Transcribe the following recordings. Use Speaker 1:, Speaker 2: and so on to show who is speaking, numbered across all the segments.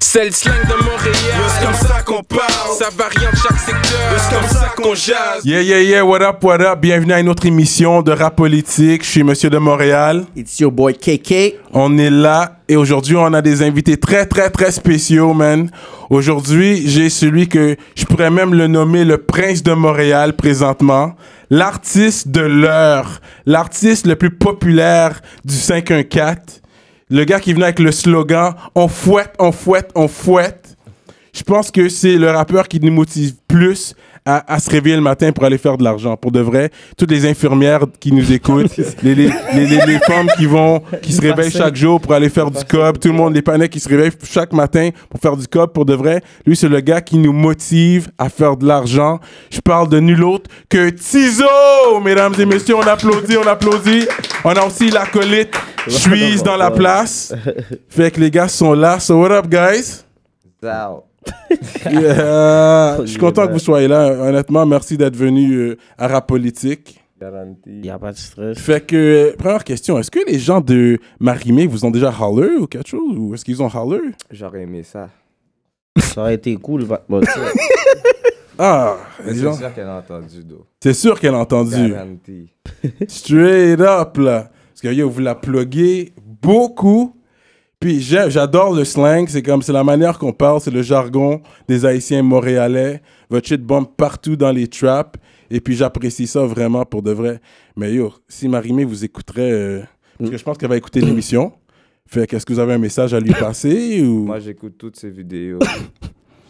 Speaker 1: C'est le slang de Montréal.
Speaker 2: C'est comme ça qu'on parle.
Speaker 1: Ça varie en chaque secteur.
Speaker 2: C'est comme ça qu'on jase.
Speaker 3: Yeah, yeah, yeah, what up, what up? Bienvenue à une autre émission de Rap Politique. Je suis Monsieur de Montréal.
Speaker 4: It's your boy KK.
Speaker 3: On est là et aujourd'hui, on a des invités très, très, très spéciaux, man. Aujourd'hui, j'ai celui que je pourrais même le nommer le prince de Montréal présentement. L'artiste de l'heure. L'artiste le plus populaire du 514. Le gars qui venait avec le slogan On fouette, on fouette, on fouette. Je pense que c'est le rappeur qui nous motive plus à, à se réveiller le matin pour aller faire de l'argent. Pour de vrai, toutes les infirmières qui nous écoutent, les, les, les- les- les femmes qui vont, qui se réveillent chaque jour pour aller faire du cob, tout le monde, les panais qui se réveillent chaque matin pour faire du cob, pour de vrai, lui, c'est le gars qui nous motive à faire de l'argent. Je parle de nul autre que Tizo! Mesdames et messieurs, on applaudit, on applaudit. On a aussi l'acolyte Suisse dans la place. Fait que les gars sont là. So what up, guys? Yeah. Euh, Je suis content que vous soyez là. Honnêtement, merci d'être venu euh, à Rap Politique.
Speaker 4: Il n'y a pas de stress.
Speaker 3: Fait que, euh, première question, est-ce que les gens de Marimé vous ont déjà holler ou quelque chose? Ou est-ce qu'ils ont holler?
Speaker 5: J'aurais aimé ça.
Speaker 4: Ça aurait été cool. va- Bon, tu sais,
Speaker 3: Ah,
Speaker 5: Mais
Speaker 3: les
Speaker 5: C'est
Speaker 3: gens.
Speaker 5: sûr qu'elle a entendu, d'eau.
Speaker 3: C'est sûr qu'elle a entendu.
Speaker 5: Garanti.
Speaker 3: Straight up, là. Parce que, yo, vous la pluguez beaucoup. Puis j'ai- j'adore le slang, c'est comme, c'est la manière qu'on parle, c'est le jargon des Haïtiens montréalais. Votre shit bombe partout dans les traps. Et puis j'apprécie ça vraiment pour de vrai. Mais yo, si Marimé vous écouterait, euh, parce que je pense qu'elle va écouter l'émission. Fait qu'est-ce que vous avez un message à lui passer ou
Speaker 5: Moi, j'écoute toutes ces vidéos.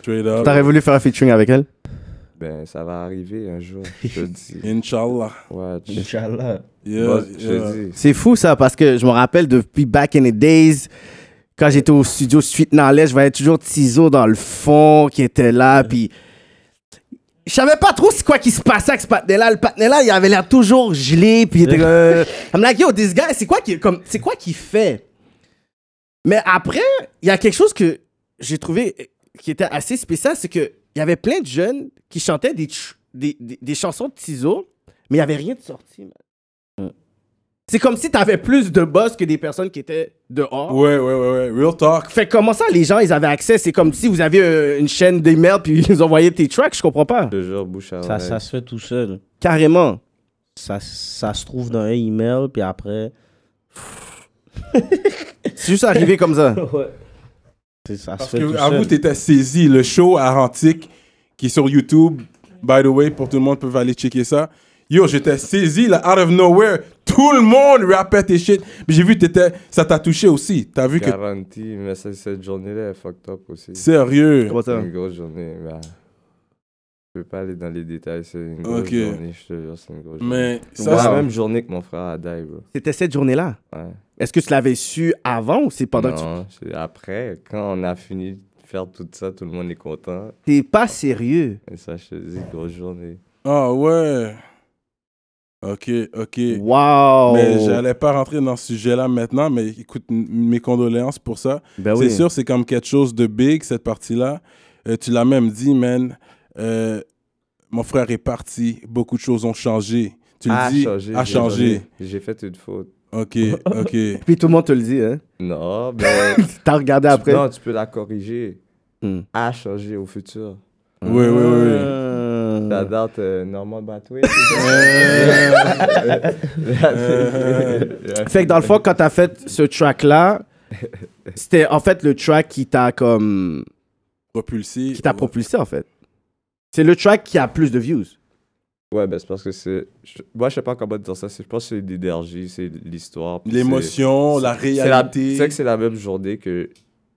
Speaker 3: straight up?
Speaker 6: T'aurais voulu faire un featuring avec elle
Speaker 5: ben, ça va arriver un jour, je te dis.
Speaker 3: Inch'Allah.
Speaker 5: Watch.
Speaker 4: Inch'Allah.
Speaker 3: Yeah,
Speaker 5: Bon, je
Speaker 3: yeah.
Speaker 5: te dis.
Speaker 6: C'est fou ça, parce que je me rappelle depuis Back in the Days, quand j'étais au studio Suite Nanlais, je voyais toujours Tizo dans le fond qui était là, puis. Je savais pas trop c'est quoi qui se passait avec ce patiné-là. Le patiné-là, il avait l'air toujours gelé, puis il était comme. euh, I'm like, yo, this guy, c'est quoi qui- comme- c'est quoi qu'il fait? Mais après, il y a quelque chose que j'ai trouvé euh, qui était assez spécial, c'est que il y avait plein de jeunes qui chantaient des, ch- des, des- des chansons de Tizo, mais il n'y avait rien de sorti. man. C'est comme si tu avais plus de boss que des personnes qui étaient dehors.
Speaker 3: Ouais, ouais, ouais, ouais. Real talk.
Speaker 6: Fait que comment ça, les gens, ils avaient accès? C'est comme si vous aviez euh, une chaîne d'email puis ils envoyaient tes tracks, je comprends pas.
Speaker 5: Toujours bouche à
Speaker 4: Ça,
Speaker 5: oreille.
Speaker 4: ça se fait tout seul.
Speaker 6: Carrément.
Speaker 4: Ça, ça se trouve dans un email, puis après,
Speaker 6: C'est juste arrivé comme ça.
Speaker 4: c'est- ça
Speaker 3: Parce
Speaker 4: se fait tout
Speaker 3: que, à vous,
Speaker 4: seul.
Speaker 3: t'étais saisi. Le show à Antique, qui est sur YouTube, by the way, pour tout le monde, peut aller checker ça. Yo, j'étais saisi, là, out of nowhere. Tout le monde rappait tes shit. Puis j'ai vu, t'étais, ça t'a touché aussi. T'as vu que.
Speaker 5: Garanti, mais ça, cette journée-là est fucked up aussi. C'est
Speaker 3: Sérieux.
Speaker 6: Comment ça?
Speaker 5: une grosse journée. Ben, je peux pas aller dans les détails, c'est une grosse
Speaker 3: Ok.
Speaker 5: journée, je te jure, c'est une grosse journée.
Speaker 3: Mais
Speaker 5: C'est la
Speaker 3: ça,
Speaker 5: même journée que mon frère a die, bro.
Speaker 6: C'était cette journée-là.
Speaker 5: Ouais.
Speaker 6: Est-ce que tu l'avais su avant ou c'est pendant que tu.
Speaker 5: non, c'est après, quand on a fini de faire tout ça, tout le monde est content.
Speaker 6: T'es pas sérieux.
Speaker 5: Et ça, je te dis, grosse journée.
Speaker 3: c'est. Ah ouais. Ok, ok.
Speaker 6: Wow.
Speaker 3: Mais j'allais pas rentrer dans ce sujet-là maintenant, mais écoute, m- mes condoléances pour ça.
Speaker 6: Ben
Speaker 5: Ah
Speaker 3: C'est
Speaker 6: oui.
Speaker 3: sûr, c'est comme quelque chose de big, cette partie-là. Euh, tu l'as même dit, man. euh, mon frère est parti. Beaucoup de choses ont changé. Tu le dis, a
Speaker 5: j'ai
Speaker 3: changé.
Speaker 5: J'ai fait une faute.
Speaker 3: Ok, ok.
Speaker 6: Puis tout le monde te le dit, hein.
Speaker 5: Non, mais. tu-
Speaker 6: T'as regardé après.
Speaker 5: Non, tu peux la corriger.
Speaker 6: Hmm.
Speaker 5: A changé au futur.
Speaker 3: oui, oui, oui.
Speaker 6: Euh,
Speaker 5: La date euh, Norman Batway.
Speaker 3: Euh.
Speaker 6: Fait que dans le fond, quand t'as fait ce track-là, c'était en fait le track qui t'a comme.
Speaker 3: Propulsé.
Speaker 6: qui t'a propulsé en fait. C'est le track qui a plus de views.
Speaker 5: Ouais, ben c'est parce que c'est. je- Moi, je sais pas comment dire ça. c'est- Je pense que c'est l'énergie, c'est l'histoire. puis
Speaker 3: L'émotion,
Speaker 5: c'est-
Speaker 3: la
Speaker 5: c'est- c'est la-
Speaker 3: réalité.
Speaker 5: Tu sais que c'est la même journée que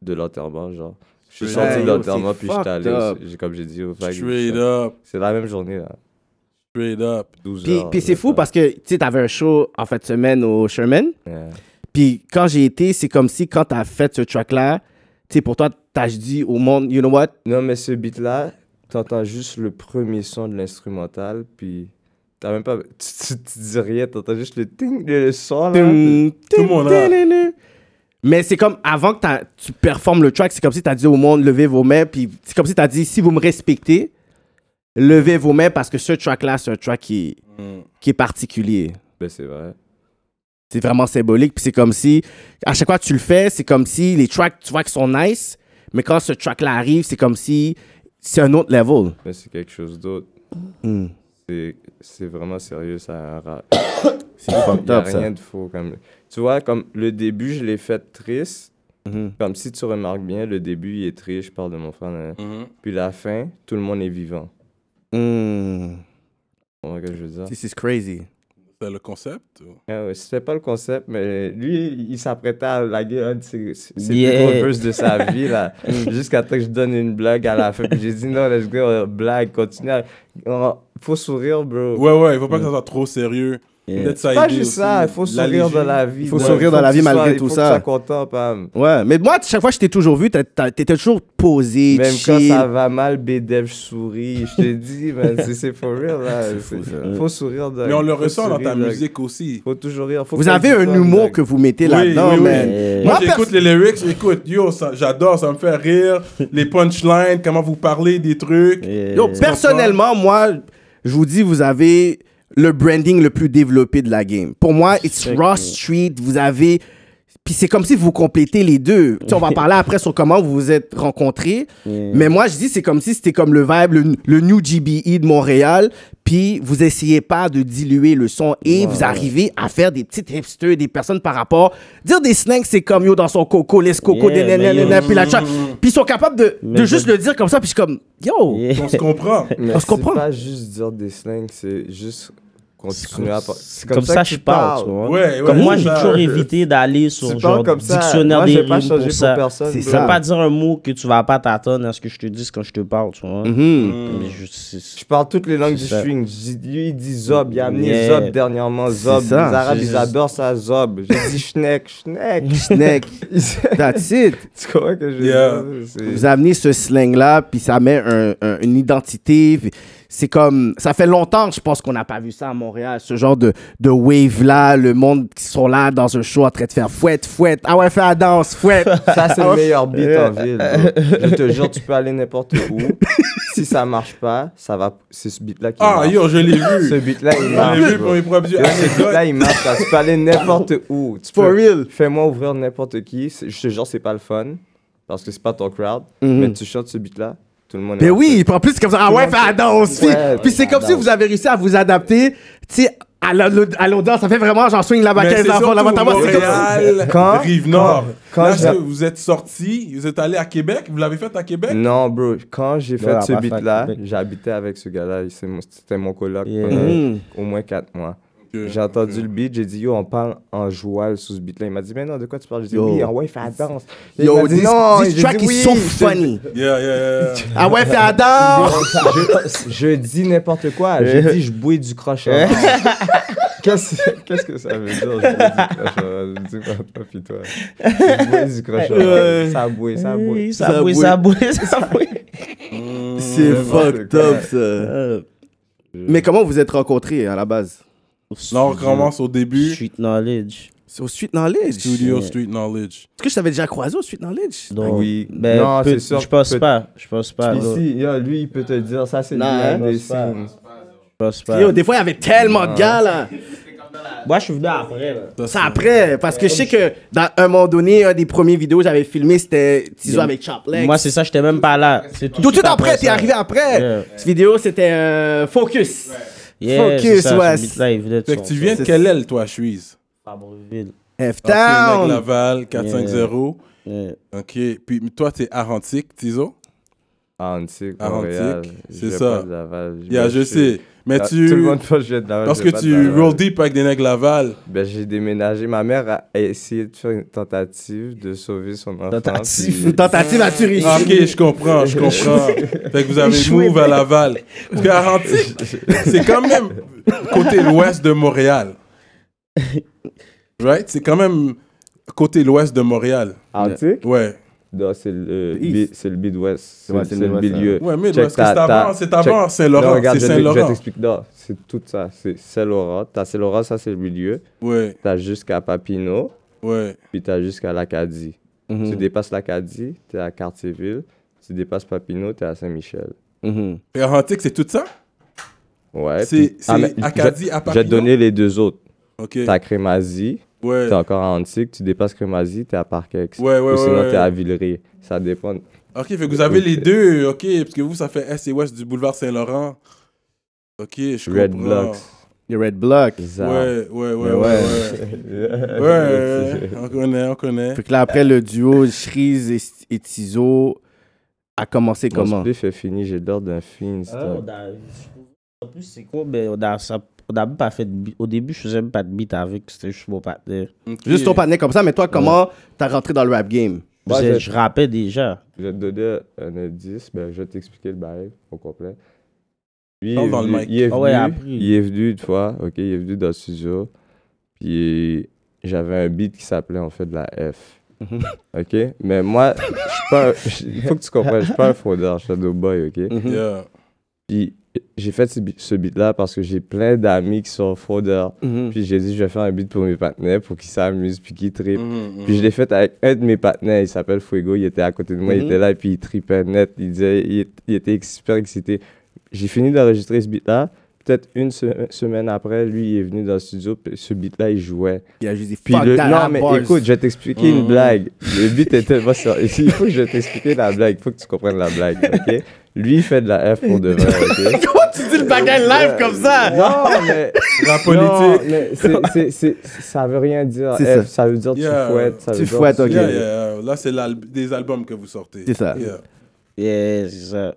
Speaker 5: de l'enterrement, genre. Je suis
Speaker 3: Straight
Speaker 5: sorti
Speaker 3: up.
Speaker 5: de l'enterrement,
Speaker 6: c'est
Speaker 5: puis j'étais allé,
Speaker 6: fucked up.
Speaker 5: au- j'ai- comme j'ai dit, au flag.
Speaker 3: Straight up,
Speaker 5: C'est la même journée, là.
Speaker 3: straight up.
Speaker 5: 12
Speaker 6: Puis,
Speaker 5: heures.
Speaker 6: puis c'est fou parce que tu sais, t'avais un show en fin de semaine au Sherman.
Speaker 5: Ouais.
Speaker 6: Puis quand j'ai été, c'est comme si quand t'as fait ce track-là, tu sais, pour toi, t'as dit au monde, you know what?
Speaker 5: Non, mais ce beat-là, t'entends juste le premier son de l'instrumental, puis t'as même pas. Tu, tu- tu dis rien, t'entends juste le ting, le, le son, là.
Speaker 3: Tout le monde là.
Speaker 6: Mais c'est comme avant que t'as- tu performes le track, c'est comme si t'as dit au monde, levez vos mains. Puis c'est comme si t'as dit, si vous me respectez, levez vos mains parce que ce track-là, c'est un track qui,
Speaker 3: Mm.
Speaker 6: qui est particulier.
Speaker 5: Ben, c'est vrai.
Speaker 6: C'est vraiment symbolique. Puis c'est comme si, à chaque fois que tu le fais, c'est comme si les tracks, tu vois, qui sont nice, Mais quand ce track-là arrive, c'est comme si c'est un autre level.
Speaker 5: Mais c'est quelque chose d'autre.
Speaker 6: Hmm.
Speaker 5: C'est- C'est vraiment sérieux, ça a un rap.
Speaker 6: C'est fucked
Speaker 5: Y a
Speaker 6: up, ça.
Speaker 5: rien de faux. Comme... Tu vois, comme le début, je l'ai fait triste.
Speaker 6: Mhm.
Speaker 5: Comme si tu remarques bien, le début, il est triste, je parle de mon frère. nan, nan.
Speaker 6: Mm-hmm.
Speaker 1: Mhm.
Speaker 5: Puis la fin, tout le monde est vivant.
Speaker 6: Hmm.
Speaker 5: Tu vois ce que je veux dire?
Speaker 6: This is crazy.
Speaker 3: C'est le concept. ou?
Speaker 5: Ah ouais, C'était pas le concept, mais lui, il s'apprêtait à laguer un de ses, ses plus
Speaker 4: Yeah.
Speaker 5: gros verses de sa vie, là.
Speaker 6: Mm.
Speaker 5: Jusqu'à temps que je donne une blague à la fin. Puis j'ai dit, non, let's go, euh, blague, continue. à- on- faut sourire, bro.
Speaker 3: Ouais, ouais, il faut pas que ça soit trop sérieux. Peut-être ça
Speaker 5: Pas
Speaker 3: aide
Speaker 5: juste
Speaker 3: aussi.
Speaker 5: ça, il faut
Speaker 3: La
Speaker 5: sourire
Speaker 3: léger-
Speaker 5: dans la vie.
Speaker 6: Faut
Speaker 5: bro.
Speaker 6: sourire dans la
Speaker 5: que
Speaker 6: vie
Speaker 5: tu
Speaker 6: malgré
Speaker 5: sois-
Speaker 6: tout
Speaker 5: faut que
Speaker 6: ça.
Speaker 5: tu sois content, Pam.
Speaker 6: Ouais, mais moi, chaque fois que je t'ai toujours vu, t'as- t'as- t'étais toujours posé,
Speaker 5: Même quand
Speaker 6: chill.
Speaker 5: ça va mal, BDF, je souris. Je te dis, man, c'est- c'est for real, là.
Speaker 6: fou, ça.
Speaker 5: C'est- Faut sourire, dog.
Speaker 3: Mais on le
Speaker 5: Faut
Speaker 3: ressent dans ta
Speaker 5: sourire, dog.
Speaker 3: musique aussi.
Speaker 5: Faut toujours rire. Faut
Speaker 6: Vous
Speaker 5: que
Speaker 6: avez
Speaker 5: tu
Speaker 6: un
Speaker 5: sois,
Speaker 6: humour
Speaker 5: dog.
Speaker 6: que vous mettez
Speaker 3: Oui,
Speaker 6: là-dedans,
Speaker 3: oui, oui.
Speaker 6: man.
Speaker 4: Euh,
Speaker 3: Moi,
Speaker 6: Moi,
Speaker 3: j'écoute les lyrics, écoute, yo, ça- j'adore, ça me fait rire. Les punchlines, comment vous parlez des trucs.
Speaker 4: Yeah.
Speaker 3: Yo, tu
Speaker 6: Personnellement, moi, je vous dis, vous avez le branding le plus développé de la game. Pour moi, it's
Speaker 4: Check.
Speaker 6: Raw Street. Vous avez. Puis c'est comme si vous complétez les deux. Tu sais, on va parler après sur comment vous vous êtes rencontrés.
Speaker 4: Yeah.
Speaker 6: Mais moi, je dis, c'est comme si c'était comme le vibe, le, le new GBE de Montréal. Puis vous essayez pas de diluer le son et vous arrivez à faire des petites hipsters, des personnes par rapport. Dire des snacks, c'est comme yo dans son coco, les coco,
Speaker 4: Yeah,
Speaker 6: nanana,
Speaker 4: mais yo.
Speaker 6: nanana, puis la chat. Puis ils sont capables de, de
Speaker 4: Mais
Speaker 6: juste
Speaker 4: je-
Speaker 6: le dire comme ça. Puis je suis comme yo.
Speaker 4: Yeah.
Speaker 3: comprends. On se comprend.
Speaker 5: Mais
Speaker 6: On se comprend.
Speaker 5: C'est pas juste dire des slangs, c'est juste continuer à par-
Speaker 4: C'est comme, ça, que
Speaker 5: tu
Speaker 4: je parle, tu
Speaker 5: parles.
Speaker 4: vois.
Speaker 3: Ouais, ouais,
Speaker 4: comme moi,
Speaker 3: c'est
Speaker 4: j'ai
Speaker 3: ça.
Speaker 5: Je-
Speaker 4: toujours évité d'aller
Speaker 5: Tu
Speaker 4: sur
Speaker 5: parles
Speaker 4: genre
Speaker 5: comme ça.
Speaker 4: dictionnaire
Speaker 5: Moi,
Speaker 4: des
Speaker 5: j'ai pas
Speaker 4: rimes
Speaker 5: changé
Speaker 4: pour
Speaker 5: pour
Speaker 4: ça.
Speaker 5: personne,
Speaker 6: C'est
Speaker 5: bro.
Speaker 4: Je
Speaker 6: ça.
Speaker 4: peux pas dire un mot que tu vas pas t'attendre à ce que je te dise quand je te parle, tu vois.
Speaker 6: Mhm.
Speaker 4: Mais je- c'est- c'est-
Speaker 5: Je parle toutes les langues du
Speaker 4: ça.
Speaker 5: string. J- Lui, il dit Zob. Il a amené
Speaker 4: Yeah.
Speaker 5: Zob dernièrement. Zob. Les
Speaker 6: ça.
Speaker 5: Arabes,
Speaker 4: C'est
Speaker 5: ils
Speaker 4: juste-
Speaker 5: adorent ça, Zob. J'ai dit Schneck, Schneck.
Speaker 6: Schneck. That's it.
Speaker 5: tu comprends que je veux
Speaker 3: Yeah.
Speaker 5: dire? C'est-
Speaker 6: Vous amenez ce slang-là, puis ça met un- un- une identité. puis C'est comme. Ça fait longtemps, je pense, qu'on n'a pas vu ça à Montréal, ce genre de, de wave-là, le monde qui sont là dans un show en train de faire fouette, fouette. Ah ouais, fais la danse, fouette.
Speaker 5: Ça, c'est le meilleur beat en ville. bro. Je te jure, tu peux aller n'importe où. si ça marche pas, ça va. C'est ce beat-là qui
Speaker 3: Ah,
Speaker 5: marche.
Speaker 3: yo, je l'ai
Speaker 5: Ce
Speaker 3: vu.
Speaker 5: beat-là, il
Speaker 3: Je
Speaker 5: marche.
Speaker 3: l'ai vu
Speaker 5: bro.
Speaker 3: pour mes propres yeux.
Speaker 5: Yo, ce beat-là,
Speaker 3: Anecdote.
Speaker 5: il marche. parce que Tu peux aller n'importe où. Tu
Speaker 6: For
Speaker 5: peux-
Speaker 6: real.
Speaker 5: Fais-moi ouvrir n'importe qui. C'est- Je te jure, c'est pas le fun. Parce que c'est pas ton crowd.
Speaker 6: Mhm.
Speaker 5: Mais tu chantes ce beat-là, tout le monde est
Speaker 6: Mais
Speaker 5: en
Speaker 6: oui,
Speaker 5: feu.
Speaker 6: il prend plus comme ça. Ah ouais, fais la danse. Puis,
Speaker 5: Ouais,
Speaker 6: puis c'est
Speaker 5: fais la
Speaker 6: comme si
Speaker 5: danse.
Speaker 6: vous avez réussi à vous adapter, tu sais, à la- à l'audience. Ça fait vraiment, j'en swing là-bas,
Speaker 3: Mais
Speaker 6: 15
Speaker 3: c'est
Speaker 6: enfants
Speaker 3: surtout
Speaker 6: là-bas. C'est comme ça.
Speaker 3: Montréal,
Speaker 5: Quand-
Speaker 3: Rive-Nord.
Speaker 5: quand-
Speaker 3: Là,
Speaker 5: quand
Speaker 3: ce que
Speaker 5: je-
Speaker 3: vous êtes sorti, vous êtes allé à Québec, vous l'avez fait à Québec?
Speaker 5: Non, bro, quand j'ai fait
Speaker 4: on
Speaker 5: ce
Speaker 4: va pas
Speaker 5: beat-là,
Speaker 4: faire Québec.
Speaker 5: j'habitais avec ce gars-là. il- c'est mon- C'était mon coloc
Speaker 4: Yeah.
Speaker 5: pendant
Speaker 4: euh,
Speaker 6: Mhm.
Speaker 5: au moins 4 mois.
Speaker 3: Ok.
Speaker 5: J'ai entendu le beat, j'ai dit, yo, on parle en joual sous ce beat-là. Il m'a dit, mais non, de quoi tu parles? J'ai dit,
Speaker 6: Yo.
Speaker 5: oui, en wave, à la danse. Il m'a
Speaker 6: Yo,
Speaker 5: dit,
Speaker 6: this,
Speaker 5: non,
Speaker 6: this
Speaker 5: j'ai
Speaker 6: track
Speaker 5: dit,
Speaker 6: is
Speaker 5: oui.
Speaker 6: so
Speaker 5: Je-
Speaker 6: funny.
Speaker 3: Yeah, yeah, yeah.
Speaker 6: Ah ouais, fais la danse.
Speaker 5: Je, je dis n'importe quoi. Je dis, je bouille du crochet. Eh. Qu'est-ce qu'est-ce que ça veut dire? Je bouille du crochet. Je dis, papa, puis toi. Je bouille du crochet. Ça bouille, ça bouille.
Speaker 4: Ça bouille, ça bouille, ça bouille.
Speaker 6: C'est fucked up, ça.
Speaker 4: Euh,
Speaker 6: Mais comment vous êtes rencontrés à la base
Speaker 3: Là, on commence au début.
Speaker 4: Street knowledge.
Speaker 6: C'est au Street Knowledge.
Speaker 3: Studio Street Knowledge.
Speaker 6: Est-ce que je t'avais déjà croisé au Street Knowledge
Speaker 4: Donc,
Speaker 5: Oui.
Speaker 4: ben,
Speaker 5: Non,
Speaker 4: peu-
Speaker 5: c'est sûr,
Speaker 4: Je pense
Speaker 5: peut-
Speaker 4: pas. Je pense pas. non,
Speaker 5: Ah, Ici, yo, lui, il peut te dire, ça, c'est
Speaker 6: Non, hein.
Speaker 5: behind the
Speaker 4: Je pense pas.
Speaker 5: scenes.
Speaker 4: Je pense pas.
Speaker 6: Yo, des fois, il y avait tellement de gars là.
Speaker 4: Moi, je suis venu après. là.
Speaker 6: Ça après, parce que je sais que dans un moment donné, un des premiers vidéos que j'avais filmé, c'était Tizo avec Chaplex.
Speaker 4: Moi, c'est ça, j'étais même pas là. C'est
Speaker 6: Tout de suite après, t'es
Speaker 4: ça.
Speaker 6: arrivé après.
Speaker 4: Yeah.
Speaker 6: Cette vidéo, c'était euh, Focus.
Speaker 4: Yeah,
Speaker 6: Focus,
Speaker 4: c'est ça,
Speaker 6: ouais.
Speaker 4: ce beat-là, il venait de
Speaker 3: Fait que
Speaker 4: son-
Speaker 3: tu viens de
Speaker 6: C'est-
Speaker 3: quelle aile, toi, Suisse?
Speaker 4: Fabreville.
Speaker 3: Ok, Neg
Speaker 6: F-Town.
Speaker 3: Laval, 450.
Speaker 4: Yeah.
Speaker 3: Ok, puis toi, t'es Arantique, Tizo?
Speaker 5: Antique,
Speaker 3: Antique,
Speaker 5: Montréal.
Speaker 3: c'est
Speaker 5: Je viens
Speaker 3: ça.
Speaker 5: pas de Laval,
Speaker 3: Yeah, je sais. Mais
Speaker 5: Ah,
Speaker 3: tu...
Speaker 5: Tout le monde pense que je viens de Laval.
Speaker 3: Parce
Speaker 5: je
Speaker 3: que
Speaker 5: viens pas de
Speaker 3: tu
Speaker 5: Laval.
Speaker 3: roll deep avec des nègres Laval.
Speaker 5: Ben, j'ai déménagé. Ma mère a a essayé de faire une tentative de sauver son enfant.
Speaker 4: Tentative.
Speaker 5: puis-
Speaker 6: Tentative à tuer.
Speaker 3: Ah, ok, je comprends, je comprends. fait que vous avez
Speaker 4: Échoué.
Speaker 3: move à Laval. Parce que Arantique, c'est quand même côté l'ouest de Montréal. Right? C'est quand même côté l'ouest de Montréal.
Speaker 5: Antique?
Speaker 3: Ouais.
Speaker 5: Non, c'est le,
Speaker 6: East.
Speaker 5: bi- c'est le Midwest. C'est
Speaker 6: Ouais, c'est
Speaker 5: c'est
Speaker 6: le
Speaker 5: le
Speaker 6: Midwest,
Speaker 5: milieu.
Speaker 3: hein. Ouais, mais
Speaker 5: Check
Speaker 3: l'ouest, parce
Speaker 5: ta-
Speaker 3: que c'est
Speaker 5: ta-
Speaker 3: avant, c'est
Speaker 5: check-
Speaker 3: avant
Speaker 5: Non,
Speaker 3: Saint-Laurent.
Speaker 5: regarde,
Speaker 3: C'est
Speaker 5: je, vais- je vais
Speaker 3: Saint-Laurent.
Speaker 5: t'expliquer. Non, c'est tout ça. C'est Saint-Laurent. T'as Saint-Laurent, ça, c'est le milieu.
Speaker 3: Ouais,
Speaker 5: T'as jusqu'à Papineau,
Speaker 3: ouais.
Speaker 5: puis t'as jusqu'à l'Acadie.
Speaker 3: Mm-hmm.
Speaker 5: Tu dépasses l'Acadie, t'es à Cartierville. Tu dépasses Papineau, t'es à Saint-Michel.
Speaker 3: Et Arantique, c'est tout ça?
Speaker 5: Ouais.
Speaker 3: C'est-
Speaker 5: puis- Ah,
Speaker 3: c'est
Speaker 5: mais je-
Speaker 3: Acadie à
Speaker 5: Je vais te
Speaker 3: Papineau?
Speaker 5: donner les deux autres.
Speaker 3: OK.
Speaker 5: T'es à Crémazie,
Speaker 3: Ouais.
Speaker 5: t'es encore à Antique, tu dépasses Crémazie, t'es à Parkex.
Speaker 3: Ouais, ouais, ouais,
Speaker 5: Ou sinon,
Speaker 3: ouais.
Speaker 5: t'es à Villeray. Ça dépend.
Speaker 3: OK, fait que vous avez les deux. OK, parce que vous, ça fait Est et Ouest du boulevard Saint-Laurent. OK, je
Speaker 5: Red
Speaker 3: comprends.
Speaker 5: Blocks.
Speaker 6: Les Red Block.
Speaker 5: Bizarre.
Speaker 3: Ouais, ouais, ouais, ouais. Ouais,
Speaker 5: ouais.
Speaker 3: ouais, on connaît, on connaît.
Speaker 6: Fait que là, après, le duo Shreeze et, et Tizo a commencé
Speaker 5: Mon
Speaker 6: comment?
Speaker 5: spliff est fini, j'ai l'heure d'un film. c'est un-
Speaker 4: on a- En plus, c'est quoi? Ben, on a, ça- on a même pas fait de bi- Au début, je faisais même pas de beat avec, c'était juste mon partenaire.
Speaker 3: OK.
Speaker 6: Juste ton partenaire comme ça, mais toi, comment t'as rentré dans le rap game?
Speaker 5: Ouais,
Speaker 4: je,
Speaker 5: j'ai-
Speaker 4: je rappais déjà.
Speaker 3: Ah,
Speaker 5: Je vais te donner un indice, ben, je vais t'expliquer le bail au complet. Lui,
Speaker 3: Parle
Speaker 5: il est
Speaker 3: dans le
Speaker 5: venu,
Speaker 3: mic.
Speaker 5: il est
Speaker 4: Ah
Speaker 5: venu,
Speaker 4: ouais, après.
Speaker 5: il est venu une fois, ok, il est venu dans le studio, puis j'avais un beat qui s'appelait en fait de la F. ok, mais moi, je suis pas, un- je- il faut que tu comprennes, je suis pas un fraudeur, je suis un boy, ok.
Speaker 3: Yeah.
Speaker 5: Puis j'ai fait ce, bi- ce beat-là parce que j'ai plein d'amis qui sont fraudeurs.
Speaker 6: Mhm.
Speaker 5: Puis j'ai dit, je vais faire un beat pour mes partenaires pour qu'ils s'amusent puis qu'ils trippent.
Speaker 6: Mm,
Speaker 3: Mhm,
Speaker 5: Puis je l'ai fait avec un de mes partenaires, il s'appelle Fuego, il était à côté de moi, il
Speaker 6: Mhm.
Speaker 5: était là, puis il tripait net, il, disait, il, il était ex- super excité. J'ai fini d'enregistrer ce beat-là, peut-être une se- semaine après, lui, il est venu dans le studio, puis ce beat-là, il jouait.
Speaker 6: Il a juste dit
Speaker 5: Puis
Speaker 6: fuck
Speaker 5: le-
Speaker 6: that Mm-hmm.
Speaker 5: non,
Speaker 6: rap
Speaker 5: mais
Speaker 6: bars.
Speaker 5: écoute, je vais t'expliquer une
Speaker 3: Mhm.
Speaker 5: blague. Le beat est tellement sur- Il faut que je t'explique la blague, il faut que tu comprennes la blague, ok? Lui, il fait de la F pour de vrai, ok?
Speaker 6: Comment tu dis le bagage live comme ça?
Speaker 5: Non, mais... Non,
Speaker 3: Rap politique.
Speaker 5: mais c'est- c'est- c'est- ça veut rien dire,
Speaker 6: C'est
Speaker 5: F,
Speaker 6: ça.
Speaker 5: ça. veut dire tu
Speaker 3: Yeah.
Speaker 5: fouettes, ça
Speaker 6: Tu
Speaker 5: veut dire
Speaker 6: fouettes, ok.
Speaker 3: Yeah, yeah, yeah. Là, c'est l'al- des albums que vous sortez.
Speaker 6: C'est ça.
Speaker 3: Yeah.
Speaker 4: Yeah, c'est ça.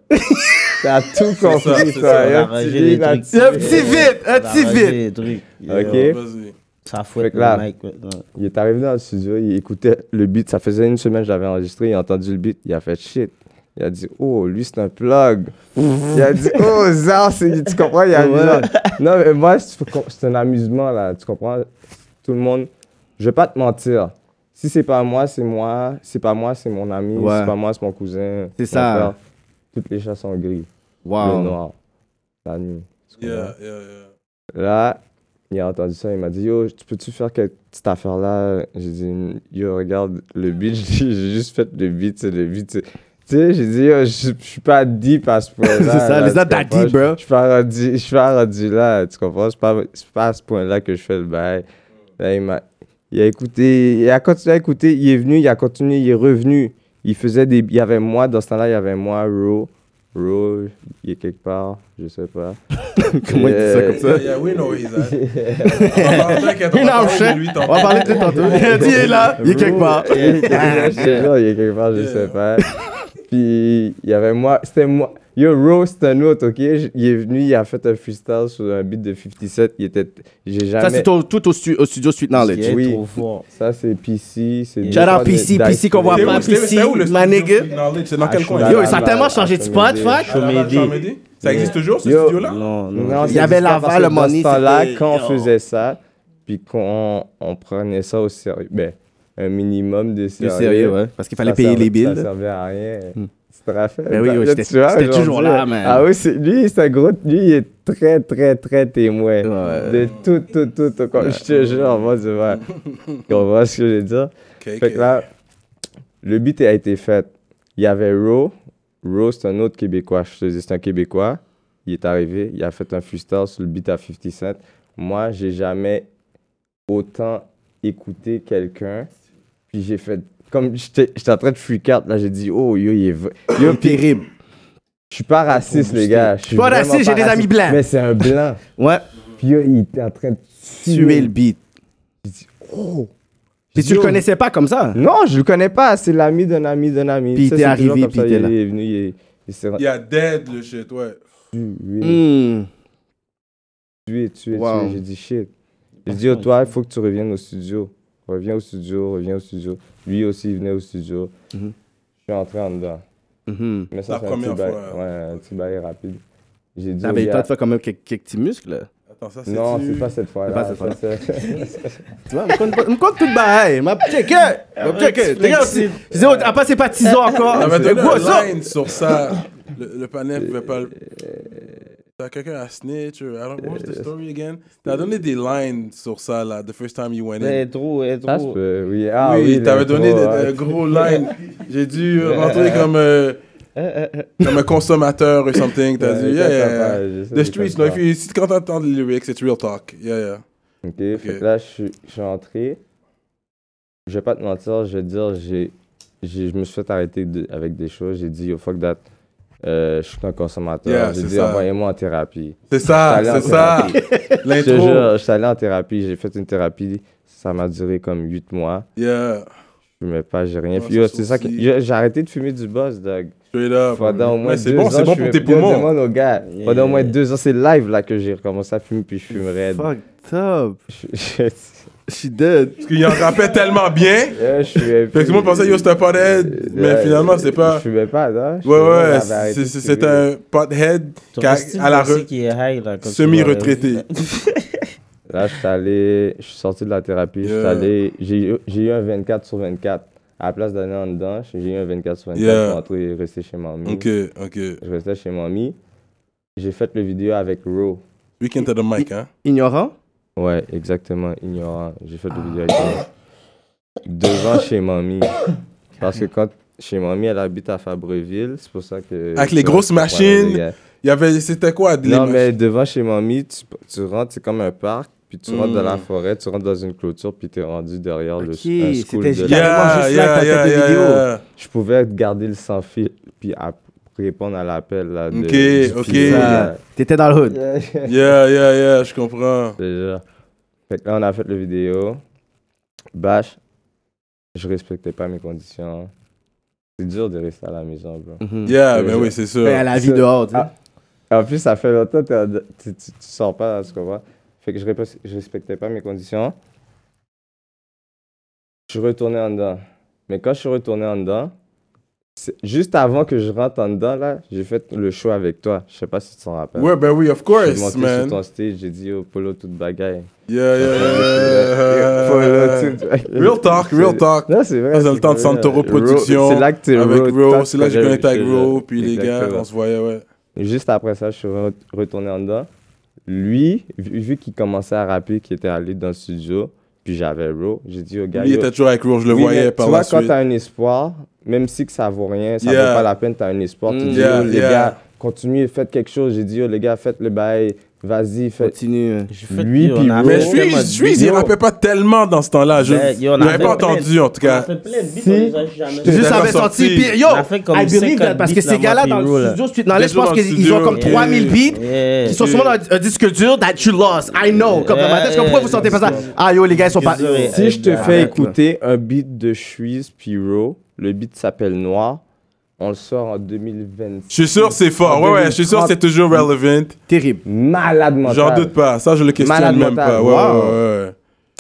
Speaker 5: T'as tout
Speaker 3: ça, c'est
Speaker 5: compris,
Speaker 3: ça,
Speaker 5: toi.
Speaker 3: on
Speaker 5: Il y a
Speaker 4: a
Speaker 5: un petit
Speaker 4: rangé
Speaker 5: lit
Speaker 4: les trucs.
Speaker 5: là-dessus.
Speaker 6: Un petit vite, un
Speaker 4: On a
Speaker 6: petit
Speaker 4: arrangé
Speaker 6: vite.
Speaker 4: les trucs.
Speaker 5: Ok.
Speaker 4: Yeah,
Speaker 3: Vas-y.
Speaker 4: Ça
Speaker 5: Fait
Speaker 4: fouette
Speaker 5: que là-
Speaker 4: le mic maintenant.
Speaker 5: Il est arrivé dans le studio, il écoutait le beat. Ça faisait une semaine que j'avais enregistré, il a entendu le beat, il a fait shit. Il a dit, oh, lui, c'est un plug. il a dit, oh, Zar, c'est- tu comprends, il a mis ça. Non, mais moi, c'est c'est un amusement, là, tu comprends? Tout le monde, je vais pas te mentir. Si c'est pas moi, c'est moi. Si c'est pas moi, c'est mon ami. Si
Speaker 6: Ouais.
Speaker 5: c'est pas moi, c'est mon cousin.
Speaker 6: C'est
Speaker 5: mon
Speaker 6: ça.
Speaker 5: frère. Toutes les chats sont gris, le
Speaker 6: Wow.
Speaker 5: noir, la nuit. Tu comprends?
Speaker 3: Yeah, yeah, yeah.
Speaker 5: Là, il a entendu ça, il m'a dit Yo, tu peux-tu faire cette petite affaire-là J'ai dit Yo, regarde le beat, j'ai j'ai juste fait le beat, c'est le beat. c'est- Tu sais, j'ai dit Yo, je je suis pas deep à ce point-là.
Speaker 6: C'est ça,
Speaker 5: là,
Speaker 6: les
Speaker 5: tu
Speaker 6: autres, t'as
Speaker 5: comprends?
Speaker 6: dit, bro.
Speaker 5: Je suis pas rendu- je suis pas rendu là, tu comprends C'est pas, c'est pas à ce point-là que je fais le bail. Là, il m'a. Il a écouté, il a continué à écouter, il est venu, il a continué, il est revenu. Il faisait des. Il y avait moi, dans ce temps-là, il y avait moi, Ro. Ro, il est quelque part, je sais pas.
Speaker 6: Comment il
Speaker 5: Euh,
Speaker 6: dit ça
Speaker 3: Yeah,
Speaker 6: comme ça?
Speaker 3: yeah, we know where he's at. Ah, T'inquiète, on
Speaker 6: Il
Speaker 3: va
Speaker 6: en
Speaker 3: parler
Speaker 6: chien.
Speaker 3: de lui
Speaker 6: On va
Speaker 3: tantôt.
Speaker 6: parler de lui tantôt. Il a dit, il est là, il est quelque part.
Speaker 5: Il est quelque part, il est quelque part, je
Speaker 3: Yeah.
Speaker 5: sais pas. Puis il y avait moi, c'était moi. Yo, Ro, c'est un autre, ok? Je- Il est venu, il a fait un freestyle sur un beat de 57. Il était. J'ai jamais.
Speaker 6: Ça, c'est au- tout au, stu- au studio Street
Speaker 4: Il
Speaker 6: Ah, Knowledge.
Speaker 4: est
Speaker 5: oui.
Speaker 4: trop fort.
Speaker 5: Ça, c'est PC. c'est
Speaker 6: Shout out PC, PC qu'on voit
Speaker 3: C'est où-
Speaker 6: pas,
Speaker 3: c'est- c'est
Speaker 6: PC,
Speaker 3: où le
Speaker 6: ma
Speaker 3: studio
Speaker 6: nigga.
Speaker 3: Street Knowledge? C'est dans
Speaker 5: Ah,
Speaker 3: quel coin?
Speaker 6: Yo,
Speaker 3: À
Speaker 6: ça a
Speaker 3: la-
Speaker 6: tellement changé de spot, fuck.
Speaker 3: à la Chamedy? Ça existe toujours, ce
Speaker 5: Yo.
Speaker 3: studio-là?
Speaker 4: Non, non.
Speaker 5: Non,
Speaker 6: Il y
Speaker 5: c'est
Speaker 6: avait
Speaker 5: juste
Speaker 6: Laval,
Speaker 5: parce que
Speaker 6: le
Speaker 5: dans
Speaker 6: Money,
Speaker 5: ce temps-là,
Speaker 6: c'était-
Speaker 5: quand on
Speaker 6: Yo.
Speaker 5: faisait ça, puis qu'on on prenait ça au sérieux, ben, un minimum de
Speaker 6: C'est
Speaker 5: sérieux.
Speaker 6: sérieux, ouais. Parce qu'il fallait
Speaker 5: ça
Speaker 6: payer
Speaker 5: servait-
Speaker 6: les Hmm. bills.
Speaker 5: Ça
Speaker 6: là.
Speaker 5: servait à rien. C'est te rappelles? Bah,
Speaker 6: Ben oui, oui,
Speaker 5: Là,
Speaker 6: j'étais-
Speaker 5: tu vois,
Speaker 6: j'étais toujours
Speaker 5: aujourd'hui,
Speaker 6: là, man.
Speaker 5: Ah oui, c'est- lui, c'est un gros. Lui, il est très, très, très témoin
Speaker 6: Ouais.
Speaker 5: de tout, tout, tout. tout quoi. Je te jure, moi, tu vois. Tu comprends ce que je veux dire?
Speaker 3: Ok,
Speaker 5: Fait que là, le beat a été fait. Il y avait Ro. Ro, c'est un autre Québécois. Je te dis, c'est un Québécois. Il est arrivé, il a fait un freestyle sur le beat à 50 Cent. Moi, j'ai jamais autant écouté quelqu'un. Puis j'ai fait. Comme j'étais j'étais en train de freak out, là, j'ai dit, oh, yo, il est. v- Yo, puis
Speaker 6: Terrible.
Speaker 5: je suis pas raciste, les gars. Je suis
Speaker 6: Pas
Speaker 5: vraiment
Speaker 6: raciste, j'ai des amis blancs.
Speaker 5: Mais c'est un blanc.
Speaker 6: Ouais,
Speaker 5: Puis yo, il était en train de
Speaker 6: tuer le beat.
Speaker 5: Oh!
Speaker 6: Puis tu le
Speaker 5: Yo.
Speaker 6: connaissais pas comme ça?
Speaker 5: Non, je le connais pas. C'est l'ami d'un ami d'un ami.
Speaker 6: Puis
Speaker 5: Tu sais,
Speaker 6: t'es
Speaker 5: c'est toujours
Speaker 6: arrivé,
Speaker 5: comme
Speaker 6: puis
Speaker 5: ça,
Speaker 6: t'es
Speaker 5: il
Speaker 6: là.
Speaker 5: est venu, il, est- il s'est
Speaker 3: Il y a Dead, le shit, ouais. Mm.
Speaker 5: tué,
Speaker 6: Hmm.
Speaker 5: tué, tué,
Speaker 6: Wow.
Speaker 5: tué. J'ai dit shit. J'ai dit, oh, toi, il faut que tu reviennes au studio. Reviens au studio, reviens au studio. Lui aussi, il venait au studio.
Speaker 6: Mhm.
Speaker 5: Je suis entré en dedans.
Speaker 6: Mhm.
Speaker 5: Mais
Speaker 3: La
Speaker 5: ça, c'est un
Speaker 3: première
Speaker 5: petit bail.
Speaker 3: fois, ouais.
Speaker 5: Ouais, un petit bail rapide. J'ai dit, au
Speaker 6: T'avais eu le temps
Speaker 5: gars,
Speaker 6: de faire quand même quelques, quelques petits muscles, là.
Speaker 3: Attends, ça, c'est
Speaker 5: non,
Speaker 3: du-
Speaker 5: c'est pas cette fois-là.
Speaker 6: pas cette fois-là.
Speaker 5: c'est-
Speaker 6: Tu vois, me compte pas- me compte tout le bail. Ma check it. Ma check it. Regarde, c'est- Je disais, ah, pas, c'est pas Tizo encore.
Speaker 3: T'avais
Speaker 6: Le
Speaker 3: donné
Speaker 6: gros, ça.
Speaker 3: un line Ah, sur ça. Le, le panel pouvait pas... le- T'as quelqu'un à snitch, or I don't... What's the story again? T'as donné des lines sur ça, là, the first time you went in.
Speaker 4: Elle est trop, elle est
Speaker 5: Ça se
Speaker 4: trop.
Speaker 5: peut, oui. Ah,
Speaker 3: oui, t'avais
Speaker 5: l'intro,
Speaker 3: donné des,
Speaker 5: hein.
Speaker 3: des gros lines. J'ai dû euh, rentrer comme, euh, comme un consommateur ou something. T'as
Speaker 5: Ouais,
Speaker 3: dit,
Speaker 5: ça,
Speaker 3: yeah,
Speaker 5: ça
Speaker 3: yeah,
Speaker 5: va,
Speaker 3: yeah.
Speaker 5: je sais,
Speaker 3: The
Speaker 5: je
Speaker 3: streets,
Speaker 5: comprends.
Speaker 3: no, if you, si- quand t'entends les lyrics, it's real talk. Yeah, yeah.
Speaker 5: Ok, fait que là, je suis- je suis entré. Je vais pas te mentir, je vais te dire, j'ai, j'ai- je me suis fait arrêter de- avec des choses. J'ai dit, yo, fuck that. Euh, je suis un consommateur.
Speaker 3: Yeah,
Speaker 5: j'ai
Speaker 3: c'est
Speaker 5: dit,
Speaker 3: ça.
Speaker 5: envoyez-moi en thérapie.
Speaker 3: C'est ça,
Speaker 5: J'étais allé
Speaker 3: c'est
Speaker 5: en
Speaker 3: ça.
Speaker 5: Je te
Speaker 3: L'intro.
Speaker 5: jure, je suis allé en thérapie, j'ai fait une thérapie. Ça m'a duré comme 8 mois.
Speaker 3: Yeah.
Speaker 5: Je fumais pas, j'ai rien.
Speaker 3: Ouais,
Speaker 5: Puis yo,
Speaker 3: Ah, ça
Speaker 5: c'est ça que.
Speaker 3: aussi.
Speaker 5: yo, J'ai arrêté de fumer du boss, dog.
Speaker 3: Straight up.
Speaker 5: Pendant au moins
Speaker 3: Ouais, c'est
Speaker 5: deux
Speaker 3: bon,
Speaker 5: ans,
Speaker 3: c'est bon
Speaker 5: je
Speaker 3: pour
Speaker 5: fumais-
Speaker 3: tes
Speaker 5: yo,
Speaker 3: poumons.
Speaker 5: demande aux gars. Pendant au moins deux ans, c'est live là que j'ai recommencé à fumer, puis je fumerais.
Speaker 6: Fuck top.
Speaker 5: Je, je,
Speaker 6: Je suis dead.
Speaker 3: Parce qu'il en rappelle tellement bien.
Speaker 5: je fumais
Speaker 3: Fait que tout le monde pensait, yo, c'est un pothead. Mais finalement, c'est pas.
Speaker 5: Euh, Je fumais pas, non? Je
Speaker 3: Ouais,
Speaker 5: fumais,
Speaker 3: ouais,
Speaker 5: j'avais arrêté
Speaker 3: c'est-
Speaker 5: de
Speaker 3: c'est
Speaker 5: fumer.
Speaker 3: c'est un pothead
Speaker 4: Ton
Speaker 3: qui a-
Speaker 4: style
Speaker 3: à la
Speaker 4: pensée
Speaker 3: re-
Speaker 4: qui est high, là, quand tu
Speaker 3: semi-retraité.
Speaker 5: Là, je suis allé, je suis sorti de la thérapie, je suis
Speaker 3: Yeah.
Speaker 5: allé, j'ai eu- j'ai eu un 24 sur 24. À la place d'aller en dedans, j'ai eu un 24 sur 24
Speaker 3: Yeah.
Speaker 5: pour entrer et rester chez mamie.
Speaker 3: Ok, ok.
Speaker 5: Je restais chez mamie. J'ai fait le vidéo avec Ro.
Speaker 3: Weekend to the mic, hein.
Speaker 6: Ignorant.
Speaker 5: Ouais, exactement, ignorant. J'ai fait le vidéo avec Ro. Devant chez mamie. Parce que quand chez mamie, elle habite à Fabreville, c'est pour ça que.
Speaker 3: Avec les
Speaker 5: tu vois,
Speaker 3: grosses
Speaker 5: ouais,
Speaker 3: machines.
Speaker 5: les gars.
Speaker 3: Il y avait, c'était quoi? les
Speaker 5: Non,
Speaker 3: mach-
Speaker 5: mais devant chez mamie, tu, tu rentres, c'est comme un parc, puis tu rentres dans la
Speaker 3: Mm.
Speaker 5: forêt, tu rentres dans une clôture, puis t'es rendu derrière
Speaker 6: Ok,
Speaker 5: le un school
Speaker 6: c'était
Speaker 5: de-
Speaker 6: génial. carrément juste là que t'as fait des vidéos.
Speaker 5: Je pouvais garder le sans fil, puis à- répondre à l'appel. Là, de,
Speaker 3: Ok,
Speaker 5: du
Speaker 3: ok.
Speaker 5: fil, là.
Speaker 6: T'étais dans le hood.
Speaker 3: yeah, yeah, yeah, yeah, je comprends.
Speaker 5: Déjà. Fait que là, on a fait le vidéo. Bash, je respectais pas mes conditions. C'est dur de rester à la maison, bro.
Speaker 3: Yeah,
Speaker 5: Euh,
Speaker 3: mais
Speaker 5: je-
Speaker 3: oui, c'est sûr.
Speaker 6: Mais à la vie
Speaker 5: Ça-
Speaker 6: dehors, tu sais.
Speaker 5: Ah. En plus, ça fait longtemps que tu, tu, tu sors pas, tu comprends? Fait que je, répo- je respectais pas mes conditions. Je suis retourné en dedans. Mais quand je suis retourné en dedans, c'est- juste avant que je rentre en dedans, là, j'ai fait le show avec toi. Je sais pas si tu t'en rappelles.
Speaker 3: Ouais, ben oui, of
Speaker 5: je suis
Speaker 3: course,
Speaker 5: monté sur
Speaker 3: man.
Speaker 5: ton stage, j'ai dit au Polo toute bagaille.
Speaker 3: Yeah, yeah, yeah.
Speaker 5: Polo toute bagaille.
Speaker 3: Euh, Real talk, real talk.
Speaker 5: Non, c'est vrai.
Speaker 3: Dans le
Speaker 5: c'est
Speaker 3: temps de
Speaker 5: vrai.
Speaker 3: Santoro
Speaker 5: Ro-
Speaker 3: Productions,
Speaker 5: C'est là que t'es
Speaker 3: Avec Ro,
Speaker 5: toi,
Speaker 3: c'est là que
Speaker 5: t'as
Speaker 3: j'ai connecté avec
Speaker 5: jamais-
Speaker 3: Ro, puis les gars,
Speaker 5: Exactement.
Speaker 3: on se voyait, ouais.
Speaker 5: Juste après ça, je suis re- retourné en dedans. Lui, vu, vu qu'il commençait à rapper, qu'il était allé dans le studio, puis j'avais Ro, j'ai dit au gars.
Speaker 3: Lui
Speaker 5: yo,
Speaker 3: était toujours avec Ro, je le
Speaker 5: oui, mais
Speaker 3: voyais par
Speaker 5: Tu
Speaker 3: la
Speaker 5: vois, quand
Speaker 3: suite.
Speaker 5: t'as un espoir, même si que ça vaut rien, ça
Speaker 3: Yeah.
Speaker 5: vaut pas la peine, t'as un espoir, tu
Speaker 6: Mm.
Speaker 5: dis,
Speaker 3: Yeah,
Speaker 5: yo, les
Speaker 3: yeah.
Speaker 5: gars, continuez, faites quelque chose. J'ai dit, yo, les gars, faites le bail, vas-y, faites.
Speaker 6: Continue. hein.
Speaker 4: J'ai fait-
Speaker 5: Lui
Speaker 4: yo, on
Speaker 5: puis
Speaker 4: a
Speaker 5: Ro.
Speaker 4: fait
Speaker 3: Mais je suis,
Speaker 4: Oh, tellement
Speaker 3: je
Speaker 4: de
Speaker 3: suis, il
Speaker 4: vidéos.
Speaker 3: rappait pas tellement dans ce temps-là. Je
Speaker 4: Ben, yo, on a
Speaker 3: n'avais
Speaker 4: fait
Speaker 3: pas
Speaker 4: plein de-
Speaker 3: entendu, en tout
Speaker 4: On a
Speaker 3: cas.
Speaker 4: fait plein de beats,
Speaker 5: Si.
Speaker 4: on les a jamais.
Speaker 6: Juste
Speaker 3: Déjà
Speaker 6: avait
Speaker 3: sorti.
Speaker 6: sorti. Puis, yo,
Speaker 4: On a fait comme
Speaker 6: I believe
Speaker 4: 50
Speaker 6: that, parce que
Speaker 4: beats,
Speaker 6: ces
Speaker 4: la
Speaker 6: gars-là dans
Speaker 4: Motley Crue,
Speaker 6: le
Speaker 4: là.
Speaker 6: studio Street Knowledge, je
Speaker 3: Déjà
Speaker 6: pense
Speaker 3: dans le
Speaker 6: qu'ils ils ont
Speaker 3: studio,
Speaker 6: comme
Speaker 3: yeah.
Speaker 6: 3000 beats.
Speaker 4: Yeah.
Speaker 6: Ils sont sûrement dans un disque dur that you lost. I know. Comme dans ma tête, je comprends, vous sentez pas ça. Ah yo, les gars, ils sont pas.
Speaker 4: Désolé.
Speaker 5: Si je te
Speaker 4: Arrête,
Speaker 5: fais
Speaker 6: là.
Speaker 5: écouter un beat de Chuise puis Ro, le beat s'appelle Noir, on le sort en 2026.
Speaker 3: Je suis sûr, c'est fort.
Speaker 5: En
Speaker 3: Ouais, ouais, je suis sûr, c'est
Speaker 5: 2030.
Speaker 3: toujours relevant.
Speaker 6: Terrible.
Speaker 5: Malade mental.
Speaker 3: J'en doute pas. Ça, je le questionne
Speaker 5: Malade
Speaker 3: même
Speaker 5: mental.
Speaker 3: pas. Ouais,
Speaker 5: Wow.
Speaker 3: ouais, ouais.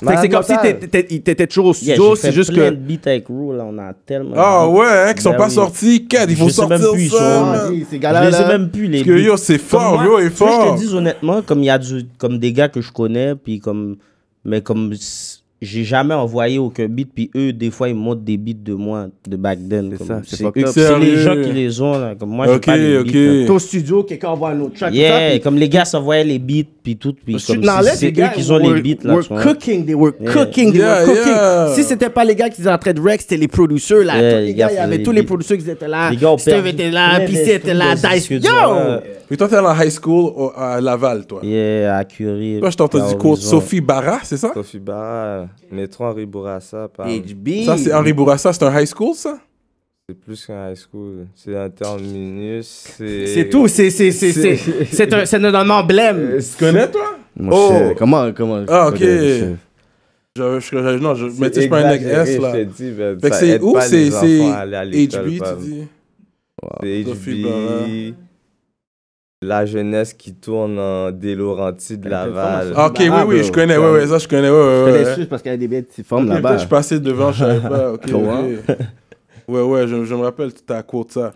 Speaker 6: Fait que c'est comme si
Speaker 5: Malade mental.
Speaker 6: t'étais- t'étais t'étais toujours au
Speaker 4: Yeah,
Speaker 6: studio,
Speaker 4: j'ai fait
Speaker 6: c'est juste que.
Speaker 4: plein de beats avec Rule, là, on a tellement.
Speaker 3: Ah ouais, hein, qui sont
Speaker 4: Ben
Speaker 3: pas
Speaker 4: oui.
Speaker 3: sortis. Quatre, il
Speaker 4: Je
Speaker 3: faut
Speaker 4: sais même
Speaker 3: sortir
Speaker 4: plus, ils sont-
Speaker 3: ça.
Speaker 4: Ah,
Speaker 3: man.
Speaker 6: oui, ces
Speaker 4: Je
Speaker 6: gars-là.
Speaker 4: les ai
Speaker 6: là.
Speaker 4: même plus les
Speaker 3: Parce que
Speaker 4: beats.
Speaker 3: yo, c'est
Speaker 4: Comme
Speaker 3: fort,
Speaker 4: moi,
Speaker 3: yo, est
Speaker 4: tu veux que
Speaker 3: fort.
Speaker 4: Je te dis honnêtement, comme il y a du, comme des gars que je connais, puis comme, mais comme s- j'ai jamais envoyé aucun beat, puis eux, des fois, ils montent des beats de moi, de back then.
Speaker 6: C'est
Speaker 4: comme,
Speaker 6: ça, c'est fucked up.
Speaker 4: c'est les gens
Speaker 3: Sérieux.
Speaker 4: qui les ont, là. Comme moi, j'ai
Speaker 3: Ok,
Speaker 4: pas les beats, là.
Speaker 3: ok.
Speaker 6: T'es au studio, quelqu'un envoie un autre track. tout ça,
Speaker 4: Yeah,
Speaker 6: puis-
Speaker 4: comme les gars s'envoyaient les beats, puis tout, puis
Speaker 6: Street
Speaker 4: comme
Speaker 6: Knowledge,
Speaker 4: c'est- c'est
Speaker 6: les gars,
Speaker 4: eux qui ont
Speaker 6: were-
Speaker 4: les beats, là,
Speaker 6: were
Speaker 4: tu vois.
Speaker 6: cooking, they were
Speaker 4: Yeah.
Speaker 6: cooking, they
Speaker 3: Yeah,
Speaker 6: were cooking.
Speaker 3: yeah.
Speaker 6: Si c'était pas les gars qui étaient en train de wreck, c'était les producteurs, là.
Speaker 4: Yeah,
Speaker 6: Tous
Speaker 4: les
Speaker 6: les gars,
Speaker 4: gars
Speaker 6: il y
Speaker 4: faisaient
Speaker 6: avait
Speaker 4: les
Speaker 6: tous les
Speaker 4: beats.
Speaker 6: producteurs qui étaient là.
Speaker 4: Les gars ont
Speaker 6: Steve
Speaker 4: perdu
Speaker 6: était là,
Speaker 4: plein
Speaker 6: Pissy
Speaker 4: de
Speaker 6: était là,
Speaker 4: trucs dans
Speaker 6: Dice.
Speaker 4: ce
Speaker 6: Yo!
Speaker 4: que tu vois.
Speaker 3: Puis toi, t'es allé en high school au- à Laval, toi.
Speaker 4: Yeah, à Curie.
Speaker 3: Toi, je t'ai entendu
Speaker 4: à
Speaker 3: cours
Speaker 4: Horizon.
Speaker 3: Sophie Barra, c'est ça?
Speaker 5: Sophie Barra, métro Henri Bourassa, par...
Speaker 6: HB.
Speaker 3: Ça, c'est Henri Bourassa, c'est un high school, ça?
Speaker 5: c'est plus qu'un high school. C'est un terminus, c'est...
Speaker 6: C'est tout, c'est, c'est, c'est, c'est,
Speaker 5: C'est-
Speaker 6: c'est un, c'est un, un emblème.
Speaker 3: Euh, Tu connais, toi?
Speaker 6: Mon chef, comment, comment.
Speaker 3: Ah,
Speaker 6: comment
Speaker 3: ok.
Speaker 6: mon chef.
Speaker 3: Je, je, je- non, je, mais tu sais, je suis pas un nec
Speaker 5: exagéré,
Speaker 3: S, là.
Speaker 5: Je te dis, ben,
Speaker 3: Fait que
Speaker 5: ça
Speaker 3: c'est
Speaker 5: aide
Speaker 3: où?
Speaker 5: pas
Speaker 3: C'est
Speaker 5: les
Speaker 3: c'est
Speaker 5: enfants à aller à l'école,
Speaker 3: HB,
Speaker 5: pas.
Speaker 3: tu dis?
Speaker 5: C'est
Speaker 3: Sophie
Speaker 5: HB, la jeunesse qui tourne en des Laurentides de Laval.
Speaker 3: Ah, ok, oui,
Speaker 6: Barra,
Speaker 3: oui,
Speaker 6: bro.
Speaker 3: je connais, ouais, ouais, ça, je connais, ouais, ouais.
Speaker 6: Je
Speaker 3: ouais.
Speaker 6: te laisse juste parce qu'il y a des belles petites formes
Speaker 3: Ok, peut-être
Speaker 6: là-bas.
Speaker 3: Je passais devant, je savais pas. Ok,
Speaker 6: Tu vois?
Speaker 3: ok. Ouais, ouais, je, je me rappelle, tu t'as cours de ça.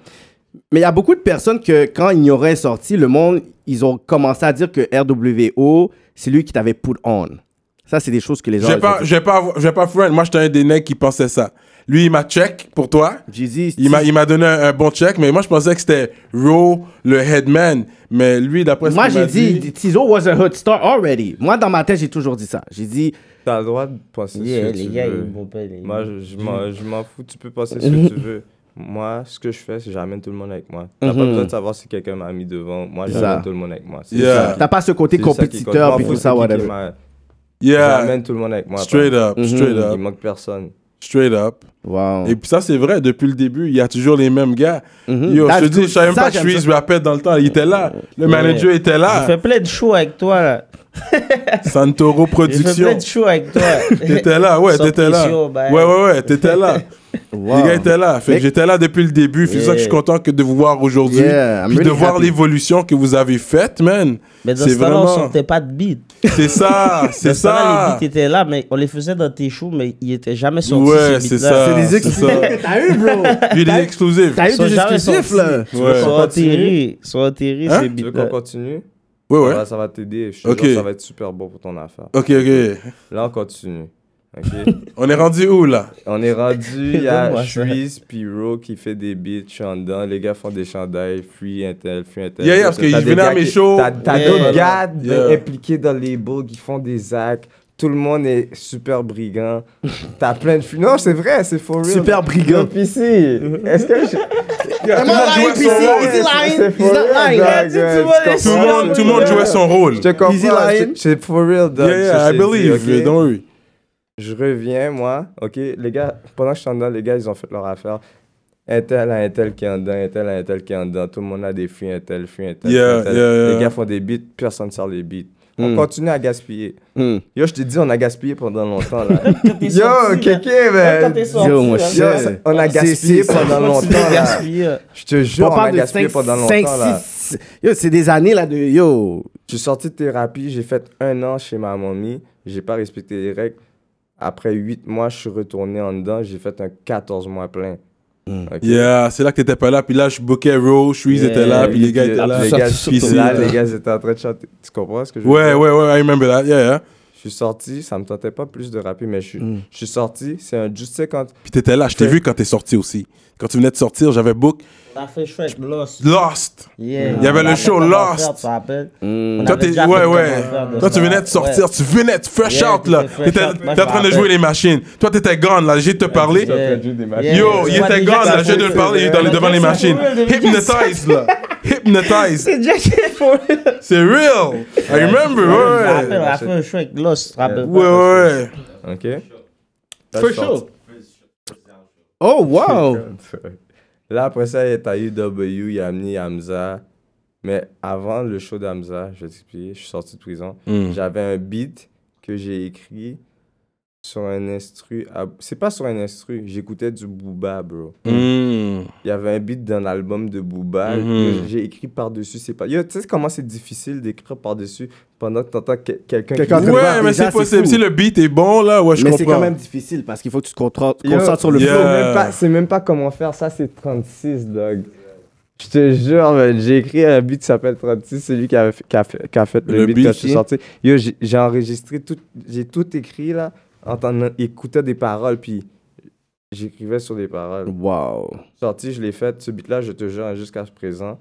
Speaker 6: Mais il y a beaucoup de personnes que, quand Ignorant est sorti, le monde, ils ont commencé à dire que RWO, c'est lui qui t'avait put on. Ça, c'est des choses que les gens.
Speaker 3: J'ai
Speaker 6: ils ont
Speaker 3: pas,
Speaker 6: dit.
Speaker 3: j'ai pas, j'ai pas friend. Moi, j'étais un des nègres qui pensait ça. Lui, il m'a check pour toi.
Speaker 6: J'ai dit.
Speaker 3: Il m'a, il m'a donné un, un bon check, mais moi, je pensais que c'était Ro, le headman. Mais lui, d'après ce
Speaker 6: Moi,
Speaker 3: qu'il m'a
Speaker 6: j'ai dit, Tizo was a hood star already. Moi, dans ma tête, j'ai toujours dit ça. J'ai dit,
Speaker 5: T'as le droit de penser
Speaker 4: Yeah,
Speaker 5: ce que
Speaker 4: les
Speaker 5: tu
Speaker 4: gars,
Speaker 5: veux.
Speaker 4: ils vont pas les.
Speaker 6: Mm.
Speaker 5: Moi, je, je m'en- je m'en fous, tu peux penser ce que tu veux. Moi, ce que je fais, c'est j'amène tout le monde avec moi. T'as pas
Speaker 6: Mhm.
Speaker 5: besoin de savoir si quelqu'un m'a mis devant. Moi,
Speaker 6: C'est ça.
Speaker 5: j'amène tout le monde avec moi. C'est
Speaker 3: Yeah.
Speaker 5: ça.
Speaker 6: t'as pas ce côté
Speaker 5: Ah. C'est ça qui compte.
Speaker 6: compétiteur,
Speaker 5: Moi,
Speaker 6: puis
Speaker 5: faut
Speaker 6: tout ça,
Speaker 5: c'est qui qui
Speaker 6: whatever.
Speaker 5: m'a-
Speaker 3: Yeah.
Speaker 5: J'amène tout le monde avec moi.
Speaker 3: Straight
Speaker 5: pardon.
Speaker 3: up,
Speaker 6: Mm-hmm.
Speaker 3: straight
Speaker 5: Il
Speaker 3: up,
Speaker 5: manque personne.
Speaker 3: straight up.
Speaker 6: Wow.
Speaker 3: Et puis ça, c'est vrai, depuis le début, il y a toujours les mêmes gars. Yo,
Speaker 6: Là,
Speaker 3: je te
Speaker 6: du coup,
Speaker 3: dis, je savais même
Speaker 6: Mm-hmm. ça,
Speaker 3: pas que
Speaker 6: j'aime
Speaker 3: Suisse
Speaker 6: ça.
Speaker 3: rappelle dans le temps. Il était là. Le manager était
Speaker 4: J'ai
Speaker 3: là.
Speaker 4: fait plein de shows avec toi, là.
Speaker 3: Santoro
Speaker 4: J'ai fait plein
Speaker 3: Productions.
Speaker 4: de shows avec toi.
Speaker 3: T'étais là, ouais,
Speaker 4: Sans
Speaker 3: t'étais là.
Speaker 4: pression, ben.
Speaker 3: Ouais, ouais, ouais, t'étais là.
Speaker 6: Wow.
Speaker 3: Les gars étaient là. Fait que
Speaker 6: Mais-
Speaker 3: j'étais là depuis le début. C'est pour ça que je suis
Speaker 4: Yeah.
Speaker 3: content que de vous voir aujourd'hui.
Speaker 6: Yeah, I'm
Speaker 3: puis de
Speaker 6: really
Speaker 3: voir
Speaker 6: happy.
Speaker 3: l'évolution que vous avez faite, man.
Speaker 4: Mais dans
Speaker 3: C'est
Speaker 4: ce temps-là, on
Speaker 3: vraiment-
Speaker 4: sortait pas de beat.
Speaker 3: C'est ça, c'est
Speaker 4: Dans ce temps-là,
Speaker 3: ça.
Speaker 4: Les beats étaient là, mais on les faisait dans tes shows, mais ils étaient jamais sortis.
Speaker 3: Ouais,
Speaker 4: ces
Speaker 3: c'est ça.
Speaker 4: beats-là.
Speaker 6: C'est des
Speaker 3: c'est ça.
Speaker 6: exclusifs que t'as eu, bro.
Speaker 3: Puis des exclusifs.
Speaker 6: T'as eu
Speaker 4: Ils sont
Speaker 6: des
Speaker 4: jamais
Speaker 6: exclusifs,
Speaker 4: sortis.
Speaker 6: là.
Speaker 4: Ils
Speaker 3: Ouais.
Speaker 4: sont enterrés. Ils sont enterrés,
Speaker 3: Hein?
Speaker 4: ces
Speaker 5: Tu veux qu'on
Speaker 4: beats-là.
Speaker 5: continue
Speaker 3: Ouais,
Speaker 5: Ça
Speaker 3: ouais.
Speaker 5: va- Ça va t'aider. Je te
Speaker 3: Ok.
Speaker 5: jure, ça va être super bon pour ton affaire.
Speaker 3: Ok, ok.
Speaker 5: Là, on continue. OK?
Speaker 3: On est rendu où, là?
Speaker 5: on est rendu, il y a
Speaker 4: Donne-moi ça.
Speaker 5: Shreeze puis Ro qui fait des beats Chandan. Les gars font des chandails, Free Intel, Free Intel.
Speaker 3: Yeah, yeah, parce qu'ils
Speaker 5: T'as des
Speaker 3: venaient à
Speaker 5: gars
Speaker 3: mes
Speaker 5: qui-
Speaker 3: shows.
Speaker 5: T'as t'as
Speaker 4: Yeah.
Speaker 5: d'autres gars
Speaker 3: Yeah.
Speaker 5: impliqués dans les bugs, ils font des actes. Tout le monde est super brigand. T'as plein de... fu- Non, c'est vrai, c'est for real.
Speaker 6: Super brigand.
Speaker 5: Yo, PC, est-ce que je...
Speaker 3: Tout le monde jouait son
Speaker 6: lying, PC?
Speaker 3: rôle.
Speaker 6: Is he lying?
Speaker 5: C'est for
Speaker 6: He's not
Speaker 5: real,
Speaker 6: lying.
Speaker 5: dog,
Speaker 4: Tout le
Speaker 5: ouais,
Speaker 4: monde
Speaker 5: tu
Speaker 3: Tout
Speaker 4: est
Speaker 3: le
Speaker 5: comprends?
Speaker 3: monde, tout le monde jouait son rôle.
Speaker 5: Je te comprends,
Speaker 6: Is he lying?
Speaker 5: je- c'est for real, dog.
Speaker 3: Yeah,
Speaker 5: je
Speaker 3: yeah, I
Speaker 5: te dis,
Speaker 3: believe.
Speaker 5: ok?
Speaker 3: Don't worry.
Speaker 5: Je reviens, moi. OK, les gars, pendant que je suis en dedans, les gars, ils ont fait leur affaire. Un tel à un tel qui est en dedans, un tel à un tel qui est en dedans. Tout le monde a des fruits, un tel, fruits, un tel.
Speaker 3: Yeah,
Speaker 5: fruits, un tel.
Speaker 3: yeah, yeah.
Speaker 5: Les gars font des beats, personne ne sort les beats. On continue à gaspiller. Yo, je te dis, on a gaspillé pendant longtemps, là. Yo, Kéké,
Speaker 4: Quand
Speaker 5: man.
Speaker 4: t'es sorti,
Speaker 6: Yo, mon
Speaker 4: là,
Speaker 5: Yo,
Speaker 6: cher.
Speaker 5: ça- on a gaspillé
Speaker 6: c'est-
Speaker 5: pendant
Speaker 4: tu
Speaker 5: longtemps,
Speaker 4: l'as
Speaker 5: là.
Speaker 4: gaspillé.
Speaker 5: Je te jure,
Speaker 6: On
Speaker 5: on a
Speaker 6: parle de
Speaker 5: gaspillé
Speaker 6: 5,
Speaker 5: pendant
Speaker 6: 5,
Speaker 5: longtemps, là.
Speaker 6: 6. Yo, c'est des années, là, de. Yo.
Speaker 5: Je suis sorti de thérapie, j'ai fait un an chez ma mamie, j'ai pas respecté les règles. Après 8 mois, je suis retourné en dedans, j'ai fait un 14 mois plein. Ok.
Speaker 3: Yeah, c'est là que t'étais pas là. Puis là, je bookais Row, Shreeze
Speaker 4: Yeah,
Speaker 3: était là,
Speaker 5: Oui,
Speaker 3: puis les gars
Speaker 5: puis-
Speaker 3: étaient là.
Speaker 5: Les gars,
Speaker 3: Puis
Speaker 5: surtout
Speaker 3: c'est-
Speaker 5: là, les gars étaient en train de chanter. Tu comprends ce que je veux
Speaker 3: Ouais,
Speaker 5: dire?
Speaker 3: ouais, ouais, I remember that. Yeah, yeah.
Speaker 5: Je suis sorti, ça me tentait pas plus de rapper, mais je suis, je suis sorti, c'est un juste, tu sais, quand.
Speaker 3: Puis t'étais là, je t'ai
Speaker 5: Ouais.
Speaker 3: vu quand t'es sorti aussi. Quand tu venais de sortir, j'avais book
Speaker 4: On a fait chouette, Lost.
Speaker 3: Lost.
Speaker 4: Yeah.
Speaker 3: Il y avait
Speaker 4: On
Speaker 3: le
Speaker 4: a fait
Speaker 3: show
Speaker 4: comment
Speaker 3: Lost.
Speaker 4: faire, Tu te rappelles?
Speaker 5: Hmm.
Speaker 4: On
Speaker 3: Toi,
Speaker 4: avait
Speaker 3: t'es,
Speaker 4: déjà fait
Speaker 3: ouais,
Speaker 4: comment
Speaker 3: ouais.
Speaker 4: faire de
Speaker 3: Toi, tu
Speaker 4: ça.
Speaker 3: venais de sortir,
Speaker 4: Ouais.
Speaker 3: tu venais de fresh
Speaker 4: Yeah,
Speaker 3: out, là.
Speaker 4: j'étais fresh
Speaker 3: T'étais,
Speaker 4: out. Moi,
Speaker 3: t'étais
Speaker 4: je
Speaker 3: en train de
Speaker 4: me
Speaker 3: jouer les machines. Toi, t'étais gone, là. J'ai de te parler.
Speaker 4: Yeah.
Speaker 5: Yeah.
Speaker 4: Yeah.
Speaker 3: Yo, il
Speaker 4: Moi,
Speaker 3: était
Speaker 4: déjà,
Speaker 3: gone, là.
Speaker 4: ça
Speaker 3: J'ai de
Speaker 4: fait-
Speaker 3: le parler dans les,
Speaker 4: Ouais,
Speaker 3: devant les
Speaker 4: déjà, ça
Speaker 3: machines.
Speaker 4: fait-
Speaker 3: Hypnotize, là. Hypnotize.
Speaker 4: C'est Jack for
Speaker 3: C'est real. I remember,
Speaker 4: Je me rappelle,
Speaker 3: ouais.
Speaker 4: on a fait un show avec Lost, tu te rappelles
Speaker 3: Ouais,
Speaker 4: pas?
Speaker 3: ouais, ouais.
Speaker 5: Ok?
Speaker 4: First show.
Speaker 6: Oh, wow.
Speaker 5: Là, après ça, il y a eu W, il a amené Hamza. Mais avant le show d'Hamza, je vais t'expliquer, je suis sorti de prison. J'avais un beat que j'ai écrit sur un instru. à- C'est pas sur un instru, j'écoutais du Booba, bro.
Speaker 3: Mm.
Speaker 5: Il y avait un beat d'un album de Booba
Speaker 3: Mhm.
Speaker 5: que j'ai écrit par-dessus. C'est pas... Yo, tu sais comment c'est difficile d'écrire par-dessus pendant que t'entends que- quelqu'un qui...
Speaker 6: Quelqu'un en train de
Speaker 5: Ouais.
Speaker 3: Ouais, mais c'est
Speaker 6: Déjà, c'est
Speaker 3: possible.
Speaker 6: fou.
Speaker 3: Si le beat est bon, là, ouais, je
Speaker 6: Mais c'est
Speaker 3: comprends.
Speaker 6: quand même difficile parce qu'il faut que tu te contra- te
Speaker 5: Yo,
Speaker 6: concentres sur le
Speaker 5: yo,
Speaker 3: Yeah.
Speaker 6: flow.
Speaker 5: même pas- C'est même pas comment faire ça, c'est 36, dog. Je te jure, man, j'ai écrit un beat qui s'appelle 36, celui qui a, fait- qui a fait, qui a fait le,
Speaker 3: Le
Speaker 5: beat, hein?
Speaker 3: beat,
Speaker 5: quand je suis
Speaker 3: si.
Speaker 5: sorti. Yo, j'ai j'ai enregistré tout, j'ai tout écrit là, en t'en- écoutant des paroles, puis j'écrivais sur des paroles.
Speaker 6: Wow.
Speaker 5: Sorti, je l'ai fait, ce beat là, je te jure, jusqu'à ce présent,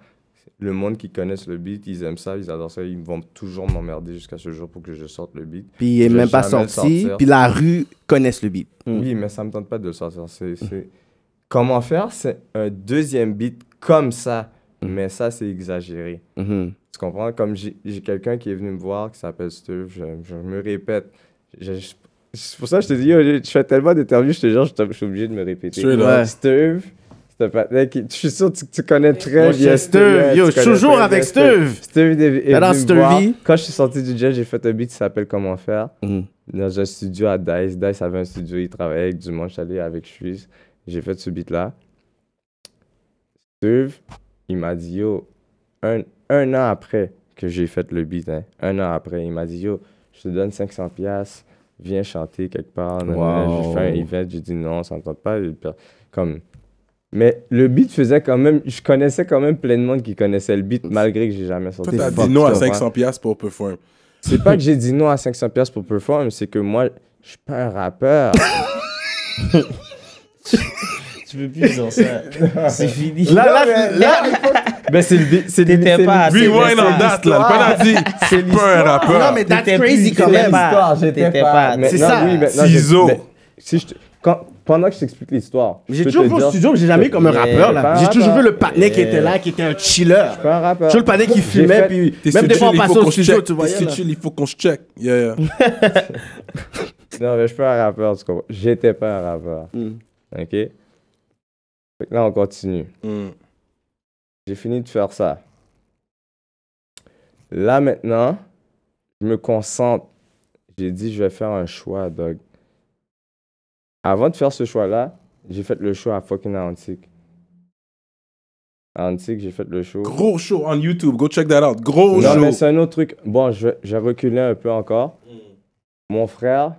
Speaker 5: le monde qui connaissent le beat, ils aiment ça, ils adorent ça, ils vont toujours m'emmerder jusqu'à ce jour pour que je sorte le beat.
Speaker 6: Puis il est
Speaker 5: Je vais
Speaker 6: même pas
Speaker 5: jamais le
Speaker 6: sorti.
Speaker 5: sortir. Hmm.
Speaker 6: Puis la rue connaisse le beat. Mm.
Speaker 5: Oui, mais ça me tente pas de le sortir. C'est, c'est- Comment faire C'est un deuxième beat comme ça,
Speaker 6: Mm.
Speaker 5: mais ça, c'est exagéré.
Speaker 6: Mhm.
Speaker 5: Tu comprends Comme j'ai, j'ai quelqu'un qui est venu me voir qui s'appelle Steve, je, je me répète. Je- je- c'est pour ça que je te dis, yo, je je fais tellement d'interviews, je te jure, je, te- je suis obligé de me répéter.
Speaker 3: Straight up.
Speaker 6: Ouais.
Speaker 5: Steve, c'est un partenaire qui- je suis sûr que tu, tu connais très
Speaker 6: Mon
Speaker 5: bien
Speaker 6: cher Steve,
Speaker 5: ouais, tu
Speaker 6: yo, je suis
Speaker 5: connais
Speaker 6: toujours
Speaker 5: très bien
Speaker 6: avec Steve.
Speaker 5: Steve est, est
Speaker 6: Shout out
Speaker 5: venu me voir.
Speaker 6: Stevie.
Speaker 5: Quand je suis sorti du jet, j'ai fait un beat qui s'appelle Comment faire
Speaker 6: Mhm.
Speaker 5: dans un studio à Dice. Dice avait un studio, il travaillait avec Dumont, j'allais avec Suisse. J'ai fait ce beat-là. Steve, il m'a dit, yo, un, un an après que j'ai fait le beat, hein, un an après, il m'a dit, yo, je te donne 500 pièces viens chanter quelque part. nanana.
Speaker 6: Wow.
Speaker 5: J'ai fait un event, j'ai dit non, on s'entend pas. j'ai per- Comme... Mais le beat faisait quand même, je connaissais quand même plein de monde qui connaissait le beat, malgré que j'ai jamais
Speaker 3: Toi,
Speaker 5: sorti
Speaker 3: t'as
Speaker 5: le
Speaker 3: dit
Speaker 5: beat,
Speaker 3: non
Speaker 5: tu
Speaker 3: à
Speaker 6: hein.
Speaker 5: comprends?
Speaker 3: 500$ piastres pour perform.
Speaker 5: C'est pas que j'ai dit non à 500 pièces pour perform, c'est que moi, je suis pas un rappeur.
Speaker 4: Tu peux plus dire ça. C'est fini.
Speaker 6: Là, là, là,
Speaker 5: ben c'est le beat, c'est le-
Speaker 4: T'étais
Speaker 5: c'est le-
Speaker 4: pas- Ah, c'est-
Speaker 3: Rewind
Speaker 4: c'est Ah,
Speaker 3: on that, là. Le panneau a dit, c'est pas un rappeur.
Speaker 6: non, mais that's
Speaker 4: T'étais
Speaker 6: crazy
Speaker 4: plus-
Speaker 6: quand
Speaker 4: t'étais
Speaker 6: même.
Speaker 4: pas-
Speaker 5: J'étais
Speaker 4: T'étais pas.
Speaker 5: Mais
Speaker 6: C'est
Speaker 5: non,
Speaker 6: ça.
Speaker 5: oui, maintenant, je-
Speaker 3: Ciseaux.
Speaker 5: mais si je te- quand, pendant que je t'explique l'histoire. je
Speaker 6: J'ai
Speaker 5: peux
Speaker 6: toujours
Speaker 5: te
Speaker 6: vu
Speaker 5: dire-
Speaker 6: au studio, mais j'ai jamais
Speaker 5: je peux-
Speaker 6: comme un
Speaker 5: Yeah,
Speaker 6: rappeur
Speaker 5: pas
Speaker 6: là.
Speaker 5: un
Speaker 6: J'ai toujours vu
Speaker 5: rappeur.
Speaker 6: le patinet qui était là, qui était un chiller.
Speaker 5: Je suis pas un rappeur.
Speaker 6: Toujours le patinet qui
Speaker 5: J'ai
Speaker 6: fumait,
Speaker 5: fait-
Speaker 6: puis
Speaker 3: T'es
Speaker 6: même des fois on
Speaker 3: il
Speaker 6: passait
Speaker 3: faut
Speaker 6: au
Speaker 3: qu'on se
Speaker 6: studio,
Speaker 3: check.
Speaker 6: tu
Speaker 3: T'es
Speaker 6: voyais. là.
Speaker 3: schedule, il faut qu'on se check. Yeah, yeah.
Speaker 5: Non, mais je suis pas un rappeur, tu comprends. J'étais pas un rappeur.
Speaker 6: Mm.
Speaker 5: OK? Fait que là, on continue.
Speaker 3: Mm.
Speaker 5: J'ai fini de faire ça. Là, maintenant, je me concentre. J'ai dit, je vais faire un choix, dog. Avant de faire ce choix-là, j'ai fait le choix à fucking Antique. À Antique, j'ai fait le choix.
Speaker 3: Gros show on YouTube. Go check that out. Gros
Speaker 5: Non,
Speaker 3: show.
Speaker 5: mais c'est un autre truc. Bon, je, vais- je vais reculer un peu encore.
Speaker 3: Mm.
Speaker 5: Mon frère,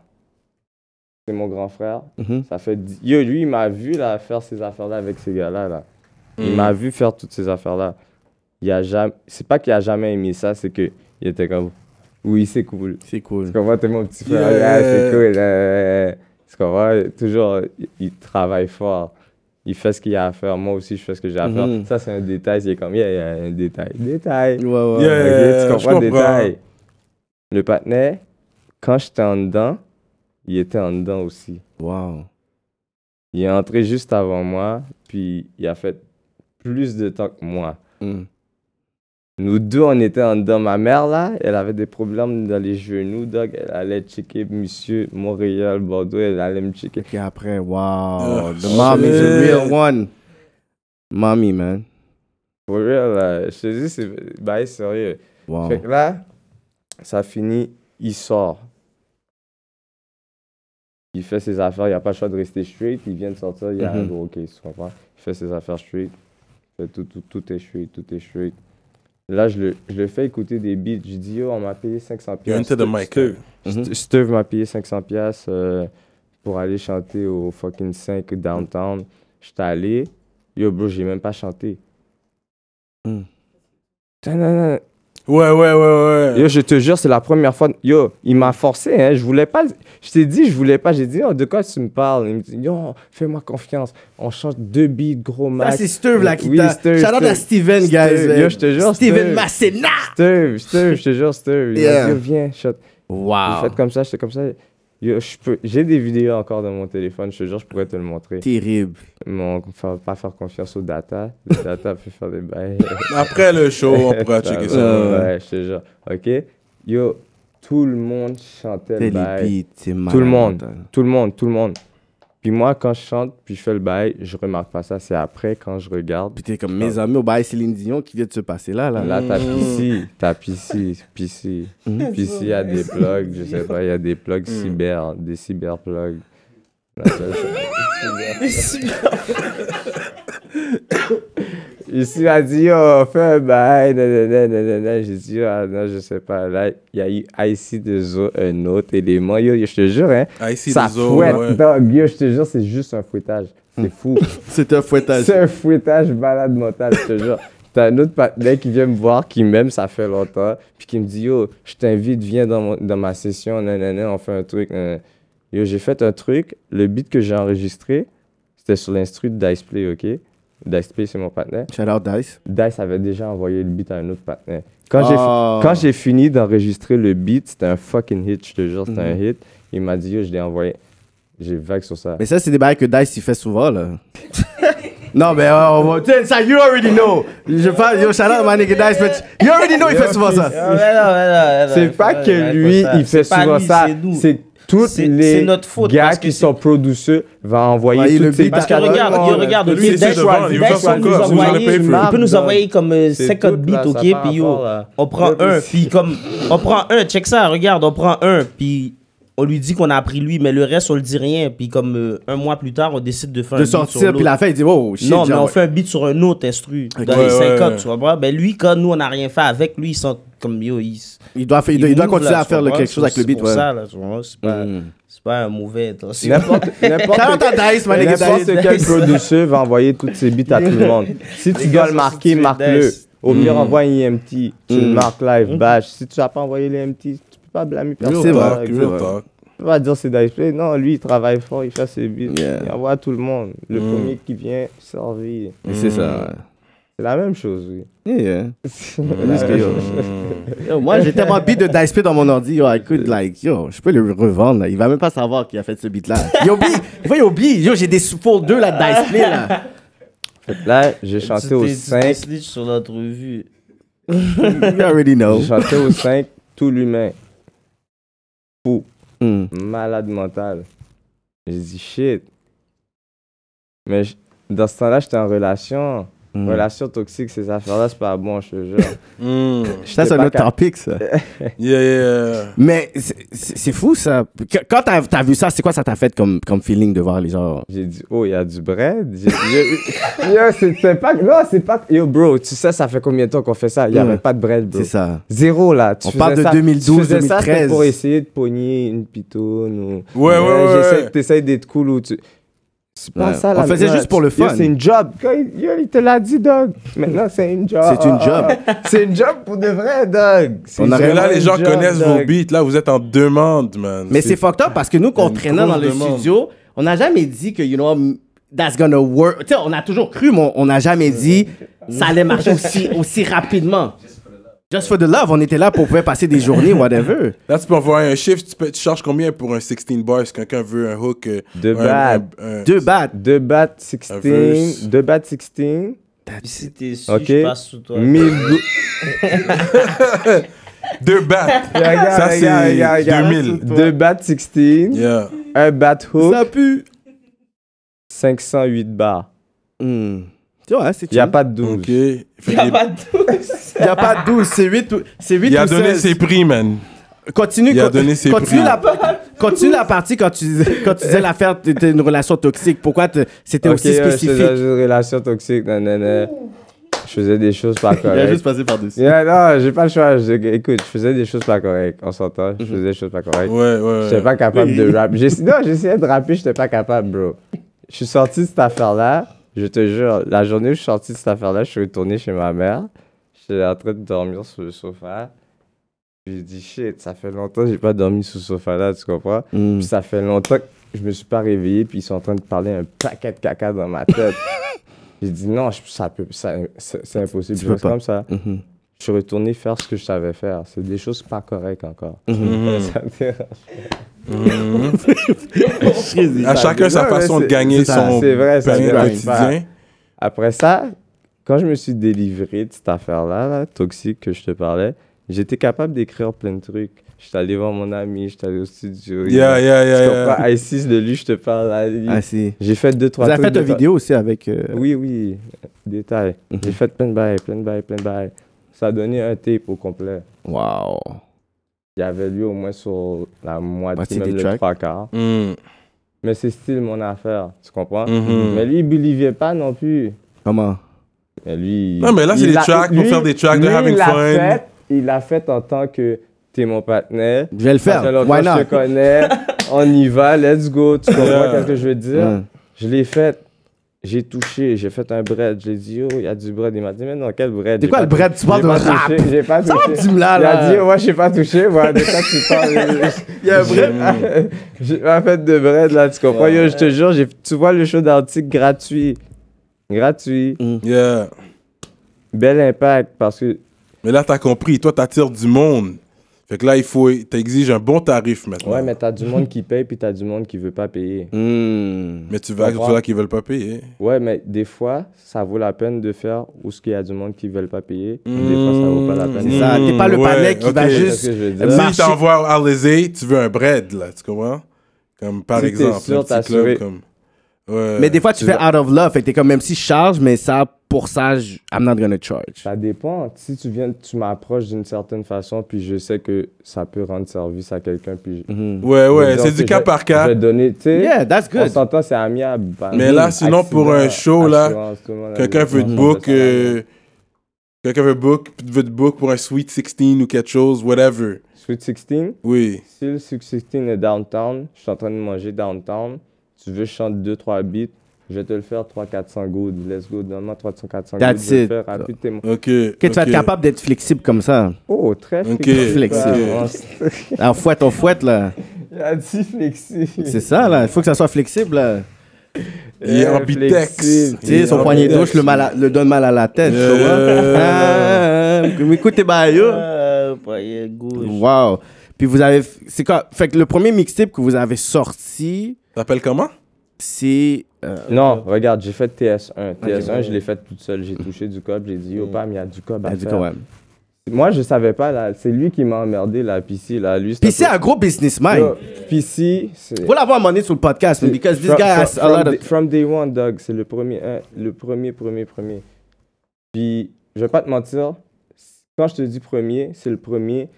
Speaker 5: c'est mon grand frère.
Speaker 6: Mhm.
Speaker 5: Ça fait dix- Yo, lui, il m'a vu là, faire ces affaires-là avec ces gars-là. Là. Il
Speaker 3: Mm.
Speaker 5: m'a vu faire toutes ces affaires-là. Il a jamais... C'est pas qu'il a jamais aimé ça, c'est que il était comme... Oui, c'est cool.
Speaker 6: C'est cool.
Speaker 5: Tu comprends? T'es mon petit frère.
Speaker 3: Yeah.
Speaker 5: Ah, c'est cool. euh, Tu comprends? Toujours, il- il travaille fort. Il fait ce qu'il a à faire. Moi aussi, je fais ce que j'ai à faire.
Speaker 3: Mm-hmm.
Speaker 6: Mhm.
Speaker 5: Ça, c'est un détail. C'est comme, yeah, yeah, un détail. Détail.
Speaker 6: Ouais,
Speaker 5: Ok,
Speaker 3: Yeah.
Speaker 6: ouais.
Speaker 3: Euh,
Speaker 5: tu
Speaker 3: je
Speaker 5: comprends
Speaker 3: comprends.
Speaker 5: le détail. Le patinet, quand j'étais en dedans, il était en dedans aussi.
Speaker 6: Wow.
Speaker 5: Il est entré juste avant moi, puis il a fait plus de temps que moi.
Speaker 6: Mm.
Speaker 5: Nous deux, on était en dedans. Ma mère, là, elle avait des problèmes dans les genoux, donc elle allait checker Monsieur Montréal, Bordeaux, elle allait me checker.
Speaker 6: Puis après, wow.
Speaker 3: Ah,
Speaker 6: The mom is a
Speaker 3: shit.
Speaker 6: real one. Mommy, man.
Speaker 5: Pour real, là, je te dis, c'est bah, sérieux.
Speaker 6: Wow.
Speaker 5: Fait que là, ça finit, il sort. Il fait ses affaires, il n'y a pas le choix de rester straight. Il vient de sortir, il y a un
Speaker 6: Mhm.
Speaker 5: gros case, tu comprends? Il fait ses affaires straight. Il fait tout, tout, tout est straight, tout est straight. Là, je le, je le fais écouter des beats. Je dis, yo, on m'a payé 500
Speaker 3: You're
Speaker 5: pièces.
Speaker 3: into the mic. hein.
Speaker 5: Steve,
Speaker 6: Mhm.
Speaker 5: St- Steve m'a payé 500 pièces euh, pour aller chanter au fucking 5 downtown. J'étais allé. Yo, bro, j'ai même pas chanté.
Speaker 6: Mm.
Speaker 5: Tanana.
Speaker 3: Ouais, ouais, ouais, ouais.
Speaker 5: Yo, je te jure, c'est la première fois. Yo, il m'a forcé, hein. Je voulais pas. le- Je t'ai dit, je voulais pas. J'ai dit, oh, de quoi tu me parles Il me dit, yo, fais-moi confiance. On chante deux beats, gros
Speaker 6: Là,
Speaker 5: max.
Speaker 6: Ah, c'est Steve là qui
Speaker 5: Oui,
Speaker 6: t'a.
Speaker 5: Steve,
Speaker 6: Shout out
Speaker 5: Steve.
Speaker 6: à Steven, guys.
Speaker 5: Steve,
Speaker 6: man.
Speaker 5: yo, je te jure,
Speaker 6: Steven
Speaker 5: Steve.
Speaker 6: Massena.
Speaker 5: Steve, Steve, je te jure, Steve. Il m'a
Speaker 6: Yeah.
Speaker 5: dit, Yo, viens, shot. J'ai
Speaker 6: Wow.
Speaker 3: Ah.
Speaker 5: fait comme ça, j'étais comme ça. Yo, je peux. J'ai des vidéos encore dans mon téléphone. Je te jure, je pourrais te le montrer.
Speaker 6: Terrible.
Speaker 5: Mais on va pas faire confiance aux data. Les data peuvent faire des bails.
Speaker 3: Après le show, on pourra
Speaker 5: Ça va,
Speaker 3: checker ça.
Speaker 5: Ouais, je te jure. Ok. Yo, tout le monde chantait le
Speaker 6: T'es
Speaker 5: bail.
Speaker 6: les beats, c'est malade.
Speaker 5: Tout le monde, tout le monde, tout le monde. Puis moi, quand je chante, puis je fais le bail, je remarque pas ça. C'est après, quand je regarde.
Speaker 6: Puis t'es comme mes amis au bail Céline Dion qui vient de se passer là. là.
Speaker 5: Là, t'as PC, t'as PC, PC. PC, il y a des plugs, je sais pas, il y a des plugs cyber, des cyber plugs. On appelle ça- Ici, il a dit, yo, fais un bail, nanana, nanana. J'ai dit, ah non, je sais pas. Là, il y a eu IC de Zo, un autre élément. Yo, je te jure, hein.
Speaker 3: I see
Speaker 5: Ça
Speaker 3: the zone.
Speaker 5: fouette,
Speaker 3: Ouais.
Speaker 5: dog. Yo, je te jure, c'est juste un fouettage. C'est fou.
Speaker 6: C'est Mm. un fouettage.
Speaker 5: c'est un fouettage malade mental, je te jure. T'as un autre partenaire qui vient me voir, qui m'aime, ça fait longtemps, puis qui me dit Yo, je t'invite, viens dans, mon- dans ma session, nanana, on fait un truc. nanana. Yo, j'ai fait un truc, le beat que j'ai enregistré, c'était sur l'instru de Diceplay, ok Diceplay, c'est mon partenaire.
Speaker 6: Shout out Dice.
Speaker 5: Dice avait déjà envoyé le beat à un autre partenaire. Quand j'ai fi-
Speaker 6: Oh.
Speaker 5: quand j'ai fini d'enregistrer le beat, c'était un fucking hit, je te jure, c'était un hit. Il m'a dit, yo, je l'ai envoyé. J'ai vague sur ça.
Speaker 6: Mais ça, c'est des bails que Dice, il fait souvent, là. non, mais euh, on va... Tiens, ça, you already know. Je fais, yo, shout out my nigga Dice, but you already know, il fait souvent ça.
Speaker 4: Euh,
Speaker 5: C'est pas que lui, il fait souvent ça. C'est tous
Speaker 4: C'est-
Speaker 5: les
Speaker 4: c'est notre faute,
Speaker 5: gars
Speaker 4: parce que
Speaker 5: qui
Speaker 4: c'est-
Speaker 5: sont produceux va envoyer
Speaker 6: Envoyer le
Speaker 5: toutes ces
Speaker 6: beat à
Speaker 4: Parce que regarde,
Speaker 5: Ouais,
Speaker 4: regarde, regarde,
Speaker 3: Lui,
Speaker 4: ok,
Speaker 3: c'est
Speaker 4: Dice-
Speaker 3: devant, les
Speaker 4: Dice
Speaker 3: gens sont
Speaker 4: peut nous
Speaker 3: encore,
Speaker 5: vous
Speaker 4: envoyer-
Speaker 5: allez payer
Speaker 4: il peut
Speaker 5: plus.
Speaker 4: nous envoyer comme euh,
Speaker 5: C'est
Speaker 4: 50
Speaker 5: tout, là,
Speaker 4: beats,
Speaker 5: ça
Speaker 4: ok,
Speaker 5: part
Speaker 4: puis yo,
Speaker 5: encore, là.
Speaker 4: on prend
Speaker 5: Ouais,
Speaker 4: un,
Speaker 5: mais
Speaker 4: puis comme, on prend un, check ça, regarde, on prend un, puis on lui dit qu'on a appris lui, mais le reste, on le dit rien, puis comme euh, un mois plus tard, on décide de faire un
Speaker 6: De
Speaker 4: beat sur
Speaker 6: sortir, puis
Speaker 4: l'autre.
Speaker 6: la fin, il dit, oh, shit.
Speaker 4: Non, mais
Speaker 6: genre,
Speaker 4: on
Speaker 6: ouais.
Speaker 4: fait un beat sur un autre instru, dans
Speaker 3: Ouais,
Speaker 4: les
Speaker 3: ouais,
Speaker 4: 50,
Speaker 3: ouais.
Speaker 4: tu vois, ben lui, quand nous, on n'a rien fait avec lui, il sent comme, yo, il... s-
Speaker 6: Il doit, faire- il doit, il doit
Speaker 4: move,
Speaker 6: continuer
Speaker 4: là,
Speaker 6: à
Speaker 4: tu
Speaker 6: faire le-
Speaker 4: comprends?
Speaker 6: quelque chose avec le
Speaker 4: C'est
Speaker 6: beat,
Speaker 4: pour
Speaker 6: ouais.
Speaker 4: ça, là, tu vois, c'est pas,
Speaker 6: Mm.
Speaker 4: c'est pas un mauvais, attention.
Speaker 5: N'importe n'importe
Speaker 6: Shout out à Dice, my nigga
Speaker 5: N'importe
Speaker 6: Dice.
Speaker 5: quel producteur va envoyer toutes ses beats à tout le monde. Si tu dois
Speaker 4: gars
Speaker 5: le
Speaker 4: sont
Speaker 5: marquer,
Speaker 4: situés
Speaker 5: marque-le.
Speaker 4: d'Est.
Speaker 5: Au pire, envoie un EMT. Tu
Speaker 4: Mm.
Speaker 5: le marques live, bash. Si tu n'as pas envoyé l'EMT, tu peux pas blâmer personne.
Speaker 6: C'est vrai,
Speaker 5: avec
Speaker 3: Talk,
Speaker 5: ça.
Speaker 3: real talk.
Speaker 5: Tu peux pas dire c'est Dice Play. Non, lui, il travaille fort, il fait ses beats.
Speaker 6: Yeah.
Speaker 5: Mm. Il envoie à tout le monde. Le premier qui vient, servi.
Speaker 6: Mais C'est ça, ouais.
Speaker 5: C'est la même chose, oui.
Speaker 6: Yeah. Parce que, yo,
Speaker 3: Mm.
Speaker 6: yo, moi, j'ai tellement de beats de Dice P dans mon ordi. Yo, écoute, like, yo, je peux le revendre. là. Il va même pas savoir qui a fait ce beat-là. Yo, B, va, yo, B, yo, j'ai des sous-folders, là, de Dice P, là.
Speaker 5: Là, j'ai
Speaker 4: Tu
Speaker 5: chanté
Speaker 4: t'es-
Speaker 5: au
Speaker 4: tu t'es
Speaker 5: 5.
Speaker 4: snitch sur l'entrevue.
Speaker 6: You already know.
Speaker 5: J'ai chanté au 5, tout l'humain. Fou.
Speaker 6: Hmm.
Speaker 5: Malade mental. J'ai dit shit. Mais j- dans ce temps-là, j'étais en relation.
Speaker 4: Mm.
Speaker 6: Hmm.
Speaker 5: Relation toxique, ces affaires-là, c'est pas bon, je te jure.
Speaker 3: Mm.
Speaker 6: Ça, c'est
Speaker 5: J'étais
Speaker 6: un
Speaker 5: pas
Speaker 6: autre
Speaker 5: cap-
Speaker 6: topic, ça.
Speaker 3: Yeah, yeah, yeah.
Speaker 6: Mais c'est- c'est c'est fou, ça. Qu- Quand t'as as vu ça, c'est quoi ça t'a fait comme, comme feeling de voir les gens?
Speaker 5: J'ai dit, oh, il y a du bread. J'ai- Yo, yo, c'est c'est pas. Non, c'est pas. Yo, bro, tu sais, ça fait combien de temps qu'on fait ça? Il n'y
Speaker 4: Mm.
Speaker 6: Ouais.
Speaker 5: avait pas de bread, bro.
Speaker 6: C'est ça.
Speaker 5: Zéro, là. Tu
Speaker 6: On
Speaker 5: faisais
Speaker 6: parle de
Speaker 5: ça-
Speaker 6: 2012,
Speaker 5: tu faisais ça, c'était
Speaker 6: 2013.
Speaker 5: pour essayer de pogner une pitoune ou.
Speaker 3: Ouais, ouais, ouais,
Speaker 5: j'essaie-
Speaker 3: ouais.
Speaker 5: T'essayes d'être cool ou tu. C'est pas
Speaker 6: Ouais.
Speaker 5: ça,
Speaker 6: On
Speaker 5: la
Speaker 6: faisait
Speaker 5: merde.
Speaker 6: juste pour le
Speaker 5: Yo,
Speaker 6: fun.
Speaker 5: C'est une job. Quand il, yo, il te l'a dit, dog. Maintenant, c'est une job.
Speaker 6: C'est une job.
Speaker 5: c'est une job pour de vrai, dog. C'est
Speaker 6: On aurait-
Speaker 3: Mais
Speaker 5: vraiment
Speaker 3: là, les
Speaker 5: une
Speaker 3: gens
Speaker 5: job,
Speaker 3: connaissent vos
Speaker 5: dog.
Speaker 3: beats. Là, vous êtes en demande, man.
Speaker 6: Mais c'est fucked up parce que nous, qu'on
Speaker 3: une
Speaker 6: traînait dans
Speaker 3: grosse
Speaker 6: le
Speaker 3: demande.
Speaker 6: studio, on n'a jamais dit que, you know, m- that's gonna work. Tu sais, on a toujours cru, mais on on n'a jamais dit ça allait marcher aussi, aussi rapidement. Just for the love, on était là pour pouvoir passer des journées, whatever.
Speaker 3: Là, tu peux envoyer un chiffre. Tu, peux- tu charges combien pour un 16 bars si quelqu'un veut un hook euh,
Speaker 5: De
Speaker 3: un-
Speaker 5: bad.
Speaker 3: un- un-
Speaker 6: Deux battes.
Speaker 5: Deux bat
Speaker 3: Un verse.
Speaker 5: 16. Deux bat 16.
Speaker 4: Si t'es su,
Speaker 5: Ok.
Speaker 4: je passe sous toi.
Speaker 5: 1000 go-
Speaker 3: Deux battes.
Speaker 5: Regarde,
Speaker 3: Ça,
Speaker 5: regarde, regarde,
Speaker 3: c'est
Speaker 5: regarde.
Speaker 3: 2000.
Speaker 5: Deux bat 16.
Speaker 3: Yeah.
Speaker 5: Un bat hook.
Speaker 6: Ça pue.
Speaker 5: 508 bars.
Speaker 6: Hmm. Tu vois, c'est
Speaker 5: Il n'y a pas de 12.
Speaker 3: OK. Fait qu'il-
Speaker 4: Y'a pas de doute.
Speaker 6: Il n'y a pas 12, c'est 8 ou, c'est huit
Speaker 3: Il a
Speaker 6: ou
Speaker 3: donné
Speaker 6: 16.
Speaker 3: ses prix, man.
Speaker 6: Continue,
Speaker 3: Il a
Speaker 6: co-
Speaker 3: donné ses
Speaker 6: continue,
Speaker 3: prix.
Speaker 6: la, continue la partie quand tu, quand tu disais l'affaire, t'étais une relation toxique. Pourquoi te- c'était
Speaker 5: Ok,
Speaker 6: aussi
Speaker 5: ouais, je
Speaker 6: spécifique?
Speaker 5: faisais une relation toxique, nanana. Je faisais des choses pas
Speaker 6: Il a
Speaker 5: correctes.
Speaker 6: juste passé par-dessus.
Speaker 5: Yeah, non, j'ai pas le choix. Je- écoute, je faisais des choses pas correctes. On s'entend,
Speaker 6: Mhm.
Speaker 5: je faisais des choses pas correctes.
Speaker 3: Ouais, ouais, ouais.
Speaker 5: J'étais pas capable de rap. J'ess- Non, j'essayais de rapper, j'étais pas capable, bro. Je suis sorti de cette affaire-là. Je te jure, la journée où je suis sorti de cette affaire-là, je suis retourné chez ma mère. J'étais en train de dormir sur le sofa. J'ai dit, shit, ça fait longtemps que j'ai pas dormi sur ce sofa-là, tu comprends?
Speaker 6: Hmm.
Speaker 5: Puis ça fait longtemps que je me suis pas réveillé, puis ils sont en train de parler un paquet de caca dans ma tête. J'ai dit non, je- ça peut, ça- c'est c'est impossible.
Speaker 6: Tu
Speaker 5: Je
Speaker 6: peux
Speaker 5: reste
Speaker 6: pas.
Speaker 5: comme ça.
Speaker 6: Mhm.
Speaker 5: Je suis retourné faire ce que je savais faire. C'est des choses pas correctes encore.
Speaker 3: Mm-hmm.
Speaker 5: Ça me dérange.
Speaker 3: Mhm. À chacun sa
Speaker 5: Non,
Speaker 3: façon
Speaker 5: mais
Speaker 3: de
Speaker 5: c'est-
Speaker 3: gagner
Speaker 5: c'est ça,
Speaker 3: son
Speaker 5: c'est vrai, ça
Speaker 3: pain
Speaker 5: dérange
Speaker 3: quotidien.
Speaker 5: Après ça, quand je me suis délivré de cette affaire-là, là, toxique que je te parlais, j'étais capable d'écrire plein de trucs. J'étais allé voir mon ami, j'étais allé au studio.
Speaker 3: Yeah, yeah,
Speaker 5: Je
Speaker 3: yeah, yeah.
Speaker 5: comprends, I6 de lui, je te parle. là, lui.
Speaker 6: Ah, si.
Speaker 5: J'ai fait deux,
Speaker 6: Vous
Speaker 5: trois
Speaker 6: avez
Speaker 5: trucs.
Speaker 6: fait
Speaker 5: deux,
Speaker 6: une
Speaker 5: trois-
Speaker 6: vidéo Mhm. aussi avec. euh,
Speaker 5: Oui, oui, détail. J'ai fait plein de bails, plein de bails, plein de bails. Ça a donné un tape au complet.
Speaker 6: Wow.
Speaker 5: Il y avait lui au moins sur la
Speaker 6: Moitié
Speaker 5: moitié,
Speaker 6: des
Speaker 5: même le
Speaker 6: tracks.
Speaker 5: trois quarts.
Speaker 3: Mm.
Speaker 5: Mais c'est style mon affaire, tu comprends?
Speaker 3: Mhm.
Speaker 5: Mais lui, il believait pas non plus.
Speaker 6: Comment?
Speaker 5: Mais lui,
Speaker 3: Non, mais là, c'est
Speaker 5: il
Speaker 3: des
Speaker 5: l'a-
Speaker 3: tracks pour faire des tracks de
Speaker 5: lui,
Speaker 3: having
Speaker 5: il l'a
Speaker 3: fun.
Speaker 5: fait- il l'a fait en tant que t'es mon partenaire.
Speaker 6: Je vais le faire.
Speaker 5: Ça fait longtemps
Speaker 6: Why
Speaker 5: que Je
Speaker 6: not?
Speaker 5: te connais. On y va, let's go. Tu comprends
Speaker 3: Yeah.
Speaker 5: ce que je veux dire?
Speaker 6: Ouais.
Speaker 5: Je l'ai fait. J'ai touché, j'ai fait un bread. Je l'ai dit, oh, il y a du bread. Il m'a dit, mais non, quel bread?
Speaker 6: C'est
Speaker 5: J'ai
Speaker 6: quoi
Speaker 5: pas
Speaker 6: le bread?
Speaker 5: touché.
Speaker 6: Tu parles
Speaker 5: J'ai
Speaker 6: de
Speaker 5: pas
Speaker 6: rap.
Speaker 5: touché, J'ai pas
Speaker 6: Ça va,
Speaker 5: touché.
Speaker 6: dis-moi, là,
Speaker 5: Il a
Speaker 6: là.
Speaker 5: dit, oh. ouais, j'ai pas touché. Voilà, de quoi tu parles?
Speaker 6: Il y a un
Speaker 5: bread. J'ai pas fait de bread, là, tu comprends? Yo, je te jure, j'ai- tu vois le show d'article gratuit. Gratuit.
Speaker 3: Yeah.
Speaker 5: Bel impact parce que.
Speaker 3: Mais là, t'as compris. Toi, t'attires du monde. Fait que là, il faut... T'exiges un bon tarif maintenant.
Speaker 5: Ouais, mais t'as du monde qui paye, puis t'as du monde qui veut pas payer.
Speaker 6: Hmm.
Speaker 3: Mais tu vas avec
Speaker 5: Comprends.
Speaker 3: ceux-là qui veulent pas payer.
Speaker 5: Ouais, mais des fois, ça vaut la peine de faire où ce qu'il y a du monde qui veulent pas payer. Des fois, ça vaut pas la peine.
Speaker 6: C'est ça. T'es pas le
Speaker 3: Mm, ouais,
Speaker 6: panel qui va
Speaker 3: ok.
Speaker 5: C'est ce
Speaker 6: juste.
Speaker 5: que je veux dire.
Speaker 6: Euh,
Speaker 3: Si
Speaker 6: marcher.
Speaker 3: t'envoies à Alizé, tu veux un bread, là, tu comprends? Comme par
Speaker 5: Si t'es
Speaker 3: exemple,
Speaker 5: sûr,
Speaker 3: un
Speaker 5: t'as
Speaker 3: petit club
Speaker 5: assuré.
Speaker 3: comme... Ouais.
Speaker 6: Mais des fois, tu fais out of love. Fait que t'es comme, même si je charge, mais ça, pour ça, je- I'm not gonna charge.
Speaker 5: Ça dépend. Si tu viens, tu m'approches d'une certaine façon, puis je sais que ça peut rendre service à quelqu'un, puis je-
Speaker 3: Ouais,
Speaker 5: je
Speaker 3: ouais,
Speaker 5: veux dire
Speaker 3: c'est du
Speaker 5: que
Speaker 3: cas
Speaker 5: je-
Speaker 3: par cas.
Speaker 5: Je vais donner, tu sais.
Speaker 6: Hmm. Yeah, that's
Speaker 5: On
Speaker 6: good.
Speaker 5: s'entend, c'est amiable. Bah,
Speaker 3: Mais là, sinon, pour un show, là,
Speaker 5: assurance, tout le monde a
Speaker 3: Euh, Quelqu'un
Speaker 5: des
Speaker 3: veut te
Speaker 5: chances de
Speaker 3: book...
Speaker 5: ça, là.
Speaker 3: euh, Quelqu'un veut book, veut te book pour un Sweet 16 ou quelque chose, whatever.
Speaker 5: Sweet 16,
Speaker 3: Oui.
Speaker 5: si le Sweet 16 est downtown, je suis en train de manger downtown, tu veux, je chante 2-3 beats, je vais te le faire 300-400 good. Let's go, donne-moi 300-400 good.
Speaker 6: That's
Speaker 5: Je vais le
Speaker 6: it.
Speaker 5: faire rapide, t'es mon-
Speaker 3: OK.
Speaker 6: Que tu vas être
Speaker 3: ok.
Speaker 6: capable d'être flexible comme ça.
Speaker 5: Oh, très
Speaker 3: Ok.
Speaker 5: flexible.
Speaker 6: Flexible.
Speaker 5: Ah,
Speaker 6: Alors, fouette, on fouette, là.
Speaker 5: Il a dit flexible.
Speaker 6: C'est ça, là. Il faut que ça soit flexible, là.
Speaker 3: Il est ambitex.
Speaker 5: Euh, flexible.
Speaker 6: Tu sais, son poignet
Speaker 3: d'oche
Speaker 6: douche le, mal à- le donne mal à la tête. tu
Speaker 3: Euh,
Speaker 6: comprends? Ah, mais écoute tes bails.
Speaker 4: Euh, poignet gauche.
Speaker 6: Wow. Puis vous avez. C'est quoi? Fait que le premier mixtape que vous avez sorti,
Speaker 3: T'appelles comment?
Speaker 6: c'est. euh,
Speaker 5: Non, regarde, j'ai fait TS1. TS1, je l'ai fait toute seule. J'ai touché du cob, j'ai dit,
Speaker 6: Mm.
Speaker 5: yo, bam, il y a du cob à
Speaker 6: elle dit
Speaker 5: faire.
Speaker 6: quand même.
Speaker 5: Moi, je savais pas, là. C'est lui qui m'a emmerdé, là, PC, là. Lui,
Speaker 6: Puis c'est un gros businessman.
Speaker 5: PC, c'est.
Speaker 6: Faut l'avoir amené sur le podcast, man, because this
Speaker 5: From-
Speaker 6: guy has
Speaker 5: from,
Speaker 6: a lot
Speaker 5: from
Speaker 6: of.
Speaker 5: day- from day one, dog. C'est le premier, hein, le premier, premier, premier. Puis, je vais pas te mentir, c- quand je te dis premier, c'est le premier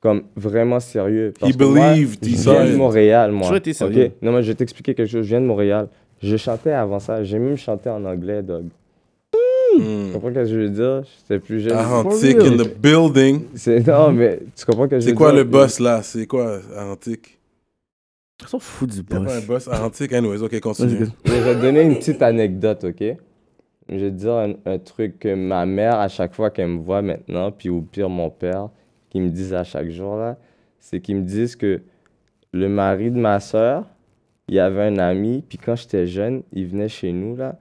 Speaker 5: comme vraiment sérieux. Parce
Speaker 3: He
Speaker 5: que moi,
Speaker 3: believed, he
Speaker 5: Je viens
Speaker 3: said.
Speaker 5: de Montréal, moi.
Speaker 6: Toujours été
Speaker 5: Ok?
Speaker 6: sérieux.
Speaker 5: Non, mais je vais t'expliquer quelque chose. Je viens de Montréal. Je chantais avant ça. J'ai même chanté en anglais, dog. Tu comprends ce que je veux dire? J'étais plus jeune.
Speaker 3: Arantique
Speaker 5: For
Speaker 3: in
Speaker 5: real.
Speaker 3: the building.
Speaker 5: C'est- Non, mais tu comprends ce que je veux dire?
Speaker 3: C'est quoi le boss là? C'est quoi Arantique?
Speaker 6: Ils sont fous du
Speaker 3: Y'a pas un
Speaker 6: boss.
Speaker 3: boss Arantique? Anyways, ok, continue.
Speaker 5: Mais je vais te donner une petite anecdote, OK? Je vais te dire un, un truc que ma mère, à chaque fois qu'elle me voit maintenant, puis au pire mon père, qui me disent à chaque jour, là, c'est qu'ils me disent que le mari de ma soeur, il avait un ami, puis quand j'étais jeune, il venait chez nous, là,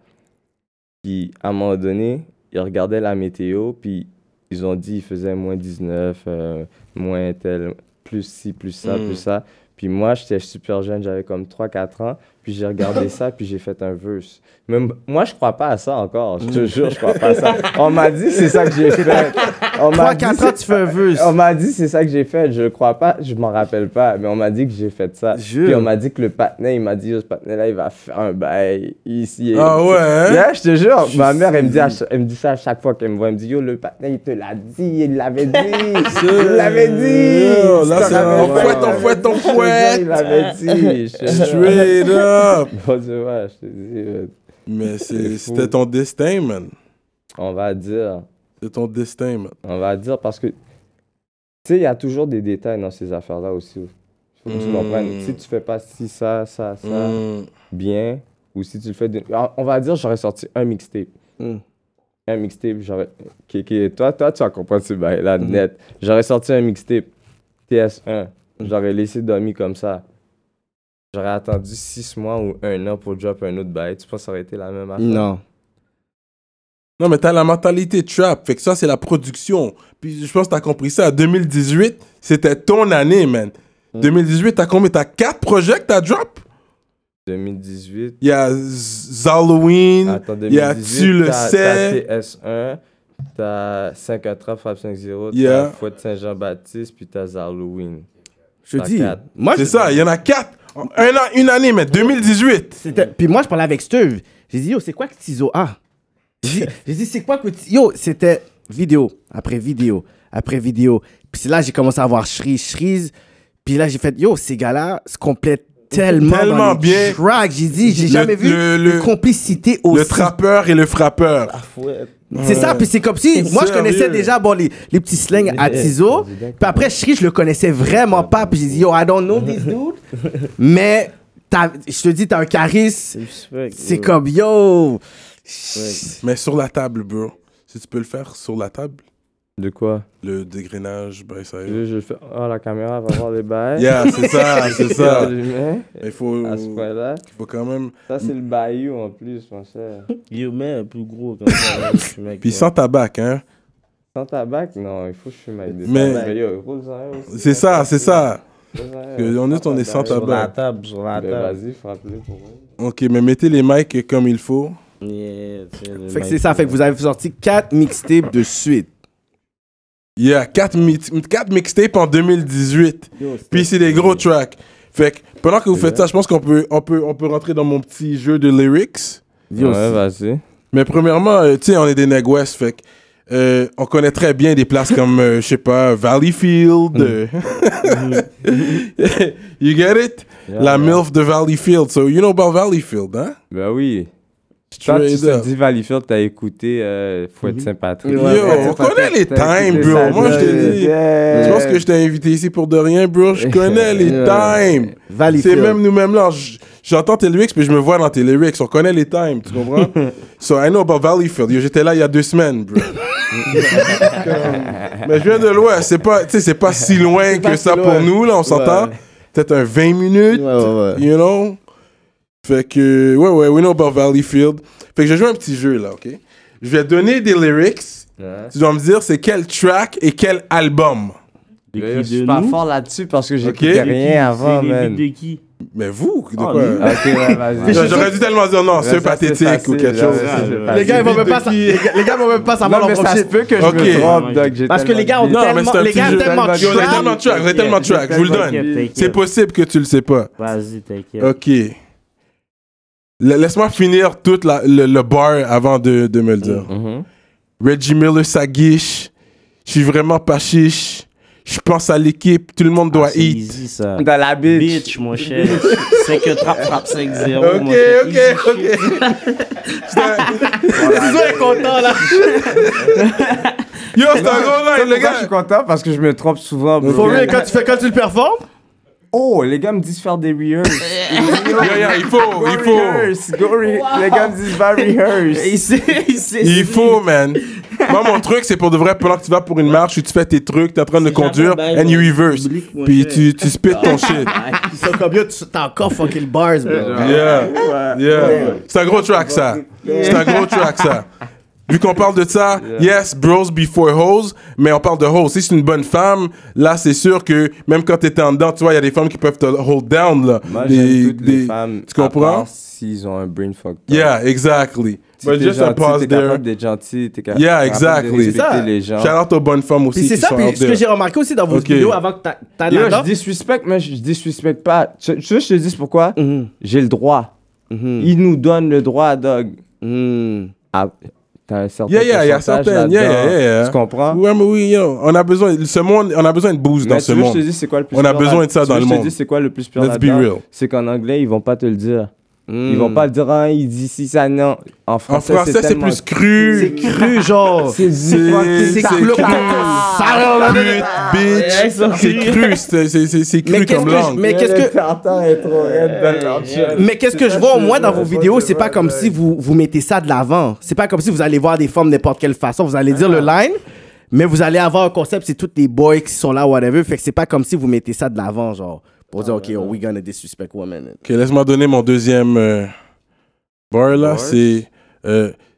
Speaker 5: puis à un moment donné, il regardait la météo, puis ils ont dit il faisait moins 19, euh, moins tel, plus ci, plus ça,
Speaker 3: Mm.
Speaker 5: plus ça. Puis moi, j'étais super jeune, j'avais comme 3-4 ans, puis j'ai regardé ça, puis j'ai fait un verse. Mais m- moi, je crois pas à ça encore, je te jure, je crois pas à ça. On m'a dit, c'est ça que j'ai fait. On m'a dit,
Speaker 6: 3-4 ans, tu fais un vœu.
Speaker 5: on m'a dit c'est ça que j'ai fait, je le crois pas, je m'en rappelle pas, mais on m'a dit que j'ai fait ça.
Speaker 6: Jure.
Speaker 5: Puis on m'a dit que le patinet, il m'a dit Yo, ce patinet là, il va faire un bail ici. et-
Speaker 3: Ah ouais? hein?
Speaker 5: Yeah, je te jure, ma mère elle me dit à ch- elle me dit ça à chaque fois qu'elle me voit, elle me dit yo le patinet, il te l'a dit, il l'avait dit. il l'avait dit.
Speaker 3: Yo,
Speaker 5: Tu
Speaker 3: là,
Speaker 5: te rappelles
Speaker 3: c'est un
Speaker 5: pas?
Speaker 3: fouette, un fouette, un
Speaker 5: Je te jure,
Speaker 3: fouette.
Speaker 5: Il l'avait dit. Je te jure.
Speaker 3: Straight up!
Speaker 5: Bon, tu vois, je te dis euh,
Speaker 3: Mais c'est-
Speaker 5: C'est fou.
Speaker 3: c'était ton destin, man.
Speaker 5: on va dire
Speaker 3: C'est ton destin, man.
Speaker 5: On va dire parce que, tu sais, il y a toujours des détails dans ces affaires-là aussi. Faut que tu
Speaker 3: Mm.
Speaker 5: comprennes. Si tu fais pas si ça, ça, ça,
Speaker 3: Mm.
Speaker 5: bien, ou si tu le fais. d'une- Alors, On va dire, j'aurais sorti un mixtape.
Speaker 6: Mm.
Speaker 5: Un mixtape, j'aurais. Kéké, toi, toi, tu vas comprendre ce bail-là, net. J'aurais sorti un mixtape, TS1. J'aurais laissé Domi comme ça. J'aurais attendu six mois ou un an pour drop un autre bail. Tu penses que ça aurait été la même affaire?
Speaker 6: Non.
Speaker 3: Non, mais t'as la mentalité trap. Fait que ça, c'est la production. Puis je pense que t'as compris ça. 2018, c'était ton année, man. 2018, t'as combien T'as 4 projets que t'as drop
Speaker 5: 2018.
Speaker 3: Il y a Z- Halloween,
Speaker 5: Attends,
Speaker 3: il Mmh. y a
Speaker 5: 2018,
Speaker 3: Tu le
Speaker 5: t'as-
Speaker 3: sais.
Speaker 5: T'as TS1, t'as 54 Frappe 5-0, t'as
Speaker 3: Yeah.
Speaker 5: Fouette Saint-Jean-Baptiste, puis t'as Halloween.
Speaker 6: Je
Speaker 5: T'as
Speaker 6: dis.
Speaker 5: quatre.
Speaker 6: Moi,
Speaker 3: C'est
Speaker 6: je-
Speaker 3: ça, il y en a 4. Un an, une année, mais 2018.
Speaker 6: C'était- Puis moi, je parlais avec Steve. J'ai dit, yo, c'est quoi que Tizo a? J'ai dit- j'ai dit, c'est quoi que Tizo... Yo, c'était vidéo, après vidéo, après vidéo. Puis c'est là, j'ai commencé à voir Shreeze, Shreeze. Puis là, j'ai fait, yo, ces gars-là se complètent tellement,
Speaker 3: Tellement
Speaker 6: dans les
Speaker 3: bien.
Speaker 6: tracks. J'ai dit, j'ai
Speaker 3: Le-
Speaker 6: jamais vu
Speaker 3: le-
Speaker 6: une
Speaker 3: le-
Speaker 6: complicité aussi.
Speaker 3: Le trappeur et le frappeur.
Speaker 4: Ah, Fouette.
Speaker 6: C'est ça, puis c'est comme si. Moi, je
Speaker 3: Sérieux.
Speaker 6: connaissais déjà bon, les, les petits slangs à Tizo. Puis après, Shri, je le connaissais vraiment pas. Puis j'ai dit, yo, I don't know this dude. Mais t'as- je te dis, t'as un charisme.
Speaker 4: Respect,
Speaker 6: C'est
Speaker 4: bro.
Speaker 6: comme, yo.
Speaker 3: Mais sur la table, bro. Si tu peux le faire sur la table,
Speaker 5: De quoi
Speaker 3: le dégrénage, ben ça y est.
Speaker 5: Je, je fais. Oh, la caméra va voir les bails.
Speaker 3: Yeah, c'est ça, c'est ça.
Speaker 5: Allumé,
Speaker 3: Il faut,
Speaker 5: À ce point-là.
Speaker 3: faut quand même.
Speaker 5: Ça, c'est le bayou en plus, mon cher.
Speaker 4: Yo, mets un plus gros comme ça. là, mec,
Speaker 3: Puis
Speaker 4: ouais.
Speaker 3: sans tabac, hein.
Speaker 5: Sans tabac, non, il faut que je fume avec des
Speaker 3: Mais-
Speaker 5: tabacs. yo, roule-en un aussi,
Speaker 3: C'est
Speaker 5: mon
Speaker 3: ça,
Speaker 5: cher,
Speaker 3: c'est ça.
Speaker 5: roule-en un,
Speaker 3: Que on est- on est sans
Speaker 4: Sur la
Speaker 3: tabac.
Speaker 4: table, sur la
Speaker 5: Ben,
Speaker 4: table.
Speaker 5: vas-y, frappe-le pour moi.
Speaker 3: Ok, mais mettez les mics comme il faut.
Speaker 4: Yeah, tiens, le
Speaker 6: Fait que
Speaker 4: mec,
Speaker 6: c'est ça. Fait que vous avez sorti quatre mixtapes de suite.
Speaker 3: Il y a 4 mixtapes en 2018.
Speaker 4: Yo, c'était-
Speaker 3: Puis c'est des gros tracks. Fait que pendant que vous faites ça, je pense qu'on peut, on peut, on peut rentrer dans mon petit jeu de lyrics.
Speaker 6: Yo,
Speaker 5: Ouais,
Speaker 6: c'est-
Speaker 5: vas-y.
Speaker 3: Mais premièrement, euh, tu sais, on est des Neg-West, fait que, euh, on connaît très bien des places comme, euh, je sais pas, Valleyfield. euh, you get it?
Speaker 5: Mm. Yeah, yeah.
Speaker 3: La MILF de Valleyfield. So, you know about Valleyfield, hein?
Speaker 5: Ben oui. Toi, tu
Speaker 3: Straight
Speaker 5: te
Speaker 3: up.
Speaker 5: dis Valleyfield, t'as écouté euh, Fouette Saint-Patrick.
Speaker 3: Yo, on connaît les times, bro. Moi, je te dis.
Speaker 6: Euh,
Speaker 3: Tu penses que je t'ai invité ici pour de rien, bro? Je connais les times. C'est
Speaker 6: Valleyfield.
Speaker 3: même nous-mêmes là. j- J'entends tes lyrics, mais je me vois dans tes lyrics. On connaît les times, tu comprends? so I know about Valleyfield. Yo, J'étais là il y a deux semaines, bro. Comme- mais je viens de l'Ouest. C'est pas, tu sais, c'est pas si loin que
Speaker 6: pas si
Speaker 3: ça pour
Speaker 6: loin.
Speaker 3: nous, là. On s'entend.
Speaker 6: Ouais.
Speaker 3: Peut-être un 20 minutes,
Speaker 6: Ouais, ouais, ouais.
Speaker 3: you know? Fait que, ouais, ouais, we know about Valleyfield. Fait que je joue un petit jeu là, ok? Je vais donner des lyrics. Tu dois me dire c'est quel track et quel album.
Speaker 5: Je suis pas fort là-dessus parce que j'écoutais
Speaker 3: Ok.
Speaker 5: rien avant, man.
Speaker 4: De qui
Speaker 3: Mais vous, de
Speaker 4: Oh,
Speaker 3: quoi? Ah,
Speaker 4: lui.
Speaker 5: Ok, ouais, vas-y.
Speaker 3: J'aurais j'aurais dû tellement dire non, c'est
Speaker 5: ça, c'est
Speaker 3: pathétique ou
Speaker 5: facile,
Speaker 3: quelque
Speaker 5: là,
Speaker 3: chose.
Speaker 5: ouais, ça, c'est
Speaker 6: Les
Speaker 5: facile.
Speaker 6: gars, ils vont même pas sa- les gars- les gars vont même pas savoir
Speaker 5: Non, mais
Speaker 6: leur
Speaker 5: ça se
Speaker 6: prochaine.
Speaker 5: peut que je
Speaker 3: Ok.
Speaker 5: me trompe, Doc. j'ai
Speaker 6: Parce que les gars ont
Speaker 5: tellement
Speaker 3: Non, mais
Speaker 6: tellement,
Speaker 3: c'est un
Speaker 6: les
Speaker 3: petit
Speaker 6: gars ont
Speaker 3: jeu.
Speaker 6: tellement
Speaker 5: Yo,
Speaker 6: de
Speaker 5: les
Speaker 3: Yo,
Speaker 5: Track.
Speaker 3: j'ai tellement de
Speaker 6: trap.
Speaker 3: tracks, j'ai tellement de tracks, je vous le donne.
Speaker 4: T'inquiète,
Speaker 3: C'est Euh,
Speaker 4: t'inquiète.
Speaker 3: possible que tu le sais pas.
Speaker 4: Vas-y, t'inquiète.
Speaker 3: Ok. La- Laisse-moi finir tout la- le, le bar avant de, de me le dire.
Speaker 5: Mhm.
Speaker 6: Mm-hmm.
Speaker 3: Reggie Miller, ça guiche. Je suis vraiment pas chiche. Je pense à l'équipe, tout le monde doit
Speaker 4: Ah, c'est
Speaker 3: eat.
Speaker 4: easy, ça.
Speaker 5: Dans la bitch.
Speaker 4: Bitch, mon cher. C'est que trap, trap 5-0.
Speaker 3: Ok,
Speaker 4: mon cher.
Speaker 3: ok,
Speaker 4: Easy shit.
Speaker 3: ok.
Speaker 6: est content là.
Speaker 3: Yo, c'est un gros
Speaker 5: Ça,
Speaker 3: line,
Speaker 5: pourquoi Je
Speaker 3: les
Speaker 5: suis
Speaker 3: gars.
Speaker 5: content parce que je me trompe souvent. bro.
Speaker 6: For real, quand tu fais quand tu le performes,
Speaker 5: Oh, les gars me disent faire des rehearse.
Speaker 3: Yo, yo, il faut,
Speaker 5: Go
Speaker 3: Oh, il faut.
Speaker 5: rehearse, go re- Les gars me disent va rehearse.
Speaker 6: il s'est il s'est-
Speaker 3: Il faut, man. Moi, mon truc, c'est pour de vrai, pendant que tu vas pour une marche, où tu fais tes trucs, t'es en train de
Speaker 4: C'est jamais
Speaker 3: conduire,
Speaker 4: bien,
Speaker 3: and you
Speaker 4: mon
Speaker 3: reverse.
Speaker 4: public, mon
Speaker 3: Puis
Speaker 4: cher.
Speaker 3: tu, tu spit ton shit.
Speaker 6: Ils sont comme yo, tu- t'as encore fucking bars, bro.
Speaker 3: Yeah. Yeah. C'est un gros track, ça. C'est un gros track, ça. Vu qu'on parle de ça, yes, bros before hoes, mais on parle de hoes. Si c'est une bonne femme, là, c'est sûr que même quand t'es en dedans, tu vois, il y a des femmes qui peuvent te hold down, là.
Speaker 5: Moi,
Speaker 3: Des-
Speaker 5: j'aime toutes les
Speaker 3: des-
Speaker 5: femmes.
Speaker 3: Tu comprends?
Speaker 5: à part S'ils ont un brain fuck.
Speaker 3: Yeah, exactly.
Speaker 5: Si
Speaker 3: But
Speaker 5: t'es
Speaker 3: just a
Speaker 5: gentil,
Speaker 3: pause
Speaker 5: t'es
Speaker 3: there.
Speaker 5: capable d'être gentil, t'es capable
Speaker 3: Yeah,
Speaker 5: t'es capable
Speaker 3: exactly.
Speaker 5: de
Speaker 6: C'est ça.
Speaker 5: respecter les gens.
Speaker 3: Shout out aux bonnes femmes aussi.
Speaker 6: Puis c'est
Speaker 3: qui
Speaker 6: ça,
Speaker 3: sont
Speaker 6: puis
Speaker 3: out
Speaker 6: ce que
Speaker 3: there.
Speaker 6: j'ai remarqué aussi dans vos
Speaker 3: Ok.
Speaker 6: vidéos avant que t'a- t'ailles
Speaker 5: Yo,
Speaker 6: là-dedans.
Speaker 5: je disrespect, mais je disrespect pas. Tu tu sais, je te dis pourquoi?
Speaker 3: Mm-hmm.
Speaker 5: J'ai le droit. Ils nous donnent le droit, dog. Ah, T'as un certain
Speaker 3: Mm-hmm. Yeah, yeah, il y a
Speaker 5: pourcentage
Speaker 3: certaines.
Speaker 5: là-dedans.
Speaker 3: Yeah, yeah, yeah, yeah.
Speaker 5: Tu comprends?
Speaker 3: Ouais, mais oui, yo, on a besoin, ce monde, on a besoin de boost
Speaker 5: Mais
Speaker 3: dans
Speaker 5: tu
Speaker 3: ce
Speaker 5: veux que
Speaker 3: monde.
Speaker 5: Je te dis, c'est quoi le plus
Speaker 3: On a
Speaker 5: pire
Speaker 3: besoin
Speaker 5: là-
Speaker 3: de ça
Speaker 5: tu
Speaker 3: dans
Speaker 5: veux
Speaker 3: le
Speaker 5: que Je
Speaker 3: monde.
Speaker 5: te dis, c'est quoi le plus pire
Speaker 3: Let's be
Speaker 5: là-dedans?
Speaker 3: real. Mm.
Speaker 5: C'est qu'en anglais, ils vont pas te le dire. Ils vont pas te dire, ah, il dit si ça, non. En
Speaker 3: En
Speaker 5: français,
Speaker 3: français, c'est
Speaker 5: tellement
Speaker 3: plus cru.
Speaker 6: C'est cru, genre.
Speaker 5: Oh. C'est du fucking
Speaker 3: c'est
Speaker 6: C'est
Speaker 3: cru.
Speaker 6: cru.
Speaker 3: Salope, bitch. C'est cru, c'est- c'est c'est- c'est
Speaker 6: Mais
Speaker 3: cru
Speaker 6: qu'est-ce
Speaker 3: comme
Speaker 6: que je-
Speaker 3: langue.
Speaker 6: mais qu'est-ce que
Speaker 5: tartare est trop raide dans leur chest.
Speaker 6: Mais qu'est-ce que je vois au moins dans vos vidéos, c'est pas comme si vous, vous mettez ça de l'avant. C'est pas comme si vous allez voir des formes n'importe quelle façon. Vous allez dire le
Speaker 5: Ah.
Speaker 6: line, mais vous allez avoir un concept, c'est tous les boys qui sont là, whatever. Fait que c'est pas comme si vous mettez ça de l'avant, genre, pour
Speaker 5: Ah,
Speaker 6: dire, OK, oh, we gonna disrespect women.
Speaker 3: Ok, laisse-moi donner mon deuxième euh, bar là. C'est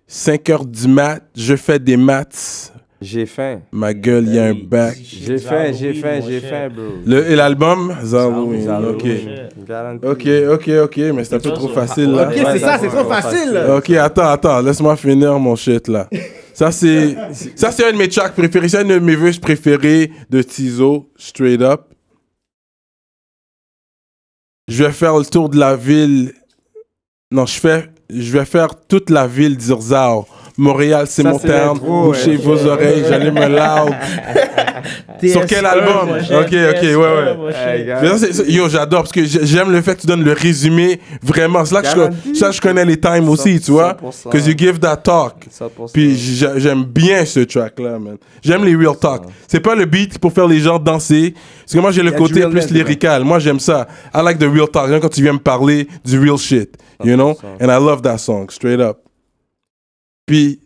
Speaker 3: 5 heures du mat, je fais des maths.
Speaker 5: J'ai faim.
Speaker 3: Ma gueule, il y a un bac.
Speaker 5: J'ai faim, j'ai faim, j'ai faim, bro.
Speaker 3: Le, et l'album Zaroui.
Speaker 5: Zaroui,
Speaker 3: Ok.
Speaker 5: Garanti.
Speaker 3: Ok, ok, ok, mais c'est un peu trop facile là.
Speaker 6: Ok,
Speaker 5: ouais,
Speaker 6: c'est ça,
Speaker 5: ouais,
Speaker 6: c'est
Speaker 5: ouais,
Speaker 6: trop
Speaker 5: ouais,
Speaker 6: facile.
Speaker 5: facile.
Speaker 3: Ok, attends, attends, laisse-moi finir mon shit là. Ça c'est, ça c'est un de mes tracks préférés, c'est un de mes verses préférés de Tizo, straight up. Je vais faire le tour de la ville. Non, je fais, je vais faire toute la ville d'Irzao. Montréal, c'est
Speaker 5: Ça,
Speaker 3: mon
Speaker 5: c'est
Speaker 3: terme.
Speaker 5: l'intro, ouais.
Speaker 3: Bouchez vos oreilles, j'allume un loud. Sur quel album
Speaker 4: Mon
Speaker 3: Ok,
Speaker 4: cher,
Speaker 3: ok, ouais, ouais.
Speaker 4: mon cher.
Speaker 5: Hey, gars.
Speaker 3: Mais ça, c'est- ça- yo, j'adore parce que j'ai- j'aime le fait que tu donnes le résumé vraiment. C'est là que je,
Speaker 5: Garanti.
Speaker 3: ça, je connais les times aussi, tu vois.
Speaker 5: 100%.
Speaker 3: Because you give that talk.
Speaker 5: 100%.
Speaker 3: Puis j'a- j'aime bien ce track-là, man. J'aime les real talk. C'est pas le beat pour faire les gens danser. Parce que moi, j'ai
Speaker 5: y
Speaker 3: le
Speaker 5: a du
Speaker 3: côté plus
Speaker 5: realness,
Speaker 3: lyrical. Moi, j'aime ça. I like the real talk. J'aime quand tu viens me parler du real shit.
Speaker 5: Ah,
Speaker 3: You know?
Speaker 5: 100%.
Speaker 3: And I love that song, straight up. Puis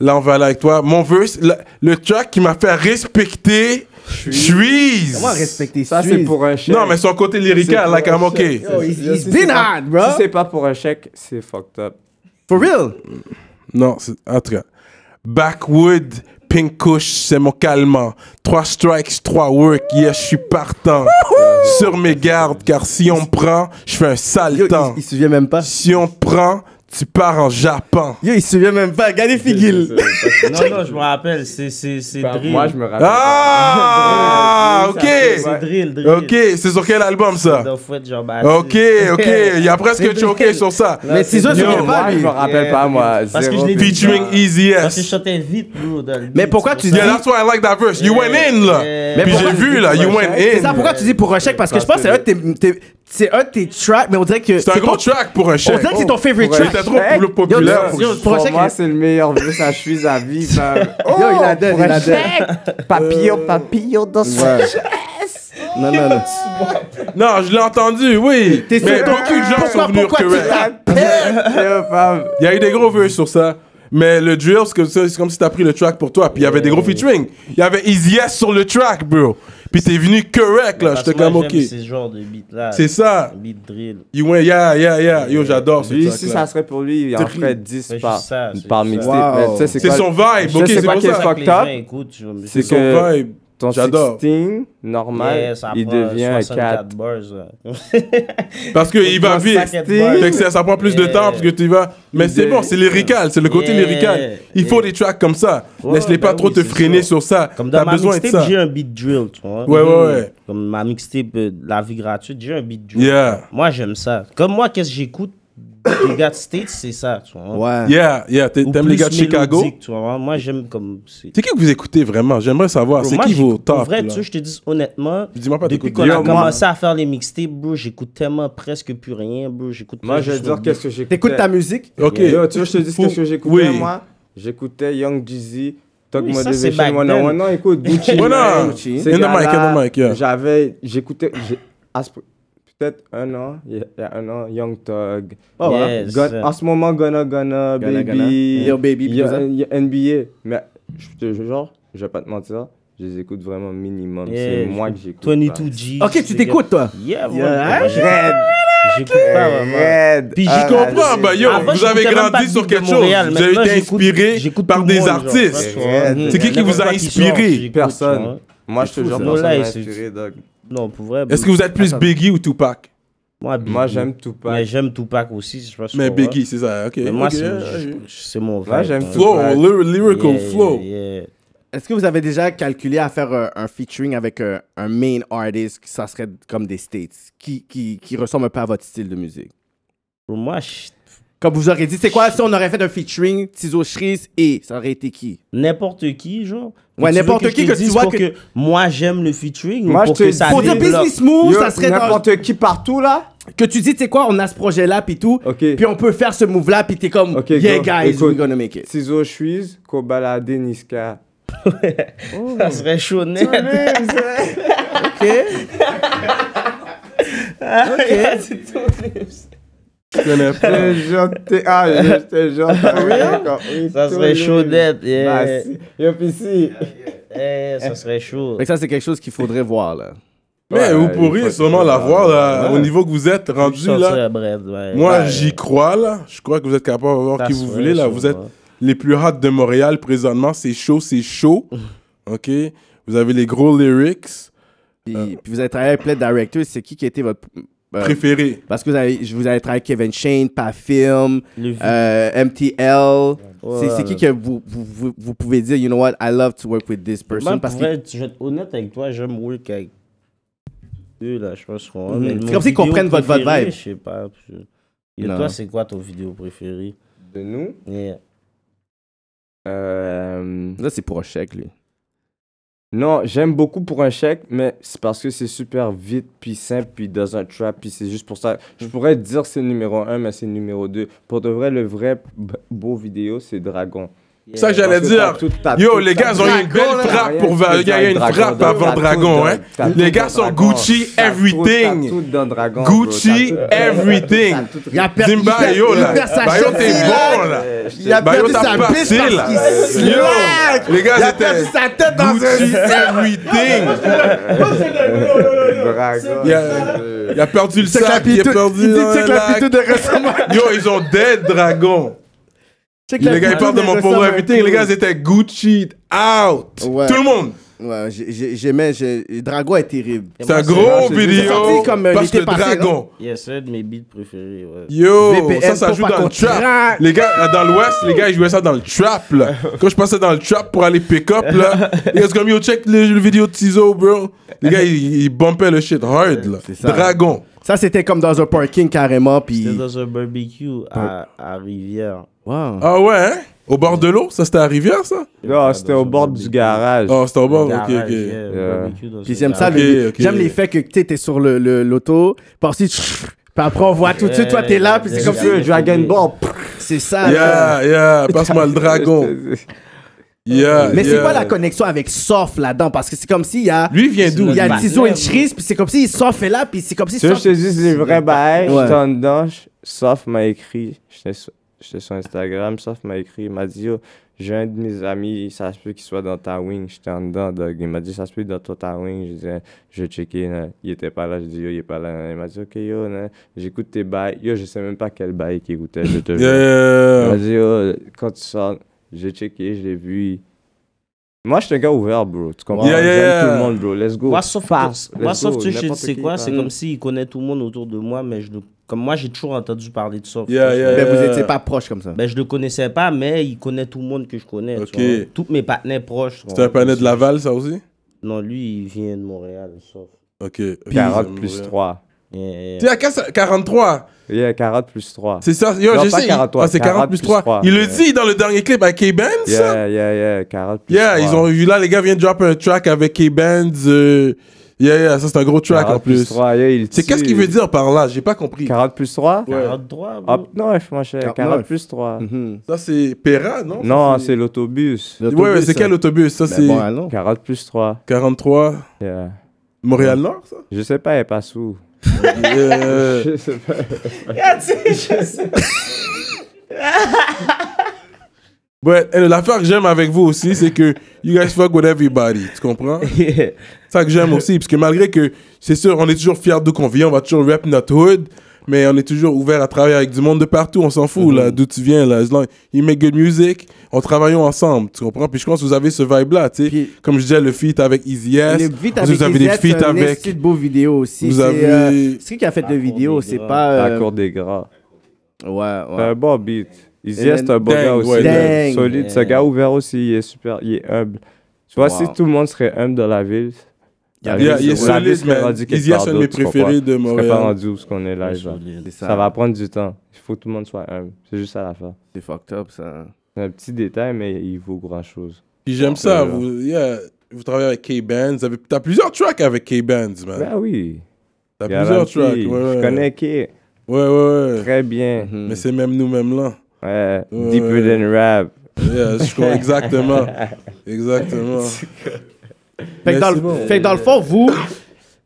Speaker 3: là, on va aller avec toi. Mon verse, le, le track qui m'a fait respecter Shreeze.
Speaker 6: Comment respecter
Speaker 5: Ça, c'est pour un chèque.
Speaker 3: Non, mais son côté
Speaker 5: C'est
Speaker 3: lyrical, like I'm okay.
Speaker 6: Yo, he's,
Speaker 5: Yo,
Speaker 6: he's
Speaker 5: si
Speaker 6: been
Speaker 5: c'est pas-
Speaker 6: hard, bro.
Speaker 5: Si c'est pas pour un chèque, c'est fucked up.
Speaker 6: For real.
Speaker 3: Non, c'est- en tout cas. Backwood, Pink Kush, c'est mon calmant. Trois strikes, trois work, yeah, je suis partant. Sur mes gardes, car si on prend, je fais un
Speaker 6: Yo,
Speaker 3: sale
Speaker 6: il,
Speaker 3: temps.
Speaker 6: il se souvient même pas.
Speaker 3: Si on prend, tu pars en Japon.
Speaker 6: Yo, il se souvient même pas. Regardez Figil.
Speaker 4: Non, non, je me rappelle. C'est c'est- c'est drill.
Speaker 5: Moi, je me rappelle.
Speaker 3: Ah, ok.
Speaker 4: C'est drill, drill.
Speaker 3: Ok, c'est sur quel album ça?
Speaker 4: De fouet, genre, bah,
Speaker 3: Ok, ok, il a presque
Speaker 6: C'est
Speaker 3: choqué sur ça.
Speaker 6: Mais Tizo se
Speaker 3: Yo,
Speaker 6: souvient pas,
Speaker 5: Moi, je
Speaker 6: lui.
Speaker 5: me rappelle pas, moi.
Speaker 4: Parce que
Speaker 5: Zéro
Speaker 4: je l'ai vu.
Speaker 5: plaisir.
Speaker 3: Featuring Easy
Speaker 4: Parce que je
Speaker 3: S.
Speaker 4: chantais vite, bro. dans le
Speaker 6: Mais
Speaker 4: beat,
Speaker 6: pourquoi
Speaker 4: c'est
Speaker 6: tu dis-
Speaker 4: pour
Speaker 3: Yeah,
Speaker 4: ça.
Speaker 3: that's why I like that verse. You went in là.
Speaker 4: Yeah.
Speaker 6: Mais
Speaker 3: Puis j'ai
Speaker 6: pourquoi-
Speaker 3: vu là, you went
Speaker 6: C'est ça,
Speaker 3: in.
Speaker 6: pourquoi tu dis pour un chèque? Parce que je pense que c'est un de tes- tes- c'est un de tes tracks, mais on dirait que.
Speaker 3: C'est un
Speaker 6: ton-
Speaker 3: gros track pour un
Speaker 6: On
Speaker 3: chèque.
Speaker 6: dirait que c'est ton favorite
Speaker 5: Ouais.
Speaker 3: Il
Speaker 6: track.
Speaker 3: était trop
Speaker 5: Hey,
Speaker 3: plus populaire.
Speaker 6: yo,
Speaker 3: pour-
Speaker 6: yo, Pour un
Speaker 5: Pour
Speaker 6: chèque,
Speaker 5: moi,
Speaker 6: il-
Speaker 5: c'est le meilleur vœu, ça je suis à vie. ça.
Speaker 6: Yo, il a dead, il a dead.
Speaker 5: Papillon, papillon dans son
Speaker 6: Non, non, non.
Speaker 3: Non, je l'ai entendu, oui.
Speaker 6: T'es
Speaker 3: mais
Speaker 6: sûr?
Speaker 3: beaucoup de gens
Speaker 6: Pourquoi-
Speaker 3: sont venus
Speaker 6: pourquoi tu
Speaker 3: correct. Il y a eu des gros vœux sur ça. Mais le drill, c'est comme, ça- c'est comme si t'as pris le track pour toi. Puis il y avait des gros featuring. Il y avait Easy S sur le track, bro. Puis t'es venu correct,
Speaker 4: Bah,
Speaker 3: là. J'étais comme, ok.
Speaker 4: C'est ce genre de beat là.
Speaker 3: C'est ça.
Speaker 4: Beat drill.
Speaker 3: You went, yeah, yeah, yeah. Yo, j'adore ce
Speaker 5: Lui, si ça
Speaker 3: track-là.
Speaker 5: serait pour lui, il en
Speaker 3: Tri-
Speaker 5: ferait 10
Speaker 4: Ouais,
Speaker 5: par,
Speaker 4: c'est ça, c'est
Speaker 5: par
Speaker 4: ça.
Speaker 5: mixtape. Mais
Speaker 6: Wow.
Speaker 5: tu sais, c'est
Speaker 3: C'est
Speaker 5: quoi-
Speaker 3: son vibe,
Speaker 5: Je
Speaker 3: ok,
Speaker 5: sais
Speaker 3: c'est
Speaker 5: pas
Speaker 3: pour
Speaker 5: quel
Speaker 3: ça.
Speaker 5: fuck-
Speaker 3: C'est
Speaker 5: fucked up. C'est
Speaker 3: son
Speaker 5: que-
Speaker 3: vibe.
Speaker 5: Ton
Speaker 3: J'adore.
Speaker 5: 16, normal, il devient un 4.
Speaker 3: Parce qu'il va
Speaker 5: Dans le
Speaker 3: vite.
Speaker 5: sac,
Speaker 3: Fait que ça, ça prend plus de
Speaker 4: Yeah.
Speaker 3: temps parce que tu vas. Mais c'est
Speaker 5: Yeah.
Speaker 3: bon, c'est lyrical, c'est le côté
Speaker 4: Yeah.
Speaker 3: lyrical. Il faut
Speaker 4: Yeah.
Speaker 3: des tracks comme ça.
Speaker 4: Ouais,
Speaker 3: Laisse-les
Speaker 4: bah
Speaker 3: pas trop
Speaker 4: oui,
Speaker 3: te
Speaker 4: c'est
Speaker 3: freiner
Speaker 4: sûr.
Speaker 3: sur ça.
Speaker 4: Comme dans
Speaker 3: T'as
Speaker 4: ma
Speaker 3: besoin de
Speaker 4: mixtape,
Speaker 3: ça.
Speaker 4: j'ai un beat drill, tu vois.
Speaker 3: Ouais, ouais, ouais.
Speaker 4: Comme ma mixtape, euh, La vie gratuite, j'ai un beat drill.
Speaker 3: Yeah,
Speaker 4: Moi, j'aime ça. Comme moi, qu'est-ce que j'écoute des gars de States, c'est ça, tu vois.
Speaker 6: Ouais.
Speaker 3: yeah, yeah. T'es-
Speaker 4: Ah. Ou
Speaker 3: T'aimes les
Speaker 4: plus
Speaker 3: gars de Chicago?
Speaker 4: mélodique, tu vois. Moi, j'aime comme... c'est-
Speaker 3: C'est qui que vous écoutez vraiment? J'aimerais savoir.
Speaker 4: Bro,
Speaker 3: C'est
Speaker 4: moi,
Speaker 3: qui
Speaker 4: j'écoute-
Speaker 3: vos
Speaker 4: Pour
Speaker 3: top?
Speaker 4: vrai,
Speaker 3: là?
Speaker 4: tu sais, je te dis honnêtement,
Speaker 3: Dis-moi pas
Speaker 4: depuis
Speaker 3: t'écoutes
Speaker 4: qu'on
Speaker 3: des-
Speaker 4: a
Speaker 5: Yo, moi-
Speaker 4: commencé à faire les mixtapes, bro, j'écoute tellement presque plus rien, bro. J'écoute
Speaker 5: Moi,
Speaker 4: plus
Speaker 5: je vais
Speaker 4: juste
Speaker 5: dire
Speaker 4: le
Speaker 5: qu'est-ce que j'écoutais.
Speaker 6: T'écoutes ta musique?
Speaker 3: Ok.
Speaker 5: Yo, tu veux que je te dise
Speaker 3: Faut-
Speaker 5: qu'est-ce que j'écoutais,
Speaker 3: oui.
Speaker 5: moi J'écoutais Young Jeezy, Talk
Speaker 4: Oui, ça, c'est
Speaker 5: Motivation
Speaker 4: back
Speaker 5: 101.
Speaker 4: then.
Speaker 5: Non, écoute, Gucci.
Speaker 3: Oh, non.
Speaker 5: Mane,
Speaker 6: Gucci.
Speaker 5: ces
Speaker 3: In the mic,
Speaker 5: gars-là,
Speaker 3: in the mic, yeah.
Speaker 5: J'avais, j'écoutais, j'ai- à ce- peut-être un an, il y a- il y a un an, Young Thug.
Speaker 6: Oh,
Speaker 4: Yes.
Speaker 6: ouais.
Speaker 5: Gun- en ce moment, Gonna Gonna,
Speaker 6: Gonna
Speaker 5: Baby.
Speaker 6: Gonna. Yo, Baby,
Speaker 5: y a-
Speaker 6: tout ça.
Speaker 5: y a NBA. Mais je te jure, genre, je vais pas te mentir, je les écoute vraiment minimum. C'est
Speaker 4: Yeah,
Speaker 5: moi que j'écoute.
Speaker 4: 22 G.
Speaker 6: Ok, tu t'écoutes, toi?
Speaker 4: Yeah, moi,
Speaker 6: Yeah.
Speaker 4: moi, j'écoute- J'écoute pas vraiment.
Speaker 5: Red.
Speaker 4: Puis j'y
Speaker 5: Ah,
Speaker 3: Je comprends,
Speaker 5: c'est-
Speaker 3: bah yo,
Speaker 4: Avant,
Speaker 3: vous avez
Speaker 4: j'écoutais même pas
Speaker 3: grandi
Speaker 4: de
Speaker 3: sur
Speaker 4: musique
Speaker 3: quelque
Speaker 4: de
Speaker 3: chose. Vous
Speaker 4: Montréal.
Speaker 3: avez
Speaker 4: Maintenant,
Speaker 3: été
Speaker 4: j'écoute-
Speaker 3: inspiré
Speaker 4: j'écoute
Speaker 3: par
Speaker 4: tout
Speaker 3: des
Speaker 4: le monde, genre,
Speaker 3: artistes.
Speaker 4: tu vois,
Speaker 5: C'est
Speaker 4: Mhm.
Speaker 3: qui qui
Speaker 4: N'importe
Speaker 3: vous a
Speaker 4: quoi
Speaker 3: inspiré?
Speaker 4: sort, j'écoute,
Speaker 5: Personne.
Speaker 4: tu vois.
Speaker 5: Moi, je te
Speaker 4: fou,
Speaker 5: jure,
Speaker 4: ça.
Speaker 5: personne
Speaker 4: Là,
Speaker 5: m'a
Speaker 4: c'est-
Speaker 5: inspiré, dog.
Speaker 4: Non, pour vrai.
Speaker 3: Est-ce que vous êtes plus Biggie ou Tupac?
Speaker 4: Moi,
Speaker 5: Moi,
Speaker 4: Biggie.
Speaker 5: j'aime
Speaker 4: Mm-hmm. Mais
Speaker 5: Tupac.
Speaker 4: j'aime Tupac aussi, je sais pas si
Speaker 3: Mais
Speaker 4: tu vois.
Speaker 3: Biggie, c'est ça, ok.
Speaker 4: Mais moi,
Speaker 3: ok,
Speaker 4: c'est-
Speaker 3: yeah,
Speaker 4: je-
Speaker 3: yeah.
Speaker 4: c'est mon vibe.
Speaker 5: j'aime
Speaker 4: hein.
Speaker 5: Tupac.
Speaker 3: Flow, lyri- lyrical
Speaker 4: Yeah,
Speaker 3: flow.
Speaker 4: yeah, yeah.
Speaker 6: Est-ce que vous avez déjà calculé à faire un, un featuring avec un, un main artist qui ça serait comme des States, qui, qui, qui ressemble un peu à votre style de musique?
Speaker 4: Pour moi, je-
Speaker 6: Comme vous aurez dit, c'est quoi si on aurait fait un featuring Tizo Shreeze et ça aurait été qui?
Speaker 4: n'importe qui, genre.
Speaker 6: Ouais,
Speaker 4: Tu veux
Speaker 6: n'importe
Speaker 4: je
Speaker 6: qui
Speaker 4: te
Speaker 6: que tu
Speaker 4: dise
Speaker 6: vois
Speaker 4: pour
Speaker 6: que-
Speaker 4: Moi, j'aime le featuring.
Speaker 5: Moi,
Speaker 4: ou pour
Speaker 5: je te
Speaker 4: que ça
Speaker 5: dis-
Speaker 6: Pour dire
Speaker 5: Allez,
Speaker 4: développe.
Speaker 6: business move,
Speaker 5: Yo,
Speaker 6: ça serait dans-
Speaker 5: n'importe qui partout, là.
Speaker 6: que tu dis, tu sais quoi, on a ce projet-là, puis tout,
Speaker 5: Ok.
Speaker 6: puis on peut faire ce move-là, puis t'es comme,
Speaker 5: Ok,
Speaker 6: yeah,
Speaker 5: go.
Speaker 6: guys,
Speaker 5: Écoute.
Speaker 6: we're gonna make it.
Speaker 5: Tizo Chuiz, Kobala Deniska.
Speaker 4: Ça serait chaud, net.
Speaker 3: Je connais pas.
Speaker 5: J'étais genre, t'es- ah, j'étais genre,
Speaker 4: Ça serait chaud, net.
Speaker 5: Bah,
Speaker 4: Yeah.
Speaker 5: si. Yo, puis si.
Speaker 4: Eh, ça serait chaud.
Speaker 6: Fait que ça, c'est quelque chose qu'il faudrait voir, là.
Speaker 3: Mais
Speaker 5: Ouais,
Speaker 3: vous
Speaker 5: il
Speaker 3: pourriez
Speaker 5: faut
Speaker 3: sûrement
Speaker 5: que-
Speaker 3: l'avoir là,
Speaker 5: Ouais.
Speaker 3: au niveau que vous êtes rendu
Speaker 4: Sortir
Speaker 3: là.
Speaker 4: la bread, ouais.
Speaker 3: Moi,
Speaker 4: Ouais.
Speaker 3: j'y crois là. Je crois que vous êtes capable de voir
Speaker 4: Ça
Speaker 3: qui vous
Speaker 4: serait
Speaker 3: voulez là.
Speaker 4: chaud,
Speaker 3: Vous êtes
Speaker 4: ouais.
Speaker 3: les plus hot de Montréal présentement. C'est chaud, c'est chaud. Ok. Vous avez les gros lyrics
Speaker 6: Puis, puis vous avez travaillé avec plein de directors, c'est qui qui était votre... euh,
Speaker 3: préférés.
Speaker 6: parce que vous avez, je vous avez travaillé avec Kevin Shane, Pafilm,
Speaker 4: Le vi-
Speaker 6: euh, MTL. C'est-
Speaker 4: Ouais.
Speaker 6: c'est qui que vous, vous, vous- vous pouvez dire, you know what, I love to work with this person.
Speaker 4: Moi,
Speaker 6: parce
Speaker 4: pour
Speaker 6: que
Speaker 4: vrai, je vais être honnête avec toi, j'aime work avec eux, là, je pense qu'on...
Speaker 6: Mhm. C'est comme s'ils comprennent votre- votre vibe.
Speaker 4: Je sais pas. je- Et
Speaker 6: Non.
Speaker 4: toi, c'est quoi ton vidéo préférée?
Speaker 5: De nous,
Speaker 4: Yeah.
Speaker 5: euh,
Speaker 6: là, c'est pour un chèque, lui.
Speaker 5: non, j'aime beaucoup pour un chèque, mais c'est parce que c'est super vite, puis simple, puis dans un trap, puis c'est juste pour ça. Je pourrais dire c'est numéro 1, mais c'est numéro 2. Pour de vrai, le vrai b- beau vidéo, c'est Dragon.
Speaker 3: C'est ça que j'allais
Speaker 5: Parce que t'as
Speaker 3: dire.
Speaker 5: tout- t'as
Speaker 3: Yo,
Speaker 5: tout-
Speaker 3: les
Speaker 5: t'as
Speaker 3: gars, ils ont
Speaker 5: tout-
Speaker 3: eu une belle
Speaker 6: Ah,
Speaker 5: Dragon, là,
Speaker 3: frappe
Speaker 5: rien
Speaker 3: pour
Speaker 5: que
Speaker 3: Val- Il y a eu une
Speaker 5: Dragon,
Speaker 3: frappe
Speaker 5: Dragon,
Speaker 3: avant
Speaker 5: t'as tout
Speaker 3: Dragon,
Speaker 5: dans-
Speaker 3: hein.
Speaker 5: t'as tout
Speaker 3: Les
Speaker 5: dans
Speaker 3: gars sont
Speaker 5: Dragon.
Speaker 3: Gucci
Speaker 5: T'as tout-
Speaker 3: everything.
Speaker 5: t'as tout dans Dragon, bro.
Speaker 3: Gucci,
Speaker 5: T'as tout-
Speaker 3: everything.
Speaker 6: Il a perdu,
Speaker 3: Zimba,
Speaker 6: il a-
Speaker 3: yo
Speaker 6: il a
Speaker 3: là.
Speaker 6: perdu sa
Speaker 3: Bah, yo,
Speaker 6: chance,
Speaker 3: t'es
Speaker 6: il a-
Speaker 3: bon là.
Speaker 6: Il a
Speaker 3: Bah, yo,
Speaker 6: perdu
Speaker 3: t'as
Speaker 6: sa
Speaker 3: passé,
Speaker 6: pisse
Speaker 3: là.
Speaker 6: parce qu'il
Speaker 3: Yo,
Speaker 6: slack.
Speaker 3: les gars,
Speaker 6: Il a
Speaker 3: c'était
Speaker 6: perdu sa tête dans
Speaker 3: Gucci
Speaker 6: un...
Speaker 3: everything.
Speaker 5: Dragon.
Speaker 3: Il a, il a perdu le sac, il a perdu
Speaker 6: Il dit
Speaker 3: dans
Speaker 6: check
Speaker 3: le
Speaker 6: la
Speaker 3: lac.
Speaker 6: plutôt de ressemblance.
Speaker 3: Yo, ils ont dead dragon.
Speaker 6: Check la
Speaker 3: Les gars, ils
Speaker 6: plutôt
Speaker 3: parlent de mon pauvre
Speaker 6: ressemblance.
Speaker 3: everything. Les gars, ils étaient Gucci out.
Speaker 6: Ouais.
Speaker 3: Tout le monde.
Speaker 6: Ouais, j'ai- j'ai- j'aimais. j'ai- Drago est terrible.
Speaker 3: C'est un
Speaker 4: moi,
Speaker 3: gros
Speaker 5: c'est- c'est
Speaker 3: vidéo.
Speaker 6: sorti comme, euh,
Speaker 3: Parce
Speaker 6: l'été
Speaker 3: que
Speaker 6: passé,
Speaker 3: dragon.
Speaker 4: Yes, c'est un de mes beats préférés, ouais.
Speaker 3: Yo,
Speaker 6: VPN,
Speaker 3: Oh, ça, ça
Speaker 6: pour
Speaker 3: joue
Speaker 6: pas
Speaker 3: dans
Speaker 6: qu'on
Speaker 3: le trap.
Speaker 6: traque.
Speaker 3: Les gars, là, dans l'ouest, les gars, ils jouaient ça dans le trap, là. Quand je passais dans le trap pour aller pick-up, là, les gars, c'est comme, yo, check le, le vidéo de Tizo, bro. Les gars, ils, ils bumpaient le shit hard, là.
Speaker 6: C'est ça.
Speaker 3: Dragon.
Speaker 6: Ça, c'était comme dans un parking carrément. Puis.
Speaker 4: C'était dans un barbecue à, à Rivière.
Speaker 6: Wow.
Speaker 3: Ah ouais, hein? Au bord de l'eau? Ça, c'était à Rivière, ça?
Speaker 5: Non, c'était au bord du garage.
Speaker 3: Oh, c'était au bord? Ok,
Speaker 4: Garage,
Speaker 3: ok.
Speaker 4: yeah, un
Speaker 5: Yeah.
Speaker 4: barbecue dans
Speaker 6: Puis
Speaker 4: un
Speaker 6: j'aime ça.
Speaker 4: garage.
Speaker 6: le-
Speaker 3: Ok, ok.
Speaker 6: J'aime les faits que tu es sur l'auto. Le, l'auto puis ensuite. chut, Puis après, on voit tout de suite, toi, t'es là. Puis c'est
Speaker 5: C'est
Speaker 6: comme
Speaker 5: comme
Speaker 6: si.
Speaker 5: ça, Dragon Ball.
Speaker 6: C'est ça. là.
Speaker 3: Yeah, yeah, passe-moi le dragon. Yeah,
Speaker 6: Mais c'est
Speaker 3: yeah.
Speaker 6: quoi la connexion avec Soft là-dedans? Parce que c'est comme s'il y a.
Speaker 3: Lui, il vient d'où?
Speaker 6: Il y a
Speaker 4: Bah.
Speaker 6: Tizo et Chris, puis c'est comme si Soft est là, puis c'est comme si
Speaker 5: Tu veux, je
Speaker 6: Soft.
Speaker 5: te dis, c'est vrai bail.
Speaker 6: Ouais.
Speaker 5: J'étais en dedans. je- Soph m'a écrit. J'étais sur j'étais sur Instagram. Soph m'a écrit. Il m'a dit, yo, J'ai un de mes amis, ça se peut qu'il soit dans ta wing, j'étais en dedans, dog. Il m'a dit, ça se peut dans toi, ta wing. Je disais, je vais checker, nan. il était pas là. Je dis, yo, il est pas là. nan. Il m'a dit, ok, yo, nan. j'écoute tes bails. Yo, je sais même pas quel bail qu'il écoutait, je te jure. Il m'a
Speaker 3: Yeah.
Speaker 5: dit, yo, quand tu sors, j'ai checké, je l'ai vu. Moi, je suis un gars ouvert, bro. Tu comprends?
Speaker 3: Yeah, yeah,
Speaker 5: J'aime
Speaker 3: yeah.
Speaker 5: tout le monde, bro. Let's go.
Speaker 4: Moi, sauf,
Speaker 5: Let's
Speaker 4: moi, sauf
Speaker 5: go,
Speaker 4: tu sais,
Speaker 5: n'importe
Speaker 4: c'est
Speaker 5: qui.
Speaker 4: quoi C'est
Speaker 5: Mm.
Speaker 4: comme s'il connaît tout le monde autour de moi, mais je le- comme moi, j'ai toujours entendu parler de Soft.
Speaker 3: Yeah, yeah,
Speaker 6: Mais Ben, vous
Speaker 3: yeah.
Speaker 6: étiez pas proche comme ça.
Speaker 4: Ben, je le connaissais pas, mais il connaît tout le monde que je connais.
Speaker 3: Ok.
Speaker 4: tu vois. Tous mes partenaires proches.
Speaker 3: C'est un panel de Laval, ça aussi?
Speaker 4: Non, lui, il vient de Montréal, Soft.
Speaker 3: Ok. euh, ok.
Speaker 5: 40 plus 3.
Speaker 4: Yeah, yeah.
Speaker 3: Tu es à 43.
Speaker 5: Yeah, 40 plus 3.
Speaker 3: C'est ça. Yo,
Speaker 5: Non,
Speaker 3: je
Speaker 5: pas
Speaker 3: sais.
Speaker 5: 40,
Speaker 3: Ah, c'est 40 plus 3. Il le
Speaker 5: yeah.
Speaker 3: dit dans le dernier clip avec K-Benz.
Speaker 5: Yeah,
Speaker 3: ça?
Speaker 5: yeah, yeah, 40 plus
Speaker 3: Yeah,
Speaker 5: 3.
Speaker 3: ils ont eu là, les gars viennent drop un track avec K-Benz. euh, Yeah, yeah, ça c'est un gros track en
Speaker 5: 40
Speaker 3: plus.
Speaker 5: 3, yeah, il
Speaker 3: C'est
Speaker 5: tue.
Speaker 3: qu'est-ce qu'il veut dire par là J'ai pas compris.
Speaker 5: 40 plus 3
Speaker 3: Ouais.
Speaker 4: 43, bro.
Speaker 5: Ah, non, moi, je 40
Speaker 6: 49.
Speaker 5: plus 3.
Speaker 6: Mhm.
Speaker 3: Ça c'est Pera, non
Speaker 5: Non, c'est l'autobus. hein.
Speaker 3: Ouais, ouais, c'est quel autobus Ça
Speaker 6: Ben
Speaker 3: c'est
Speaker 6: bon, allons.
Speaker 5: 40 plus 3.
Speaker 3: 43
Speaker 5: Yeah.
Speaker 3: Montréal Nord, ça
Speaker 5: Je sais pas, elle passe où.
Speaker 3: Yeah.
Speaker 4: Ah, tu sais, je sais.
Speaker 3: Ouais, et l'affaire que j'aime avec vous aussi, c'est que you guys fuck with everybody, tu comprends ça que j'aime aussi, parce que malgré que, c'est sûr, on est toujours fiers d'où qu'on vient, on va toujours rap notre hood, mais on est toujours ouvert à travailler avec du monde de partout, on s'en fout, là, d'où tu viens, là. As long- You make good music, on travaille ensemble, tu comprends? Puis je pense que vous avez ce vibe-là, tu sais.
Speaker 6: Puis-
Speaker 3: Comme je disais, le feat avec Easy S,
Speaker 6: Le
Speaker 3: vous
Speaker 6: beat avec
Speaker 3: avez des
Speaker 6: Izzy, c'est
Speaker 3: feats
Speaker 6: un
Speaker 3: avec...
Speaker 6: esti de beau vidéo aussi.
Speaker 3: Vous
Speaker 6: C'est,
Speaker 3: avez- Ah,
Speaker 6: euh, c'est qui qui a fait
Speaker 4: La
Speaker 6: de
Speaker 4: Cour des
Speaker 6: vidéo C'est
Speaker 4: Grands.
Speaker 6: pas.
Speaker 5: La
Speaker 6: euh,
Speaker 5: cour des gras.
Speaker 6: Ouais,
Speaker 5: C'est
Speaker 3: Ah,
Speaker 6: ouais.
Speaker 5: un bon beat. Izzy,
Speaker 6: Et
Speaker 5: c'est un bon
Speaker 3: dingue,
Speaker 5: gars
Speaker 3: ouais,
Speaker 5: aussi.
Speaker 6: dingue.
Speaker 5: là. Solide. Ce
Speaker 4: Yeah.
Speaker 5: gars ouvert aussi, il est super, il est humble. Tu vois,
Speaker 6: Wow.
Speaker 5: si tout le monde serait humble dans la ville, la
Speaker 3: Il y a- il est
Speaker 5: ville serait- la ville
Speaker 3: solide,
Speaker 5: serait
Speaker 3: man.
Speaker 5: rendue quelque
Speaker 3: Easy S,
Speaker 5: part
Speaker 3: c'est un de mes
Speaker 5: d'autre, tu comprends?
Speaker 3: préférés de
Speaker 5: On serait pas
Speaker 3: Montréal.
Speaker 5: rendu où ce qu'on est là. genre.
Speaker 6: C'est ça.
Speaker 5: Ça va prendre du temps. Il faut que tout le monde soit humble. C'est juste ça la fin.
Speaker 6: C'est fucked up ça.
Speaker 5: C'est un petit détail, mais il vaut grand chose.
Speaker 3: Puis j'aime ça,
Speaker 5: Ouais.
Speaker 3: vous, yeah, vous travaillez avec K-Benz, vous avez- t'as plusieurs tracks avec K-Benz, man.
Speaker 5: Ben oui.
Speaker 3: T'as
Speaker 5: Il y a
Speaker 3: plusieurs
Speaker 5: Ramsey,
Speaker 3: tracks, ouais, ouais.
Speaker 5: Je connais qui
Speaker 3: Ouais, ouais, ouais.
Speaker 5: très bien.
Speaker 6: Mhm.
Speaker 3: Mais c'est même nous, même là.
Speaker 5: Ouais,
Speaker 3: Ouais,
Speaker 5: Deeper
Speaker 3: ouais.
Speaker 5: than rap.
Speaker 3: Yeah, je crois exactement. Exactement.
Speaker 6: Fait
Speaker 3: Mais
Speaker 6: que, dans
Speaker 3: c'est
Speaker 6: le,
Speaker 3: bon.
Speaker 6: fait que dans le fond, vous,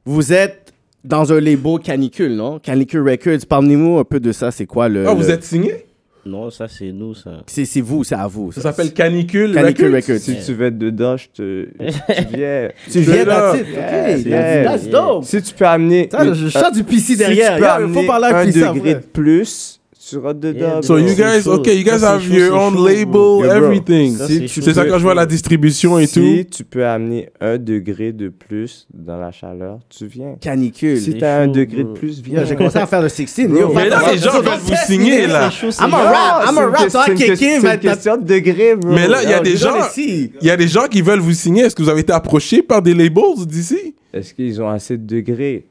Speaker 6: vous êtes dans un label canicule, non Canicule Records. Parlez-nous un peu de ça. C'est quoi le.
Speaker 3: Ah, vous
Speaker 6: le-
Speaker 3: êtes signé
Speaker 4: Non, ça, c'est nous, ça.
Speaker 6: C'est c'est vous, c'est à vous.
Speaker 3: Ça s'appelle Canicule.
Speaker 6: Canicule
Speaker 3: Records?
Speaker 6: Records.
Speaker 5: Si tu veux être dedans, je te. tu viens.
Speaker 6: Tu viens
Speaker 3: là.
Speaker 6: d'un titre. Ok,
Speaker 5: Yeah.
Speaker 6: that's dope.
Speaker 5: Si tu peux amener.
Speaker 6: Ça, je sens du PC
Speaker 5: si tu
Speaker 6: derrière.
Speaker 5: peux
Speaker 6: Yo, il faut
Speaker 5: amener
Speaker 6: parler à
Speaker 5: un
Speaker 6: PC
Speaker 5: degré de plus, tu seras dedans.
Speaker 4: Yeah,
Speaker 3: So
Speaker 5: bro.
Speaker 3: you
Speaker 4: C'est
Speaker 3: guys,
Speaker 4: chaud.
Speaker 3: ok, you guys
Speaker 4: Ça,
Speaker 3: have
Speaker 4: c'est
Speaker 3: your
Speaker 4: chaud,
Speaker 3: own
Speaker 4: c'est chaud,
Speaker 3: label,
Speaker 5: bro. Yo, bro.
Speaker 3: everything.
Speaker 4: Ça,
Speaker 3: Si
Speaker 4: c'est
Speaker 3: tu-
Speaker 4: chaud.
Speaker 3: C'est ça quand je vois la distribution et
Speaker 5: Si
Speaker 3: tout.
Speaker 5: tu peux amener un degré de plus dans la chaleur, tu viens.
Speaker 6: Canicule.
Speaker 5: Si
Speaker 4: c'est
Speaker 5: t'as un
Speaker 4: chaud,
Speaker 5: degré
Speaker 4: bro.
Speaker 5: de plus, viens.
Speaker 6: Yo, J'ai commencé à faire le 16. Yo,
Speaker 3: Mais là,
Speaker 6: fais-
Speaker 3: les gens veulent vous signer, là.
Speaker 6: I'm a rap, I'm a rap,
Speaker 5: C'est
Speaker 6: toi,
Speaker 5: une que- c'est
Speaker 6: Kéké,
Speaker 5: une
Speaker 6: va être
Speaker 5: question de degré, bro.
Speaker 3: Mais là, il y a
Speaker 5: Alors,
Speaker 3: des
Speaker 5: les
Speaker 3: gens-
Speaker 6: ici.
Speaker 3: Il y a des gens qui veulent vous signer. Est-ce que vous avez été approché par des labels d'ici
Speaker 5: Est-ce qu'ils ont assez de degrés?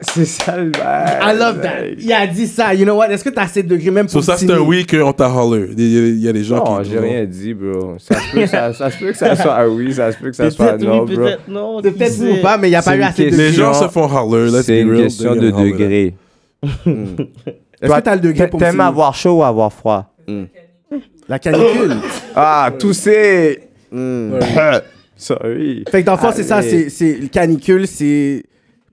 Speaker 5: C'est ça le bail.
Speaker 6: I love that. Il a dit ça. You know what? Est-ce que t'as assez de degrés même
Speaker 3: So
Speaker 6: pour
Speaker 3: ça, c'est
Speaker 6: signer?
Speaker 3: un oui qu'on t'a holler. Il y a- il y a des gens
Speaker 5: Non,
Speaker 3: qui.
Speaker 5: j'ai rien dit, bro. Ça se peut, ça, ça se peut que ça soit un oui, ça se peut que ça soit un
Speaker 4: Peut-être
Speaker 5: non,
Speaker 4: oui,
Speaker 5: bro.
Speaker 4: peut-être non.
Speaker 6: C'est
Speaker 4: qui
Speaker 6: peut-être
Speaker 4: sait.
Speaker 6: vous ou pas, mais il n'y a pas
Speaker 5: C'est
Speaker 6: eu
Speaker 5: une
Speaker 6: assez de
Speaker 5: question.
Speaker 3: Les
Speaker 6: degrés.
Speaker 3: gens se font holler. let's
Speaker 5: C'est
Speaker 3: be
Speaker 5: une
Speaker 3: real,
Speaker 5: question
Speaker 3: they
Speaker 5: de
Speaker 3: get holler.
Speaker 5: degrés.
Speaker 6: Est-ce que t'as le degré pour
Speaker 5: T'aimes
Speaker 6: signer?
Speaker 5: avoir chaud ou avoir froid?
Speaker 6: La canicule.
Speaker 5: Ah, tousser! Hmm. Sorry.
Speaker 6: fait que dans le fond, c'est ça.
Speaker 5: Allez.
Speaker 6: C'est c'est- le canicule, c'est...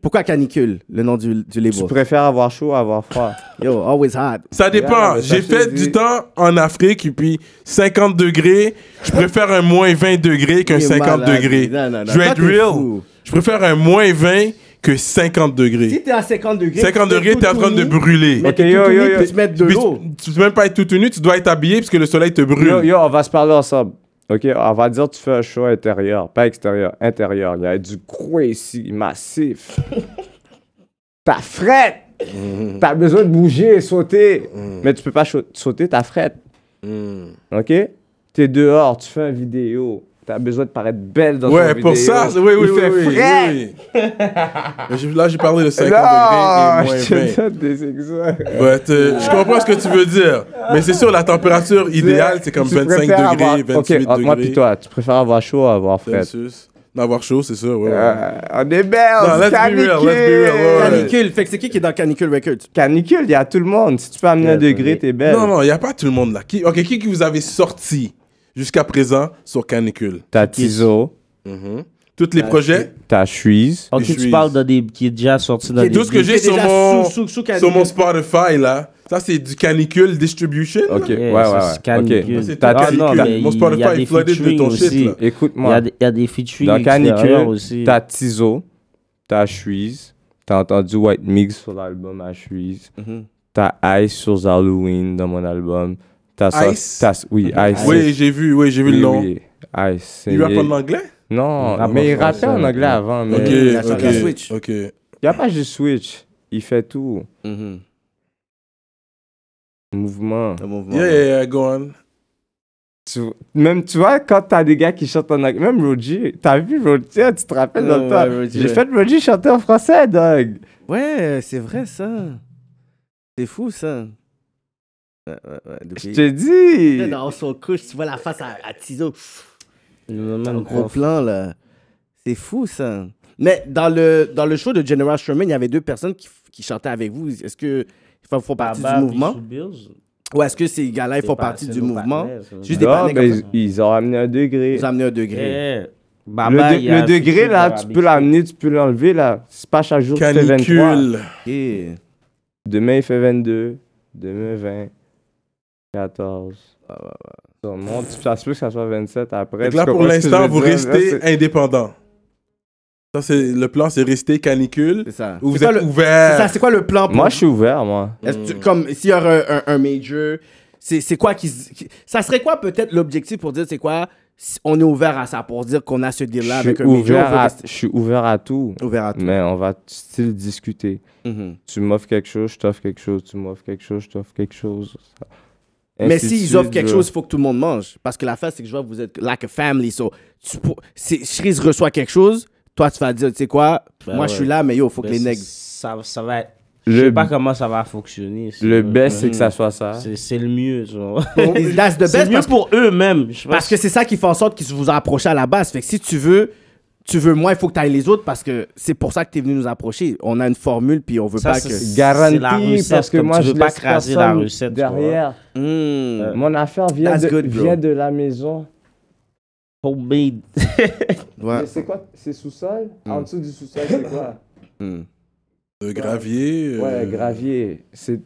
Speaker 6: Pourquoi canicule, le nom du, du label?
Speaker 5: Tu préfères avoir chaud ou avoir froid?
Speaker 6: Yo, always hot.
Speaker 3: Ça dépend.
Speaker 5: mais ça,
Speaker 3: J'ai
Speaker 5: je
Speaker 3: fait
Speaker 5: te dis.
Speaker 3: du temps en Afrique et puis 50 degrés, je préfère un moins 20 degrés qu'un
Speaker 6: Il est
Speaker 3: 50
Speaker 6: malade.
Speaker 3: degrés.
Speaker 6: Non, non, non.
Speaker 3: Je vais
Speaker 6: Toi,
Speaker 3: être
Speaker 6: t'es
Speaker 3: real.
Speaker 6: fou.
Speaker 3: Je préfère un moins 20 que 50
Speaker 6: Si
Speaker 3: degrés.
Speaker 6: t'es à 50 degrés...
Speaker 3: 50 degrés, t'es en train de brûler.
Speaker 6: Mais
Speaker 5: Ok,
Speaker 6: t'es
Speaker 5: yo,
Speaker 6: tout nu,
Speaker 5: yo,
Speaker 6: puis
Speaker 5: yo.
Speaker 6: tu peux mettre de
Speaker 3: Puis
Speaker 6: l'eau.
Speaker 3: tu, tu peux même pas être tout nu, tu dois être habillé parce que le soleil te brûle.
Speaker 5: Yo, yo, on va se parler ensemble. Ok, on va dire tu fais un show intérieur, pas extérieur, intérieur. Il y a du gros ici, massif. ta frette! T'as besoin de bouger et sauter.
Speaker 3: Mm.
Speaker 5: Mais tu peux pas chau- sauter ta frette. Ok? T'es dehors, tu fais un vidéo. T'as besoin de paraître belle dans ton
Speaker 3: ouais,
Speaker 5: vidéo.
Speaker 3: pour ça, c'est- oui, oui,
Speaker 5: Il
Speaker 3: oui,
Speaker 5: fait
Speaker 3: oui, oui,
Speaker 5: frais.
Speaker 3: oui. Mais j'ai- Là, j'ai parlé de 50
Speaker 5: Non,
Speaker 3: degrés et moins 20.
Speaker 5: je te donne des exemples.
Speaker 3: But, euh, je comprends ce que tu veux dire. Mais c'est sûr, la température idéale, c'est comme
Speaker 5: Tu
Speaker 3: 25 degrés,
Speaker 5: préfères avoir-
Speaker 3: 28
Speaker 5: Ok, entre moi
Speaker 3: degrés.
Speaker 5: puis toi, tu préfères avoir chaud ou avoir frais?
Speaker 3: Celsius. D'avoir chaud, c'est sûr, ouais. ouais.
Speaker 5: Euh, on est belle,
Speaker 3: Non, let's be real,
Speaker 5: canicule.
Speaker 3: let's be real, ouais, ouais.
Speaker 6: Canicule. Fait que c'est qui qui est dans Canicule Records?
Speaker 5: Canicule, il y a tout le monde. Si tu peux amener un degré, t'es belle.
Speaker 3: Non, non, il n'y a pas tout le monde là. Qui, ok, qui, qui vous avez sorti jusqu'à présent sur Canicule
Speaker 5: T'as Tizo,
Speaker 3: Tous
Speaker 6: Euh,
Speaker 3: les projets
Speaker 5: t'as Chuise.
Speaker 4: Ok,
Speaker 3: Je suis-
Speaker 4: tu parles de des qui est déjà sorti dans
Speaker 6: Qui est
Speaker 4: des
Speaker 3: Tout ce que
Speaker 4: beats.
Speaker 3: j'ai
Speaker 6: C'est
Speaker 3: sur
Speaker 6: déjà
Speaker 3: mon,
Speaker 6: sous- sous- sous
Speaker 3: sur mon
Speaker 6: Canicule.
Speaker 3: Spotify là, Ça, c'est du canicule distribution. là.
Speaker 5: Ok, ouais,
Speaker 4: Yeah,
Speaker 5: ouais,
Speaker 4: ça,
Speaker 5: ouais.
Speaker 4: c'est canicule.
Speaker 5: Ok.
Speaker 3: C'est
Speaker 5: T'as-
Speaker 3: tout
Speaker 5: ah, non,
Speaker 3: canicule.
Speaker 5: mais
Speaker 3: Mon
Speaker 4: il-
Speaker 3: Spotify
Speaker 4: il y a des
Speaker 3: est flooded de ton
Speaker 4: featuring
Speaker 3: shit,
Speaker 4: aussi.
Speaker 3: là.
Speaker 4: Il y
Speaker 5: Écoute-moi.
Speaker 4: a, des- il y a des featuring
Speaker 5: Dans
Speaker 4: extérieurs
Speaker 5: Canicule,
Speaker 4: aussi.
Speaker 5: t'as Tizo, t'as Shuiz, t'as entendu White Mix sur l'album à Shuiz,
Speaker 4: Mhm.
Speaker 5: t'as Ice sur Halloween dans mon album, t'as ça-
Speaker 3: Ice?
Speaker 5: t'as- oui, Ice.
Speaker 3: Oui, j'ai vu, oui, j'ai vu le
Speaker 5: Oui,
Speaker 3: nom.
Speaker 5: oui, Ice.
Speaker 3: Il rappe
Speaker 5: Il-
Speaker 3: en anglais?
Speaker 5: Non,
Speaker 4: Il rappe
Speaker 5: mais
Speaker 4: en
Speaker 5: il rappait
Speaker 4: français,
Speaker 5: en anglais
Speaker 4: ouais.
Speaker 5: avant, mais
Speaker 3: Ok,
Speaker 6: il a
Speaker 3: ok,
Speaker 6: changé la Switch.
Speaker 3: ok.
Speaker 5: il y a pas juste Switch, il fait tout. Mm-hmm.
Speaker 4: Mhm.
Speaker 5: Mouvement.
Speaker 6: Le mouvement.
Speaker 3: Yeah, yeah, yeah, go on.
Speaker 5: Tu- même, tu vois, quand t'as des gars qui chantent en anglais, même Roger, t'as vu Roger, tu te rappelles dans le
Speaker 6: Ouais,
Speaker 5: temps?
Speaker 6: ouais, Roger,
Speaker 5: J'ai
Speaker 6: ouais.
Speaker 5: fait Roger chanter en français, dog.
Speaker 6: Ouais, c'est vrai ça. C'est fou ça. Ouais, ouais, ouais.
Speaker 5: Je
Speaker 6: Depuis...
Speaker 5: te dis.
Speaker 6: Dans son couche, tu vois la face à, à Tizo.
Speaker 4: Il nous
Speaker 6: Un
Speaker 4: amène
Speaker 6: gros
Speaker 4: prof.
Speaker 6: plan là. C'est fou ça. Mais dans le, dans le show de General Sherman, il y avait deux personnes qui, qui chantaient avec vous. Est-ce que ils font, font partie
Speaker 4: Abba,
Speaker 6: du mouvement
Speaker 4: Bissou Bills,
Speaker 6: Ou est-ce que ces gars-là ils
Speaker 4: c'est
Speaker 6: font
Speaker 4: pas-
Speaker 6: partie
Speaker 4: c'est
Speaker 6: du
Speaker 4: nos
Speaker 6: mouvement
Speaker 4: partenaires, ça.
Speaker 6: Juste des
Speaker 5: Non,
Speaker 6: partenaires
Speaker 5: mais
Speaker 6: comme ça.
Speaker 5: ils, ils ont amené un degré.
Speaker 6: Ils ont amené un degré.
Speaker 4: Eh,
Speaker 5: le,
Speaker 4: Baba,
Speaker 5: de-
Speaker 4: il y a
Speaker 5: le
Speaker 4: un
Speaker 5: degré,
Speaker 4: featuring
Speaker 5: là,
Speaker 4: de
Speaker 5: tu peux
Speaker 4: Arabic
Speaker 5: l'amener, tu peux l'enlever, là. C'est pas chaque jour qu'il fait 23.
Speaker 3: Canicule.
Speaker 6: Ok.
Speaker 5: Demain, il fait 22. Demain, 20. 14.
Speaker 6: Ouais, ouais, ouais.
Speaker 5: Ça monte. Ça se peut que ça soit 27 après.
Speaker 3: Fait que
Speaker 5: Tu
Speaker 3: là, pour
Speaker 5: comprends ce que je
Speaker 3: l'instant,
Speaker 5: veux
Speaker 3: vous
Speaker 5: dire? Là,
Speaker 3: restez
Speaker 5: c'est-
Speaker 3: indépendant. Ça, c'est le plan, c'est rester canicule.
Speaker 6: C'est ça.
Speaker 3: Ou
Speaker 6: C'est
Speaker 3: vous êtes
Speaker 6: quoi le- c'est ça,
Speaker 3: ouvert.
Speaker 6: c'est quoi le plan pour
Speaker 5: Moi, je suis ouvert, moi.
Speaker 6: Est-ce
Speaker 4: Hmm.
Speaker 6: que tu- comme s'il y aurait un, un- un major, c'est c'est quoi qui, s- qui- Ça serait quoi peut-être l'objectif pour dire c'est quoi si On est ouvert à ça pour dire qu'on a ce
Speaker 5: Je
Speaker 6: deal-là avec
Speaker 5: suis
Speaker 6: un major. on
Speaker 5: ouvert
Speaker 6: veut
Speaker 5: à-
Speaker 6: rester-
Speaker 5: je suis ouvert à tout.
Speaker 6: ouvert à tout.
Speaker 5: Mais on va still discuter.
Speaker 6: Mhm.
Speaker 5: Tu m'offres quelque chose, je t'offre quelque chose. Tu m'offres quelque chose, je t'offre quelque chose. Ça-
Speaker 6: Mais
Speaker 5: Ainsi de
Speaker 6: s'ils
Speaker 5: suite,
Speaker 6: offrent quelque
Speaker 5: là.
Speaker 6: chose, il faut que tout le monde mange. Parce que la face, c'est que je vois que vous êtes like a family. So, tu pour- si Cherise reçoit quelque chose, toi, tu vas dire, tu sais quoi,
Speaker 4: Ben
Speaker 6: moi, je
Speaker 4: ouais.
Speaker 6: suis là, mais yo, faut que
Speaker 4: Ben,
Speaker 6: les
Speaker 4: c'est-
Speaker 6: nègres.
Speaker 4: Ça, ça va être...
Speaker 5: Le-
Speaker 4: Je sais pas comment ça va fonctionner. c'est-
Speaker 5: Le best, c'est que ça soit ça.
Speaker 4: C'est c'est le mieux, genre.
Speaker 6: That's the best
Speaker 4: C'est mieux
Speaker 6: parce,
Speaker 4: pour eux-mêmes. je
Speaker 6: parce
Speaker 4: pense.
Speaker 6: que c'est ça qui fait en sorte qu'ils vous ont approché à la base. Fait que si tu veux, tu veux moins, il faut que tu ailles les autres parce que c'est pour ça que tu es venu nous approcher. On a une formule, puis on veut
Speaker 4: Ça,
Speaker 6: pas
Speaker 4: c'est-
Speaker 6: que.
Speaker 4: c'est
Speaker 5: Garantie,
Speaker 4: la recette,
Speaker 5: parce que
Speaker 4: comme
Speaker 5: moi,
Speaker 4: tu
Speaker 5: je
Speaker 4: veux pas
Speaker 5: laisse
Speaker 4: craser la
Speaker 5: personne
Speaker 4: recette, tu vois.
Speaker 5: derrière.
Speaker 6: Hmm.
Speaker 5: Euh, Mon affaire vient,
Speaker 6: That's
Speaker 5: de,
Speaker 6: good, bro.
Speaker 5: vient de la maison.
Speaker 4: Homemade.
Speaker 6: Ouais.
Speaker 5: Mais c'est quoi C'est sous-sol
Speaker 4: Mm.
Speaker 5: En dessous du sous-sol, c'est quoi
Speaker 6: Hmm.
Speaker 3: De gravier. euh,
Speaker 5: Ouais, gravier. C'est...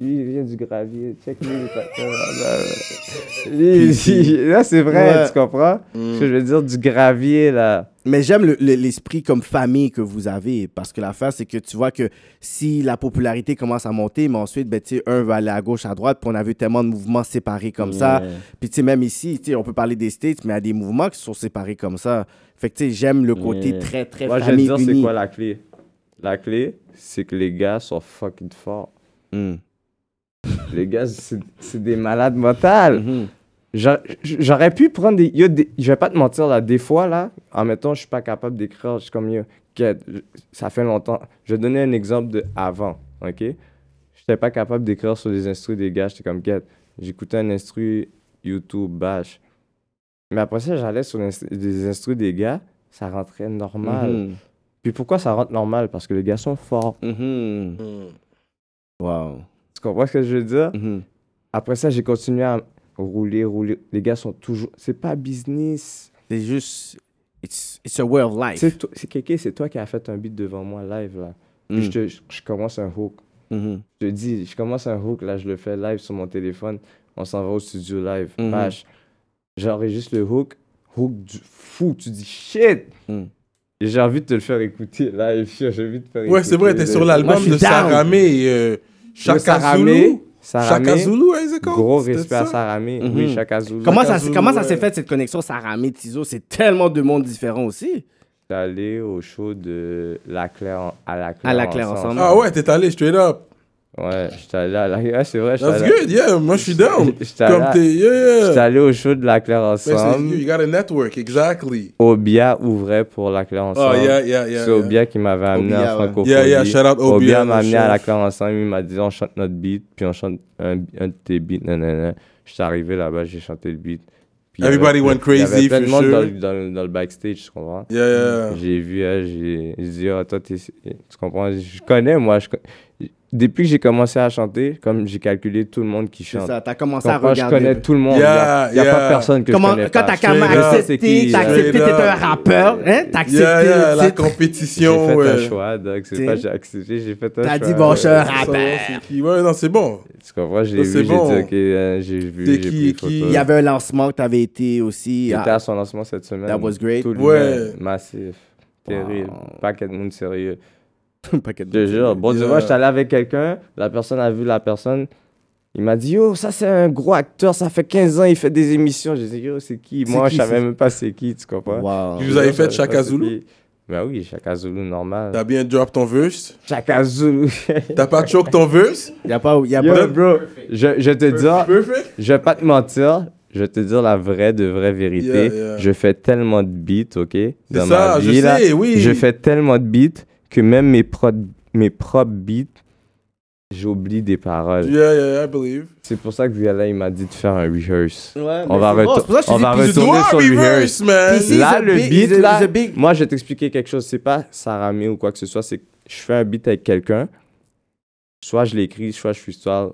Speaker 5: Lui, il vient du gravier. Check lui, il est pas- Lui, il- Là, c'est vrai,
Speaker 6: Ouais.
Speaker 5: tu comprends
Speaker 4: Mm.
Speaker 5: Ce que je veux dire, du gravier, là.
Speaker 6: Mais j'aime le- le- l'esprit comme famille que vous avez. Parce que l'affaire, c'est que tu vois que si la popularité commence à monter, mais ensuite, ben, tu sais, un va aller à gauche, à droite, puis on a vu tellement de mouvements séparés comme ça.
Speaker 4: Yeah.
Speaker 6: Puis tu sais, même ici, tu sais, on peut parler des States, mais il y a des mouvements qui sont séparés comme ça. Fait que tu sais, j'aime le côté
Speaker 4: Yeah.
Speaker 6: très, très
Speaker 5: Moi, je veux
Speaker 6: famille
Speaker 5: dire, c'est
Speaker 6: unie.
Speaker 5: quoi la clé La clé, c'est que les gars sont fucking forts.
Speaker 4: Hmm.
Speaker 6: Mm.
Speaker 5: Les gars, c'est c'est des malades mentales.
Speaker 4: Hmm.
Speaker 6: Mhm.
Speaker 5: J'a- J'aurais pu prendre des, yo, des- Je vais pas te mentir, là, des fois, là, en mettant, je suis pas capable d'écrire, je suis comme, yo, que- ça fait longtemps. Je vais donner un exemple de avant, ok? J'étais pas capable d'écrire sur les instrus des gars, j'étais comme, quête. J'écoutais un instru YouTube, bash. Mais après ça, j'allais sur l'instru- les instrus des gars, ça rentrait normal.
Speaker 4: Hmm.
Speaker 6: Mhm.
Speaker 5: Puis pourquoi ça rentre normal? Parce que les gars sont forts. Mm-hmm.
Speaker 6: Mhm. Wow.
Speaker 5: Tu comprends ce que je veux dire?
Speaker 6: Mhm.
Speaker 5: Après ça, j'ai continué à rouler, rouler. Les gars sont toujours. C'est pas business.
Speaker 6: C'est juste. It's, it's a way of life.
Speaker 5: C'est toi- c'est Kéké, c'est toi qui as fait un beat devant moi live là. Puis
Speaker 6: Mm.
Speaker 5: Je, te- je- je commence un hook.
Speaker 6: Mhm.
Speaker 5: Je te dis, je commence un hook là, je le fais live sur mon téléphone. On s'en va au studio live.
Speaker 6: Mhm.
Speaker 5: Page. J'enregistre le hook. Hook du fou. Tu dis shit.
Speaker 6: Mm.
Speaker 5: Et J'ai envie de te le faire écouter live. J'ai envie de te faire écouter.
Speaker 3: Ouais, c'est vrai, t'es
Speaker 5: le-
Speaker 3: sur
Speaker 6: Moi, je
Speaker 3: l'album
Speaker 6: suis
Speaker 3: de
Speaker 6: down.
Speaker 3: Saramé. euh,
Speaker 5: Le
Speaker 3: Chaka
Speaker 5: Saramé,
Speaker 3: Zulu.
Speaker 5: Saramé.
Speaker 3: Chaka Zulu, hein, c'est quoi?
Speaker 5: Gros
Speaker 3: C'était
Speaker 5: respect à
Speaker 3: ça?
Speaker 5: Saramé.
Speaker 6: Mhm.
Speaker 5: Oui, Chaka Zulu.
Speaker 6: Comment ça,
Speaker 3: Zulu,
Speaker 6: comment ça s'est
Speaker 3: ouais.
Speaker 6: fait cette connexion Saramé Tizo C'est tellement de mondes différents aussi.
Speaker 5: J'étais allé au show de La Claire en- à La Claire,
Speaker 6: À La Claire ensemble.
Speaker 3: Ah ouais, t'es allé straight up.
Speaker 5: Ouais, j'étais allé à La Ouais, c'est vrai. j'étais
Speaker 3: Ah That's
Speaker 5: allé-
Speaker 3: good, yeah, moi je suis down.
Speaker 5: J'étais
Speaker 3: Comme
Speaker 5: allé-
Speaker 3: t'es, yeah,
Speaker 5: J'étais
Speaker 3: yeah.
Speaker 5: allé au show de La Claire
Speaker 3: Mais c'est you,
Speaker 5: ensemble.
Speaker 3: you got a network, exactly.
Speaker 5: Obia ouvrait pour La Claire
Speaker 3: Oh,
Speaker 5: ensemble.
Speaker 3: yeah, yeah, yeah.
Speaker 5: c'est
Speaker 3: yeah.
Speaker 5: Obia qui m'avait amené
Speaker 6: Obia,
Speaker 5: à
Speaker 6: ouais.
Speaker 5: Francophonie.
Speaker 3: Yeah, yeah, shout out Obia,
Speaker 5: Obia
Speaker 3: le
Speaker 5: m'a amené à
Speaker 3: chef.
Speaker 5: La Claire ensemble. Il m'a dit on chante notre beat, puis on chante un, un de tes beats. Nanana. J'étais arrivé là-bas, j'ai chanté le beat. Puis il y
Speaker 3: Everybody
Speaker 5: avait-
Speaker 3: went crazy,
Speaker 5: Il y avait plein de
Speaker 3: for
Speaker 5: monde
Speaker 3: sure.
Speaker 5: dans, le- dans le- dans le backstage, tu comprends? euh,
Speaker 3: Yeah, yeah.
Speaker 5: J'ai vu, hein, j'ai j'ai dit, Ah, toi, t'es- tu comprends? Je connais, moi. Je, co- depuis que j'ai commencé à chanter, comme j'ai calculé tout le monde qui
Speaker 6: C'est
Speaker 5: chante.
Speaker 6: ça, t'as commencé à
Speaker 5: Comprends, je
Speaker 6: regarder.
Speaker 5: connais tout le monde. Il
Speaker 3: Yeah,
Speaker 5: n'y a,
Speaker 3: yeah.
Speaker 5: pas personne que
Speaker 6: Comment,
Speaker 5: je connais
Speaker 6: quand
Speaker 5: pas.
Speaker 6: t'as quand même
Speaker 3: Straight up,
Speaker 6: accepté, t'as
Speaker 5: straight
Speaker 6: accepté,
Speaker 3: up.
Speaker 6: t'étais un rappeur, hein, t'as accepté
Speaker 3: Yeah, yeah,
Speaker 6: le
Speaker 3: la
Speaker 6: titre.
Speaker 3: compétition.
Speaker 5: J'ai fait un
Speaker 3: ouais.
Speaker 5: choix, donc c'est
Speaker 6: T'sais.
Speaker 5: pas j'ai accepté, j'ai fait un choix.
Speaker 6: T'as dit, bon, je suis un
Speaker 5: ouais.
Speaker 3: Ah, Ça, ouais,
Speaker 6: rappeur.
Speaker 3: c'est qui? Ouais, non, c'est bon.
Speaker 5: Tu comprends, j'ai vu,
Speaker 3: Ça, Oh, c'est
Speaker 5: j'ai
Speaker 3: bon.
Speaker 5: dit, ok, hein, j'ai vu,
Speaker 3: T'es
Speaker 5: j'ai
Speaker 3: qui,
Speaker 5: pris
Speaker 3: qui?
Speaker 5: photo.
Speaker 6: Il y avait un lancement que t'avais été aussi.
Speaker 5: J'étais
Speaker 6: Ah,
Speaker 5: à son lancement cette semaine.
Speaker 6: That was great.
Speaker 5: Tout le
Speaker 3: Ouais.
Speaker 5: monde, massif. Terrible.
Speaker 6: Wow.
Speaker 5: Paquet de monde sérieux.
Speaker 6: un paquet de-
Speaker 5: Je te jure. Bon, tu
Speaker 3: Yeah.
Speaker 5: vois, je suis allé avec quelqu'un, la personne a vu la personne. Il m'a dit, yo, ça c'est un gros acteur, ça fait 15 ans, il fait des émissions. J'ai dit, yo, c'est qui
Speaker 6: C'est
Speaker 5: Moi,
Speaker 6: qui,
Speaker 5: je savais
Speaker 6: c'est-
Speaker 5: même pas c'est qui, tu comprends
Speaker 6: Wow.
Speaker 3: Vous avez fait Chaka
Speaker 5: Chaka
Speaker 3: Zulu?
Speaker 5: Ben bah, oui, Chaka Zulu, normal.
Speaker 3: T'as bien drop ton verse.
Speaker 5: Chaka Zulu.
Speaker 3: T'as pas choke ton verse.
Speaker 6: Y a pas, y a
Speaker 5: Yo,
Speaker 6: pas.
Speaker 5: bro, je, je te dis,
Speaker 3: Perfect.
Speaker 5: Je vais pas te mentir, je vais te dire la vraie de vraie vérité.
Speaker 3: Yeah, yeah.
Speaker 5: Je fais tellement de beats, ok? Dans
Speaker 3: ça,
Speaker 5: ma
Speaker 3: je
Speaker 5: vie, là,
Speaker 3: sais, oui.
Speaker 5: Je fais tellement de beats que même mes, pro- mes propres beats, j'oublie des paroles.
Speaker 3: Yeah, yeah, I believe.
Speaker 5: C'est pour ça que Viala, il m'a dit de faire un rehearse.
Speaker 6: Ouais,
Speaker 5: On
Speaker 6: mais
Speaker 5: va,
Speaker 6: c'est bon,
Speaker 5: retour-
Speaker 6: c'est pour ça que je
Speaker 5: on
Speaker 6: te
Speaker 5: va
Speaker 6: dis, puis-
Speaker 3: Tu dois
Speaker 5: retourner sur le rehearse.
Speaker 3: reverse, man.
Speaker 6: Puis c'est-
Speaker 5: Là,
Speaker 6: he's a
Speaker 5: le
Speaker 6: big-
Speaker 5: beat,
Speaker 6: he's a-
Speaker 5: là,
Speaker 6: he's a big-
Speaker 5: moi, je vais t'expliquer quelque chose. C'est pas Saramé ou quoi que ce soit, c'est que je fais un beat avec quelqu'un, soit je l'écris, soit je suis soit...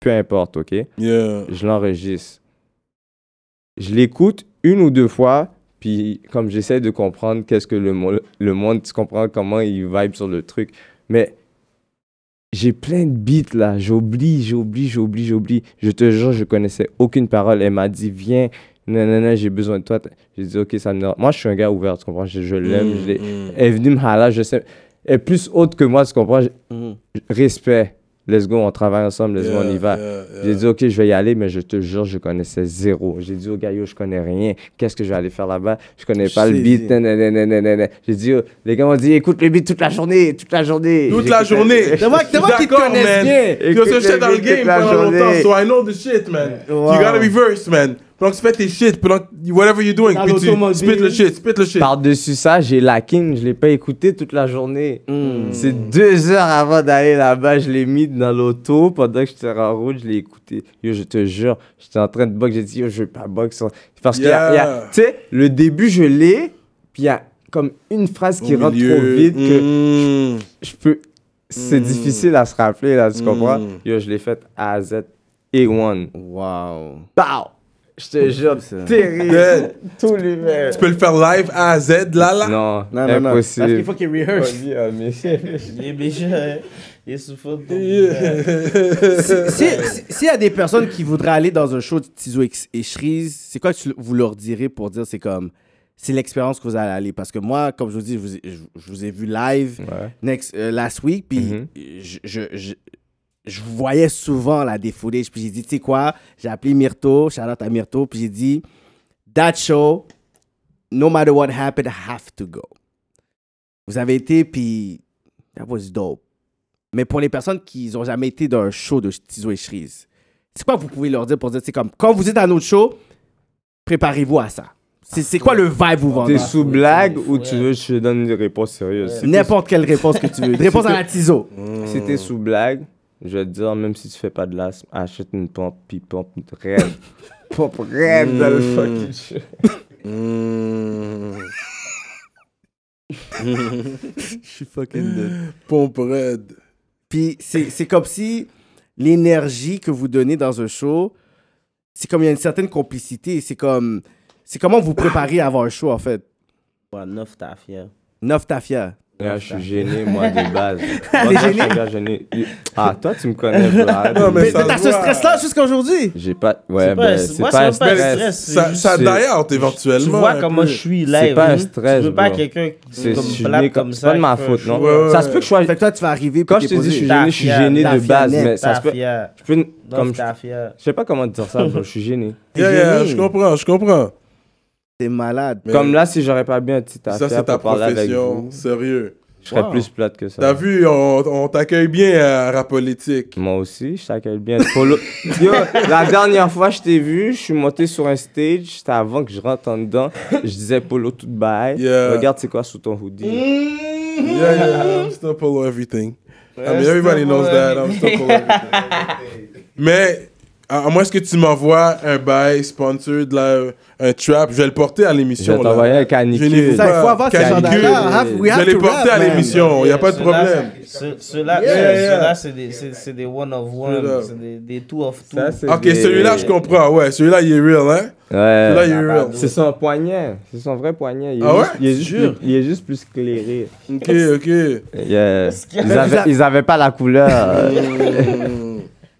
Speaker 5: Peu importe, ok?
Speaker 3: Yeah.
Speaker 5: je l'enregistre. Je l'écoute une ou deux fois, puis comme j'essaie de comprendre qu'est-ce que le, mo- le monde, tu comprends comment il vibe sur le truc. Mais j'ai plein de beats là, j'oublie, j'oublie, j'oublie, j'oublie. Je te jure, je connaissais aucune parole. Elle m'a dit, viens, nanana, j'ai besoin de toi. J'ai dit, ok, ça me dérange. Moi, je suis un gars ouvert, tu comprends, je, je
Speaker 3: Mm,
Speaker 5: l'aime. je l'ai- Elle est venue me haler, je sais. Elle est plus haute que moi, tu comprends. Je-
Speaker 6: Mhm.
Speaker 5: Respect. Let's go, on travaille ensemble, let's go, on y va. J'ai dit, OK, je vais y aller, mais je te jure, je connaissais zéro. J'ai dit au gars, yo, je connais rien. Qu'est-ce que je vais aller faire là-bas? Je connais pas le beat.
Speaker 6: Saisi.
Speaker 5: nananananana. J'ai dit, oh, les gars m'ont dit, écoute le beat toute la journée, toute la journée.
Speaker 3: Toute la
Speaker 5: J'écoutais-
Speaker 3: journée.
Speaker 6: C'est moi- c'est moi qui te
Speaker 3: D'accord,
Speaker 6: connais
Speaker 3: man.
Speaker 6: bien.
Speaker 3: Parce que
Speaker 5: Écoute
Speaker 3: j'étais dans le
Speaker 5: les beats
Speaker 3: game
Speaker 5: toute la
Speaker 3: pendant longtemps,
Speaker 5: journée.
Speaker 3: so I know the shit, man.
Speaker 6: Wow.
Speaker 3: You gotta reverse, man. Donc, tu fais tes shit, pendant whatever you're doing,
Speaker 6: Dans
Speaker 3: puis tu
Speaker 6: l'automobile.
Speaker 3: spit le shit, spit le shit.
Speaker 5: Par-dessus ça, j'ai la king, je l'ai pas écouté toute la journée. C'est deux heures avant d'aller là-bas, je l'ai mis dans l'auto. Pendant que j'étais en route, je l'ai écouté. Yo, je te jure, j'étais en train de box, j'ai dit, yo, je vais pas box. sans- Parce que,
Speaker 3: Yeah.
Speaker 5: tu sais, le début, je l'ai, puis il y a comme une phrase qui
Speaker 3: Au
Speaker 5: rentre
Speaker 3: milieu.
Speaker 5: trop vite que
Speaker 3: Mm.
Speaker 5: je peux. C'est difficile à se rappeler, là, tu comprends?
Speaker 3: Mm.
Speaker 5: Yo, je l'ai faite A à Z, A1.
Speaker 6: Wow.
Speaker 5: Pow! Je te jure,
Speaker 6: ça.
Speaker 5: terrible. Tous les mêmes.
Speaker 3: Tu peux le faire live A à Z, là, là.
Speaker 5: Non,
Speaker 6: Non, non, non. Parce
Speaker 5: impossible.
Speaker 6: qu'il faut qu'il rehearse.
Speaker 4: Il est déjà. Il est sous faute.
Speaker 6: S'il si, si- s'il y a des personnes qui voudraient aller dans un show de Tizo X- et Cherise, c'est quoi que tu- vous leur direz pour dire c'est comme. C'est l'expérience que vous allez aller. Parce que moi, comme je vous dis, je vous ai, je- je vous ai vu live
Speaker 5: Ouais.
Speaker 6: next, euh, last week, puis
Speaker 5: Mhm.
Speaker 6: je, je, je, je vous voyais souvent là, des footage, puis j'ai dit, tu sais quoi, j'ai appelé Myrto, Charlotte à Myrto, puis j'ai dit, that show, no matter what happened, I have to go. Vous avez été, puis that was dope. Mais pour les personnes qui n'ont jamais été dans un show de Tizo et Cherise, c'est quoi que vous pouvez leur dire pour dire, c'est comme, quand vous êtes à notre show, préparez-vous à ça. C'est c'est quoi le vibe vous vendez?
Speaker 5: T'es sous blague ou tu veux que je te donne une réponse sérieuse? Si t'es-
Speaker 6: N'importe quelle réponse que tu veux. Une réponse à la Tizo.
Speaker 3: Mm.
Speaker 5: Si t'es sous blague, je vais te dire, même si tu fais pas de l'asthme, achète une pompe, puis pompe raide. Hmm. pompe raide dans le fucking shit.
Speaker 6: Je suis fucking dead.
Speaker 3: Pompe raide.
Speaker 6: Puis c'est c'est comme si l'énergie que vous donnez dans un show, c'est comme il y a une certaine complicité. C'est comme. C'est comment vous préparez avant un show, en fait.
Speaker 4: Ouais, 9 t'as fier.
Speaker 6: Neuf tafia.
Speaker 5: Là, je suis gêné, moi, de base. Moi, je suis un gars gêné. Ah, toi, tu me connais,
Speaker 3: Non,
Speaker 5: bro.
Speaker 3: mais
Speaker 6: Mais
Speaker 3: ça-
Speaker 5: Arrête.
Speaker 6: t'as
Speaker 3: se
Speaker 6: ce
Speaker 3: voit.
Speaker 6: stress-là jusqu'à aujourd'hui.
Speaker 5: J'ai pas. Ouais,
Speaker 4: C'est
Speaker 5: ben,
Speaker 4: pas-
Speaker 5: c'est
Speaker 4: moi,
Speaker 5: pas un
Speaker 4: c'est même pas un
Speaker 5: stress.
Speaker 4: stress.
Speaker 3: Ça,
Speaker 4: juste-
Speaker 3: ça
Speaker 5: c'est-
Speaker 3: die out
Speaker 4: Tu
Speaker 3: éventuellement. hein,
Speaker 4: vois
Speaker 3: un
Speaker 4: comment
Speaker 3: peu.
Speaker 4: je suis live.
Speaker 5: C'est pas un
Speaker 4: hein.
Speaker 5: stress,
Speaker 4: Tu veux pas
Speaker 5: bro.
Speaker 4: quelqu'un
Speaker 5: C'est
Speaker 4: comme
Speaker 5: je suis né
Speaker 4: plate
Speaker 5: comme
Speaker 4: comme
Speaker 5: c'est
Speaker 4: ça.
Speaker 5: pas de ma
Speaker 4: qui fait un
Speaker 5: faute, non?
Speaker 4: show.
Speaker 3: Ouais, ouais,
Speaker 5: Ça se peut que je sois.
Speaker 6: Fait que toi, tu vas arriver. puis
Speaker 5: Quand je te
Speaker 6: t'es
Speaker 5: dis je
Speaker 6: posé.
Speaker 5: suis
Speaker 4: T'as
Speaker 5: gêné, je suis
Speaker 4: fier,
Speaker 5: gêné
Speaker 6: t'as
Speaker 5: de base,
Speaker 6: fier,
Speaker 5: mais ça
Speaker 4: T'as
Speaker 5: se peut.
Speaker 4: fier.
Speaker 5: Je peux. une- Comme
Speaker 4: Comme
Speaker 5: je
Speaker 4: t'as fier.
Speaker 5: je sais pas comment te dire ça, bro. Je suis gêné.
Speaker 3: Yeah, yeah,
Speaker 6: gêné.
Speaker 3: je comprends, je comprends.
Speaker 6: T'es malade.
Speaker 3: Mais
Speaker 5: Comme là, si j'aurais pas bien un petit
Speaker 3: ça,
Speaker 5: affaire
Speaker 3: c'est ta
Speaker 5: pour parler avec
Speaker 3: profession,
Speaker 5: vous,
Speaker 3: sérieux.
Speaker 5: je serais
Speaker 6: Wow.
Speaker 5: plus plate que ça.
Speaker 3: T'as vu, on, on t'accueille bien à rap politique.
Speaker 5: Moi aussi, je t'accueille bien. Follow- Yo, la dernière fois je t'ai vu, je suis monté sur un stage, c'était avant que je rentre en dedans. Je disais polo tout bail.
Speaker 3: Yeah. Mm.
Speaker 5: Regarde c'est quoi sous ton hoodie.
Speaker 3: Yeah, yeah, I'm still polo everything. I mean, everybody knows that. I'm still polo everything. Mais À, à moins que tu m'envoies un bail sponsor de la, un trap, je vais le porter à
Speaker 5: Je
Speaker 3: l'émission.
Speaker 5: vais
Speaker 3: là.
Speaker 5: t'envoyer un
Speaker 3: Je n'ai
Speaker 5: canicule.
Speaker 6: Ça, il faut
Speaker 3: pas
Speaker 6: avoir ce genre
Speaker 3: canicule.
Speaker 6: d'affaires. Have- we
Speaker 3: Je
Speaker 6: have
Speaker 3: l'ai
Speaker 6: to
Speaker 3: porté
Speaker 6: rap,
Speaker 3: à
Speaker 6: man.
Speaker 3: l'émission, il n'y a pas de
Speaker 4: Ceux-là,
Speaker 3: problème.
Speaker 4: c'est- Ceux-là,
Speaker 3: Yeah,
Speaker 4: ceux-
Speaker 3: yeah.
Speaker 4: ceux-là, c'est des, c'est- c'est des one of one,
Speaker 3: Ceux-là.
Speaker 4: c'est des, des two of two.
Speaker 5: Ça, c'est
Speaker 3: Ok,
Speaker 5: des-
Speaker 3: celui-là, je comprends, ouais, celui-là, il est real, hein. Celui-là,
Speaker 5: Ouais.
Speaker 3: il est real.
Speaker 5: C'est son poignet. C'est son vrai poignet. Il est
Speaker 3: Ah
Speaker 5: juste-
Speaker 3: ouais?
Speaker 5: il est juste-
Speaker 3: Jure.
Speaker 5: Il est juste plus clairé.
Speaker 3: Ok, ok.
Speaker 5: Yeah.
Speaker 4: qu'il y
Speaker 5: Ils, avaient, ils avaient pas la couleur.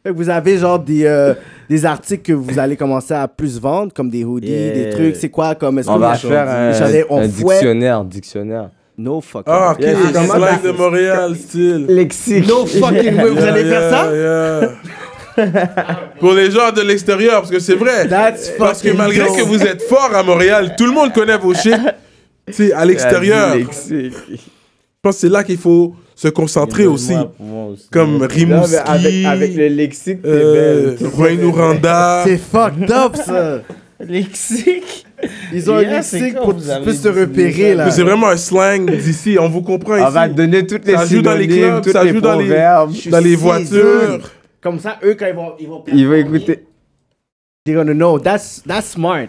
Speaker 6: Fait que vous avez genre des, euh, des articles que vous allez commencer à plus vendre, comme des hoodies,
Speaker 4: Yeah.
Speaker 6: des trucs, c'est quoi comme est-ce
Speaker 5: on
Speaker 6: que
Speaker 5: va
Speaker 6: vous-
Speaker 5: faire un,
Speaker 6: J'allais, on
Speaker 5: un
Speaker 6: fouette.
Speaker 5: dictionnaire, dictionnaire.
Speaker 6: No fuck.
Speaker 3: Ah, ok,
Speaker 5: Yeah,
Speaker 3: c'est
Speaker 5: comment
Speaker 3: slang de Montréal, style.
Speaker 5: Lexique.
Speaker 6: No fucking way, vous
Speaker 3: Yeah,
Speaker 6: allez
Speaker 3: yeah,
Speaker 6: faire ça?
Speaker 3: yeah. Pour les gens de l'extérieur, parce que c'est vrai.
Speaker 6: That's
Speaker 3: Euh, Parce que
Speaker 6: fucking
Speaker 3: malgré
Speaker 6: dope.
Speaker 3: que vous êtes fort à Montréal, tout le monde connaît vos shit. Tu sais, à l'extérieur. Je pense que c'est là qu'il faut se concentrer aussi. Comme
Speaker 5: Non, mais avec,
Speaker 3: Rimouski,
Speaker 5: avec le lexique, t'es
Speaker 3: euh,
Speaker 5: belle.
Speaker 3: Rwanda.
Speaker 6: C'est fucked up ça.
Speaker 4: Lexique.
Speaker 6: Ils ont
Speaker 4: Yeah,
Speaker 6: un
Speaker 4: c'est
Speaker 6: lexique
Speaker 4: quand
Speaker 6: pour
Speaker 4: vous
Speaker 6: que tu
Speaker 4: avez
Speaker 6: puisses te
Speaker 4: dit-
Speaker 6: repérer là.
Speaker 3: Mais c'est vraiment un slang d'ici, on vous comprend
Speaker 5: On
Speaker 3: ici.
Speaker 5: Ah, va te donner toutes les
Speaker 3: Ça joue dans les
Speaker 5: synonymes,
Speaker 3: clubs,
Speaker 5: toutes
Speaker 3: ça
Speaker 5: les
Speaker 3: joue dans les-
Speaker 5: proverbes.
Speaker 3: Dans les voitures.
Speaker 6: Comme ça, eux quand ils vont ils vont.
Speaker 5: Il va écouter
Speaker 6: They're gonna know. That's that's smart.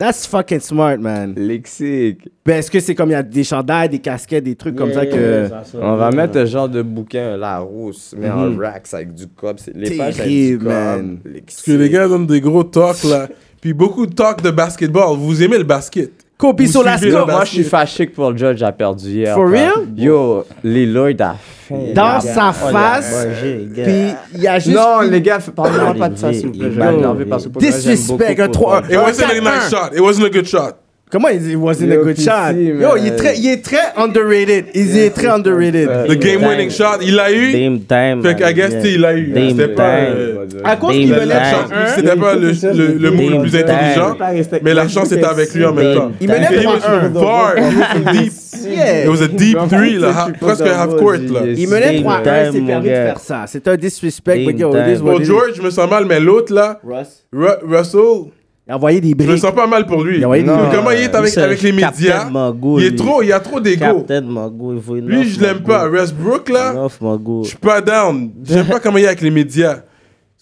Speaker 6: That's fucking smart, man.
Speaker 5: lexique.
Speaker 6: Ben est-ce que c'est comme il y a des chandails, des casquettes, des trucs comme ça que.
Speaker 5: On va mettre un genre de bouquin, la rousse, mais en racks avec du cob. c'est- Les pages avec du
Speaker 6: Terrible, man.
Speaker 5: cob.
Speaker 3: Mhm. Parce que les gars donnent des gros talks là. Puis beaucoup de talks de basketball. Vous aimez le basket.
Speaker 6: Copie
Speaker 3: Vous
Speaker 6: sur la
Speaker 3: suivez le
Speaker 6: scope.
Speaker 5: Moi, je suis fâché que Paul George a perdu hier.
Speaker 6: For
Speaker 5: quoi.
Speaker 6: real?
Speaker 5: Yo, Lloyd a faim.
Speaker 6: Dans sa
Speaker 4: Oh,
Speaker 6: face. Puis il y a juste.
Speaker 5: Non, les gars, parlez-moi pas de ça,
Speaker 4: Arrivé,
Speaker 5: s'il vous plaît.
Speaker 4: il
Speaker 5: Je vais
Speaker 4: est
Speaker 5: énerver parce que pour
Speaker 6: Disrespect, un 3
Speaker 3: It wasn't a nice shot. It wasn't a good shot.
Speaker 6: Comment il dit, it wasn't a
Speaker 5: Yo,
Speaker 6: good
Speaker 5: PC,
Speaker 6: shot?
Speaker 5: man.
Speaker 6: Yo, il est très, il est très underrated. Il est très underrated.
Speaker 3: Le game winning shot, il l'a eu.
Speaker 4: Dame time.
Speaker 3: Fait qu'à guess, il l'a eu.
Speaker 4: Dame
Speaker 3: C'était pas,
Speaker 4: time.
Speaker 3: euh,
Speaker 6: À cause
Speaker 4: Dame
Speaker 6: qu'il
Speaker 3: la
Speaker 6: menait
Speaker 4: time.
Speaker 6: par
Speaker 3: chance-
Speaker 6: un,
Speaker 3: c'était pas le, le, le mot le plus
Speaker 4: Dame
Speaker 3: intelligent, mais la chance était avec lui en même temps.
Speaker 6: Il menait
Speaker 3: He
Speaker 6: par
Speaker 3: was from
Speaker 6: un.
Speaker 3: far, he was from deep.
Speaker 6: Yeah.
Speaker 3: It was a deep three, là, ha- presque half court. Là.
Speaker 6: Il menait
Speaker 4: Dame
Speaker 6: 3 1, c'est
Speaker 4: time, mon
Speaker 6: permis de
Speaker 4: gars.
Speaker 6: faire ça. C'est un disrespect, but
Speaker 4: Dame
Speaker 6: yo, it is
Speaker 4: time.
Speaker 6: what
Speaker 3: Pour
Speaker 6: it is.
Speaker 3: George, je me sens mal, mais l'autre là,
Speaker 6: Russ,
Speaker 3: Ru- Russell,
Speaker 6: il a envoyé des
Speaker 3: je me
Speaker 6: briques.
Speaker 3: sens pas mal pour lui.
Speaker 6: Il a envoyé des
Speaker 5: Non.
Speaker 6: briques.
Speaker 3: Comment il est avec,
Speaker 4: C'est
Speaker 3: avec les médias
Speaker 4: Captain Margot,
Speaker 3: Il est
Speaker 4: lui.
Speaker 3: trop, il y a trop d'ego.
Speaker 4: Captain Mago, il faut une
Speaker 3: Lui,
Speaker 4: offre,
Speaker 3: je l'aime
Speaker 4: Mago.
Speaker 3: pas. Westbrook là,
Speaker 4: Une offre, Mago.
Speaker 3: Je suis pas down. J'aime pas comment il est avec les médias.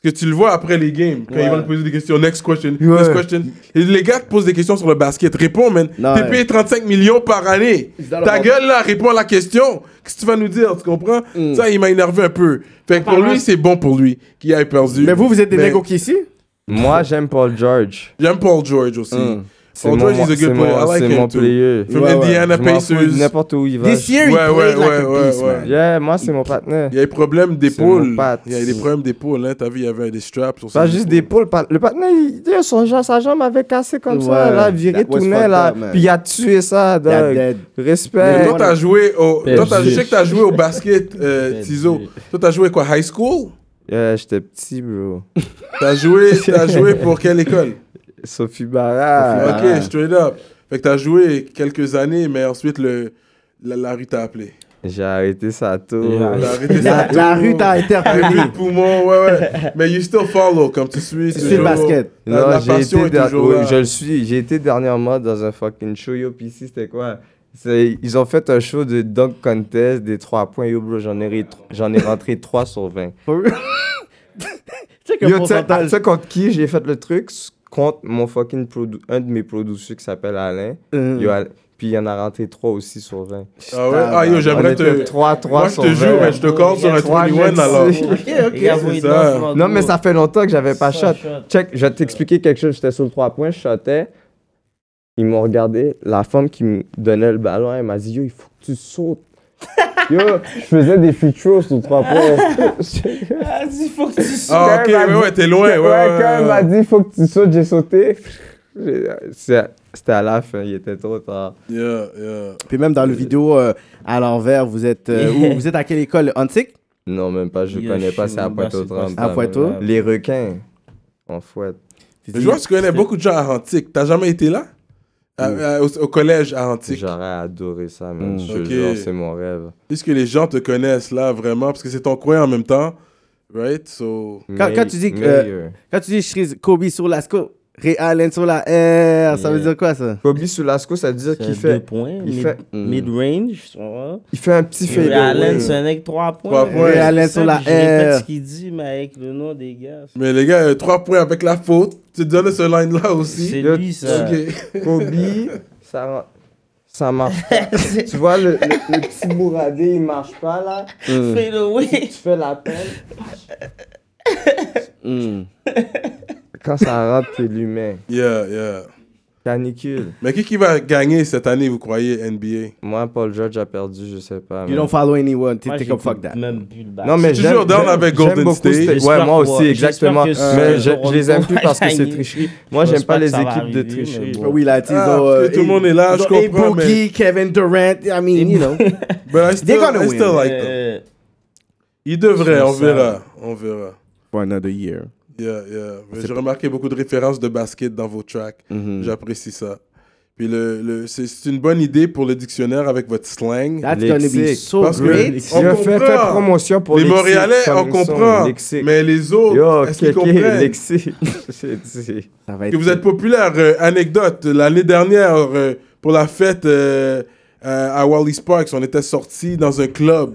Speaker 3: Parce que tu le vois après les games, quand
Speaker 4: Ouais.
Speaker 3: ils vont te poser des questions. Next question,
Speaker 6: Ouais.
Speaker 3: next question. Et les gars te posent des questions sur le basket. Réponds, man.
Speaker 6: Non,
Speaker 3: T'es
Speaker 6: ouais.
Speaker 3: payé 35 millions par année.
Speaker 6: Ils doivent
Speaker 3: Ta
Speaker 6: avoir-
Speaker 3: gueule, là, réponds à la question. Qu'est-ce que tu vas nous dire, tu comprends?
Speaker 6: Hmm.
Speaker 3: Ça, il m'a énervé un peu. Fait que pour lui, c'est bon pour lui qu'il ait perdu.
Speaker 6: Mais vous, vous êtes des
Speaker 3: Mais
Speaker 6: négos qui ici?
Speaker 5: Moi, j'aime Paul George.
Speaker 3: J'aime Paul George aussi.
Speaker 5: Mm. C'est
Speaker 3: Paul
Speaker 5: mon,
Speaker 3: George is a
Speaker 5: c'est
Speaker 3: good
Speaker 5: mon-
Speaker 3: player. I like
Speaker 5: c'est
Speaker 3: him
Speaker 5: mon
Speaker 3: too.
Speaker 5: player.
Speaker 3: From
Speaker 6: Hmm. Ouais, ouais.
Speaker 3: Indiana
Speaker 5: Je m'en fous de
Speaker 3: Pacers.
Speaker 5: N'importe où il va.
Speaker 6: This year, he
Speaker 3: Ouais, ouais,
Speaker 6: played like
Speaker 3: ouais,
Speaker 6: a beast,
Speaker 3: ouais,
Speaker 6: man.
Speaker 5: Yeah, moi, c'est mon partenaire.
Speaker 3: Il y a des problèmes
Speaker 5: mon
Speaker 3: d'épaule.
Speaker 5: patte.
Speaker 3: Il y a des problèmes d'épaule. Hein. T'as vu, il y avait des straps sur
Speaker 5: Pas
Speaker 3: ses
Speaker 5: Bah, juste
Speaker 3: épaules.
Speaker 5: des poules. pa- Le partenaire, il- il- son, ja- sa jambe avait cassé comme ça,
Speaker 6: Ouais.
Speaker 5: là, viré,
Speaker 6: That was
Speaker 5: tourné,
Speaker 6: fucked
Speaker 5: là.
Speaker 6: up, man.
Speaker 5: Puis il a tué ça,
Speaker 6: That
Speaker 5: dog.
Speaker 6: dead.
Speaker 5: Respect.
Speaker 3: Toi, t'as joué au.
Speaker 5: PSG.
Speaker 3: Toi, t'as- je sais que t'as joué au basket, euh, Tizo. Toi, t'as joué quoi, high school
Speaker 5: Yeah, j'étais petit, bro.
Speaker 3: T'as joué, t'as joué pour quelle école
Speaker 5: Sophie
Speaker 6: Ah.
Speaker 5: Barra.
Speaker 3: Ok, straight up. Fait que t'as joué quelques années, mais ensuite le, la, la rue t'a appelé.
Speaker 5: J'ai arrêté ça tôt.
Speaker 4: Yeah.
Speaker 3: T'as arrêté ça.
Speaker 6: Ah, La, la rue t'a
Speaker 3: T'as
Speaker 6: interpellé.
Speaker 3: plus de poumons, ouais, ouais. Mais you still follow, comme tu suis.
Speaker 6: Tu suis le
Speaker 3: toujours.
Speaker 6: basket.
Speaker 3: La- la
Speaker 5: Non, j'ai
Speaker 3: passion
Speaker 5: été,
Speaker 3: est
Speaker 5: der-
Speaker 3: toujours
Speaker 5: oui,
Speaker 3: là.
Speaker 5: je le suis. J'ai été dernièrement dans un fucking show. Yo, puis ici, c'était quoi C'est- Ils ont fait un show de dunk contest des 3 points. Yo, bro, j'en ai, ri- j'en ai rentré 3 sur 20.
Speaker 6: For real. Tu sais
Speaker 5: Yo, tu
Speaker 6: que
Speaker 5: sais- tu
Speaker 6: pourcentage-
Speaker 5: sais contre qui j'ai fait le truc Contre mon fucking produ- un de mes producteurs qui s'appelle Alain.
Speaker 6: Euh,
Speaker 5: Yo, Al- puis il y en a rentré 3 aussi sur 20.
Speaker 3: Ah ouais Ah
Speaker 6: bah,
Speaker 3: yo, j'aimerais te.
Speaker 5: 3, 3
Speaker 3: Moi, je
Speaker 5: sur
Speaker 3: te
Speaker 5: 20.
Speaker 3: jure, mais je te compte sur un
Speaker 5: Trois,
Speaker 3: 21
Speaker 5: je
Speaker 3: alors.
Speaker 5: sais.
Speaker 4: Il a envoyé
Speaker 3: c'est
Speaker 4: une
Speaker 3: ça.
Speaker 4: offre, Mago.
Speaker 5: Non, mais ça fait longtemps que j'avais pas
Speaker 4: Ça,
Speaker 5: shot. Check, je vais t'expliquer quelque chose. J'étais sur le 3 points, je shotais. Ils m'ont regardé. La femme qui me donnait le ballon, elle m'a dit Yo, il faut que tu sautes. Yo, je faisais des free throws sur le 3 points.
Speaker 4: Ah, dis, faut que tu sautes.
Speaker 3: Ah ok,
Speaker 5: Quand elle
Speaker 3: ouais,
Speaker 5: m'a
Speaker 3: ouais, t'es loin, ouais, ouais.
Speaker 5: quand elle
Speaker 3: ouais.
Speaker 5: m'a dit Il faut que tu sautes, j'ai sauté. J'ai- c'est- C'était à la fin, il était trop tard.
Speaker 3: Yeah, yeah.
Speaker 6: Puis même dans le vidéo euh, à l'envers, vous êtes euh, où Vous êtes à quelle école Antique
Speaker 5: Non, même pas, je
Speaker 4: Yo,
Speaker 5: connais pas,
Speaker 4: je-
Speaker 5: c'est à
Speaker 4: bah,
Speaker 5: pointe aux
Speaker 4: c'est pas
Speaker 5: trembles
Speaker 6: ça. À Pointe-aux?
Speaker 5: Les requins, en fouette.
Speaker 3: Je vois que tu connais beaucoup de gens à Antique. T'as jamais été là À- à- au, au collège à Antique.
Speaker 5: J'aurais adoré ça, man.
Speaker 6: Mm.
Speaker 5: Je te
Speaker 3: Hmm. Ok.
Speaker 5: jure, c'est mon rêve.
Speaker 3: Est-ce que les gens te connaissent là vraiment parce que c'est ton coin en même temps, right? So
Speaker 6: Quand- quand tu dis que,
Speaker 5: Meilleur.
Speaker 6: Quand tu dis je suis Kobe sur la scope, Real sur la R. Ça veut dire quoi, ça?
Speaker 5: Bobby Soulasco, ça veut dire
Speaker 4: C'est
Speaker 5: qu'il
Speaker 4: deux
Speaker 5: fait,
Speaker 4: points,
Speaker 5: il
Speaker 4: mid-
Speaker 5: fait-
Speaker 4: mid-range. tu vois.
Speaker 5: il fait un petit
Speaker 4: Ray Allen,
Speaker 5: fadeaway.
Speaker 4: c'est un mec 3 points.
Speaker 3: Trois points.
Speaker 6: Ray
Speaker 4: C'est
Speaker 6: Allen
Speaker 4: ça
Speaker 6: sur la
Speaker 4: que Je répète
Speaker 6: R.
Speaker 4: ce qu'il dit, mais avec le nom des gars.
Speaker 3: Mais les gars, 3 points avec la faute. Tu donnes ce line-là
Speaker 4: C'est
Speaker 3: aussi.
Speaker 5: le-
Speaker 4: lui, ça.
Speaker 3: Ok.
Speaker 5: Kobe, ça, ça marche pas. tu vois, le, le- le petit Bouradé, il marche pas, là.
Speaker 4: Fade away.
Speaker 5: Tu fais la peine.
Speaker 6: Hmm.
Speaker 5: Quand ça rentre, t'es l'humain.
Speaker 3: Yeah, yeah.
Speaker 5: Canicule.
Speaker 3: Mais qui, qui va gagner cette année, vous croyez, NBA
Speaker 5: Moi, Paul George a perdu, je sais pas.
Speaker 6: You
Speaker 5: man.
Speaker 6: don't follow anyone. T'es
Speaker 4: Moi,
Speaker 6: t'es
Speaker 4: j'ai
Speaker 6: comme fuck that.
Speaker 4: Même plus le bac.
Speaker 5: Non, mais
Speaker 3: Je suis toujours
Speaker 5: j'aime-
Speaker 3: down
Speaker 5: j'aime-
Speaker 3: avec
Speaker 5: j'aime
Speaker 3: Golden
Speaker 5: beaucoup
Speaker 3: State.
Speaker 5: ce-
Speaker 4: J'espère
Speaker 5: Ouais, moi
Speaker 4: que-
Speaker 5: aussi,
Speaker 4: j'espère
Speaker 5: exactement.
Speaker 4: que ce-
Speaker 5: Mais je, je les aime plus
Speaker 4: Toronto
Speaker 5: parce que
Speaker 4: va
Speaker 5: c'est
Speaker 4: gagner.
Speaker 5: tricherie. Moi,
Speaker 4: Je
Speaker 5: j'aime
Speaker 4: pense
Speaker 5: pas
Speaker 4: que
Speaker 5: les
Speaker 4: ça va
Speaker 5: équipes de
Speaker 4: arriver, mais
Speaker 5: tricherie.
Speaker 4: bon.
Speaker 6: Oui, là, tu
Speaker 3: Ah, parce
Speaker 6: euh,
Speaker 3: que tout le monde est là, je comprends, mais-
Speaker 6: Boogie, Kevin Durant, I mean, you know.
Speaker 3: But I still,
Speaker 6: gonna
Speaker 3: I
Speaker 6: win.
Speaker 3: still like them.
Speaker 4: Euh,
Speaker 3: Ils devraient,
Speaker 4: c'est
Speaker 3: on
Speaker 4: ça.
Speaker 3: verra. On verra.
Speaker 6: For another year.
Speaker 3: Yeah, yeah. Mais J'ai remarqué beaucoup de références de basket dans vos tracks.
Speaker 5: Mm.
Speaker 3: J'apprécie ça. Puis le, le, c'est c'est une bonne idée pour le dictionnaire avec votre slang.
Speaker 6: That's gonna be
Speaker 5: Lexique.
Speaker 6: so
Speaker 3: Parce que-
Speaker 6: great.
Speaker 5: Je
Speaker 3: On
Speaker 5: fais,
Speaker 3: comprend.
Speaker 5: fais promotion pour
Speaker 3: les
Speaker 5: lexique,
Speaker 3: Montréalais,
Speaker 5: comme
Speaker 3: on
Speaker 5: ils sont,
Speaker 3: comprend.
Speaker 5: lexique.
Speaker 3: Mais les autres,
Speaker 5: Yo,
Speaker 3: est-ce qu'ils
Speaker 5: Kéké,
Speaker 3: comprennent
Speaker 5: lexique. J'ai dit.
Speaker 6: Ça va
Speaker 3: que
Speaker 6: être
Speaker 3: vous êtes populaire. euh, anecdote, l'année dernière, euh, pour la fête euh, euh, à Wally Sparks, on était sortis dans un club.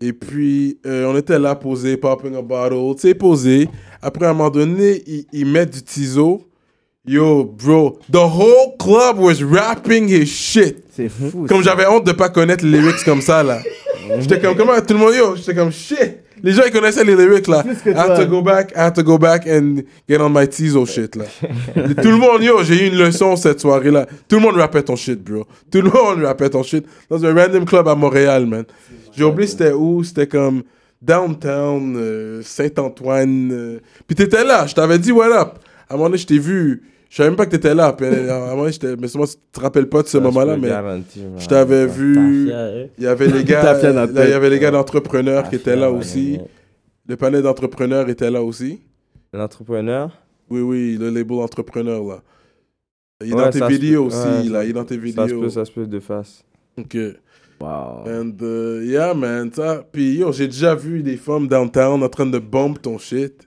Speaker 3: Et puis, euh, on était là, posé, popping a bottle, tu sais, posé. Après, à un moment donné, ils, ils mettent du tiso. Yo, bro, the whole club was rapping his shit.
Speaker 6: C'est fou.
Speaker 3: Comme
Speaker 6: ça.
Speaker 3: j'avais honte de pas connaître les lyrics comme ça, là. J'étais comme, comment tout le monde, yo, j'étais comme, shit. Les gens, ils connaissaient les lyrics, là.
Speaker 6: Plus que
Speaker 3: I have
Speaker 6: toi.
Speaker 3: to go back, I have to go back and get on my Tizo shit, là. Et tout le monde, yo, j'ai eu une leçon cette soirée-là. Tout le monde rappait ton shit, bro. Tout le monde rappait ton shit. Dans un random club à Montréal, man. J'ai oublié c'était où, c'était comme downtown, euh, Saint-Antoine. euh. Puis t'étais là, je t'avais dit what up. À un moment donné, je t'ai vu. Je savais même pas que t'étais là. Puis, euh, à un moment donné, j'étais- mais sûrement, tu te rappelles pas de ce
Speaker 5: Ça, je
Speaker 3: moment-là,
Speaker 5: peux
Speaker 3: mais.
Speaker 5: le garantir, man.
Speaker 3: Je t'avais vu.
Speaker 4: Mafia, eux.
Speaker 3: Il y avait les gars,
Speaker 6: T'as fait notre
Speaker 3: là, il y
Speaker 6: tête.
Speaker 3: avait les gars d'entrepreneurs qui étaient là
Speaker 5: Ah, ouais,
Speaker 3: aussi. Le panel d'entrepreneurs était là aussi.
Speaker 5: L'entrepreneur.
Speaker 3: Oui, oui, le label entrepreneur là. Il est
Speaker 5: Ouais,
Speaker 3: dans tes
Speaker 5: ça se
Speaker 3: vidéos
Speaker 5: peut.
Speaker 3: aussi,
Speaker 5: Ouais,
Speaker 3: là. Il est dans tes
Speaker 5: Ça se
Speaker 3: vidéos.
Speaker 5: peut, ça se peut de face.
Speaker 3: Ok.
Speaker 6: Wow.
Speaker 3: And uh, yeah, man, ça. Puis yo, j'ai déjà vu des femmes downtown en train de bomb ton shit.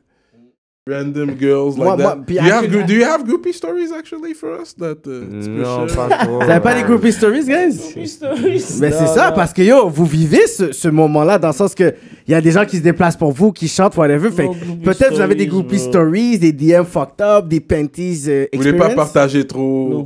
Speaker 3: Random girls
Speaker 6: Moi-
Speaker 3: like that.
Speaker 6: moi-
Speaker 3: Do
Speaker 6: puis
Speaker 3: you, have,
Speaker 6: actually-
Speaker 3: gro- do you have groupie stories actually for us that uh, tu peux
Speaker 5: Non,
Speaker 3: share?
Speaker 5: pas trop.
Speaker 6: Vous avez pas
Speaker 5: man.
Speaker 6: les groupie stories, guys? Mais c'est ça, parce que yo, vous vivez ce, ce moment-là dans le sens que il y a des gens qui se déplacent pour vous, qui chantent, whatever. Fait
Speaker 4: Non,
Speaker 6: que
Speaker 4: groupie
Speaker 6: peut-être vous avez des
Speaker 4: stories,
Speaker 6: groupie
Speaker 4: bro.
Speaker 6: stories, des DM fucked up, des panties euh,
Speaker 3: Vous voulez pas
Speaker 6: experience.
Speaker 3: partager trop.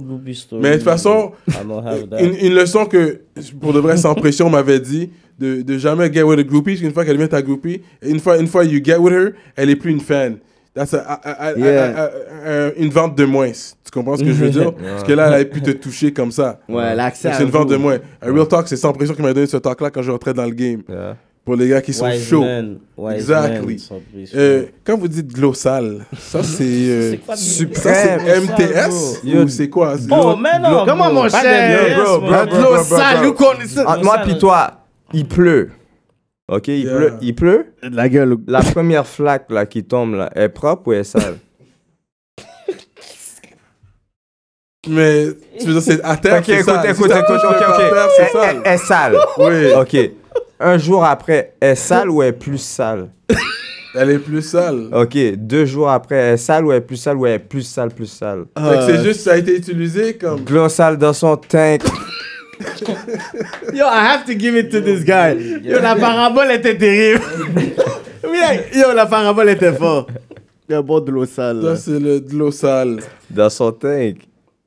Speaker 3: Mais de toute façon, une, Euh, une leçon que, pour de vrai, sans pression, on m'avait dit de, de jamais get with a groupie, parce qu'une fois qu'elle devient ta groupie, une fois, une fois you get with her, elle est plus une fan. That's a- a- a- a-
Speaker 6: Yeah.
Speaker 3: a- a- a- une vente de moins. Tu comprends ce que je veux dire? Parce que là, elle avait pu te toucher comme ça.
Speaker 6: Ouais, l'accès.
Speaker 3: Donc,
Speaker 6: à
Speaker 3: C'est une vente
Speaker 6: vous.
Speaker 3: de moins. Un real talk, c'est sans pression qui m'a donné ce talk-là quand je rentrais dans le game.
Speaker 5: Yeah.
Speaker 3: Pour les gars qui sont
Speaker 4: Wise
Speaker 3: chauds.
Speaker 4: men, wise
Speaker 3: Exactly.
Speaker 4: men sont pris sur-
Speaker 3: Euh, quand vous dites glossal, ça c'est. euh,
Speaker 4: C'est quoi de-
Speaker 3: ça c'est
Speaker 5: Suprême.
Speaker 3: MTS
Speaker 5: Yo,
Speaker 3: ou c'est quoi? c'est-
Speaker 4: Oh, mais non!
Speaker 6: Comment,
Speaker 4: bro,
Speaker 6: mon
Speaker 4: pas
Speaker 6: cher?
Speaker 4: de
Speaker 5: Yo, bro,
Speaker 4: BS,
Speaker 5: bro,
Speaker 4: man.
Speaker 5: bro.
Speaker 6: L'eau sale, nous connaissons.
Speaker 5: Entre Ah, moi puis toi, il pleut. Ok, il
Speaker 3: Yeah.
Speaker 5: pleut. Il pleut.
Speaker 3: Ah,
Speaker 6: La gueule.
Speaker 5: La première flaque là, qui tombe, là, elle est propre ou elle est sale
Speaker 3: Mais tu veux dire, c'est à terre.
Speaker 5: Ok,
Speaker 3: c'est
Speaker 5: écoute,
Speaker 3: sale. Si
Speaker 5: écoute,
Speaker 3: ça
Speaker 5: écoute,
Speaker 3: touche
Speaker 5: ok, Eh,
Speaker 3: le
Speaker 5: ok.
Speaker 3: parterre,
Speaker 5: Elle-
Speaker 3: C'est sale.
Speaker 5: Elle elle est sale.
Speaker 3: Oui,
Speaker 5: Ok. Un jour après, elle est sale ou elle est plus sale
Speaker 3: elle est plus sale.
Speaker 5: Ok. Deux jours après, elle est sale ou elle est plus sale ou elle est plus sale, plus sale
Speaker 3: Fait que c'est juste, ça a été utilisé comme.
Speaker 5: Glossal dans son tank.
Speaker 6: Yo, I have to give it to this guy. Yo, la parabole était terrible. Oui, like, yo, la parabole était forte. Il y a bon de l'eau sale. là.
Speaker 3: Ça, c'est le, de l'eau sale.
Speaker 5: Dans son tank.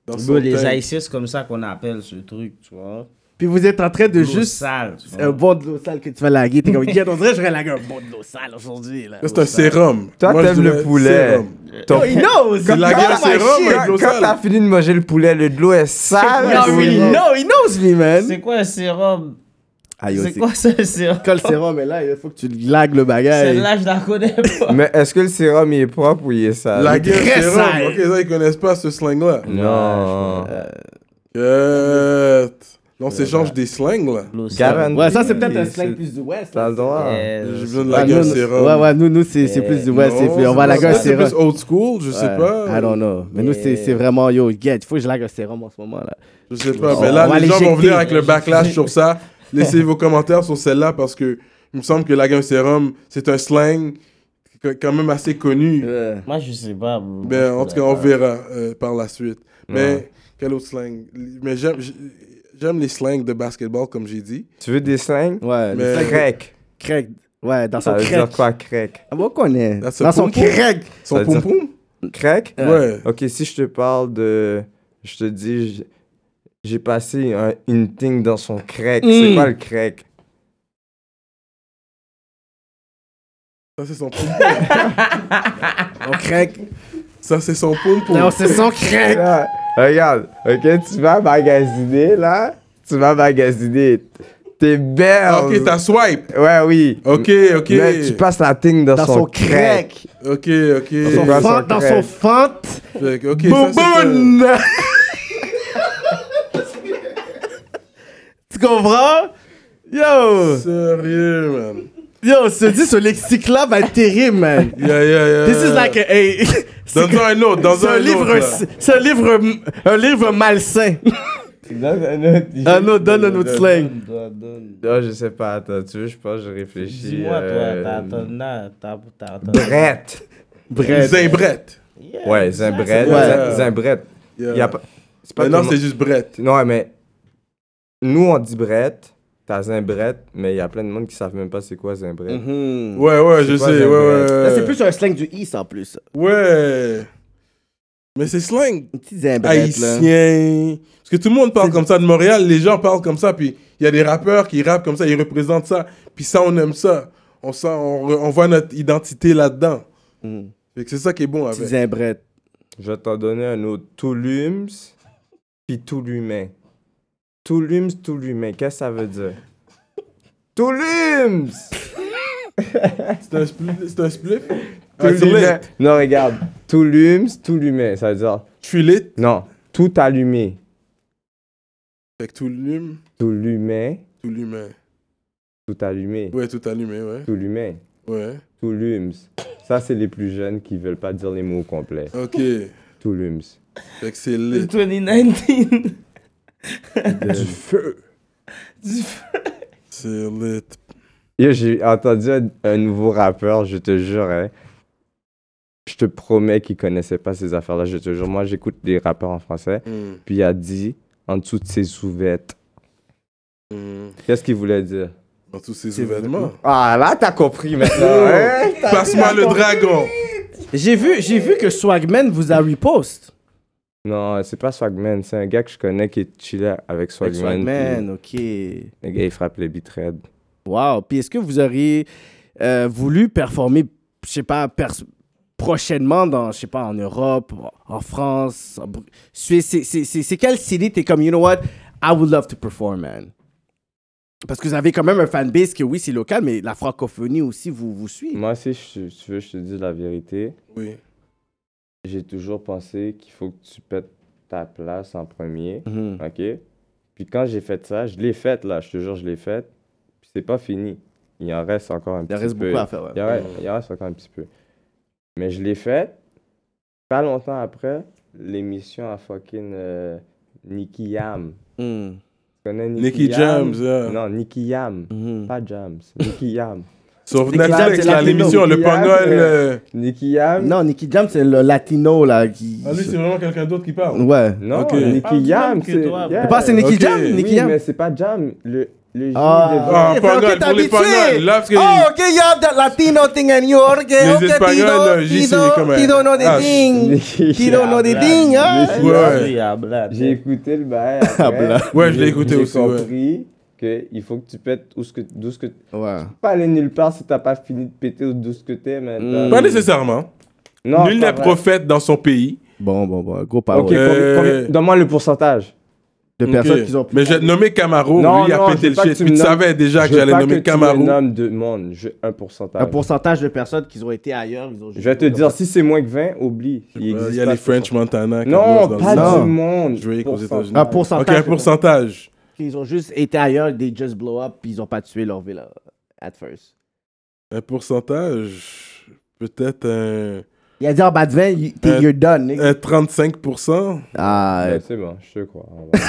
Speaker 3: Dans
Speaker 4: Bro,
Speaker 3: son
Speaker 4: les
Speaker 3: teint.
Speaker 4: Haïtiens, c'est comme ça qu'on appelle ce truc, tu vois.
Speaker 6: Puis vous êtes en train de juste.
Speaker 4: sale. tu vois.
Speaker 6: Un bon de l'eau sale que tu vas laguer. T'es comme, Guy, on dirait que j'aurais lagué un bon de l'eau sale aujourd'hui. Là.
Speaker 3: Ça, c'est un sérum.
Speaker 5: Toi,
Speaker 3: Moi, je
Speaker 5: t'aimes le
Speaker 3: dirais
Speaker 5: poulet.
Speaker 3: sérum.
Speaker 5: Ton-
Speaker 6: Yo, he knows.
Speaker 3: C'est lagué
Speaker 6: Oh
Speaker 3: un
Speaker 6: my
Speaker 3: sérum,
Speaker 6: shit.
Speaker 3: mais-
Speaker 5: Quand, quand t'as fini de manger le poulet, le de l'eau est sale.
Speaker 6: Yo,
Speaker 5: ou-
Speaker 6: he knows, he knows me, man.
Speaker 4: C'est quoi un sérum?
Speaker 6: Ah, yo,
Speaker 4: C'est quoi ça, un sérum?
Speaker 6: Quand le sérum est là, il faut que tu lagues le bagage.
Speaker 4: Celle-là, je la connais pas.
Speaker 5: Mais est-ce que le sérum il est propre ou il est sale
Speaker 3: La guerre
Speaker 6: Ah, Très
Speaker 3: sérum.
Speaker 6: sale. Mm.
Speaker 3: Ok, ça, ils connaissent pas ce slang-là.
Speaker 5: Non.
Speaker 3: Euh, Non, c'est change des slangs, là.
Speaker 4: L'eau sale.
Speaker 5: Garanti.
Speaker 6: Ouais, ça, c'est peut-être un
Speaker 5: C'est-
Speaker 6: slang plus du West.
Speaker 5: T'as
Speaker 6: là.
Speaker 5: le droit.
Speaker 4: Euh,
Speaker 3: J'ai besoin de
Speaker 6: Ouais,
Speaker 3: la guerre
Speaker 6: nous,
Speaker 3: sérum. Eh,
Speaker 6: Ouais, ouais, nous, nous c'est c'est plus du West. c'est
Speaker 3: Non,
Speaker 6: plus- on va
Speaker 3: c'est
Speaker 6: laguer un
Speaker 3: pas- C'est
Speaker 6: sérum.
Speaker 3: plus old school, je sais
Speaker 6: Ouais,
Speaker 3: pas. euh,
Speaker 6: I don't know. Mais nous, c'est
Speaker 4: Mais-
Speaker 6: c'est vraiment, yo, get, il faut que je lague un sérum en ce moment, là.
Speaker 3: Je sais pas,
Speaker 6: On
Speaker 3: mais là,
Speaker 6: va
Speaker 3: les gens vont
Speaker 6: l'éjecter.
Speaker 3: venir avec le backlash sur ça. Laissez vos commentaires sur celle-là parce que il me semble que la gamme sérum, c'est un slang que- quand même assez connu.
Speaker 6: Euh,
Speaker 4: Moi, je sais pas. bro.
Speaker 3: Ben, en tout cas, on verra euh, par la suite. Mais
Speaker 5: Ouais.
Speaker 3: quel autre slang Mais j'aime- j'aime les slangs de basketball, comme j'ai dit.
Speaker 5: Tu veux des slangs?
Speaker 3: Mais-
Speaker 6: ouais, le
Speaker 3: Euh,
Speaker 5: Crack.
Speaker 6: crack. Ouais, dans son
Speaker 5: Ça veut dire
Speaker 6: crack.
Speaker 5: quoi, crack?
Speaker 6: Ah, bon, qu'on est.
Speaker 3: Dans son
Speaker 6: Dans son
Speaker 3: poum-poum.
Speaker 6: crack.
Speaker 3: Son
Speaker 5: Ça veut dire-
Speaker 3: pom-pom
Speaker 5: Crack?
Speaker 3: Ouais.
Speaker 5: Ok, si je te parle de. Je te dis, j- j'ai passé un- une thing dans son crack. C'est
Speaker 6: Mm.
Speaker 5: quoi le crack?
Speaker 3: Ça, c'est son pom-pom.
Speaker 6: Son crack.
Speaker 3: Ça, c'est son pom-pom.
Speaker 6: Non, c'est son crack.
Speaker 5: Là, regarde, ok, tu vas magasiner là. Tu vas magasiner. T'es belle.
Speaker 3: Ah, Ok, t'as swipe.
Speaker 5: Ouais, oui.
Speaker 3: Ok, ok.
Speaker 5: Mais tu passes la thing dans,
Speaker 6: Dans son crack.
Speaker 3: Ok, ok.
Speaker 6: Dans son
Speaker 5: Dans son crack.
Speaker 6: fente. Dans son fente.
Speaker 3: Fait que, Ok, ça, c'est un-
Speaker 6: Bouboune. Tu comprends? Yo!
Speaker 3: Sérieux, man.
Speaker 6: Yo, se dit ce lexique-là va être terrible, man.
Speaker 3: Yeah, yeah, yeah.
Speaker 6: This is like a. hey, c'est
Speaker 3: Dans un autre, dans
Speaker 6: c'est
Speaker 3: un,
Speaker 6: un
Speaker 3: autre,
Speaker 6: livre,
Speaker 3: là.
Speaker 6: c'est un livre, un livre malsain. Ah non, donne un autre slang.
Speaker 4: Donne, donne.
Speaker 5: Non, Oh, je sais pas, attends, tu veux, je pense, je réfléchis.
Speaker 4: Dis-moi, toi,
Speaker 5: euh,
Speaker 4: t'as ton nom, t'as- t'as ton
Speaker 5: Brette.
Speaker 6: Bref.
Speaker 3: Zimbrette.
Speaker 4: Yeah,
Speaker 5: Ouais,
Speaker 4: ça,
Speaker 5: Zimbrette.
Speaker 4: c'est-
Speaker 3: Ouais.
Speaker 5: Zim- Zimbrette.
Speaker 3: Yeah.
Speaker 5: Y a pas- Euh, C'est pas
Speaker 3: Mais non,
Speaker 5: tout le
Speaker 3: c'est juste brette.
Speaker 5: monde- Non, mais. Nous, on dit brette. T'as Zimbrette, mais il y a plein de monde qui savent même pas c'est quoi Zimbrette.
Speaker 6: Mhm.
Speaker 3: Ouais, ouais,
Speaker 5: C'est
Speaker 3: je
Speaker 5: quoi,
Speaker 3: sais. Ouais,
Speaker 5: Zimbrette?
Speaker 3: ouais.
Speaker 6: Là, c'est plus un slang du East en plus.
Speaker 3: Ouais. Mais c'est slang
Speaker 6: Une petite zimbrette, là.
Speaker 3: haïtien. Parce que tout le monde parle comme ça de Montréal, les gens parlent comme ça, puis il y a des rappeurs qui rappent comme ça, ils représentent ça, puis ça, on aime ça. On, sent, on, re- on voit notre identité là-dedans.
Speaker 6: Mhm.
Speaker 3: Fait que c'est ça qui est bon
Speaker 6: Petite
Speaker 3: avec.
Speaker 6: zimbrette.
Speaker 5: Je vais t'en donner un autre. Toulums, puis Toulumain. Toulums, Toulumain, qu'est-ce que ça veut dire? Toulums!
Speaker 3: C'est un split. C'est un split. Un
Speaker 5: Toulumain.
Speaker 3: split.
Speaker 5: Non, regarde. Toulums, Toulumain, ça veut dire.
Speaker 3: Je suis lit.
Speaker 5: Non, tout allumé.
Speaker 3: Fait que tout l'humain.
Speaker 5: Toulumain,
Speaker 3: Tout l'humain.
Speaker 5: tout allumé.
Speaker 3: Ouais, tout allumé, ouais.
Speaker 5: Toulumain,
Speaker 3: Ouais.
Speaker 5: Toulums. Ça, c'est les plus jeunes qui veulent pas dire les mots au complet.
Speaker 3: Ok.
Speaker 5: Toulums.
Speaker 3: Fait que c'est
Speaker 4: c'est
Speaker 3: lit.
Speaker 4: 2019.
Speaker 5: Du feu.
Speaker 3: C'est lit.
Speaker 5: Yo, j'ai entendu un, un nouveau rappeur, je te jure, hein. Je te promets qu'il connaissait pas ces affaires-là, je te jure. Moi, j'écoute des rappeurs en français.
Speaker 3: Hmm,
Speaker 5: Puis il a dit en dessous de ses sous-vêtements.
Speaker 3: hmm.
Speaker 5: Qu'est-ce qu'il voulait dire?
Speaker 3: Dans tous ces événements.
Speaker 5: Ah, là, t'as compris maintenant, hein?
Speaker 3: Passe-moi le dragon.
Speaker 6: J'ai vu, j'ai vu que Swagman vous a repost.
Speaker 5: Non, c'est pas Swagman, c'est un gars que je connais qui est chillé avec
Speaker 6: Avec
Speaker 5: Swagman.
Speaker 6: Swagman,
Speaker 5: puis
Speaker 6: ok.
Speaker 5: Le gars, il frappe les beat red.
Speaker 6: Wow. Puis est-ce que vous auriez euh, voulu performer, je sais pas, pers- prochainement dans, je sais pas, en Europe, en France, en Bru- Suisse? C'est- c'est- C'est c'est quelle city t'es comme, you know what, I would love to perform, man? Parce que vous avez quand même un fanbase que oui, c'est local, mais la francophonie aussi vous, vous suit.
Speaker 5: Moi, si je- tu veux, je te dis la vérité.
Speaker 3: Oui.
Speaker 5: J'ai toujours pensé qu'il faut que tu pètes ta place en premier.
Speaker 6: Mhm.
Speaker 5: OK? Puis quand j'ai fait ça, je l'ai faite là, je te jure, je l'ai faite. Puis c'est pas fini. Il en reste encore un
Speaker 6: Il
Speaker 5: petit
Speaker 6: reste
Speaker 5: peu.
Speaker 6: beaucoup à faire. ouais.
Speaker 5: Il en reste, il en reste encore un petit peu. Mais je l'ai faite. Pas longtemps après, l'émission à fucking euh, Nicky Yam.
Speaker 6: Mhm.
Speaker 5: Tu connais Nicky,
Speaker 3: Nicky hein. Jams,
Speaker 6: euh.
Speaker 3: yeah.
Speaker 5: Non, Nicky Yam.
Speaker 6: Mhm.
Speaker 5: Pas Jams. Nicky Yam.
Speaker 3: Sur
Speaker 6: Nicky Jam,
Speaker 3: Netflix,
Speaker 6: c'est
Speaker 3: là,
Speaker 6: latino.
Speaker 3: l'émission, le
Speaker 5: Nicky Jam,
Speaker 3: pangol.
Speaker 5: euh,
Speaker 3: euh,
Speaker 5: Nicky Yam.
Speaker 6: Non, Nicky Jam, c'est le latino là qui.
Speaker 3: Ah, lui, c'est vraiment quelqu'un d'autre qui parle.
Speaker 6: Ouais.
Speaker 5: Non,
Speaker 3: Ok.
Speaker 5: Nicky
Speaker 4: Parle du
Speaker 5: Yam.
Speaker 4: même que
Speaker 5: C'est
Speaker 4: toi, bro.
Speaker 5: Yeah.
Speaker 6: Pas c'est Nicky
Speaker 3: Ok.
Speaker 6: Jam,
Speaker 5: Oui,
Speaker 6: Nicky Jam.
Speaker 5: mais c'est pas Jam. Le, le J
Speaker 6: Ah.
Speaker 5: devant-
Speaker 3: Ah,
Speaker 6: Eh,
Speaker 3: pangol,
Speaker 6: fait, ok,
Speaker 3: pour les
Speaker 6: t'as habitué.
Speaker 3: pangols. Là, parce que
Speaker 6: Oh, ok, you have that Latino thing and you okay,
Speaker 3: Les
Speaker 6: okay,
Speaker 3: Espagnols, j'y suis
Speaker 6: Tido,
Speaker 3: comme un-
Speaker 6: Tido know the
Speaker 3: Ah,
Speaker 6: thing.
Speaker 5: Nicky
Speaker 6: Tido know the
Speaker 4: blague.
Speaker 6: thing, hein?
Speaker 5: Nicky
Speaker 3: Ouais.
Speaker 5: Jam.
Speaker 4: Oui, à blague.
Speaker 5: J'ai écouté le bail.
Speaker 6: Ah,
Speaker 5: après.
Speaker 6: blanc.
Speaker 3: Ouais, je l'ai
Speaker 5: J'ai-
Speaker 3: écouté aussi,
Speaker 5: J'ai
Speaker 3: ouais.
Speaker 5: compris qu'il faut que tu pètes d'où ce que, d'où ce que
Speaker 6: Ouais.
Speaker 5: pas aller nulle part si t'as pas fini de péter d'où ce que t'es, mais
Speaker 6: Hmm.
Speaker 5: t'as-
Speaker 3: Pas nécessairement.
Speaker 5: Non,
Speaker 3: Nul
Speaker 5: pas
Speaker 3: n'est
Speaker 5: vrai.
Speaker 3: prophète dans son pays.
Speaker 6: Bon, bon, bon, gros
Speaker 5: Ok,
Speaker 6: parole.
Speaker 3: Euh,
Speaker 5: combien- combien- donne-moi le pourcentage.
Speaker 6: De
Speaker 3: Ok.
Speaker 6: personnes qui ont
Speaker 3: Mais j'ai nommé Camaro,
Speaker 5: Non,
Speaker 3: lui il a
Speaker 5: non, je
Speaker 3: pété
Speaker 5: veux
Speaker 3: le
Speaker 5: pas
Speaker 3: shit.
Speaker 5: que tu
Speaker 3: Puis tu
Speaker 5: me nommes-
Speaker 3: savais déjà que
Speaker 5: Je veux
Speaker 3: j'allais
Speaker 5: pas
Speaker 3: nommer
Speaker 5: que tu me
Speaker 3: Camaro.
Speaker 5: nommes de monde, je veux un pourcentage.
Speaker 6: un Ah, pourcentage de personnes qui ont été ailleurs. Ils ont
Speaker 5: Je vais te dire, si c'est moins que 20, oublie. Il
Speaker 3: Euh, Il y
Speaker 5: existe
Speaker 3: a
Speaker 5: pas
Speaker 3: les
Speaker 5: ce
Speaker 3: French Montana. Camaro,
Speaker 5: Non,
Speaker 3: dans
Speaker 5: pas
Speaker 3: le-
Speaker 6: Non. Ah,
Speaker 5: du monde.
Speaker 3: Drake aux
Speaker 5: Pourcentage.
Speaker 3: États-Unis.
Speaker 6: un
Speaker 3: Ok,
Speaker 6: pourcentage.
Speaker 3: un pourcentage.
Speaker 6: Ils ont juste été ailleurs, they just blow up, puis ils ont pas tué leur ville euh, at first.
Speaker 3: Un pourcentage. Peut-être un.
Speaker 6: Il a dit en bas de 20, you- t'es-
Speaker 3: Euh,
Speaker 6: you're done. nigga.
Speaker 3: Euh, 35%.
Speaker 5: euh,
Speaker 6: Ah,
Speaker 5: Ouais, c'est bon, je te crois. On va-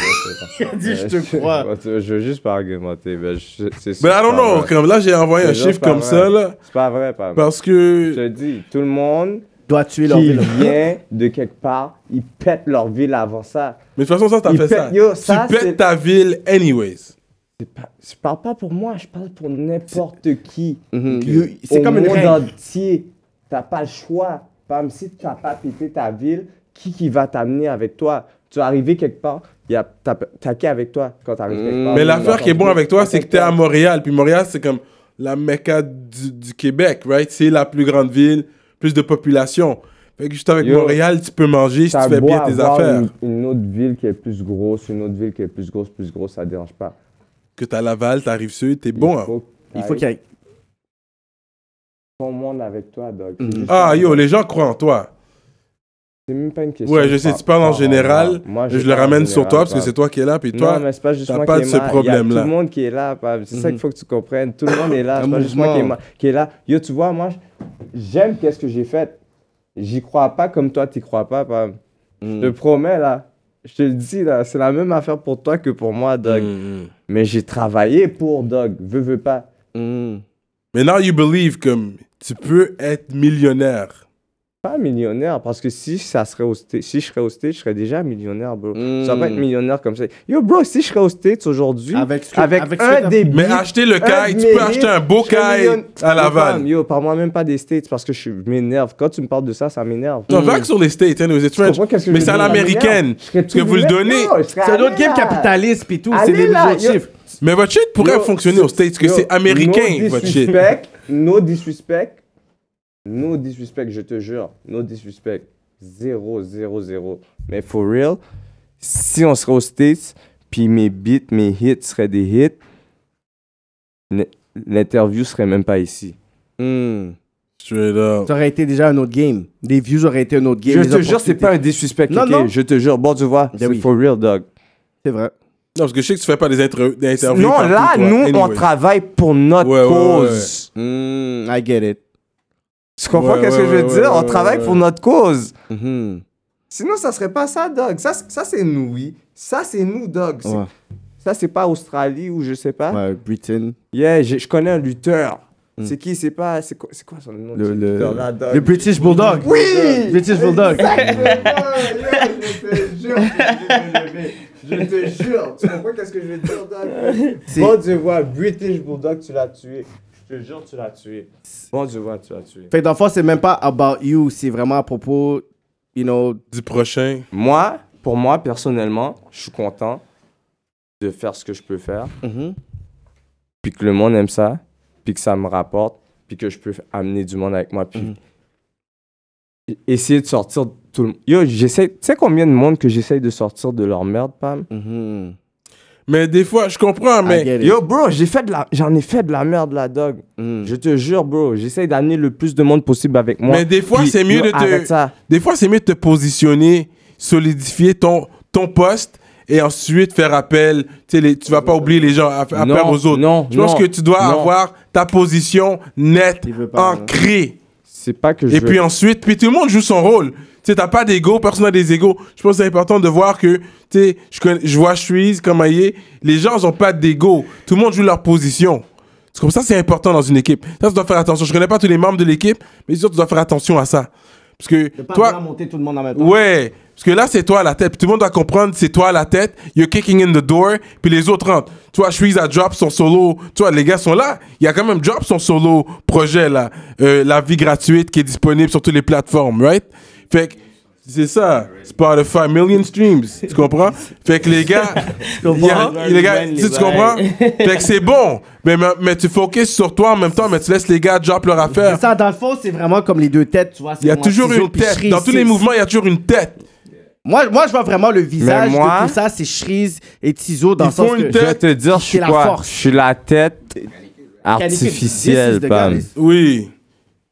Speaker 5: je te
Speaker 6: dit, je te
Speaker 5: Ouais,
Speaker 6: crois.
Speaker 5: Ouais, tu- Je veux juste pas argumenter. Mais je, c'est sûr,
Speaker 3: Mais Ben,
Speaker 5: c'est
Speaker 3: I don't
Speaker 5: pas
Speaker 3: know,
Speaker 5: vrai.
Speaker 3: comme là, j'ai envoyé un
Speaker 5: C'est juste
Speaker 3: chiffre
Speaker 5: pas
Speaker 3: comme
Speaker 5: vrai.
Speaker 3: ça, là,
Speaker 5: C'est pas vrai, pas vrai.
Speaker 3: parce
Speaker 5: Je te
Speaker 3: que...
Speaker 5: dis, tout le monde
Speaker 6: doit tuer leur
Speaker 5: qui
Speaker 6: ville.
Speaker 5: vient de quelque part, ils pètent leur ville avant ça.
Speaker 3: Mais de toute façon, ça, t'as
Speaker 5: Il
Speaker 3: fait
Speaker 5: pète-
Speaker 3: ça.
Speaker 5: yo, ça,
Speaker 3: Tu
Speaker 5: c'est-
Speaker 3: pètes ta ville anyways.
Speaker 5: Je parle pas pour moi, je parle pour n'importe qui.
Speaker 6: You- C'est
Speaker 5: Mhm. Au
Speaker 6: comme une
Speaker 5: monde
Speaker 6: règle.
Speaker 5: entier, t'as pas le choix. Pam, si t'as pas pété ta ville, qui qui va t'amener avec toi Tu es arrivé quelque part, y a, t'as, t'as qui avec toi quand t'arrives
Speaker 6: Hmm.
Speaker 5: quelque part
Speaker 3: Mais
Speaker 5: Dans
Speaker 3: l'affaire
Speaker 5: ton
Speaker 3: qui est bon
Speaker 5: groupe,
Speaker 3: avec toi,
Speaker 5: dans
Speaker 3: c'est
Speaker 5: ton
Speaker 3: que t'es à
Speaker 5: club.
Speaker 3: Montréal. Puis Montréal, c'est comme la mecca du, du Québec, right? C'est la plus grande ville, plus de population. Fait que juste avec
Speaker 5: Yo,
Speaker 3: Montréal, tu peux manger si
Speaker 5: T'as
Speaker 3: tu fais
Speaker 5: beau
Speaker 3: bien tes
Speaker 5: avoir
Speaker 3: affaires.
Speaker 5: Une, une autre ville qui est plus grosse, une autre ville qui est plus grosse, plus grosse, ça dérange pas.
Speaker 3: Que t'as Laval, t'arrives sud, t'es bon. hein.
Speaker 6: Il faut qu'il y ait.
Speaker 5: ton monde avec toi, dog.
Speaker 6: Mhm.
Speaker 5: C'est juste
Speaker 3: Ah
Speaker 5: ça.
Speaker 3: yo, les gens croient en toi.
Speaker 5: C'est même pas une question.
Speaker 3: Ouais, je sais, tu parles en général.
Speaker 5: Moi,
Speaker 3: Je le
Speaker 5: parle en
Speaker 3: ramène sur
Speaker 5: général,
Speaker 3: toi parce que
Speaker 5: Pam.
Speaker 3: c'est toi qui es là. Puis
Speaker 5: Non,
Speaker 3: toi,
Speaker 5: mais c'est pas juste
Speaker 3: t'as
Speaker 5: moi
Speaker 3: pas
Speaker 5: qui
Speaker 3: de
Speaker 5: est
Speaker 3: ce
Speaker 5: mal. Il y a
Speaker 3: problème-là.
Speaker 5: Tout le monde qui est là, Pam. c'est
Speaker 6: Mhm.
Speaker 5: ça qu'il faut que tu comprennes. Tout le monde est là.
Speaker 6: Un
Speaker 5: C'est pas juste moi qui est,
Speaker 6: mouvement.
Speaker 5: ma- qui est là. Yo, tu vois, moi, je- j'aime qu'est-ce que j'ai fait. J'y crois pas comme toi, t'y crois pas, Pam. Je
Speaker 6: Mhm.
Speaker 5: te promets, là. Je te le dis, là. C'est la même affaire pour toi que pour moi, Dog.
Speaker 6: Mhm.
Speaker 5: Mais j'ai travaillé pour Dog. Veux, veux pas.
Speaker 3: mais now you believe comme tu peux être millionnaire.
Speaker 5: Pas millionnaire, parce que si ça serait au sta- si je serais au stage, je serais déjà millionnaire, bro. Tu vas pas être millionnaire comme ça. Yo, bro, si je serais au stage aujourd'hui,
Speaker 6: Mhm. Avec ce que-
Speaker 5: avec,
Speaker 6: avec ce que
Speaker 5: un
Speaker 6: t'as-
Speaker 5: des
Speaker 3: Mais
Speaker 5: beats,
Speaker 3: acheter le
Speaker 5: Un
Speaker 3: caille, tu
Speaker 5: de mes
Speaker 3: peux acheter un beau
Speaker 5: hits, je serais
Speaker 3: caille
Speaker 5: million-
Speaker 3: à
Speaker 5: Yo,
Speaker 3: Laval.
Speaker 5: Yo, parle-moi même pas des States parce que je m'énerve. Quand tu me parles de ça, ça m'énerve.
Speaker 3: T'en vagues sur les States, hein, aux États-Unis.
Speaker 5: comprends qu'est-ce que
Speaker 3: Mais
Speaker 5: je
Speaker 3: c'est à
Speaker 5: veux dire,
Speaker 3: l'américaine.
Speaker 5: Je serais
Speaker 3: Parce que
Speaker 5: tout
Speaker 3: vous le
Speaker 5: net,
Speaker 3: donnez.
Speaker 5: yo, je serais
Speaker 6: C'est un autre
Speaker 5: allé
Speaker 6: game
Speaker 5: là.
Speaker 6: capitaliste puis tout, c'est
Speaker 5: Allez
Speaker 6: des
Speaker 5: là,
Speaker 6: nouveaux
Speaker 5: yo.
Speaker 6: chiffres.
Speaker 3: Mais votre shit pourrait
Speaker 5: Yo,
Speaker 3: fonctionner
Speaker 5: c'est-
Speaker 3: aux States, parce que
Speaker 5: yo,
Speaker 3: c'est américain,
Speaker 5: no
Speaker 3: votre shit.
Speaker 5: disrespect, No disrespect. No disrespect, je te jure. No disrespect. Zéro, zéro, zéro. Mais for real, si on serait aux States, puis mes beats, mes hits seraient des hits, n- l'interview serait même pas ici. Hmm.
Speaker 3: Straight up.
Speaker 6: Ça aurait été déjà un autre game. Les views auraient été un autre game.
Speaker 5: Je
Speaker 6: les
Speaker 5: te jure, c'est
Speaker 6: opportunités.
Speaker 5: pas un disrespect.
Speaker 6: Non,
Speaker 5: ok?
Speaker 6: non.
Speaker 5: Je te jure, bon, tu vois, c'est
Speaker 6: oui.
Speaker 5: for real, dog.
Speaker 6: C'est vrai.
Speaker 3: Non, parce que je sais que tu fais pas des, inter- des interviews.
Speaker 5: Non,
Speaker 3: partout,
Speaker 5: là,
Speaker 3: toi.
Speaker 5: nous, on
Speaker 3: Anyway.
Speaker 5: travaille pour notre
Speaker 3: Ouais, ouais,
Speaker 5: cause.
Speaker 6: Mm, I get it.
Speaker 5: Tu comprends
Speaker 3: Ouais,
Speaker 5: qu'est-ce que
Speaker 3: ouais,
Speaker 5: je veux
Speaker 3: ouais,
Speaker 5: dire?
Speaker 3: ouais,
Speaker 5: on
Speaker 3: ouais,
Speaker 5: travaille
Speaker 3: ouais. Mm-hmm.
Speaker 5: pour notre cause.
Speaker 6: Mhm.
Speaker 5: Sinon, ça serait pas ça, dog. Ça, c'est- ça c'est nous, oui. Ça, c'est nous, dog. C'est-
Speaker 6: Ouais.
Speaker 5: Ça, c'est pas Australie ou je sais pas.
Speaker 6: Ouais, Britain.
Speaker 5: Yeah, j'ai- je connais un lutteur.
Speaker 3: Mm.
Speaker 5: C'est qui? C'est pas. C'est quoi, c'est quoi son nom? de
Speaker 6: Le,
Speaker 5: ce
Speaker 6: le,
Speaker 5: lutteur-là, dog?
Speaker 6: le British Bulldog.
Speaker 5: Oui!
Speaker 6: British Bulldog.
Speaker 5: Je te jure, tu comprends qu'est-ce que je veux dire, Doc? Bon Dieu, vois, British Bulldog, tu l'as tué. Je te jure, tu l'as tué. Bon Dieu, vois, tu l'as tué.
Speaker 6: Fait que dans le fond, c'est même pas about you, c'est vraiment à propos, you know.
Speaker 3: Du prochain.
Speaker 5: Moi, pour moi, personnellement, je suis content de faire ce que je peux faire,
Speaker 6: mm-hmm,
Speaker 5: puis que le monde aime ça, puis que ça me rapporte, puis que je peux amener du monde avec moi, puis
Speaker 3: Mhm.
Speaker 5: essayer de sortir tout le monde. Yo, j'essaie. Tu sais combien de monde que j'essaye de sortir de leur merde, Pam?
Speaker 6: Mhm.
Speaker 3: Mais des fois, je comprends,
Speaker 6: I
Speaker 3: mais.
Speaker 6: get it.
Speaker 5: Yo, bro, j'ai fait de la... j'en ai fait de la merde, la dog.
Speaker 6: Mhm.
Speaker 5: Je te jure, bro, j'essaye d'amener le plus de monde possible avec moi.
Speaker 3: Mais des fois,
Speaker 5: Puis,
Speaker 3: c'est mieux
Speaker 5: yo,
Speaker 3: de te-
Speaker 5: arrête ça.
Speaker 3: Des fois, c'est mieux de te positionner, solidifier ton, ton poste et ensuite faire appel. Tu sais, les- tu vas pas oublier les gens, à faire
Speaker 5: Euh, Non,
Speaker 3: appel aux autres.
Speaker 5: non,
Speaker 3: je pense
Speaker 5: non,
Speaker 3: que tu dois
Speaker 5: non.
Speaker 3: avoir ta position nette,
Speaker 6: Il veut pas, hein.
Speaker 3: ancrée.
Speaker 5: C'est pas que je.
Speaker 3: Et puis ensuite, puis tout le monde joue son rôle. Tu sais, t'as pas d'ego, personne n'a des égos. Je pense que c'est important de voir que, tu sais, je, connais- je vois Suisse, comme Aïe, les gens ont pas d'ego. Tout le monde joue leur position. C'est comme ça, c'est important dans une équipe. Ça, tu dois faire attention. Je connais pas tous les membres de l'équipe, mais sûr, tu dois faire attention à ça. Parce que
Speaker 6: De pas vouloir
Speaker 3: toi,
Speaker 6: monter tout le monde en même temps.
Speaker 3: ouais, parce que là, c'est toi à la tête. Puis tout le monde doit comprendre, c'est toi à la tête. You're kicking in the door, puis les autres rentrent. Tu vois, Suisse a drop son solo. Tu vois, les gars sont là. Il y a quand même drop son solo projet, là. Euh, la vie gratuite qui est disponible sur toutes les plateformes, right? Fait que. C'est ça, Spotify, million streams, tu comprends? Fait que les gars, il y a- les gars, tu, tu comprends? Fait que c'est bon, mais, mais, mais tu focuses sur toi en même temps, mais tu laisses les gars drop leur affaire.
Speaker 6: C'est Ça, dans le fond, c'est vraiment comme les deux têtes, tu vois. c'est
Speaker 3: Il y a
Speaker 6: comme un
Speaker 3: toujours
Speaker 6: ciseau
Speaker 3: une
Speaker 6: puis
Speaker 3: tête.
Speaker 6: cerise,
Speaker 3: Dans tous les
Speaker 6: c'est-
Speaker 3: mouvements, il y a toujours une tête.
Speaker 6: Moi, moi, je vois vraiment le visage
Speaker 5: moi-
Speaker 6: de tout ça, c'est Cherise et Tizo dans
Speaker 3: Ils
Speaker 6: le sens
Speaker 3: font une
Speaker 6: que-
Speaker 5: Je vais te dire, je
Speaker 6: C'est
Speaker 5: suis
Speaker 6: la
Speaker 5: quoi?
Speaker 6: force.
Speaker 5: Je suis la tête
Speaker 6: Canicule,
Speaker 5: artificielle,
Speaker 6: this is the
Speaker 5: Pam.
Speaker 6: guy.
Speaker 3: Oui.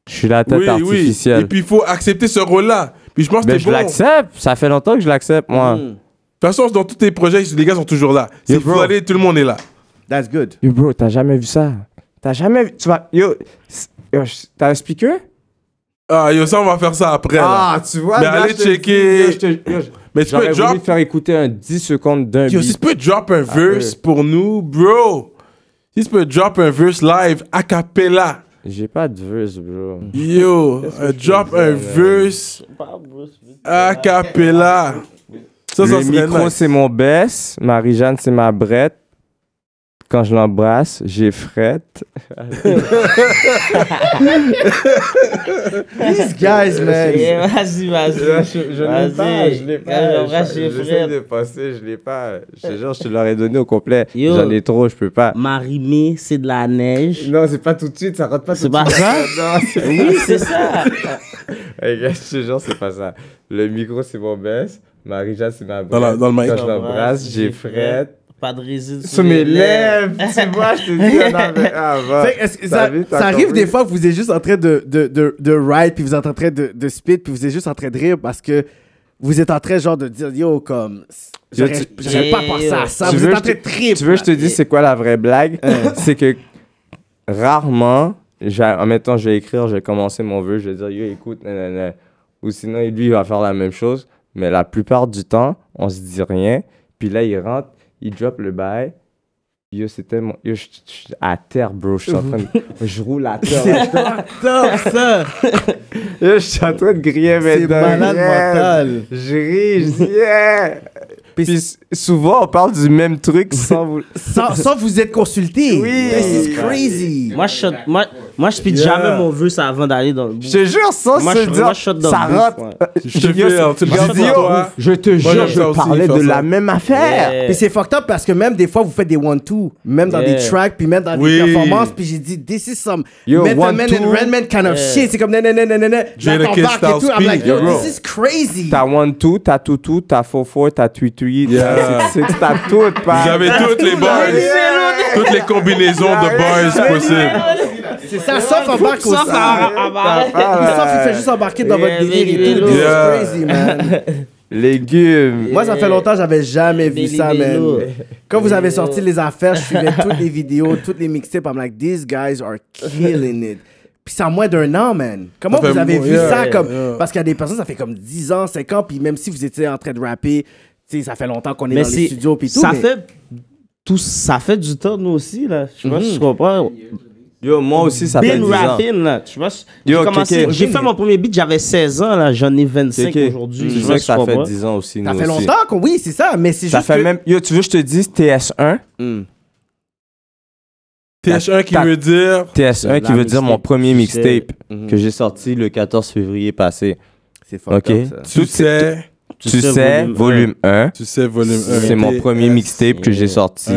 Speaker 5: Je suis la tête
Speaker 3: Oui, oui. Et
Speaker 5: artificielle.
Speaker 3: puis il faut accepter ce rôle-là. Puis je pense que
Speaker 5: Mais
Speaker 3: t'es
Speaker 5: je
Speaker 3: bon. Mm. De
Speaker 5: l'accepte. Ça fait longtemps que je l'accepte, moi.
Speaker 3: toute façon, dans tous tes projets, les gars sont toujours là. C'est
Speaker 5: Yo, bro.
Speaker 3: floodé, tout le monde est là.
Speaker 6: That's good.
Speaker 5: Yo, bro, t'as jamais vu ça? T'as jamais vu. Tu vas. Yo, s- yo, je- t'as un speaker?
Speaker 3: Ah, yo, ça, on va faire ça après. là.
Speaker 5: Ah, tu vois,
Speaker 3: Mais
Speaker 5: là,
Speaker 3: allez
Speaker 5: je te dis,
Speaker 3: checker.
Speaker 5: là, je te- là, je-
Speaker 3: Mais tu peux
Speaker 5: J'aurais
Speaker 3: drop-
Speaker 5: voulu te faire écouter un 10 secondes d'un
Speaker 3: Yo, si
Speaker 5: beat.
Speaker 3: tu peux drop
Speaker 5: Ah,
Speaker 3: un verse pour nous, bro. Si tu peux drop un verse live, a cappella.
Speaker 5: J'ai pas de verse, bro.
Speaker 3: Yo, un drop un verse a cappella. Ça, ça
Speaker 5: le
Speaker 3: serait
Speaker 5: micro,
Speaker 3: nice.
Speaker 5: c'est mon baisse. Marie-Jeanne, c'est ma brette. Quand je l'embrasse, j'ai frette.
Speaker 6: These guys, man.
Speaker 4: Eh, Vas-y, vas-y. Vas-y. Quand j'embrasse, j'ai frère.
Speaker 5: passer, je l'ai pas. Je te jure, je te l'aurais donné au complet.
Speaker 4: Yo.
Speaker 5: J'en ai trop, je peux pas.
Speaker 4: Marimé, c'est de la neige.
Speaker 5: Non, c'est pas tout de suite, ça rentre pas tout
Speaker 4: C'est pas ça?
Speaker 5: Non, c'est-
Speaker 4: Oui, c'est ça.
Speaker 5: Hey, gars, je te jure, c'est pas ça. Le micro, c'est mon baisse. Marie-Jeanne, c'est ma
Speaker 3: Dans la-
Speaker 5: brette.
Speaker 3: dans le mic.
Speaker 5: Quand je l'embrasse, j'ai frette.
Speaker 4: Pas de résine
Speaker 5: Sur mes lèvres, tu vois, je te dis, non, mais ah, va.
Speaker 6: Fait que est-ce que
Speaker 5: T'as
Speaker 6: ça,
Speaker 5: vu, t'as
Speaker 6: ça arrive
Speaker 5: compris?
Speaker 6: des fois que vous êtes juste en train de, de, de, de ride, puis vous êtes en train de, de spit, puis vous êtes juste en train de rire parce que vous êtes en train genre de dire yo comme j'aurais
Speaker 5: tu-
Speaker 6: j'aurais pas
Speaker 4: Yo.
Speaker 6: pensé à ça.
Speaker 5: Tu
Speaker 6: vous
Speaker 5: veux
Speaker 6: êtes
Speaker 5: que
Speaker 6: en train de
Speaker 5: je
Speaker 6: trip.
Speaker 5: Tu veux, je te dis, c'est quoi la vraie blague?
Speaker 6: Euh.
Speaker 5: c'est que rarement, j'a- en même temps, je vais écrire, je vais commencer mon vœu, je vais dire, yo, écoute, nanana. Ou sinon, lui, il va faire la même chose. Mais la plupart du temps, on se dit rien. Puis là, il rentre, il drop le bail. Yo, c'est tellement. Yo, je je- je suis à terre, bro. Je suis en train de. Je roule à terre.
Speaker 6: Top, ça.
Speaker 5: Yo, je suis en train de griller mes
Speaker 6: C'est
Speaker 5: dents.
Speaker 6: malade
Speaker 5: Yeah.
Speaker 6: mental.
Speaker 5: Je ris, je dis, yeah. Puis, s- souvent, on parle du même truc sans vous.
Speaker 6: Sans, sans vous être consulté.
Speaker 5: Oui.
Speaker 6: This is crazy.
Speaker 4: Moi, je shot- moi, moi, je speed
Speaker 3: Yeah.
Speaker 4: jamais mon vœu ça avant d'aller dans le bout.
Speaker 5: Je te jure, sans
Speaker 4: Moi,
Speaker 5: se
Speaker 4: je-
Speaker 5: dire,
Speaker 4: moi, je shot dans
Speaker 5: ça Euh,
Speaker 4: le bus,
Speaker 5: rentre.
Speaker 4: ouais.
Speaker 3: Je te
Speaker 5: Yo,
Speaker 3: fais, hein, tu me
Speaker 5: yo,
Speaker 3: dis
Speaker 5: yo,
Speaker 3: toi.
Speaker 5: oh, Je te
Speaker 3: Moi,
Speaker 5: jure,
Speaker 3: j'aime ça
Speaker 5: je
Speaker 3: aussi,
Speaker 5: parlais
Speaker 3: faire
Speaker 5: de
Speaker 3: ça.
Speaker 5: la même affaire.
Speaker 4: Yeah.
Speaker 6: Puis c'est fucked up parce que même des fois vous faites des one-two, même dans des
Speaker 4: Yeah.
Speaker 6: tracks, puis même dans
Speaker 3: Oui.
Speaker 6: des performances, puis j'ai dit this is some
Speaker 5: Yo,
Speaker 6: Method Man
Speaker 5: one-two.
Speaker 6: and Redman kind of
Speaker 4: Yeah.
Speaker 6: shit. C'est comme nan nan nan nan nan, nan. Là,
Speaker 3: Jada Kiss
Speaker 6: t'embarques et
Speaker 3: style
Speaker 6: tout. I'm like
Speaker 3: speed.
Speaker 6: yo,
Speaker 5: Yo,
Speaker 6: this is crazy.
Speaker 5: T'as one two, t'as two two, t'as four four, t'as three three,
Speaker 3: Yeah.
Speaker 5: t'as six six, t'as tout. pa.
Speaker 3: Vous avez toutes les bars, toutes les combinaisons de bars possibles.
Speaker 6: C'est ça, sauf embarque aussi. Sauf
Speaker 3: Ah.
Speaker 6: il fait juste embarquer dans
Speaker 4: Yeah,
Speaker 6: votre délire et
Speaker 4: Billy
Speaker 6: tout. This is
Speaker 3: Lou.
Speaker 6: crazy, man.
Speaker 5: Légumes.
Speaker 6: Moi, ça fait longtemps que j'avais jamais vu
Speaker 4: Billy
Speaker 6: ça,
Speaker 4: Lou.
Speaker 6: man. Quand vous avez sorti les affaires, je suivais toutes les vidéos, toutes les mixtapes. I'm like, these guys are killing it. Puis c'est en moins d'un an, man. Comment
Speaker 3: Ça fait
Speaker 6: vous avez
Speaker 3: mo-
Speaker 6: vu
Speaker 3: yeah,
Speaker 6: ça?
Speaker 3: yeah,
Speaker 6: comme...
Speaker 3: yeah.
Speaker 6: Parce qu'il y a des personnes, ça fait comme 10 ans, 5 ans, puis même si vous étiez en train de rapper, tu sais, ça fait longtemps qu'on est
Speaker 4: Mais
Speaker 6: dans les
Speaker 4: c'est.
Speaker 6: studios, puis tout.
Speaker 4: Ça
Speaker 6: mais-
Speaker 4: fait. Tout, ça fait du temps, nous aussi, là. Je sais pas si tu comprends.
Speaker 5: Yo, moi aussi, ça fait
Speaker 4: Been
Speaker 5: 10 ans.
Speaker 4: rapping, là. Tu vois, j'ai
Speaker 5: Yo,
Speaker 4: commencé-
Speaker 5: Kéké.
Speaker 4: j'ai fait mon premier beat, j'avais 16 ans, là. J'en ai 25
Speaker 5: Kéké,
Speaker 4: aujourd'hui.
Speaker 5: Tu
Speaker 4: Je
Speaker 5: sais que
Speaker 4: sais
Speaker 5: ça
Speaker 4: pas si tu
Speaker 5: fait
Speaker 4: comprends.
Speaker 5: 10 ans aussi, nous
Speaker 6: Ça
Speaker 5: aussi.
Speaker 6: fait longtemps qu'on... Oui, c'est ça, mais c'est
Speaker 5: Ça
Speaker 6: juste
Speaker 5: fait
Speaker 6: que-
Speaker 5: même... Yo, tu veux que je te dise TS1?
Speaker 3: TH1 qui
Speaker 5: Tac.
Speaker 3: veut dire.
Speaker 5: TS1 qui
Speaker 4: La
Speaker 5: veut dire mon
Speaker 4: mixtape,
Speaker 5: premier
Speaker 4: tu
Speaker 5: mixtape
Speaker 4: Mhm.
Speaker 5: que j'ai sorti le 14 février passé.
Speaker 6: C'est fucked
Speaker 5: OK?
Speaker 6: up, ça.
Speaker 3: Tu sais,
Speaker 5: Tu sais, volume 1.
Speaker 3: tu sais, volume 1.
Speaker 5: C'est mon premier mixtape que j'ai sorti.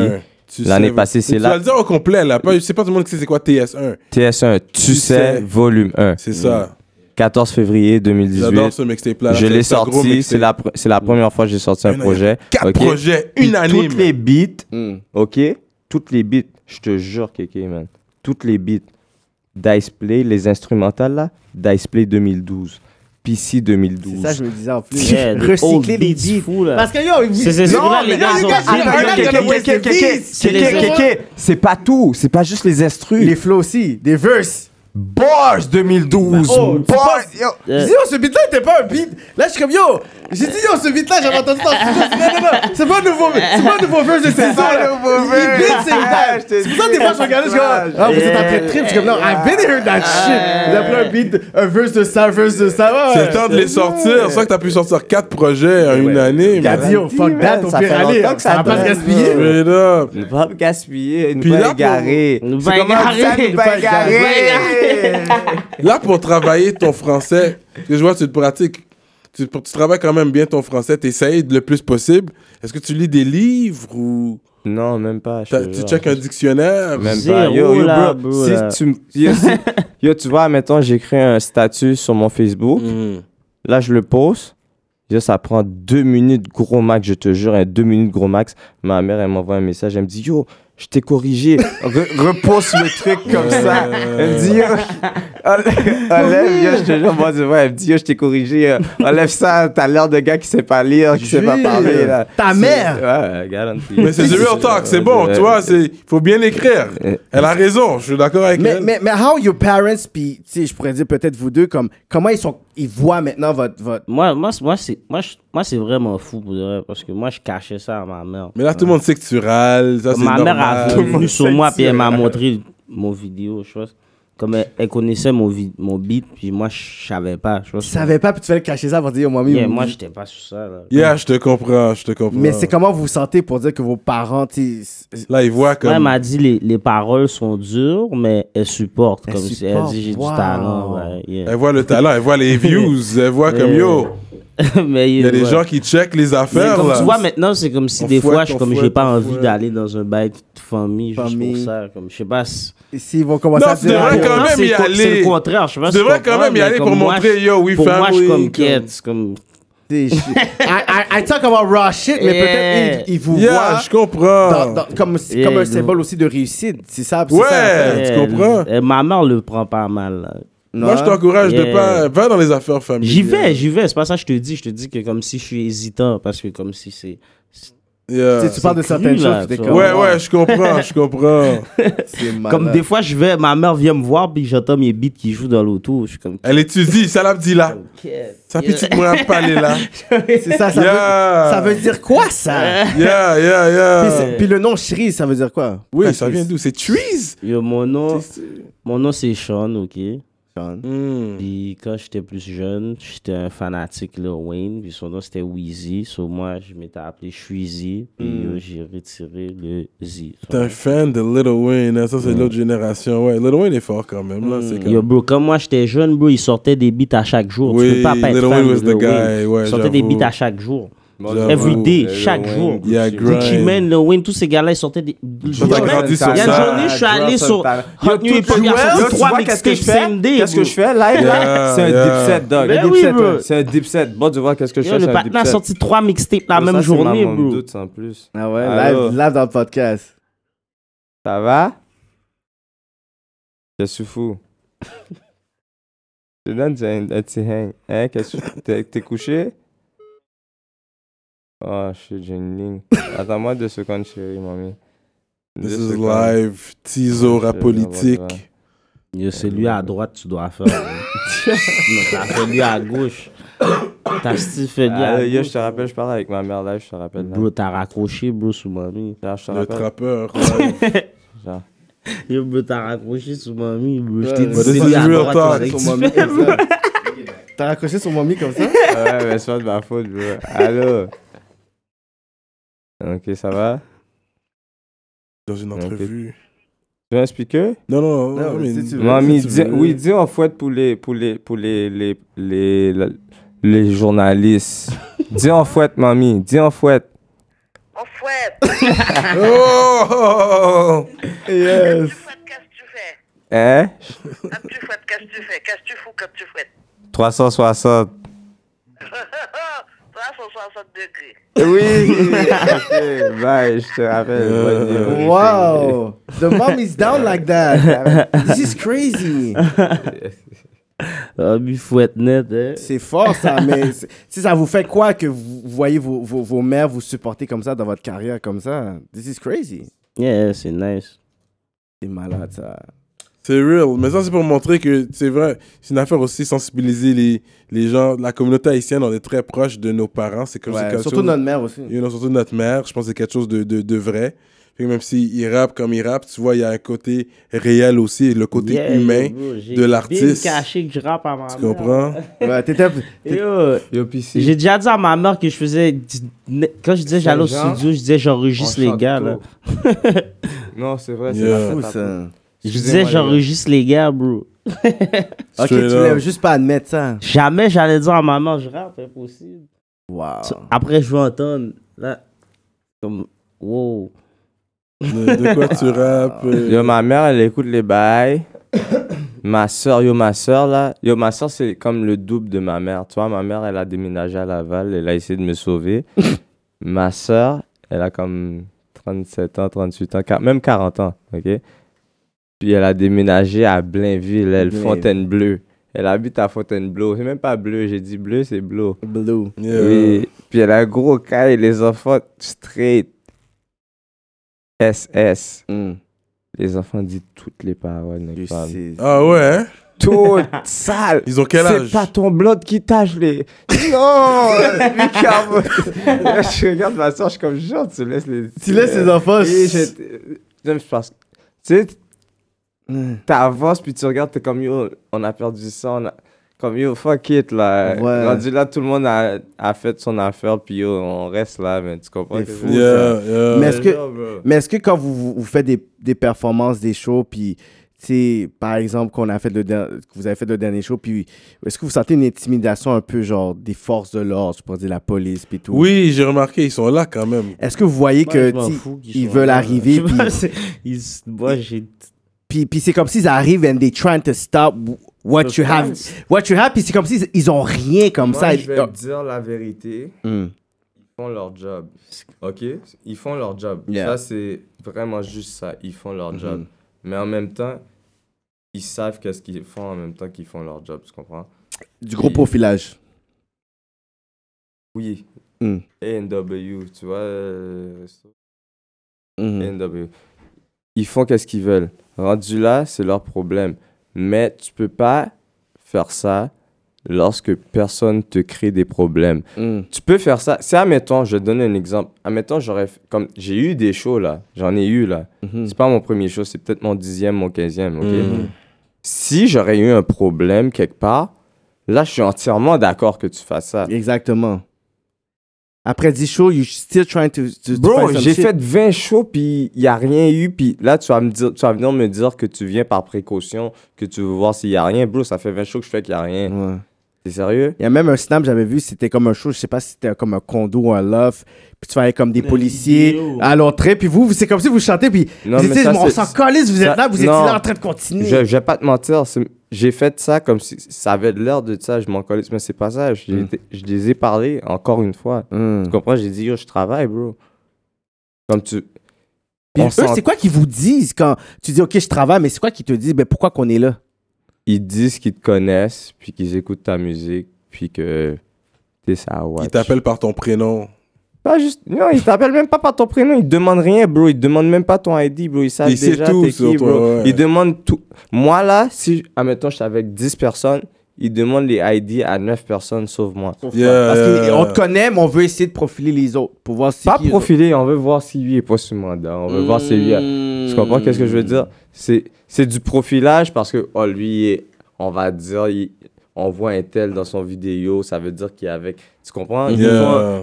Speaker 5: L'année passée, c'est
Speaker 3: là. Tu vas
Speaker 5: là.
Speaker 3: le dire au complet, là. Pas- Je sais pas tout le monde qui sait c'est quoi TS1.
Speaker 5: TS1, tu sais,
Speaker 3: sais.
Speaker 5: volume 1.
Speaker 3: C'est ça.
Speaker 5: 14 février
Speaker 3: J'adore
Speaker 5: 2018.
Speaker 3: ce mixtape-là.
Speaker 5: Mm. Je
Speaker 3: C'est
Speaker 5: l'ai
Speaker 3: un gros
Speaker 5: sorti. C'est
Speaker 3: mixtape.
Speaker 5: la, pre- c'est la première fois que j'ai sorti un
Speaker 3: Un an,
Speaker 5: projet.
Speaker 3: Quatre
Speaker 5: OK?
Speaker 3: projets
Speaker 5: Puis
Speaker 3: unanimes.
Speaker 5: Toutes les beats, OK? Toutes les beats, je te jure, Kéké, man. Toutes les beats. Dice Play, les instrumentales, là. Dice Play 2012. PC 2012.
Speaker 6: C'est ça, je me disais en plus.
Speaker 4: Yeah, the old
Speaker 6: Recycler les
Speaker 4: beats
Speaker 6: beats.
Speaker 4: fou, là.
Speaker 6: Parce que yo, ils-
Speaker 4: C'est- c'est- c'est-
Speaker 6: Non,
Speaker 4: là,
Speaker 6: mais
Speaker 4: les gars,
Speaker 6: là,
Speaker 4: ils
Speaker 6: les
Speaker 4: ont-
Speaker 6: gars, j'ai
Speaker 4: Attends,
Speaker 6: regardé
Speaker 4: Kéké,
Speaker 6: le West Indies.
Speaker 4: Kéké, Kéké, Kéké.
Speaker 5: C'est pas tout, c'est pas juste les
Speaker 6: Les
Speaker 5: instrus.
Speaker 6: flows aussi, des verses.
Speaker 5: Bars 2012.
Speaker 6: Oh, tu
Speaker 5: Bars,
Speaker 3: Ah,
Speaker 6: penses-
Speaker 5: yo.
Speaker 6: J'ai dit, yo, ce beat-là était pas un beat. Là, je suis comme, yo, j'ai dit, yo, ce beat-là, j'avais entendu ça. Je dis, Non, non, non, c'est pas un nouveau, c'est pas un nouveau verse de saison.
Speaker 5: pas un
Speaker 6: là.
Speaker 5: nouveau
Speaker 6: Il-
Speaker 5: verse.
Speaker 6: Il beat, c'est
Speaker 5: Ah, je te
Speaker 6: une C'est pour ça,
Speaker 5: dis,
Speaker 6: des fois, je regardais, je suis comme, ah, vous êtes en train de trip. Je suis comme, non, I've been here,
Speaker 5: Ah.
Speaker 6: that shit. Vous avez un beat, un verse de ça, un verse de ça. ouais.
Speaker 3: C'est le temps de les sortir. C'est ça que t'as pu sortir quatre projets en une année.
Speaker 6: Il a dit, yo, fuck that, on
Speaker 5: Ça
Speaker 6: peut
Speaker 5: fait
Speaker 6: aller.
Speaker 5: longtemps que ça
Speaker 6: Ça va pas se
Speaker 5: donne,
Speaker 6: gaspiller.
Speaker 3: Straight up.
Speaker 5: Ne pas me gaspiller, ne
Speaker 3: Puis là,
Speaker 5: pas
Speaker 3: pour-
Speaker 5: égarer.
Speaker 4: Nous
Speaker 5: C'est
Speaker 4: pas
Speaker 5: comment
Speaker 4: égarer,
Speaker 5: ça, ne
Speaker 4: nous
Speaker 5: Eh, pas
Speaker 4: pas
Speaker 5: égarer.
Speaker 3: Là, pour travailler ton français, parce que je vois, que tu te pratiques. Tu, tu travailles quand même bien ton français. T'essayes le plus possible. Est-ce que tu lis des livres ou
Speaker 5: Non, même pas. je
Speaker 3: t'as-
Speaker 5: te
Speaker 3: tu
Speaker 5: jure.
Speaker 3: check un dictionnaire?
Speaker 5: Même
Speaker 4: Zéro,
Speaker 5: pas. Yo, yo,
Speaker 4: là,
Speaker 5: bro.
Speaker 4: bro,
Speaker 5: si
Speaker 4: là.
Speaker 5: tu m- yo, si- yo, tu vois, mettons, j'écris un statut sur mon Facebook.
Speaker 3: Hmm.
Speaker 5: Là, je le pose. Yo, ça prend deux minutes gros max, je te jure, hein, deux minutes gros max. Ma mère, elle m'envoie un message, elle me dit Yo, je t'ai corrigé. Re- repousse le truc comme ça.
Speaker 3: Euh,
Speaker 5: Elle me dit, yo, enlè- enlève, yo, je te jure, moi, je vois, elle me dit, yo, je t'ai corrigé, euh, enlève ça, t'as l'air de gars qui sait pas lire, qui sait pas
Speaker 6: Jure.
Speaker 5: parler, là.
Speaker 6: Ta
Speaker 5: C'est-
Speaker 6: mère.
Speaker 5: Ouais, garantie.
Speaker 3: Mais c'est du real talk, c'est bon,
Speaker 5: Ouais.
Speaker 3: tu vois, c'est- faut bien écrire. Elle a raison, je suis d'accord avec
Speaker 6: Mais,
Speaker 3: elle.
Speaker 6: mais, mais how your parents, puis tu sais, je pourrais dire peut-être vous deux, comme, comment ils, sont, ils voient maintenant votre. votre...
Speaker 4: Moi, moi, c'est- moi, c'est, moi, je- moi, c'est vraiment fou pour de vrai, parce que moi, je cachais ça à ma mère.
Speaker 3: Mais là, tout le monde sait que tu râles, ça c'est
Speaker 4: ma
Speaker 3: normal.
Speaker 4: mère a
Speaker 3: Tout le monde
Speaker 4: vu sur
Speaker 3: sait
Speaker 4: moi,
Speaker 3: que
Speaker 4: puis
Speaker 3: tu
Speaker 4: elle m'a
Speaker 3: râles.
Speaker 4: montré mon vidéo, je pense. Comme elle, elle connaissait mon, vi- mon beat, puis moi, je savais pas. Je pense.
Speaker 6: Tu savais pas, puis tu fallais cacher ça avant de dire, moi,
Speaker 4: Yeah, moi, j'étais pas sur ça. Là.
Speaker 3: Yeah, je te comprends, je te comprends.
Speaker 6: Mais c'est comment vous vous sentez pour dire que vos parents, tu sais, c'est-
Speaker 3: Là, il voit
Speaker 4: Moi, elle
Speaker 3: comme...
Speaker 4: m'a dit les, les paroles sont dures, mais elle supporte.
Speaker 6: Elle
Speaker 4: comme si elle
Speaker 6: supporte,
Speaker 4: dit j'ai
Speaker 6: wow.
Speaker 4: du talent. ouais, yeah.
Speaker 3: Elle voit le talent, elle voit les views, elle voit comme
Speaker 4: Yeah.
Speaker 3: yo,
Speaker 4: mais
Speaker 3: il y a des
Speaker 4: ouais.
Speaker 3: gens qui checkent les
Speaker 4: Mais
Speaker 3: affaires.
Speaker 4: comme
Speaker 3: là.
Speaker 4: tu vois maintenant, c'est comme si
Speaker 3: On
Speaker 4: des
Speaker 3: fouette,
Speaker 4: fois, je
Speaker 3: on
Speaker 4: comme
Speaker 3: fouette,
Speaker 4: j'ai pas
Speaker 3: on
Speaker 4: envie
Speaker 3: fouette.
Speaker 4: d'aller dans un bail de famille, juste
Speaker 6: Famille.
Speaker 4: pour ça. Comme je sais pas. c'est-
Speaker 6: s'ils vont commencer
Speaker 3: Non,
Speaker 6: à
Speaker 3: tu
Speaker 6: dire.
Speaker 3: devrais
Speaker 6: ah,
Speaker 3: quand
Speaker 4: Pourtant,
Speaker 3: même
Speaker 4: c'est
Speaker 3: y
Speaker 4: co- C'est
Speaker 3: aller.
Speaker 4: le contraire. Je sais pas
Speaker 3: Tu
Speaker 4: si
Speaker 3: devrais
Speaker 4: comprends,
Speaker 3: quand même y
Speaker 4: mais
Speaker 3: aller
Speaker 4: comme
Speaker 3: pour
Speaker 4: moi,
Speaker 3: montrer,
Speaker 4: je-
Speaker 3: yo, we
Speaker 4: Pour moi, je suis
Speaker 3: family,
Speaker 4: comme
Speaker 3: comme-
Speaker 4: quête. c'est Comme...
Speaker 6: Des shit. I, I, I talk about raw shit, mais
Speaker 4: Yeah.
Speaker 6: peut-être ils, ils vous
Speaker 3: Yeah, je comprends.
Speaker 6: voient dans- dans- comme,
Speaker 4: Yeah,
Speaker 6: comme un
Speaker 4: ils vous-
Speaker 6: symbole aussi de réussite. C'est ça, c'est
Speaker 3: Ouais.
Speaker 6: ça, la
Speaker 3: Tu
Speaker 6: fin.
Speaker 4: Eh,
Speaker 3: comprends?
Speaker 4: eh, ma mère le prend pas mal. là.
Speaker 3: Moi, je t'encourage de
Speaker 4: Yeah.
Speaker 3: pas... Va dans les affaires familiales.
Speaker 4: J'y vais, j'y vais. C'est pas ça que je te dis. Je te dis que comme si je suis hésitant, parce que comme si c'est.
Speaker 3: Yeah.
Speaker 6: Tu sais, tu parles de
Speaker 4: c'est
Speaker 6: certaines
Speaker 4: cru,
Speaker 6: choses,
Speaker 4: là,
Speaker 6: puis t'es
Speaker 4: tu
Speaker 6: comme. oh,
Speaker 3: Ouais, ouais, je comprends, je comprends.
Speaker 6: c'est malade.
Speaker 4: Comme des fois, je vais, ma mère vient me voir, puis j'entends mes beats qui jouent dans l'auto. Je suis comme.
Speaker 3: Elle étudie, ça l'a dit là. Sa
Speaker 4: Yeah.
Speaker 3: petite moyenne palais là.
Speaker 6: C'est ça, ça, veut,
Speaker 3: Yeah.
Speaker 6: ça veut dire quoi, ça?
Speaker 3: Yeah, yeah,
Speaker 6: Puis,
Speaker 3: yeah.
Speaker 6: c'est- puis le nom Chérie, ça veut dire quoi?
Speaker 3: Oui, ça vient d'où C'est Trees
Speaker 4: Yo, mon nom, mon nom c'est Sean, ok? Mm.
Speaker 3: Hmm.
Speaker 4: Puis quand j'étais plus jeune, j'étais un fanatique de Wayne, puis son nom c'était Weezy. Sur moi, je m'étais appelé Shweezy, puis yo, j'ai retiré le Z.
Speaker 3: T'es Hmm. un fan de Lil Wayne, hein, ça c'est l'autre génération. Ouais, Lil Wayne est fort quand même. Là, c'est comme...
Speaker 4: Yo, bro, quand moi j'étais jeune, bro, il sortait des beats à chaque jour.
Speaker 3: Oui,
Speaker 4: tu peux pas, pas être
Speaker 3: Lil
Speaker 4: fan
Speaker 3: Wayne
Speaker 4: de
Speaker 3: was the
Speaker 4: Lil
Speaker 3: guy,
Speaker 4: Wayne.
Speaker 3: ouais,
Speaker 4: il sortait des
Speaker 3: j'avoue.
Speaker 4: beats à chaque jour.
Speaker 3: J'avoue.
Speaker 4: Every day, chaque jour.
Speaker 3: Yeah,
Speaker 4: Gucci
Speaker 3: grind.
Speaker 4: Mane, Lil Wayne, tous ces gars-là, ils sortaient des.
Speaker 3: Toi, t'as
Speaker 4: Yo,
Speaker 3: grandi sur
Speaker 4: Il y E a une
Speaker 3: ça.
Speaker 4: journée, je suis allé sur Hot
Speaker 5: Yo,
Speaker 4: New Hip
Speaker 5: tout
Speaker 4: Hop, il y a
Speaker 5: Joel,
Speaker 4: sorti
Speaker 5: tu
Speaker 4: trois
Speaker 5: vois qu'est-ce que je
Speaker 4: mixtapes
Speaker 5: fais?
Speaker 4: same day,
Speaker 5: Qu'est-ce
Speaker 4: bro.
Speaker 5: que je fais live là?
Speaker 3: Yeah,
Speaker 5: C'est un
Speaker 3: yeah.
Speaker 5: dipset, dog.
Speaker 4: Ben
Speaker 5: Un
Speaker 4: oui,
Speaker 5: dipset,
Speaker 4: bro.
Speaker 5: ouais. C'est un dipset. Bon, tu vois qu'est-ce que je
Speaker 4: Yo,
Speaker 5: fais?
Speaker 4: le
Speaker 5: c'est un
Speaker 4: patin a
Speaker 5: dipset.
Speaker 4: sorti trois mixtapes la
Speaker 5: Ça,
Speaker 4: même
Speaker 5: c'est
Speaker 4: journée,
Speaker 5: ma
Speaker 4: bro.
Speaker 5: doute, en plus.
Speaker 6: Ah ouais,
Speaker 5: Allô?
Speaker 6: live, live dans le podcast.
Speaker 5: Ça va? Qu'est-ce que tu fous? Je te donne j'ai un, un petit hang. Hein? Qu'est-ce que tu t'es- T'es couché? Oh shit, j'ai une ligne. Attends-moi deux secondes, chérie, mamie.
Speaker 3: This
Speaker 5: Deux
Speaker 3: is
Speaker 5: secondes.
Speaker 3: live, Tizo,
Speaker 5: Ouais,
Speaker 3: rap
Speaker 5: je-
Speaker 3: politique.
Speaker 5: ouais.
Speaker 4: Yo, c'est lui à droite, tu dois faire. bro. non, t'as fait lui à gauche. T'as still fait lui
Speaker 5: Ah,
Speaker 4: à
Speaker 5: yo, je
Speaker 4: gauche.
Speaker 5: te rappelle, je parle avec ma mère live, je te rappelle. Là.
Speaker 4: Bro, t'as raccroché, bro, sous mamie.
Speaker 5: Là, je te
Speaker 3: Le
Speaker 5: rappelle.
Speaker 3: trappeur. live.
Speaker 5: Genre.
Speaker 4: Yo, bro, t'as raccroché sous mamie, bro. Je
Speaker 6: Ouais, mais
Speaker 4: t'ai dit,
Speaker 3: this
Speaker 4: c'est
Speaker 3: is
Speaker 4: lui à
Speaker 3: real
Speaker 4: droite.
Speaker 3: talk.
Speaker 4: faudrait
Speaker 6: Sur
Speaker 4: que tu
Speaker 6: mon mic comme ça. T'as raccroché sur mon mic comme ça?
Speaker 5: ouais, mais c'est pas de ma faute, bro. Allô? Ok, ça va?
Speaker 3: Dans une entrevue.
Speaker 5: Tu veux un speaker?
Speaker 3: Non, non,
Speaker 6: Non,
Speaker 3: non. mais-
Speaker 6: si tu veux.
Speaker 5: Mamie,
Speaker 3: si tu
Speaker 5: dis-
Speaker 3: veux.
Speaker 5: oui, dis en fouette pour les, pour les, pour les, les, les, la- les journalistes. dis en fouette, mamie, dis en fouette.
Speaker 7: On fouette.
Speaker 3: Oh!
Speaker 6: Yes.
Speaker 7: Fouette, Qu'est-ce que tu fais
Speaker 5: Hein?
Speaker 7: Un petit fouette, qu'est-ce que tu fais Qu'est-ce que tu fous comme tu fouettes
Speaker 5: 360.
Speaker 7: 360 degrés.
Speaker 5: Oui! ok, bye, je te rappelle. bonne nuit.
Speaker 6: Wow. The mom is down like that. This is crazy.
Speaker 4: Ah, mais faut être net, hein.
Speaker 6: C'est fort ça, mais c'est- si ça vous fait quoi que vous voyez vos, vos, vos mères vous supporter comme ça dans votre carrière comme ça? This is crazy.
Speaker 4: Yeah, c'est nice.
Speaker 6: C'est malade ça.
Speaker 3: C'est real. Mais ça, c'est pour montrer que c'est vrai. C'est une affaire aussi sensibiliser les, les gens. La communauté haïtienne, on est très proche de nos parents. C'est comme
Speaker 6: Ouais,
Speaker 3: c'est quelque
Speaker 6: surtout
Speaker 3: chose-
Speaker 6: notre mère aussi.
Speaker 3: you know, surtout notre mère. Je pense que c'est quelque chose de, de, de vrai. Fait que même s'il rappe comme il rappe, tu vois, il y a un côté réel aussi, et le côté
Speaker 4: Yeah,
Speaker 3: humain.
Speaker 4: yo, bro, j'ai
Speaker 3: de l'artiste.
Speaker 4: bien caché que je rappe à ma
Speaker 3: Tu
Speaker 4: mère.
Speaker 3: comprends?
Speaker 6: Ouais, t'étais- t'étais-
Speaker 4: Yo,
Speaker 5: Yo, pis si-
Speaker 4: J'ai déjà dit à ma mère que je faisais. du- ne- Quand je disais j'allais au
Speaker 5: Genre,
Speaker 4: studio, je disais j'enregistre
Speaker 5: on
Speaker 4: les
Speaker 5: chante
Speaker 4: gars.
Speaker 5: tout.
Speaker 4: Là.
Speaker 5: Non, c'est vrai, c'est
Speaker 3: Yeah.
Speaker 5: la
Speaker 6: fou
Speaker 5: fête, la
Speaker 6: ça.
Speaker 4: Je
Speaker 5: Excusez-moi,
Speaker 4: disais
Speaker 5: les gars.
Speaker 4: j'enregistre les gars, bro.
Speaker 6: Ok, tu
Speaker 3: Straight
Speaker 6: voulais
Speaker 3: up.
Speaker 6: juste pas admettre ça.
Speaker 4: Jamais j'allais dire à ma mère je rappe, impossible.
Speaker 6: Wow.
Speaker 4: Après, je vais entendre. Là, comme. Wow.
Speaker 3: De, de quoi tu rappes? euh,
Speaker 5: Yo, ma mère, elle écoute les bails. ma soeur, yo, ma soeur, là. Yo, ma soeur, c'est comme le double de ma mère. Tu vois, ma mère, elle a déménagé à Laval. Elle a essayé de me sauver. ma soeur, elle a comme
Speaker 8: 37 ans, 38 ans, quar- même 40 ans, OK? Puis elle a déménagé à Blainville, elle,
Speaker 6: Blainville.
Speaker 8: Fontainebleau. Elle habite à Fontainebleau. C'est même pas bleu, j'ai dit bleu, c'est bleu.
Speaker 6: Blue.
Speaker 8: Oui. Puis elle a un gros caille, les enfants straight. SS. Les enfants disent toutes les paroles.
Speaker 6: Hmm. Je
Speaker 8: n'est-ce pas?
Speaker 6: sais.
Speaker 3: Ah ouais, hein?
Speaker 8: Toutes sales.
Speaker 3: Ils ont quel
Speaker 8: C'est
Speaker 3: âge?
Speaker 8: pas ton blonde qui tâche les. Non! lui, calme. je regarde ma soeur, je suis comme genre, tu laisses les.
Speaker 6: Tu laisses les enfants.
Speaker 8: Et je- J'aime, je pense. Tu sais,
Speaker 6: Hmm.
Speaker 8: t'avances, puis tu regardes, t'es comme yo, on a perdu ça, on a. Comme yo, fuck it là.
Speaker 6: Ouais.
Speaker 8: Rendu là, tout le monde a, a fait son affaire, puis yo, on reste là, mais tu comprends?
Speaker 6: Les
Speaker 8: que-
Speaker 6: fous,
Speaker 3: Yeah, yeah.
Speaker 6: Mais est-ce que-
Speaker 8: Genre, bro.
Speaker 6: Mais est-ce que quand vous, vous- vous faites des, des performances, des shows, puis, tu sais, par exemple, qu'on a fait le der- que vous avez fait le dernier show, puis est-ce que vous sentez une intimidation un peu, genre, des forces de l'ordre, je pourrais dire la police, puis tout?
Speaker 3: Oui, j'ai remarqué, ils sont là quand même.
Speaker 6: Est-ce que vous voyez
Speaker 4: Moi,
Speaker 6: que,
Speaker 4: je m'en
Speaker 6: tu sais,
Speaker 4: fous qu'ils
Speaker 6: ils
Speaker 4: soient
Speaker 6: veulent
Speaker 4: là.
Speaker 6: arriver,
Speaker 4: Je sais
Speaker 6: puis-
Speaker 4: pas, c'est- ils- Moi, j'ai.
Speaker 6: puis, puis c'est comme s'ils arrivent and they trying to stop what you have, what you have, puis c'est comme s'ils ils ont rien comme
Speaker 5: Moi,
Speaker 6: ça. Ah,
Speaker 5: je vais te dire la vérité.
Speaker 6: Hmm.
Speaker 5: Ils font leur job. OK? Ils font leur job. Ça,
Speaker 6: Yeah.
Speaker 5: c'est vraiment juste ça. Ils font leur job.
Speaker 6: Mhm.
Speaker 5: Mais en même temps, ils savent qu'est-ce qu'ils font en même temps qu'ils font leur job. Tu comprends?
Speaker 6: Du gros profilage.
Speaker 5: Oui.
Speaker 6: Mm.
Speaker 5: AW, tu vois. euh,
Speaker 4: Mm-hmm.
Speaker 6: Mhm.
Speaker 5: NW. Ils font qu'est-ce qu'ils veulent. Rendu là, c'est leur problème. Mais tu peux pas faire ça lorsque personne te crée des problèmes.
Speaker 6: Mm.
Speaker 5: Tu peux faire ça. C'est admettons, je vais te donner un exemple. Admettons, j'aurais f- comme j'ai eu des shows là, j'en ai eu là.
Speaker 6: Mhm.
Speaker 5: C'est pas mon premier show, c'est peut-être mon dixième, mon quinzième. Ok.
Speaker 6: Mhm.
Speaker 5: Si j'aurais eu un problème quelque part, là, je suis entièrement d'accord que tu fasses ça.
Speaker 6: Exactement. Après 10 shows, you still trying to, to- to
Speaker 5: Bro,
Speaker 6: find some
Speaker 5: j'ai
Speaker 6: shit.
Speaker 5: fait 20 shows, puis il n'y a rien eu. Puis là, tu vas, me dire, tu vas venir me dire que tu viens par précaution, que tu veux voir s'il n'y a rien. Bro, ça fait 20 shows que je fais qu'il n'y a rien.
Speaker 6: Ouais.
Speaker 5: T'es sérieux?
Speaker 6: Il y a même un snap, j'avais vu, c'était comme un show, je sais pas si c'était comme un condo ou un loft, puis tu voyais comme des policiers
Speaker 4: vidéo.
Speaker 6: à l'entrée, puis vous, vous- c'est comme si vous chantez, puis
Speaker 5: Non,
Speaker 6: vous
Speaker 5: mais
Speaker 6: étiez,
Speaker 5: ça,
Speaker 6: on
Speaker 5: c'est-
Speaker 6: s'en calisse, vous êtes
Speaker 5: ça-
Speaker 6: là, vous étiez
Speaker 5: non.
Speaker 6: là en train de continuer.
Speaker 5: Je, je vais pas te mentir, c'est- j'ai fait ça comme si ça avait l'air de ça, je m'en collais, mais c'est pas ça. J'ai
Speaker 6: Mm.
Speaker 5: été- Je les ai parlé encore une fois.
Speaker 6: Hmm.
Speaker 5: Tu comprends? J'ai dit, yo, je travaille, bro. Comme tu.
Speaker 6: Puis
Speaker 5: On
Speaker 6: eux,
Speaker 5: s'en-
Speaker 6: c'est quoi qu'ils vous disent quand tu dis, OK, je travaille, mais c'est quoi qu'ils te disent, ben pourquoi qu'on est là?
Speaker 5: Ils disent qu'ils te connaissent, puis qu'ils écoutent ta musique, puis que t'es ça, ouais.
Speaker 3: Ils t'appellent par ton prénom.
Speaker 5: Pas juste. Non, ils t'appellent même pas par ton prénom. Ils te demandent rien, bro. Ils te demandent même pas ton ID, bro. Ils savent
Speaker 3: Ils savent
Speaker 5: déjà
Speaker 3: tout
Speaker 5: t'es
Speaker 3: sur
Speaker 5: qui,
Speaker 3: toi,
Speaker 5: bro.
Speaker 3: ouais.
Speaker 5: Ils demandent tout. Moi, là, si, admettons, je suis avec 10 personnes, ils demandent les ID à 9 personnes, sauf moi.
Speaker 3: Yeah.
Speaker 6: Parce qu'on te connaît, mais on veut essayer de profiler les autres pour voir si.
Speaker 5: Euh. Pas profilé, on veut voir si lui est pas sous mandat. On veut voir si lui. a- Tu comprends qu'est-ce que je veux dire? C'est c'est du profilage parce que, oh, lui, il est- on va dire, il- on voit un tel dans son vidéo, ça veut dire qu'il est avec. Tu comprends? Ils
Speaker 3: Yeah.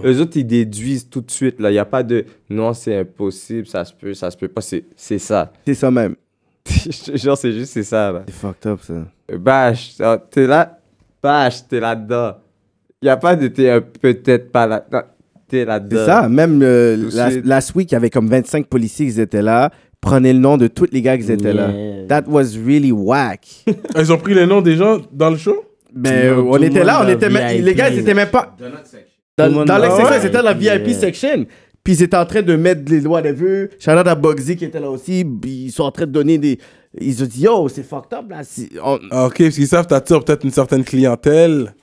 Speaker 5: font- eux autres, ils déduisent tout de suite. là. Il n'y a pas de non, c'est impossible, ça se peut, ça se peut pas. C'est c'est ça.
Speaker 6: C'est ça même.
Speaker 5: Je te jure, c'est juste, c'est ça. Là.
Speaker 6: C'est fucked up, ça.
Speaker 5: Bâche, ah, t'es là. Bâche, t'es là-dedans. Il n'y a pas de t'es un peut-être pas là. non, T'es là-dedans.
Speaker 6: C'est ça, même euh,
Speaker 5: Tout de
Speaker 6: la-
Speaker 5: suite.
Speaker 6: last week, il y avait comme 25 policiers qui étaient là, prenaient le nom de tous les gars qui étaient
Speaker 4: Yeah.
Speaker 6: là. That was really whack.
Speaker 3: Ah, Ils ont pris les noms des gens dans le show?
Speaker 6: Mais
Speaker 4: Non,
Speaker 6: on
Speaker 4: tout le
Speaker 6: était là, on
Speaker 4: monde dans
Speaker 6: était
Speaker 4: la
Speaker 6: même,
Speaker 4: VIP.
Speaker 6: les gars, ils étaient même pas.
Speaker 4: Tout le
Speaker 6: Dans,
Speaker 4: monde
Speaker 6: dans
Speaker 4: dans
Speaker 6: la
Speaker 4: la
Speaker 6: section,
Speaker 4: VIP.
Speaker 6: ils étaient dans la VIP
Speaker 4: Yeah.
Speaker 6: section. Puis ils étaient en train de mettre les doigts à la vue. Shout out à Bugsy qui était là aussi. Puis ils sont en train de donner des. Ils ont dit Yo, c'est fucked up là. C'est- on-
Speaker 3: Ah, ok, parce qu'ils savent que t'attires peut-être une certaine clientèle.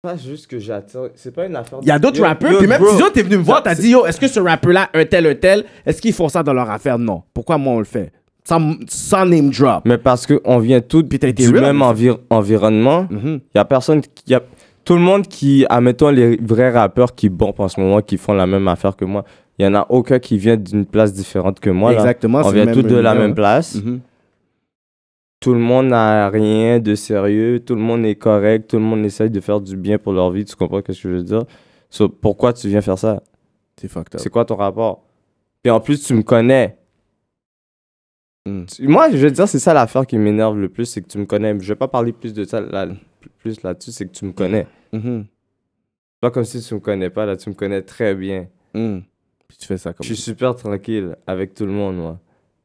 Speaker 5: pas juste que j'attends. C'est pas une affaire.
Speaker 6: Il y a d'autres
Speaker 5: Yo,
Speaker 6: rappeurs.
Speaker 5: yo,
Speaker 6: Puis même
Speaker 5: bro.
Speaker 6: Tizo, t'es venu me voir, t'as dit Yo, est-ce que ce rappeur là, un tel, un tel, est-ce qu'ils font ça dans leur affaire Non. Pourquoi moi on le fait sans, sans name drop.
Speaker 5: Mais parce qu'on vient tous
Speaker 6: Puis t'as été
Speaker 5: du
Speaker 6: real,
Speaker 5: même
Speaker 6: mais-
Speaker 5: envir- environnement. Il
Speaker 6: Mhm.
Speaker 5: y a personne qui. y a- Tout le monde qui. Admettons les vrais rappeurs qui bombent en ce moment, qui font la même affaire que moi. Il y en a aucun qui vient d'une place différente que moi. là.
Speaker 6: Exactement,
Speaker 5: On
Speaker 6: c'est le
Speaker 5: vient
Speaker 6: même
Speaker 5: tous de la
Speaker 6: univers,
Speaker 5: même
Speaker 6: ouais.
Speaker 5: place.
Speaker 6: Mhm.
Speaker 5: Tout le monde n'a rien de sérieux. Tout le monde est correct. Tout le monde essaye de faire du bien pour leur vie. Tu comprends ce que je veux dire? So, pourquoi tu viens faire ça?
Speaker 6: C'est fucked up.
Speaker 5: C'est quoi ton rapport? Puis en plus, tu me connais.
Speaker 6: Mm.
Speaker 5: Tu- Moi, je veux dire, c'est ça l'affaire qui m'énerve le plus, c'est que tu me connais. Je vais pas parler plus de ça là, plus là-dessus, c'est que tu me connais.
Speaker 6: Mhm.
Speaker 5: C'est Pas comme si tu me connais pas, là, tu me connais très bien.
Speaker 6: Mhm. Puis tu fais ça comme
Speaker 5: Je suis super tranquille avec tout le monde, moi.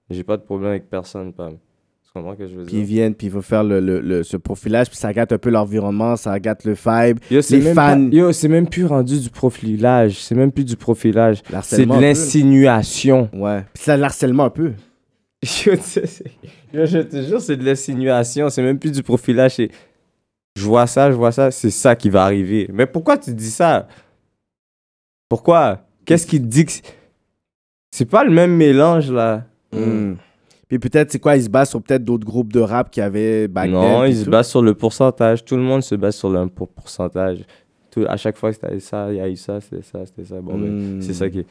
Speaker 5: J'ai pas de problème avec personne, Pam. Tu comprends ce que je veux
Speaker 6: Puis ils
Speaker 5: dire?
Speaker 6: viennent, puis ils vont faire le, le- le- ce profilage, puis ça gâte un peu l'environnement, ça gâte le vibe,
Speaker 5: Yo, c'est
Speaker 6: les
Speaker 5: même
Speaker 6: fans.
Speaker 5: pas- yo, c'est même plus rendu du profilage. C'est même plus du profilage. C'est
Speaker 6: L'harcèlement
Speaker 5: de
Speaker 6: un peu, là.
Speaker 5: l'insinuation.
Speaker 6: Ouais. Puis ça l'harcèlement un peu.
Speaker 5: Yo, tu sais, c'est- yo, je te jure, c'est de l'insinuation. C'est même plus du profilage. C'est... Je vois ça, je vois ça, c'est ça qui va arriver. Mais pourquoi tu dis ça Pourquoi Qu'est-ce qui te dit que. c'est- C'est pas le même mélange, là.
Speaker 6: Mm. Puis peut-être, c'est quoi, ils se basent sur peut-être d'autres groupes de rap qui avaient back then,
Speaker 5: non,
Speaker 6: puis
Speaker 5: ils se
Speaker 6: tout.
Speaker 5: basent sur le pourcentage. Tout le monde se base sur le pour- pourcentage. Tout, à chaque fois que t'as eu ça, il y a eu ça, c'était ça, c'était ça. Bon, ben,
Speaker 4: Hmm.
Speaker 6: Mm.
Speaker 5: C'est ça qui est-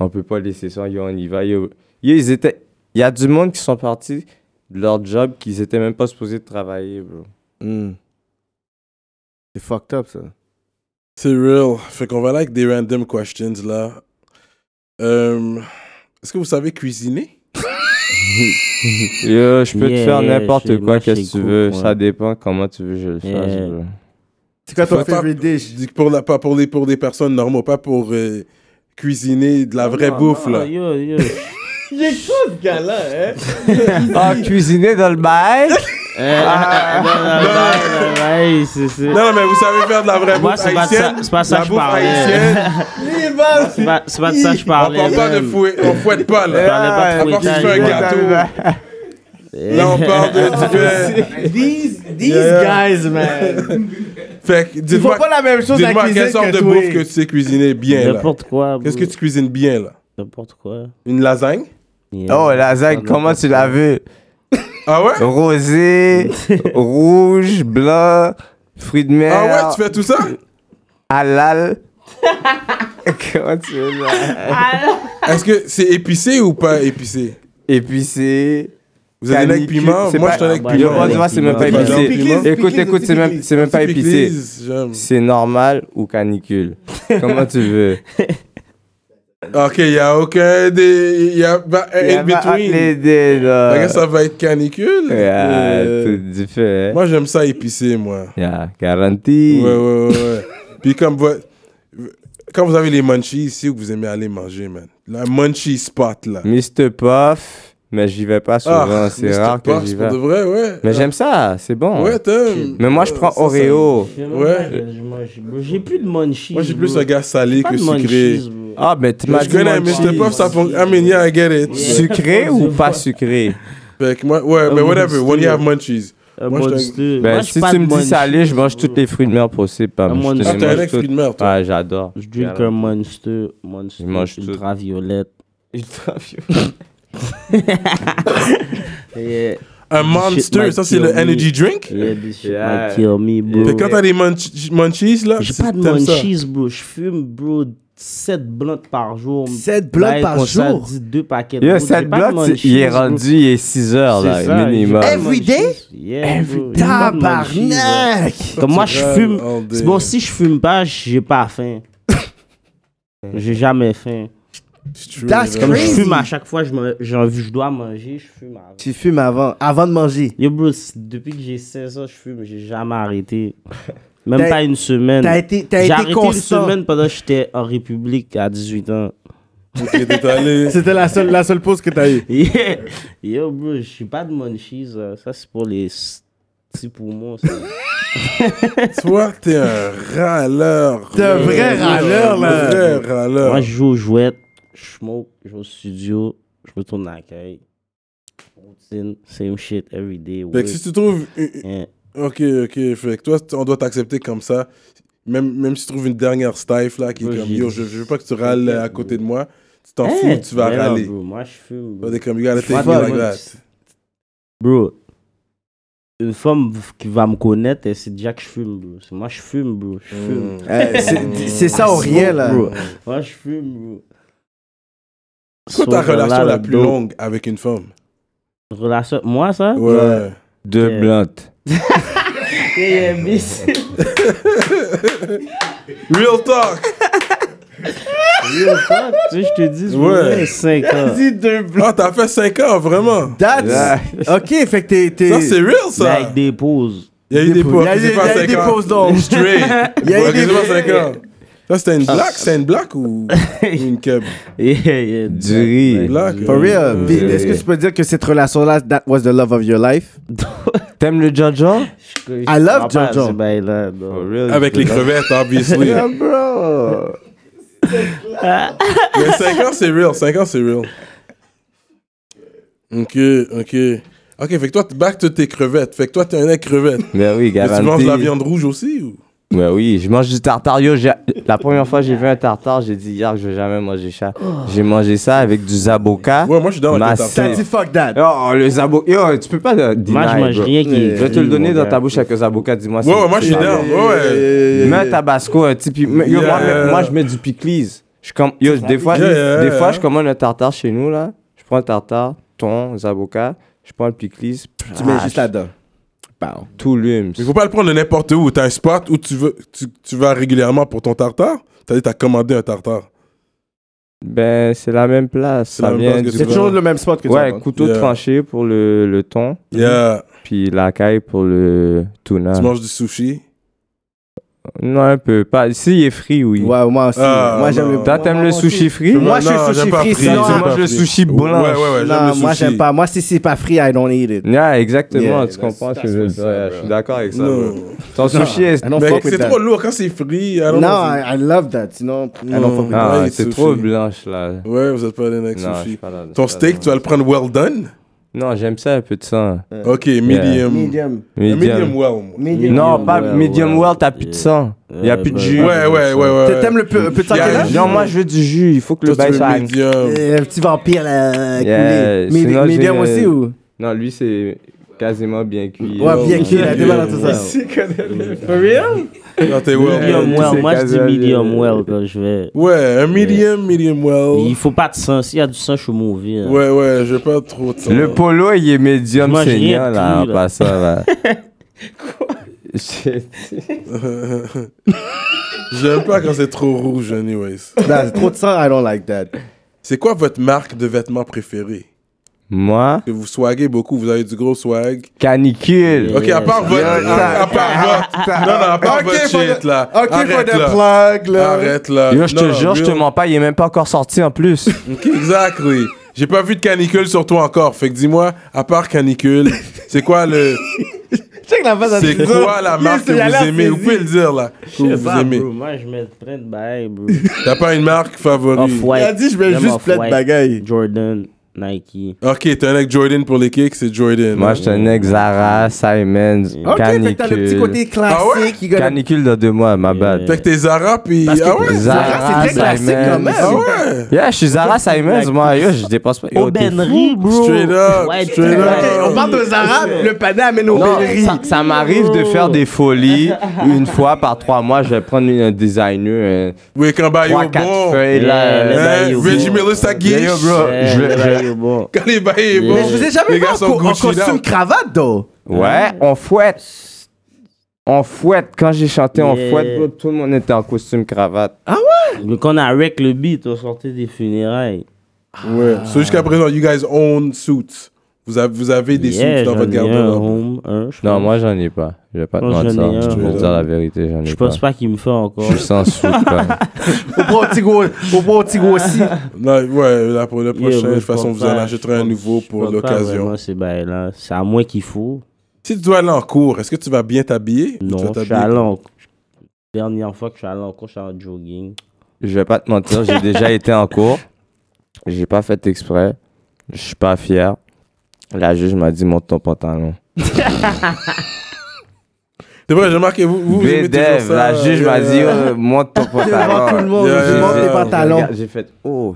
Speaker 5: On peut pas laisser ça, yo, on y va, yo. Yo, ils étaient... Il y a du monde qui sont partis de leur job qu'ils étaient même pas supposés de travailler, bro.
Speaker 6: Mm. C'est fucked up, ça.
Speaker 3: C'est real. Fait qu'on va là avec des random questions là. Euh, Est-ce que vous savez cuisiner?
Speaker 5: Yo, je peux
Speaker 4: Yeah,
Speaker 5: te faire
Speaker 4: chez
Speaker 5: n'importe
Speaker 4: moi,
Speaker 5: quoi,
Speaker 4: chez
Speaker 5: qu'est-ce que tu
Speaker 4: Cook,
Speaker 5: veux.
Speaker 4: ouais.
Speaker 5: Ça dépend comment tu veux que je le fasse,
Speaker 4: Yeah.
Speaker 5: bro.
Speaker 6: C'est quoi
Speaker 3: ton
Speaker 6: ton
Speaker 3: Fucked up.
Speaker 6: favorite
Speaker 3: favorite
Speaker 6: dish?
Speaker 3: Je dis que pour, la, pas pour, les, pour des personnes normaux, pas pour euh, cuisiner de la vraie bouffe là.
Speaker 4: Yo, yo.
Speaker 5: Ah, cuisiner dans le bail?
Speaker 3: Non, non, mais vous savez faire de la vraie
Speaker 4: Moi,
Speaker 3: bouffe
Speaker 4: c'est pas de ça-
Speaker 3: haïtienne.
Speaker 4: c'est pas ça
Speaker 3: la
Speaker 4: que je
Speaker 3: bouffe
Speaker 4: parlais.
Speaker 3: haïtienne,
Speaker 4: C'est pas c'est pas de ça que je
Speaker 3: on
Speaker 4: parlais.
Speaker 3: parle pas de
Speaker 4: man.
Speaker 3: fouet, on fouette pas
Speaker 4: Je
Speaker 3: là.
Speaker 4: parlais pas
Speaker 3: À
Speaker 4: de
Speaker 3: part si tu
Speaker 4: fouettage,
Speaker 3: fais un
Speaker 4: man.
Speaker 3: gâteau. Là, on parle de. du fait-
Speaker 6: These, these guys, man.
Speaker 3: Fait que
Speaker 6: Ils font
Speaker 3: dites-moi,
Speaker 6: pas la même chose à
Speaker 3: dites-moi
Speaker 6: cuisine
Speaker 3: quelle sorte de
Speaker 6: que
Speaker 3: bouffe que
Speaker 6: toi.
Speaker 3: tu sais cuisiner bien là.
Speaker 4: N'importe quoi.
Speaker 3: Qu'est-ce que
Speaker 4: bro.
Speaker 3: tu cuisines bien là
Speaker 4: N'importe quoi.
Speaker 3: Une lasagne
Speaker 4: Yeah.
Speaker 5: Oh, la zague, comment tu l'as vu?
Speaker 3: Ah ouais
Speaker 5: Rosé, rouge, blanc, fruits de mer,
Speaker 3: Ah ouais, tu fais tout ça
Speaker 5: halal. comment tu veux, là?
Speaker 3: Est-ce que c'est épicé ou pas épicé
Speaker 5: Épicé.
Speaker 3: Vous avez avec
Speaker 5: Canicule,
Speaker 3: piment
Speaker 5: c'est
Speaker 3: Moi,
Speaker 5: pas-
Speaker 3: je suis avec
Speaker 4: Ah, bah,
Speaker 5: Yo,
Speaker 4: Ouais,
Speaker 5: moi,
Speaker 3: piment.
Speaker 5: tu vois, c'est même pas
Speaker 3: Pickles,
Speaker 5: épicé.
Speaker 6: pickles,
Speaker 5: écoute,
Speaker 6: pickles,
Speaker 5: écoute, c'est même,
Speaker 6: pickles.
Speaker 5: c'est même pas épicé.
Speaker 3: Pickles, j'aime.
Speaker 5: C'est normal ou canicule. Comment tu veux.
Speaker 3: Ok, il n'y a aucun des. Il y a pas
Speaker 5: Il y
Speaker 3: in
Speaker 5: a pas
Speaker 3: between.
Speaker 5: les deux, là.
Speaker 3: Fait que Ça va être canicule.
Speaker 5: Yeah,
Speaker 3: Euh,
Speaker 5: tout différent.
Speaker 3: Moi, j'aime ça épicé, moi.
Speaker 5: Yeah, garantie.
Speaker 3: Ouais, ouais, ouais. ouais. Puis comme vo- Quand vous avez les munchies ici, où vous aimez aller manger, man. La munchie spot, là.
Speaker 5: Mr. Puff, mais j'y vais pas souvent.
Speaker 3: Ah,
Speaker 5: c'est
Speaker 3: Mr.
Speaker 5: rare
Speaker 3: Puff,
Speaker 5: que j'y
Speaker 3: Pour
Speaker 5: vais.
Speaker 3: de vrai, ouais.
Speaker 5: Mais j'aime ça, c'est bon.
Speaker 3: Ouais, t'aimes. Euh,
Speaker 5: mais moi, je prends
Speaker 3: Ça, ça-
Speaker 5: Oreo.
Speaker 4: J'ai même
Speaker 3: Ouais.
Speaker 4: pas- je mange- bro, J'ai plus de munchies.
Speaker 3: Moi, j'ai
Speaker 4: bro.
Speaker 3: plus un gars salé
Speaker 4: Pas
Speaker 3: que
Speaker 4: de
Speaker 3: sucré.
Speaker 4: munchies, bro.
Speaker 5: Ah, mais tu
Speaker 3: Mais
Speaker 5: m'as
Speaker 3: je
Speaker 5: dit
Speaker 3: connais
Speaker 5: munchies.
Speaker 3: Mr. Puff, ça fonctionne. I mean, yeah, I get it.
Speaker 4: Yeah. Oh,
Speaker 5: Sucré ou pas sucré?
Speaker 3: Fait que moi, ouais, mais
Speaker 4: bon
Speaker 3: whatever, when you
Speaker 4: style.
Speaker 3: have munchies.
Speaker 4: Un
Speaker 3: Moi, je
Speaker 4: bon
Speaker 3: te-
Speaker 4: style.
Speaker 5: Ben,
Speaker 4: Moi, je
Speaker 5: si
Speaker 4: pas
Speaker 5: tu
Speaker 4: de
Speaker 5: me dis
Speaker 4: munchies,
Speaker 5: salé, je mange
Speaker 4: bro.
Speaker 5: tous les fruits de mer possibles. Pam.
Speaker 4: Un
Speaker 5: Je te
Speaker 4: Monster.
Speaker 3: Ah,
Speaker 5: les
Speaker 3: t'es un
Speaker 5: mange
Speaker 3: ex
Speaker 5: tous.
Speaker 3: de mer, toi.
Speaker 5: Ah, j'adore.
Speaker 4: Je drink un monster, monster
Speaker 5: Je mange tout.
Speaker 4: ultraviolette. Yeah,
Speaker 3: Un monster,
Speaker 4: might
Speaker 3: ça, c'est
Speaker 4: kill
Speaker 3: le
Speaker 4: me.
Speaker 3: energy drink.
Speaker 4: yeah, this shit
Speaker 5: Yeah.
Speaker 4: might kill me,
Speaker 3: Fait que
Speaker 4: bro.
Speaker 3: quand t'as des munch- munchies, là,
Speaker 4: J'ai
Speaker 3: c'est-
Speaker 4: pas de
Speaker 3: t'aimes ça.
Speaker 4: munchies, bro. Je fume, bro, 7 blunts par jour.
Speaker 6: 7 blunts
Speaker 4: Diet
Speaker 6: par
Speaker 4: qu'on s'en
Speaker 6: jour?
Speaker 4: Ben, dit deux paquets.
Speaker 5: Yo,
Speaker 4: Bro, j'ai
Speaker 5: cette
Speaker 4: pas de
Speaker 5: blotte, c'est-
Speaker 4: munchies,
Speaker 5: il est
Speaker 4: bro.
Speaker 5: rendu, il est 6 heures,
Speaker 4: C'est
Speaker 5: là,
Speaker 4: ça,
Speaker 5: minimum.
Speaker 4: j'ai pas de
Speaker 6: Every
Speaker 4: munchies.
Speaker 6: day?
Speaker 4: Yeah, bro, j'ai pas de munchies, bro.
Speaker 6: Tabarnak!
Speaker 4: Comme moi, je
Speaker 3: All
Speaker 4: fume.
Speaker 3: day.
Speaker 4: C'est bon, si je fume pas, j'ai pas faim. J'ai jamais faim.
Speaker 3: C'est true,
Speaker 6: That's
Speaker 3: là.
Speaker 4: Comme je
Speaker 6: Crazy.
Speaker 4: fume à chaque fois, je, me, j'ai- je dois manger, je fume avant.
Speaker 6: Tu fumes avant, avant de manger.
Speaker 4: Yo, bro, c- depuis que j'ai 16 ans, je fume, j'ai jamais arrêté. Même
Speaker 6: T'as-
Speaker 4: pas une semaine.
Speaker 6: T'as été, t'as
Speaker 4: J'ai
Speaker 6: été
Speaker 4: arrêté
Speaker 6: constant.
Speaker 4: une semaine pendant que j'étais en République à 18 ans.
Speaker 3: Ok, t'es allé.
Speaker 6: C'était la seule, la seule pause que t'as eue.
Speaker 4: Yeah. Yo, bro, je suis pas de munchies. euh, Ça, c'est pour les petits poumons. ça.
Speaker 3: Toi, t'es un râleur.
Speaker 6: T'es un vrai
Speaker 3: Ouais,
Speaker 6: râleur, là.
Speaker 3: Un vrai râleur.
Speaker 4: Moi, je joue aux jouettes, je smoke, je vais au studio, je retourne à la caille. Routine, same shit every day.
Speaker 3: Fait
Speaker 4: work. hein.
Speaker 3: que si tu trouves.
Speaker 4: Yeah.
Speaker 3: Ok, ok. Fait que toi, on doit t'accepter comme ça. Même, même si tu trouves une dernière stife là qui est
Speaker 4: Ouais,
Speaker 3: comme
Speaker 4: j'ai-
Speaker 3: yo, je, je veux pas que tu râles à côté de moi, tu t'en
Speaker 4: Hey,
Speaker 3: fous, tu vas
Speaker 4: mais non,
Speaker 3: râler.
Speaker 4: bro, Moi, je fume. bro.
Speaker 3: Toi, t'es comme, you gotta
Speaker 4: Moi,
Speaker 3: take me like
Speaker 4: moi,
Speaker 3: that.
Speaker 4: Bro, une femme v- qui va me connaître, elle sait déjà que je fume, bro. C'est moi, je fume, bro. Je
Speaker 3: Hmm.
Speaker 4: fume.
Speaker 3: Mm.
Speaker 6: Euh, c'est- c'est ça au rien, là.
Speaker 4: Bro. Moi, je fume, bro.
Speaker 3: C'est quoi ta
Speaker 4: Soir,
Speaker 3: relation
Speaker 4: là,
Speaker 3: la plus
Speaker 4: là-dedans.
Speaker 3: longue avec une femme
Speaker 4: Relation... Moi, ça
Speaker 3: Ouais.
Speaker 5: Deux
Speaker 4: Yeah.
Speaker 5: blunts.
Speaker 4: Yeah, yeah, miss.
Speaker 3: Real talk
Speaker 4: Yo, fuck, tu sais, je te dis, bro,
Speaker 3: Ouais.
Speaker 4: ouais. 5 ans.
Speaker 3: Ah, t'as fait 5 ans, vraiment
Speaker 6: That's... Ok, fait que t'es... t'es-
Speaker 3: Ça, c'est real,
Speaker 4: Mais
Speaker 3: ça
Speaker 4: avec des pauses.
Speaker 3: Il y a eu
Speaker 6: des
Speaker 3: des pauses.
Speaker 6: pauses. Il y a eu-
Speaker 3: c'est pas
Speaker 6: il y a eu
Speaker 3: cinq
Speaker 6: des
Speaker 3: ans.
Speaker 6: pauses, donc.
Speaker 3: Straight.
Speaker 6: Il y a eu
Speaker 3: Ouais,
Speaker 6: des-
Speaker 3: c'est pas cinq ans. Ça, c'était une blague? C'est une blague ou ou une keb?
Speaker 4: Yeah, yeah,
Speaker 5: Du riz.
Speaker 3: Blague?
Speaker 6: For real.
Speaker 3: euh,
Speaker 5: Mm.
Speaker 6: Puis, Est-ce que tu peux dire que cette relation-là, that was the love of your life?
Speaker 5: T'aimes le Jaja?
Speaker 4: Je
Speaker 6: I love
Speaker 4: comprends pas
Speaker 6: Jojo.
Speaker 4: ce bail-là, non.
Speaker 3: Avec les crevettes, obviously.
Speaker 5: Yeah, bro.
Speaker 3: Mais 5 ans, c'est real. 5 ans, c'est real. Ok, ok. Ok, fait que toi, t- back to tes crevettes. Fait que toi, t'es un mec crevette.
Speaker 5: Ben oui,
Speaker 3: Mais
Speaker 5: garanti.
Speaker 3: tu manges de la viande rouge aussi ou?
Speaker 5: Ben oui, je mange du tartare. Yo, j'ai- la première fois que j'ai vu un tartare, j'ai dit hier que je vais jamais manger ça.
Speaker 4: Oh.
Speaker 5: J'ai mangé ça avec du zaboka.
Speaker 3: Ouais, moi, je suis dans la
Speaker 5: Ma
Speaker 6: T'as
Speaker 3: tartare.
Speaker 6: dit fuck that.
Speaker 5: Oh, le zaboka. Yo, tu peux pas le deny,
Speaker 4: Moi, je mange
Speaker 5: bro.
Speaker 4: rien
Speaker 5: Je
Speaker 4: qui est
Speaker 5: vais te le
Speaker 4: gris,
Speaker 5: donner
Speaker 4: mon
Speaker 5: dans
Speaker 4: gars.
Speaker 5: ta bouche avec un zaboka, dis-moi
Speaker 3: Ouais, ouais, moi, je suis down. Ouais, ouais.
Speaker 5: Mets un tabasco, un petit pi- mais- yo, moi,
Speaker 3: Yeah.
Speaker 5: mais- moi, je mets du piclis. Je com- yo, je- des fois,
Speaker 3: Yeah, yeah,
Speaker 5: des
Speaker 3: yeah.
Speaker 5: fois, je commande un tartare chez nous, là. Je prends le tartare, thon, zaboka, je prends le piclis.
Speaker 6: Tu mets juste là-dedans. Ah, Pow.
Speaker 5: Tout l'hume.
Speaker 3: Mais faut pas le prendre de n'importe où. T'as un spot où tu, veux, tu, tu vas régulièrement pour ton tartare. T'as dit, t'as commandé un tartare.
Speaker 5: Ben, c'est la même place.
Speaker 3: C'est la
Speaker 5: Ça
Speaker 3: même
Speaker 5: vient
Speaker 3: place que
Speaker 5: du-
Speaker 6: C'est toujours le même spot que tu
Speaker 5: Ouais,
Speaker 6: apprends.
Speaker 5: couteau
Speaker 3: Yeah.
Speaker 5: tranché pour le, le thon,
Speaker 3: Yeah.
Speaker 5: puis la caille pour le tuna.
Speaker 3: Tu manges du sushi.
Speaker 5: Non, un peu. Pas... S'il est frit, oui.
Speaker 6: Ouais, moi aussi.
Speaker 3: Ah,
Speaker 6: moi, j'aime
Speaker 3: non.
Speaker 6: le.
Speaker 5: Toi, t'aimes le sushi frit
Speaker 6: Moi, je suis
Speaker 3: Non,
Speaker 6: sushi
Speaker 3: j'aime pas
Speaker 6: free,
Speaker 3: frit,
Speaker 6: sinon-
Speaker 3: j'aime
Speaker 5: Tu manges
Speaker 3: pas
Speaker 5: le
Speaker 3: frit.
Speaker 5: sushi blanc.
Speaker 3: Ouais, ouais, ouais, j'aime le
Speaker 6: Non,
Speaker 3: sushi.
Speaker 6: moi, j'aime pas. Moi, si c'est pas free, I don't eat it.
Speaker 5: Yeah, exactement,
Speaker 6: Yeah,
Speaker 5: tu
Speaker 6: that's-
Speaker 5: comprends ce que
Speaker 6: that's
Speaker 5: je veux
Speaker 6: what's
Speaker 5: dire.
Speaker 6: up,
Speaker 5: ouais,
Speaker 6: bro.
Speaker 5: Je suis d'accord avec ça. bro.
Speaker 3: Non.
Speaker 5: Ton sushi est
Speaker 6: I don't
Speaker 3: Mais
Speaker 6: fuck with
Speaker 3: c'est
Speaker 6: that.
Speaker 3: trop lourd quand c'est frit. I don't
Speaker 6: Non,
Speaker 3: know.
Speaker 6: I, I love that. Sinon, I
Speaker 3: Non.
Speaker 6: don't fuck with
Speaker 3: Ah.
Speaker 6: that.
Speaker 3: Ouais,
Speaker 5: Non,
Speaker 3: il
Speaker 5: c'est
Speaker 3: sushi.
Speaker 5: trop blanche là.
Speaker 3: Ouais, vous êtes pas allé avec
Speaker 5: Non, je suis
Speaker 3: sushi.
Speaker 5: pas là-
Speaker 3: Ton
Speaker 5: je suis
Speaker 3: steak,
Speaker 5: pas
Speaker 3: tu vas le prendre well done?
Speaker 5: là. Non, j'aime ça un peu de sang.
Speaker 3: Ok, medium. Euh,
Speaker 6: Medium.
Speaker 5: Medium.
Speaker 3: Medium well. moi.
Speaker 6: Medium.
Speaker 5: Non, pas
Speaker 4: well,
Speaker 5: medium
Speaker 4: ouais.
Speaker 5: well, t'as plus de sang. Il y a plus de jus.
Speaker 3: Ouais, ouais, ouais, ouais.
Speaker 6: T'aimes le peu- peu de sang
Speaker 3: Yeah.
Speaker 6: qu'elle a?
Speaker 5: Non, moi je veux du jus, il faut que le
Speaker 3: Toi,
Speaker 5: bail
Speaker 3: tu veux
Speaker 5: soit
Speaker 3: medium.
Speaker 6: Euh, Un petit vampire là,
Speaker 5: Yeah,
Speaker 6: coulé. Medi-
Speaker 5: sinon, j'ai,
Speaker 6: Medium
Speaker 5: euh,
Speaker 6: aussi ou?
Speaker 5: Non, lui c'est quasiment bien cuit.
Speaker 6: Ouais, bien
Speaker 3: ouais,
Speaker 6: cuit,
Speaker 3: ouais.
Speaker 6: là, débat dans tout ça.
Speaker 3: Quand t'es well.
Speaker 4: Medium
Speaker 5: Ouais,
Speaker 4: well,
Speaker 5: c'est
Speaker 4: moi je dis
Speaker 5: casual,
Speaker 4: medium
Speaker 5: yeah.
Speaker 4: well quand je vais.
Speaker 3: Ouais, un medium, medium well.
Speaker 6: Oh.
Speaker 4: Il faut pas de sang. S'il y a du sang, je suis mauvais. hein.
Speaker 3: Ouais, ouais, j'ai pas trop de ça.
Speaker 5: Le polo, il est médium
Speaker 4: Moi, j'ai rien
Speaker 5: saignant là,
Speaker 4: cuit,
Speaker 5: en
Speaker 4: là.
Speaker 5: passant là. Quoi
Speaker 3: J'aime pas quand c'est trop rouge, anyways.
Speaker 6: Non, c'est trop de sang, I don't like that.
Speaker 3: C'est quoi votre marque de vêtements préférée?
Speaker 5: Moi,
Speaker 3: Que vous swaguez beaucoup, vous avez du gros swag.
Speaker 5: canicule.
Speaker 3: Ok, à part votre. À, à part votre. Non, non, à part
Speaker 6: Ok,
Speaker 3: votre
Speaker 6: for
Speaker 3: shit,
Speaker 6: the-
Speaker 3: là.
Speaker 6: Ok, for
Speaker 3: Arrête,
Speaker 6: the
Speaker 3: là.
Speaker 6: plug là.
Speaker 3: Arrête, là.
Speaker 5: Yo, je
Speaker 3: Euh, Non,
Speaker 5: te jure, je te
Speaker 3: real.
Speaker 5: mens pas, il est même pas encore sorti en plus.
Speaker 3: Ok, exact, oui. J'ai pas vu de canicule sur toi encore. Fait que dis-moi, à part canicule, c'est quoi le.
Speaker 6: Check la face à
Speaker 3: C'est
Speaker 6: Tizo.
Speaker 3: quoi la marque que
Speaker 6: Il a l'air
Speaker 3: vous aimez Vous
Speaker 6: saisi.
Speaker 3: pouvez le dire, là. Que
Speaker 4: Je sais
Speaker 3: vous
Speaker 4: pas,
Speaker 3: aimez.
Speaker 4: bro. Moi je mets plein de bails, bro.
Speaker 3: T'as pas une marque favorite.
Speaker 6: Il
Speaker 4: Off-white.
Speaker 6: a dit je mets
Speaker 4: J'aime
Speaker 6: juste plein de
Speaker 4: Off-White.
Speaker 6: bagailles.
Speaker 4: Jordan, Nike.
Speaker 3: Ok, t'es un avec Jordan pour les kicks, c'est Jordan.
Speaker 5: Moi, je suis un ex Zara, Simons,
Speaker 6: Ok, fait que t'as le petit
Speaker 5: canicule.
Speaker 6: côté classique.
Speaker 3: Ah ouais?
Speaker 6: qui gagne-
Speaker 5: Canicule dans deux mois, ma bad.
Speaker 3: Fait que t'es Zara, puis.
Speaker 6: Parce que
Speaker 3: Ah ouais
Speaker 5: Zara,
Speaker 6: c'est très classique
Speaker 5: Simons.
Speaker 6: quand même.
Speaker 3: Ah ouais
Speaker 5: Yeah, je suis Zara Simons, moi. Yo, je dépense pas. Yo,
Speaker 4: Ben
Speaker 5: t'es fou.
Speaker 4: Aubennerie, bro.
Speaker 3: Straight up,
Speaker 4: Ouais,
Speaker 3: straight up.
Speaker 4: ouais.
Speaker 6: On parle aux Arabes, le panier amène aux
Speaker 5: Non,
Speaker 6: Belleries.
Speaker 5: ça, ça m'arrive de faire des folies une fois par trois mois. Je vais prendre une- un designer,
Speaker 3: Oui, quand bah,
Speaker 5: un,
Speaker 3: yo,
Speaker 5: trois, quatre
Speaker 3: bon.
Speaker 5: feuilles
Speaker 4: Yeah,
Speaker 5: là.
Speaker 4: le
Speaker 5: hein.
Speaker 3: Hein,
Speaker 4: bail au
Speaker 3: Reggie
Speaker 4: bon.
Speaker 3: Miller, ça guiche.
Speaker 5: Yeah, yo, bro,
Speaker 4: Ouais,
Speaker 5: je-
Speaker 4: le
Speaker 5: je-
Speaker 4: bail est bon.
Speaker 3: Quand les bails est bon.
Speaker 6: Mais je vous ai jamais
Speaker 3: Les
Speaker 6: vu
Speaker 3: gars
Speaker 6: en,
Speaker 3: sont
Speaker 6: co- en
Speaker 3: Gucci down.
Speaker 6: costume cravate, though.
Speaker 5: Ouais, on fouette. On fouette. Quand j'ai chanté on
Speaker 4: Yeah.
Speaker 5: fouette, bro, tout le monde était en costume cravate.
Speaker 4: Mais quand on a wreck le beat, on sortait des funérailles.
Speaker 3: Ouais. So, jusqu'à présent, you guys own suits. Vous avez, vous avez des
Speaker 4: Yeah,
Speaker 3: suits dans
Speaker 4: j'en
Speaker 3: votre
Speaker 4: ai un
Speaker 3: garde-robe.
Speaker 4: home, un, je
Speaker 5: Non,
Speaker 4: pense.
Speaker 5: moi, j'en ai pas. Je vais pas te
Speaker 4: Moi,
Speaker 5: mentir.
Speaker 4: j'en ai un.
Speaker 5: Je vais te dire la vérité, j'en ai
Speaker 4: Je
Speaker 5: pas.
Speaker 4: pense pas qu'il me fait encore.
Speaker 5: Je suis sans sous, quoi.
Speaker 6: Au point Tigo, au point Tigo aussi.
Speaker 3: Là, ouais, là, pour le prochain,
Speaker 4: Yeah, bro,
Speaker 3: de toute
Speaker 4: je
Speaker 3: façon,
Speaker 4: porte
Speaker 3: vous en
Speaker 4: pas-
Speaker 3: achèterez un
Speaker 4: je
Speaker 3: nouveau
Speaker 4: porte-
Speaker 3: pour
Speaker 4: je porte pas
Speaker 3: l'occasion.
Speaker 4: vraiment ces bails-là. C'est à moi qu'il faut.
Speaker 3: Si tu dois aller en cours, est-ce que tu vas bien t'habiller? ou tu vas
Speaker 4: Non, je suis
Speaker 3: t'habiller
Speaker 4: allé en... Dernière fois que je suis allé en cours, je suis allé en jogging.
Speaker 5: Je vais pas te mentir, j'ai déjà été en cours. J'ai pas fait exprès. Je suis pas fier. La juge m'a dit monte ton pantalon.
Speaker 3: C'est vrai, j'ai remarqué, vous, vous, vous aimez toujours
Speaker 5: Bédev,
Speaker 3: ça.
Speaker 5: la juge m'a
Speaker 3: yeah.
Speaker 5: dit euh, monte ton pantalon.
Speaker 6: Devant tout le monde,
Speaker 3: Yeah,
Speaker 6: je
Speaker 3: yeah,
Speaker 6: monte
Speaker 3: yeah.
Speaker 6: tes pantalons.
Speaker 5: Regarde, J'ai fait oh.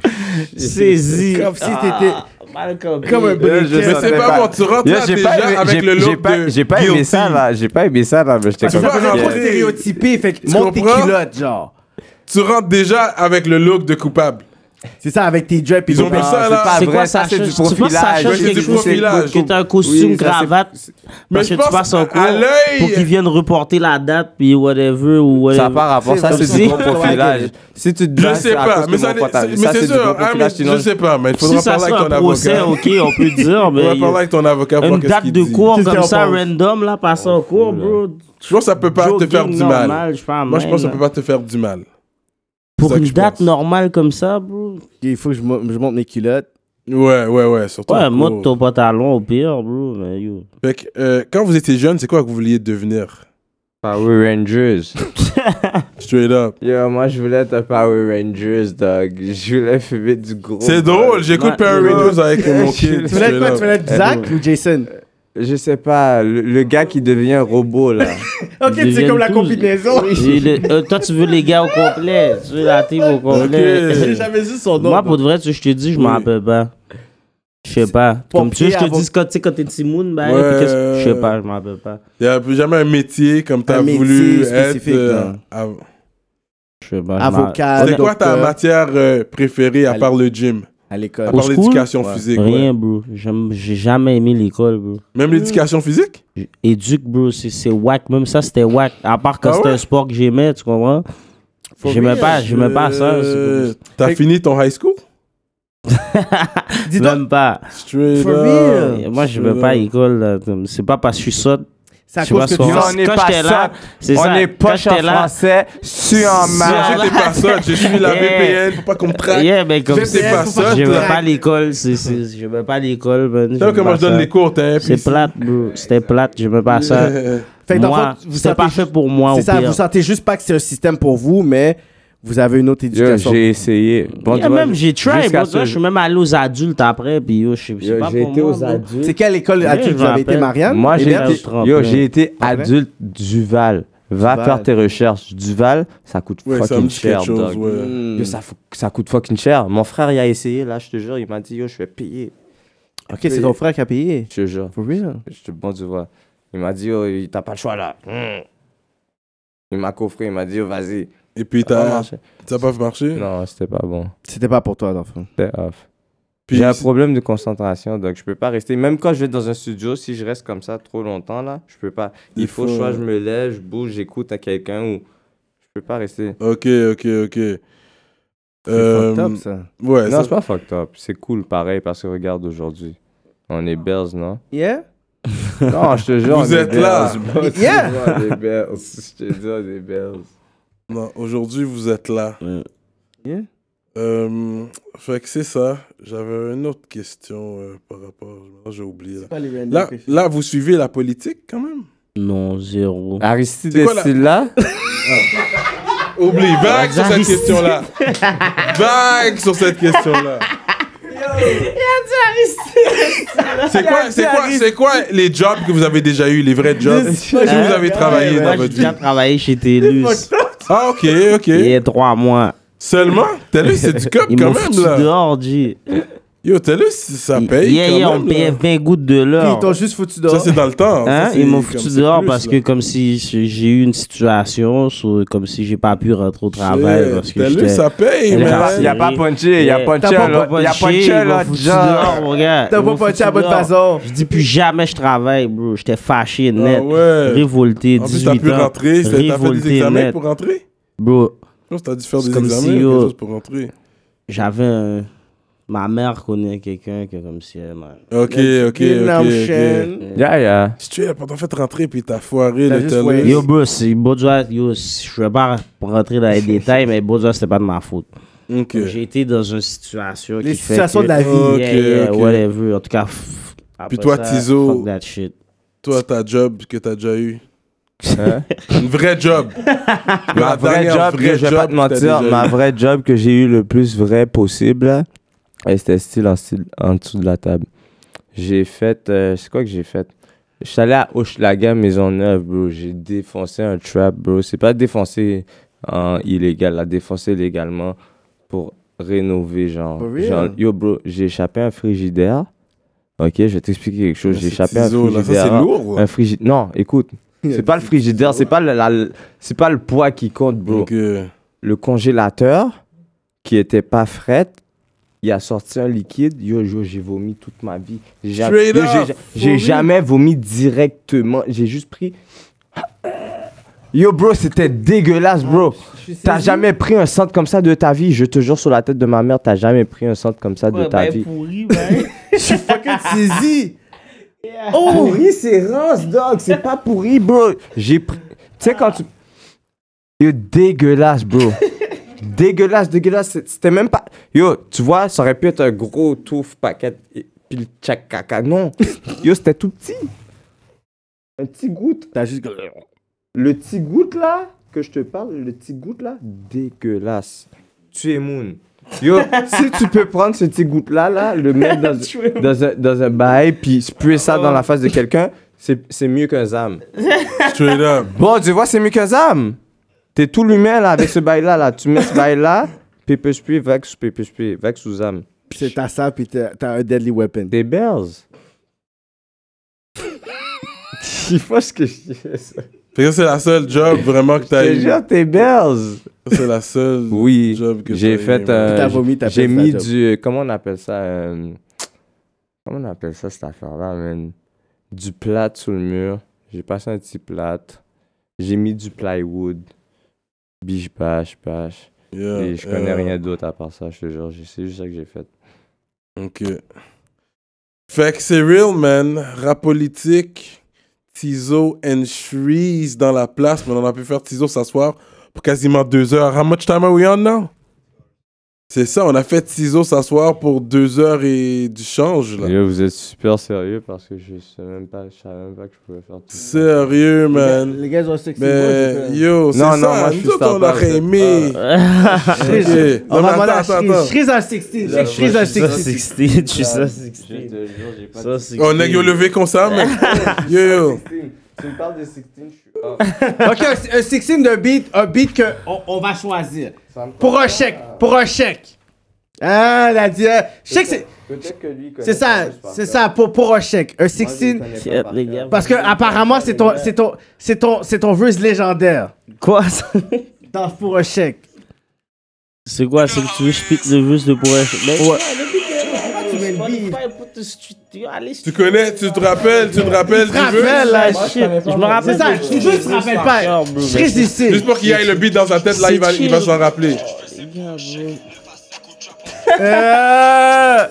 Speaker 4: Saisi.
Speaker 6: Comme si
Speaker 3: ah,
Speaker 6: t'étais. Comme un
Speaker 5: Yeah, je
Speaker 6: briquet.
Speaker 3: Mais c'est
Speaker 5: savais
Speaker 3: pas
Speaker 5: pas.
Speaker 3: bon, tu rentres
Speaker 5: Yo,
Speaker 3: là
Speaker 5: j'ai
Speaker 3: déjà
Speaker 5: pas aimé- j'ai-
Speaker 3: avec le
Speaker 5: j'ai
Speaker 3: look
Speaker 5: pas,
Speaker 3: de
Speaker 5: j'ai pas aimé ça
Speaker 3: guilty.
Speaker 5: là, j'ai pas aimé ça là, mais j'étais
Speaker 6: Ça
Speaker 5: comme
Speaker 3: vas
Speaker 6: faisait
Speaker 3: rentrer-
Speaker 6: trop
Speaker 5: Yeah.
Speaker 6: stéréotypé, fait que tu montes tes
Speaker 3: comprends?
Speaker 6: culottes, genre.
Speaker 3: Tu rentres déjà avec le look de coupable.
Speaker 6: C'est ça, avec tes dreads pis
Speaker 3: Ils ont
Speaker 6: ton
Speaker 3: mis
Speaker 5: Non,
Speaker 6: bras.
Speaker 5: ah,
Speaker 3: Ah, ça,
Speaker 5: c'est
Speaker 3: là.
Speaker 5: pas
Speaker 4: C'est
Speaker 5: vrai,
Speaker 4: quoi
Speaker 5: ça
Speaker 4: ça
Speaker 5: c'est du
Speaker 4: change- tu penses que ça
Speaker 5: profilage.
Speaker 4: change
Speaker 3: Ouais, c'est
Speaker 4: quelque
Speaker 3: du
Speaker 4: chose que-
Speaker 3: profilage.
Speaker 4: Que t'as un costume,
Speaker 5: Oui, ça, c'est-
Speaker 4: cravate,
Speaker 3: Mais
Speaker 4: parce
Speaker 3: je
Speaker 4: que
Speaker 3: pense
Speaker 4: tu passes en cours,
Speaker 3: à l'œil.
Speaker 4: pour qu'ils viennent reporter la date, puis whatever, ou whatever.
Speaker 5: Ça n'a pas rapport,
Speaker 6: C'est
Speaker 5: ça
Speaker 6: comme
Speaker 5: c'est
Speaker 6: si-
Speaker 5: du bon profilage. Si tu te
Speaker 3: Je
Speaker 5: bats,
Speaker 3: sais
Speaker 5: c'est à
Speaker 3: pas,
Speaker 5: cause
Speaker 3: mais
Speaker 5: de
Speaker 3: ça-
Speaker 5: mon pantalon.
Speaker 3: c'est mais
Speaker 5: Ça,
Speaker 3: c'est
Speaker 5: du bon
Speaker 3: sûr. hein, mais
Speaker 5: profilage, sinon
Speaker 3: Je sais pas, mais il
Speaker 4: Si
Speaker 3: faudra
Speaker 4: ça
Speaker 3: parler
Speaker 4: serait
Speaker 3: avec
Speaker 4: un
Speaker 3: ton
Speaker 4: procès,
Speaker 3: avocat.
Speaker 4: ok, on peut dire, mais
Speaker 3: Faudra parler avec ton avocat. voir
Speaker 4: une
Speaker 3: qu'est-ce
Speaker 4: date
Speaker 3: qu'il
Speaker 4: de
Speaker 3: dit. Oh,
Speaker 4: cours
Speaker 6: Qu'est-ce
Speaker 4: comme
Speaker 6: qu'il en
Speaker 4: ça,
Speaker 6: pense?
Speaker 4: random, là, passer en cours, bro.
Speaker 3: Je pense que ça peut pas te
Speaker 4: Jogging
Speaker 3: faire du
Speaker 4: normal,
Speaker 3: mal.
Speaker 4: je suis pas
Speaker 3: Moi, je
Speaker 4: mal,
Speaker 3: pense que ça
Speaker 4: là.
Speaker 3: peut pas te faire du mal. C'est
Speaker 4: Pour
Speaker 3: ça que
Speaker 4: une
Speaker 3: je
Speaker 4: date
Speaker 3: pense.
Speaker 4: normale comme ça, bro.
Speaker 6: Il faut que je, mo- je monte mes culottes.
Speaker 3: Ouais, ouais, ouais, surtout.
Speaker 4: Ouais,
Speaker 3: en
Speaker 4: monte
Speaker 3: cours.
Speaker 4: ton pantalon au pire, bro. Mais yo.
Speaker 3: Fait que, euh, quand vous étiez jeune, c'est quoi que vous vouliez devenir?
Speaker 5: Power Rangers.
Speaker 3: Straight up.
Speaker 5: Yo, moi, je voulais être un Power Rangers, dog. Je voulais fumer du gros.
Speaker 6: Oh
Speaker 3: C'est drôle, j'écoute
Speaker 4: Ouais.
Speaker 3: Power Rangers avec mon kid.
Speaker 6: Tu veux être
Speaker 3: straight
Speaker 6: quoi? Tu
Speaker 3: up.
Speaker 6: veux être Zach ou Jason?
Speaker 5: Je sais pas, le, le gars qui devient un robot, là.
Speaker 6: Ok,
Speaker 4: Ils
Speaker 6: c'est comme la
Speaker 4: deviennent tous-
Speaker 6: combinaison.
Speaker 4: Et le- euh, toi, tu veux les gars au complet. Tu veux la team au complet.
Speaker 3: Ok.
Speaker 6: J'ai jamais vu son nom.
Speaker 4: Moi, pour de vrai, tu- je te dis, je m'en
Speaker 3: Oui.
Speaker 4: rappelle pas. Je sais pas. Comme tu
Speaker 6: pompier
Speaker 4: sais, je te
Speaker 6: avant-
Speaker 4: dis quand tu sais, quand t'es Timoun, bah,
Speaker 3: Ouais.
Speaker 4: puis qu'est-ce- je sais pas, je m'en rappelle pas.
Speaker 3: Il n'y a plus jamais un métier comme tu as
Speaker 6: Un métier
Speaker 3: voulu être.
Speaker 6: spécifique,
Speaker 3: euh,
Speaker 6: non.
Speaker 3: av-
Speaker 4: Je sais pas. je m'en-
Speaker 6: Avocat.
Speaker 3: C'est quoi ta
Speaker 6: docteur,
Speaker 3: matière euh, préférée à
Speaker 6: Allez.
Speaker 3: part le gym
Speaker 6: À
Speaker 3: À
Speaker 6: l'école.
Speaker 3: part
Speaker 4: school?
Speaker 3: l'éducation
Speaker 6: Ouais.
Speaker 3: physique. ouais.
Speaker 4: Rien, bro. J'aime- J'ai jamais aimé l'école, bro.
Speaker 3: Même l'éducation physique
Speaker 4: Éduque, bro, c'est c'est whack. Même ça, c'était whack. À part quand
Speaker 3: Ah
Speaker 4: c'était
Speaker 3: ouais?
Speaker 4: un sport que j'aimais, tu comprends? J'aimais pas, j'aimais pas ça. c'est
Speaker 3: Euh, T'as fini ton high school
Speaker 6: Dis
Speaker 4: comme-
Speaker 6: donc,
Speaker 4: Même pas.
Speaker 3: Straight
Speaker 6: For
Speaker 3: up.
Speaker 6: real?
Speaker 4: Moi, je vais
Speaker 3: Straight
Speaker 4: pas à
Speaker 3: up.
Speaker 4: l'école. là, comme- C'est pas parce que je suis sotte.
Speaker 6: c'est à
Speaker 4: Tu vois,
Speaker 6: cause que
Speaker 4: ce
Speaker 6: tu
Speaker 4: soir-
Speaker 6: sens.
Speaker 5: On est
Speaker 4: quand
Speaker 5: pas
Speaker 4: j'étais là,
Speaker 5: ça.
Speaker 4: c'est
Speaker 5: On
Speaker 4: ça.
Speaker 5: est
Speaker 4: Quand
Speaker 5: pas
Speaker 4: j'étais là-
Speaker 5: français, sur en
Speaker 4: Sur-
Speaker 5: mal.
Speaker 3: J'ai des personnes, je suis la
Speaker 4: Eh.
Speaker 3: VPN, faut pas qu'on me traque.
Speaker 4: Yeah, mais comme
Speaker 3: Je sais
Speaker 4: ça,
Speaker 3: pas ça,
Speaker 4: je vais
Speaker 3: toi.
Speaker 4: pas à l'école. c'est- c'est- Je vais pas à l'école, man.
Speaker 3: Tu vois
Speaker 4: j'aime
Speaker 3: comment
Speaker 4: pas
Speaker 3: je donne
Speaker 4: ça.
Speaker 3: les cours, t'es un
Speaker 4: C'est plate, bro. C'était plate, je veux pas ça.
Speaker 6: euh, Fait que dans le
Speaker 4: Moi,
Speaker 6: fond, vous
Speaker 4: c'était
Speaker 6: sentez-
Speaker 4: pas fait pour moi, au
Speaker 6: C'est ça,
Speaker 4: pire.
Speaker 6: vous sentez juste pas que c'est un système pour vous, mais vous avez une autre
Speaker 5: Yo,
Speaker 6: éducation.
Speaker 5: j'ai essayé. Bon,
Speaker 4: Yeah,
Speaker 5: tu vois,
Speaker 4: même j'ai try,
Speaker 5: jusqu'à
Speaker 4: bro.
Speaker 5: ce
Speaker 4: Tu vois, je suis même allé aux adultes après, puis yo, je sais c'est
Speaker 5: Yo,
Speaker 4: pas
Speaker 5: j'ai
Speaker 4: pour
Speaker 5: été
Speaker 4: moi,
Speaker 5: aux
Speaker 4: bro.
Speaker 5: adultes.
Speaker 6: C'est quelle école
Speaker 4: Yeah, je
Speaker 6: adulte vous avez
Speaker 4: me
Speaker 6: été,
Speaker 4: rappelle.
Speaker 6: Marianne?
Speaker 5: Moi, j'ai
Speaker 4: Hélène?
Speaker 5: été,
Speaker 4: Tremplin.
Speaker 5: yo, j'ai été
Speaker 6: vrai?
Speaker 5: adulte Duval. Va
Speaker 6: Duval.
Speaker 5: faire tes recherches. Duval, ça coûte
Speaker 3: Ouais, ça me
Speaker 5: fucking
Speaker 3: dit quelque
Speaker 5: cher,
Speaker 3: chose,
Speaker 5: dog.
Speaker 3: ouais.
Speaker 5: Yo, ça, fou- ça coûte fucking cher. Mon frère, il a essayé, là, je te jure, il m'a dit, yo, je vais payer.
Speaker 6: Ok, c'est ton frère qui a payé.
Speaker 5: Je te jure,
Speaker 6: For real?
Speaker 5: je te bon, tu vois. Il m'a dit, yo, il- t'as pas le choix, là. Mm. Il m'a coffré, il m'a dit, yo, vas-y.
Speaker 3: Et puis,
Speaker 5: Ça va
Speaker 6: Ah,
Speaker 3: t'as-
Speaker 5: marcher.
Speaker 3: ça n'a pas marché
Speaker 5: Non, c'était pas bon.
Speaker 6: C'était pas pour toi, d'enfant.
Speaker 5: C'était off.
Speaker 3: Puis,
Speaker 5: J'ai un problème de concentration, donc je peux pas rester. Même quand je vais dans un studio, si je reste comme ça trop longtemps, là, je peux pas. Il
Speaker 3: Il
Speaker 5: faut,
Speaker 3: faut-
Speaker 5: soit je me lève, je bouge, j'écoute à quelqu'un ou. Je peux pas rester.
Speaker 3: Ok, ok, ok.
Speaker 6: C'est
Speaker 3: Euh,
Speaker 6: fucked up, ça.
Speaker 3: ouais,
Speaker 5: non,
Speaker 3: ça-
Speaker 5: c'est pas fucked up. C'est cool, pareil, parce que regarde aujourd'hui. On est Bears, non?
Speaker 6: Yeah?
Speaker 5: Non, je te jure.
Speaker 3: Vous
Speaker 5: on est
Speaker 3: êtes là.
Speaker 5: Bears, bro.
Speaker 6: Yeah.
Speaker 5: Je te jure, on est Bears. Je te dis, on est Bears.
Speaker 3: non, aujourd'hui, vous êtes là.
Speaker 6: Yeah.
Speaker 3: Euh, fait que c'est ça. J'avais une autre question euh, par rapport. maintenant, J'ai oublié. Là. Là, là, vous suivez la politique quand même
Speaker 4: Non, zéro.
Speaker 5: Aristide
Speaker 3: C'est quoi la-
Speaker 5: est là?
Speaker 3: Oublie, vague sur cette
Speaker 4: Aristide.
Speaker 3: question-là. Vague sur cette question-là. C'est quoi, c'est quoi, c'est quoi les jobs que vous avez déjà eu, les vrais jobs que vous avez travaillé dans
Speaker 4: Moi, Ah, j'ai
Speaker 3: votre vie
Speaker 4: déjà travaillé chez TELUS
Speaker 3: Ah ok, ok.
Speaker 4: il y a trois mois.
Speaker 3: Seulement, Telus c'est du cop
Speaker 4: Ils
Speaker 3: quand
Speaker 4: m'ont
Speaker 3: même
Speaker 4: foutu
Speaker 3: là.
Speaker 4: dehors, G.
Speaker 3: Yo Telus ça paye
Speaker 4: Hier,
Speaker 3: quand
Speaker 4: hier, on
Speaker 3: même,
Speaker 4: payait
Speaker 3: là.
Speaker 4: 20 gouttes de
Speaker 6: Ils
Speaker 4: l'heure.
Speaker 6: t'ont juste foutu
Speaker 3: Ça
Speaker 6: dehors.
Speaker 3: c'est dans le temps. ça,
Speaker 4: Hein?
Speaker 3: c'est
Speaker 4: Ils m'ont
Speaker 3: comme-
Speaker 4: foutu
Speaker 3: c'est
Speaker 4: dehors
Speaker 3: plus,
Speaker 4: parce
Speaker 3: là.
Speaker 4: que comme si j'ai j'ai eu une situation, sur- comme si j'ai pas pu rentrer au travail
Speaker 3: Shit,
Speaker 4: parce que
Speaker 3: Telus
Speaker 4: j'étais...
Speaker 3: ça paye
Speaker 4: Il
Speaker 5: Il
Speaker 4: y
Speaker 5: y
Speaker 4: a
Speaker 5: a,
Speaker 4: pas-
Speaker 5: pas-
Speaker 3: mais.
Speaker 5: il y a pas punché, il y a
Speaker 4: Yeah.
Speaker 5: punché,
Speaker 6: T'as pas
Speaker 5: là. Il y a
Speaker 4: punché,
Speaker 5: punché,
Speaker 4: ils m'ont
Speaker 5: là,
Speaker 4: foutu
Speaker 5: déjà.
Speaker 4: dehors, mon gars.
Speaker 6: T'as
Speaker 4: Ils
Speaker 6: pas
Speaker 4: m'ont
Speaker 6: punché
Speaker 4: foutu
Speaker 6: à la bonne
Speaker 4: dehors.
Speaker 6: façon.
Speaker 4: Je dis plus jamais je travaille, bro. J'étais fâché, net.
Speaker 3: Ah ouais.
Speaker 4: Révolté,
Speaker 3: En plus t'as
Speaker 4: 18
Speaker 3: pu
Speaker 4: ans.
Speaker 3: rentrer, c'est- t'as fait des
Speaker 4: Révolté,
Speaker 3: examens
Speaker 4: net.
Speaker 3: pour rentrer.
Speaker 4: Bro,
Speaker 3: Je pense que t'as dû faire
Speaker 4: C'est
Speaker 3: des
Speaker 4: comme E
Speaker 3: examens
Speaker 4: si,
Speaker 3: ou quelque
Speaker 4: yo.
Speaker 3: chose pour rentrer.
Speaker 4: j'avais un... Ma mère connaît quelqu'un que comme si elle m'a...
Speaker 3: Ok, ok, ok. ok.
Speaker 6: Notion.
Speaker 5: Yeah, yeah.
Speaker 3: Si tu es là, pendant fait rentrer puis t'as foiré
Speaker 6: T'as
Speaker 3: le
Speaker 6: juste foiré.
Speaker 3: Telus.
Speaker 4: Yo, bro, c'est Baudouin, yo, je vais pas rentrer dans les détails, mais Baudouin, c'était pas de ma faute.
Speaker 3: Ok.
Speaker 4: J'ai été dans une situation
Speaker 6: Les
Speaker 4: qui fait
Speaker 6: situations
Speaker 4: que-
Speaker 6: de la vie.
Speaker 3: Ok,
Speaker 4: yeah, yeah,
Speaker 3: ok.
Speaker 4: whatever. En tout cas, pff, après
Speaker 3: toi,
Speaker 4: ça,
Speaker 3: Tizo.
Speaker 4: Fuck that shit.
Speaker 3: Toi ta job que t'as déjà eu.
Speaker 5: Hein?
Speaker 3: Une vraie job.
Speaker 5: Ma
Speaker 3: La
Speaker 5: vraie
Speaker 3: dernière
Speaker 5: job,
Speaker 3: vraie
Speaker 5: que je vais pas te
Speaker 3: job que t'as
Speaker 5: mentir,
Speaker 3: déjà
Speaker 5: ma
Speaker 3: eu.
Speaker 5: vraie job que j'ai eu le plus vrai possible, là, et c'était style en, style- en dessous de la table. J'ai fait, euh, c'est quoi que j'ai fait? Je suis allé à Hochelaga Maisonneuve, bro. J'ai défoncé un trap, bro. C'est pas défoncé en illégal, là, défoncé légalement pour rénover, genre.
Speaker 6: For real?
Speaker 5: genre yo, bro, j'ai échappé un frigidaire. Ok, je vais t'expliquer quelque chose. J'ai
Speaker 3: Ah, C'est
Speaker 5: échappé un
Speaker 3: ciseau, là,
Speaker 5: frigidaire.
Speaker 3: Ça c'est lourd. là.
Speaker 5: Un frigidaire. Non, écoute. C'est pas le frigidaire, c'est pas le, la- c'est pas le poids qui compte, bro.
Speaker 3: Donc, euh,
Speaker 5: Le congélateur, qui était pas fret, il a sorti un liquide. Yo, yo, j'ai vomi toute ma vie. J'ai jamais-
Speaker 3: Straight
Speaker 5: yo, j'ai-
Speaker 3: up,
Speaker 5: J'ai jamais vomi directement. J'ai juste pris. Yo, bro, c'était dégueulasse, bro. T'as jamais pris un centre comme ça de ta vie. Je te jure sur la tête de ma mère, t'as jamais pris un centre comme ça de ta vie.
Speaker 4: pourri, ben.
Speaker 6: Je suis fucking saisi.
Speaker 5: Oh, oui, c'est rance, dog. C'est pas
Speaker 4: Ah.
Speaker 5: pourri, bro. J'ai pris. Tu sais, quand tu. Yo, dégueulasse, bro. dégueulasse, dégueulasse. C'est- C'était même pas. Yo, tu vois, ça aurait pu être un gros touffe paquet et- puis le tchac caca. Non. Yo, c'était tout petit. Un petit goutte.
Speaker 6: T'as juste.
Speaker 5: Le petit goutte là, que je te parle, le petit goutte là, dégueulasse. Tu es moon. Yo, si tu peux prendre ce petit goutte là, là le mettre dans, dans, un, dans un bail, puis spray ça dans la face de quelqu'un, c'est c'est mieux qu'un zam.
Speaker 3: Straight up.
Speaker 5: Bon, tu vois, c'est mieux qu'un zam. T'es tout l'humain là avec ce bail là, là. Tu mets ce bail là, pépé spray, vague sous pépé spray, vague sous zam.
Speaker 6: Pis c'est t'as ça, puis t'as t'as un deadly weapon.
Speaker 5: Des bells. Il faut ce que je dis. ça.
Speaker 3: Fait que c'est la seule job vraiment que t'as
Speaker 5: Je te
Speaker 3: eu.
Speaker 5: jure, tes bells.
Speaker 3: C'est la seule
Speaker 5: Oui,
Speaker 3: job que
Speaker 5: j'ai
Speaker 3: t'as eu,
Speaker 5: fait euh,
Speaker 3: man.
Speaker 5: un-
Speaker 6: T'as vomi, t'as
Speaker 5: J'ai
Speaker 6: perdu ta
Speaker 5: mis
Speaker 6: job.
Speaker 5: du. Comment on appelle ça euh, Comment on appelle ça cette affaire-là, man Du plâtre sur le mur. J'ai passé un petit plâtre. J'ai mis du plywood. Biche, bâche, bâche.
Speaker 4: Euh,
Speaker 3: Yeah,
Speaker 5: Et je connais
Speaker 3: yeah.
Speaker 5: rien d'autre à part ça, je te jure. j'ai- C'est juste ça que j'ai fait.
Speaker 3: Ok. Fait que c'est real, man. Rap politique, Tizo and Shreeze dans la place, mais on a pu faire Tizo s'asseoir pour quasiment deux heures. How much time are we on now? C'est ça, on a fait Tizo s'asseoir pour deux heures et du change, là.
Speaker 5: Et là, vous êtes super sérieux parce que je sais même pas, je savais même pas que je pouvais faire tout ça.
Speaker 3: Sérieux, man.
Speaker 6: Les gars, ils ont sexy
Speaker 3: Mais
Speaker 6: voice,
Speaker 3: yo, c'est
Speaker 5: Non,
Speaker 3: ça,
Speaker 5: non, moi, je suis Ah, euh,
Speaker 3: nous autres, on
Speaker 5: standard,
Speaker 3: aurait
Speaker 5: c'est-
Speaker 3: aimé. Ok.
Speaker 6: On
Speaker 3: Non,
Speaker 6: va
Speaker 3: mais
Speaker 6: demander à
Speaker 3: attends, attends,
Speaker 6: Shreeze.
Speaker 3: attends.
Speaker 6: Shreeze à 16.
Speaker 4: Je suis
Speaker 6: Shreeze à
Speaker 4: ça
Speaker 6: 16.
Speaker 4: 60, je suis ça 60.
Speaker 5: Je te jure, j'ai pas
Speaker 4: Ça,
Speaker 5: de-
Speaker 4: 60.
Speaker 3: On a yo levé comme ça, mais yo, yo.
Speaker 5: 16. Tu me parles de 16, je suis off.
Speaker 6: Ok, un- un 16 d'un beat, un beat que on, on va choisir. Pour un chèque, pour un chèque. Ah, la dit, euh, je sais que c'est,
Speaker 5: Peut-être que lui connaît
Speaker 6: c'est ça,
Speaker 5: plus par
Speaker 6: c'est
Speaker 5: cœur.
Speaker 6: ça, pour, pour un chèque. Un
Speaker 5: Moi, je le
Speaker 6: 16,
Speaker 5: connais pas
Speaker 4: Shit,
Speaker 5: par
Speaker 4: les
Speaker 5: cœur.
Speaker 4: gars.
Speaker 6: parce que apparemment c'est ton, c'est ton, c'est ton, c'est ton verse légendaire.
Speaker 4: Quoi ça
Speaker 6: Dans pour un chèque.
Speaker 4: C'est quoi C'est que tu veux je pique le juste de pour Ouais.
Speaker 6: Ah,
Speaker 3: Tu connais, tu te rappelles, tu te rappelles, tu veux.
Speaker 6: Rappelle là,
Speaker 4: Ah,
Speaker 6: shit.
Speaker 4: shit, je me rappelle
Speaker 6: C'est ça, je te jure, je te rappelle pas. Shreeze ici.
Speaker 3: Juste pour qu'il y ait le beat dans sa tête, là, il va, il va s'en rappeler.
Speaker 6: Euh,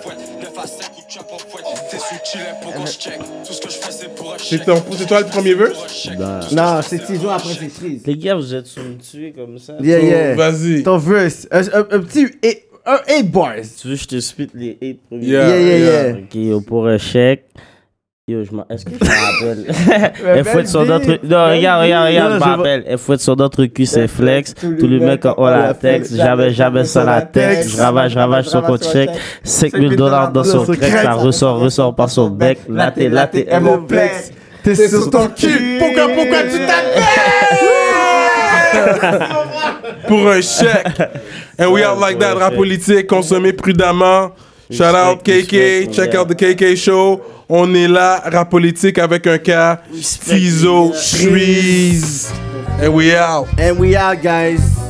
Speaker 3: C'est ton- c'est toi le premier verse?
Speaker 6: Non, c'est Tizo après c'est Shreeze.
Speaker 4: Les gars, vous êtes sur me tuer comme ça.
Speaker 6: Yeah, yeah.
Speaker 3: Vas-y.
Speaker 6: Ton verse, un, un- un petit, eight- un 8 bars.
Speaker 4: Tu veux que je te spit les 8 premiers
Speaker 3: Yeah,
Speaker 6: Yeah, yeah, yeah.
Speaker 4: Ok, yo, pour un chèque. Yo, je m'en. Est-ce que je me rappelle Elle fouette sur
Speaker 6: belle
Speaker 4: d'autres.
Speaker 6: vie,
Speaker 4: Non,
Speaker 6: belle
Speaker 4: regarde, regarde,
Speaker 6: vie.
Speaker 4: regarde,
Speaker 6: Non,
Speaker 4: je
Speaker 6: je
Speaker 4: me rappelle. Elle fouette sur d'autres cul, c'est flex. Tout le mec en haut oh, la texte. Jamais, jamais sans la texte. Je ravage, ravage son compte chèque. 5000 dollars dans son crèque. Ça ressort, ressort par son bec. Laté, laté, elle mon
Speaker 6: Plex, t'es sur ton cul. Pourquoi, pourquoi tu t'appelles?
Speaker 3: Pour un chèque. And we are like that, rap politique, consommez prudemment. Shout out KK, check out the KK show. On est là, rap politique avec un K. Tizo, Shreeze. And we out.
Speaker 6: And we out, guys.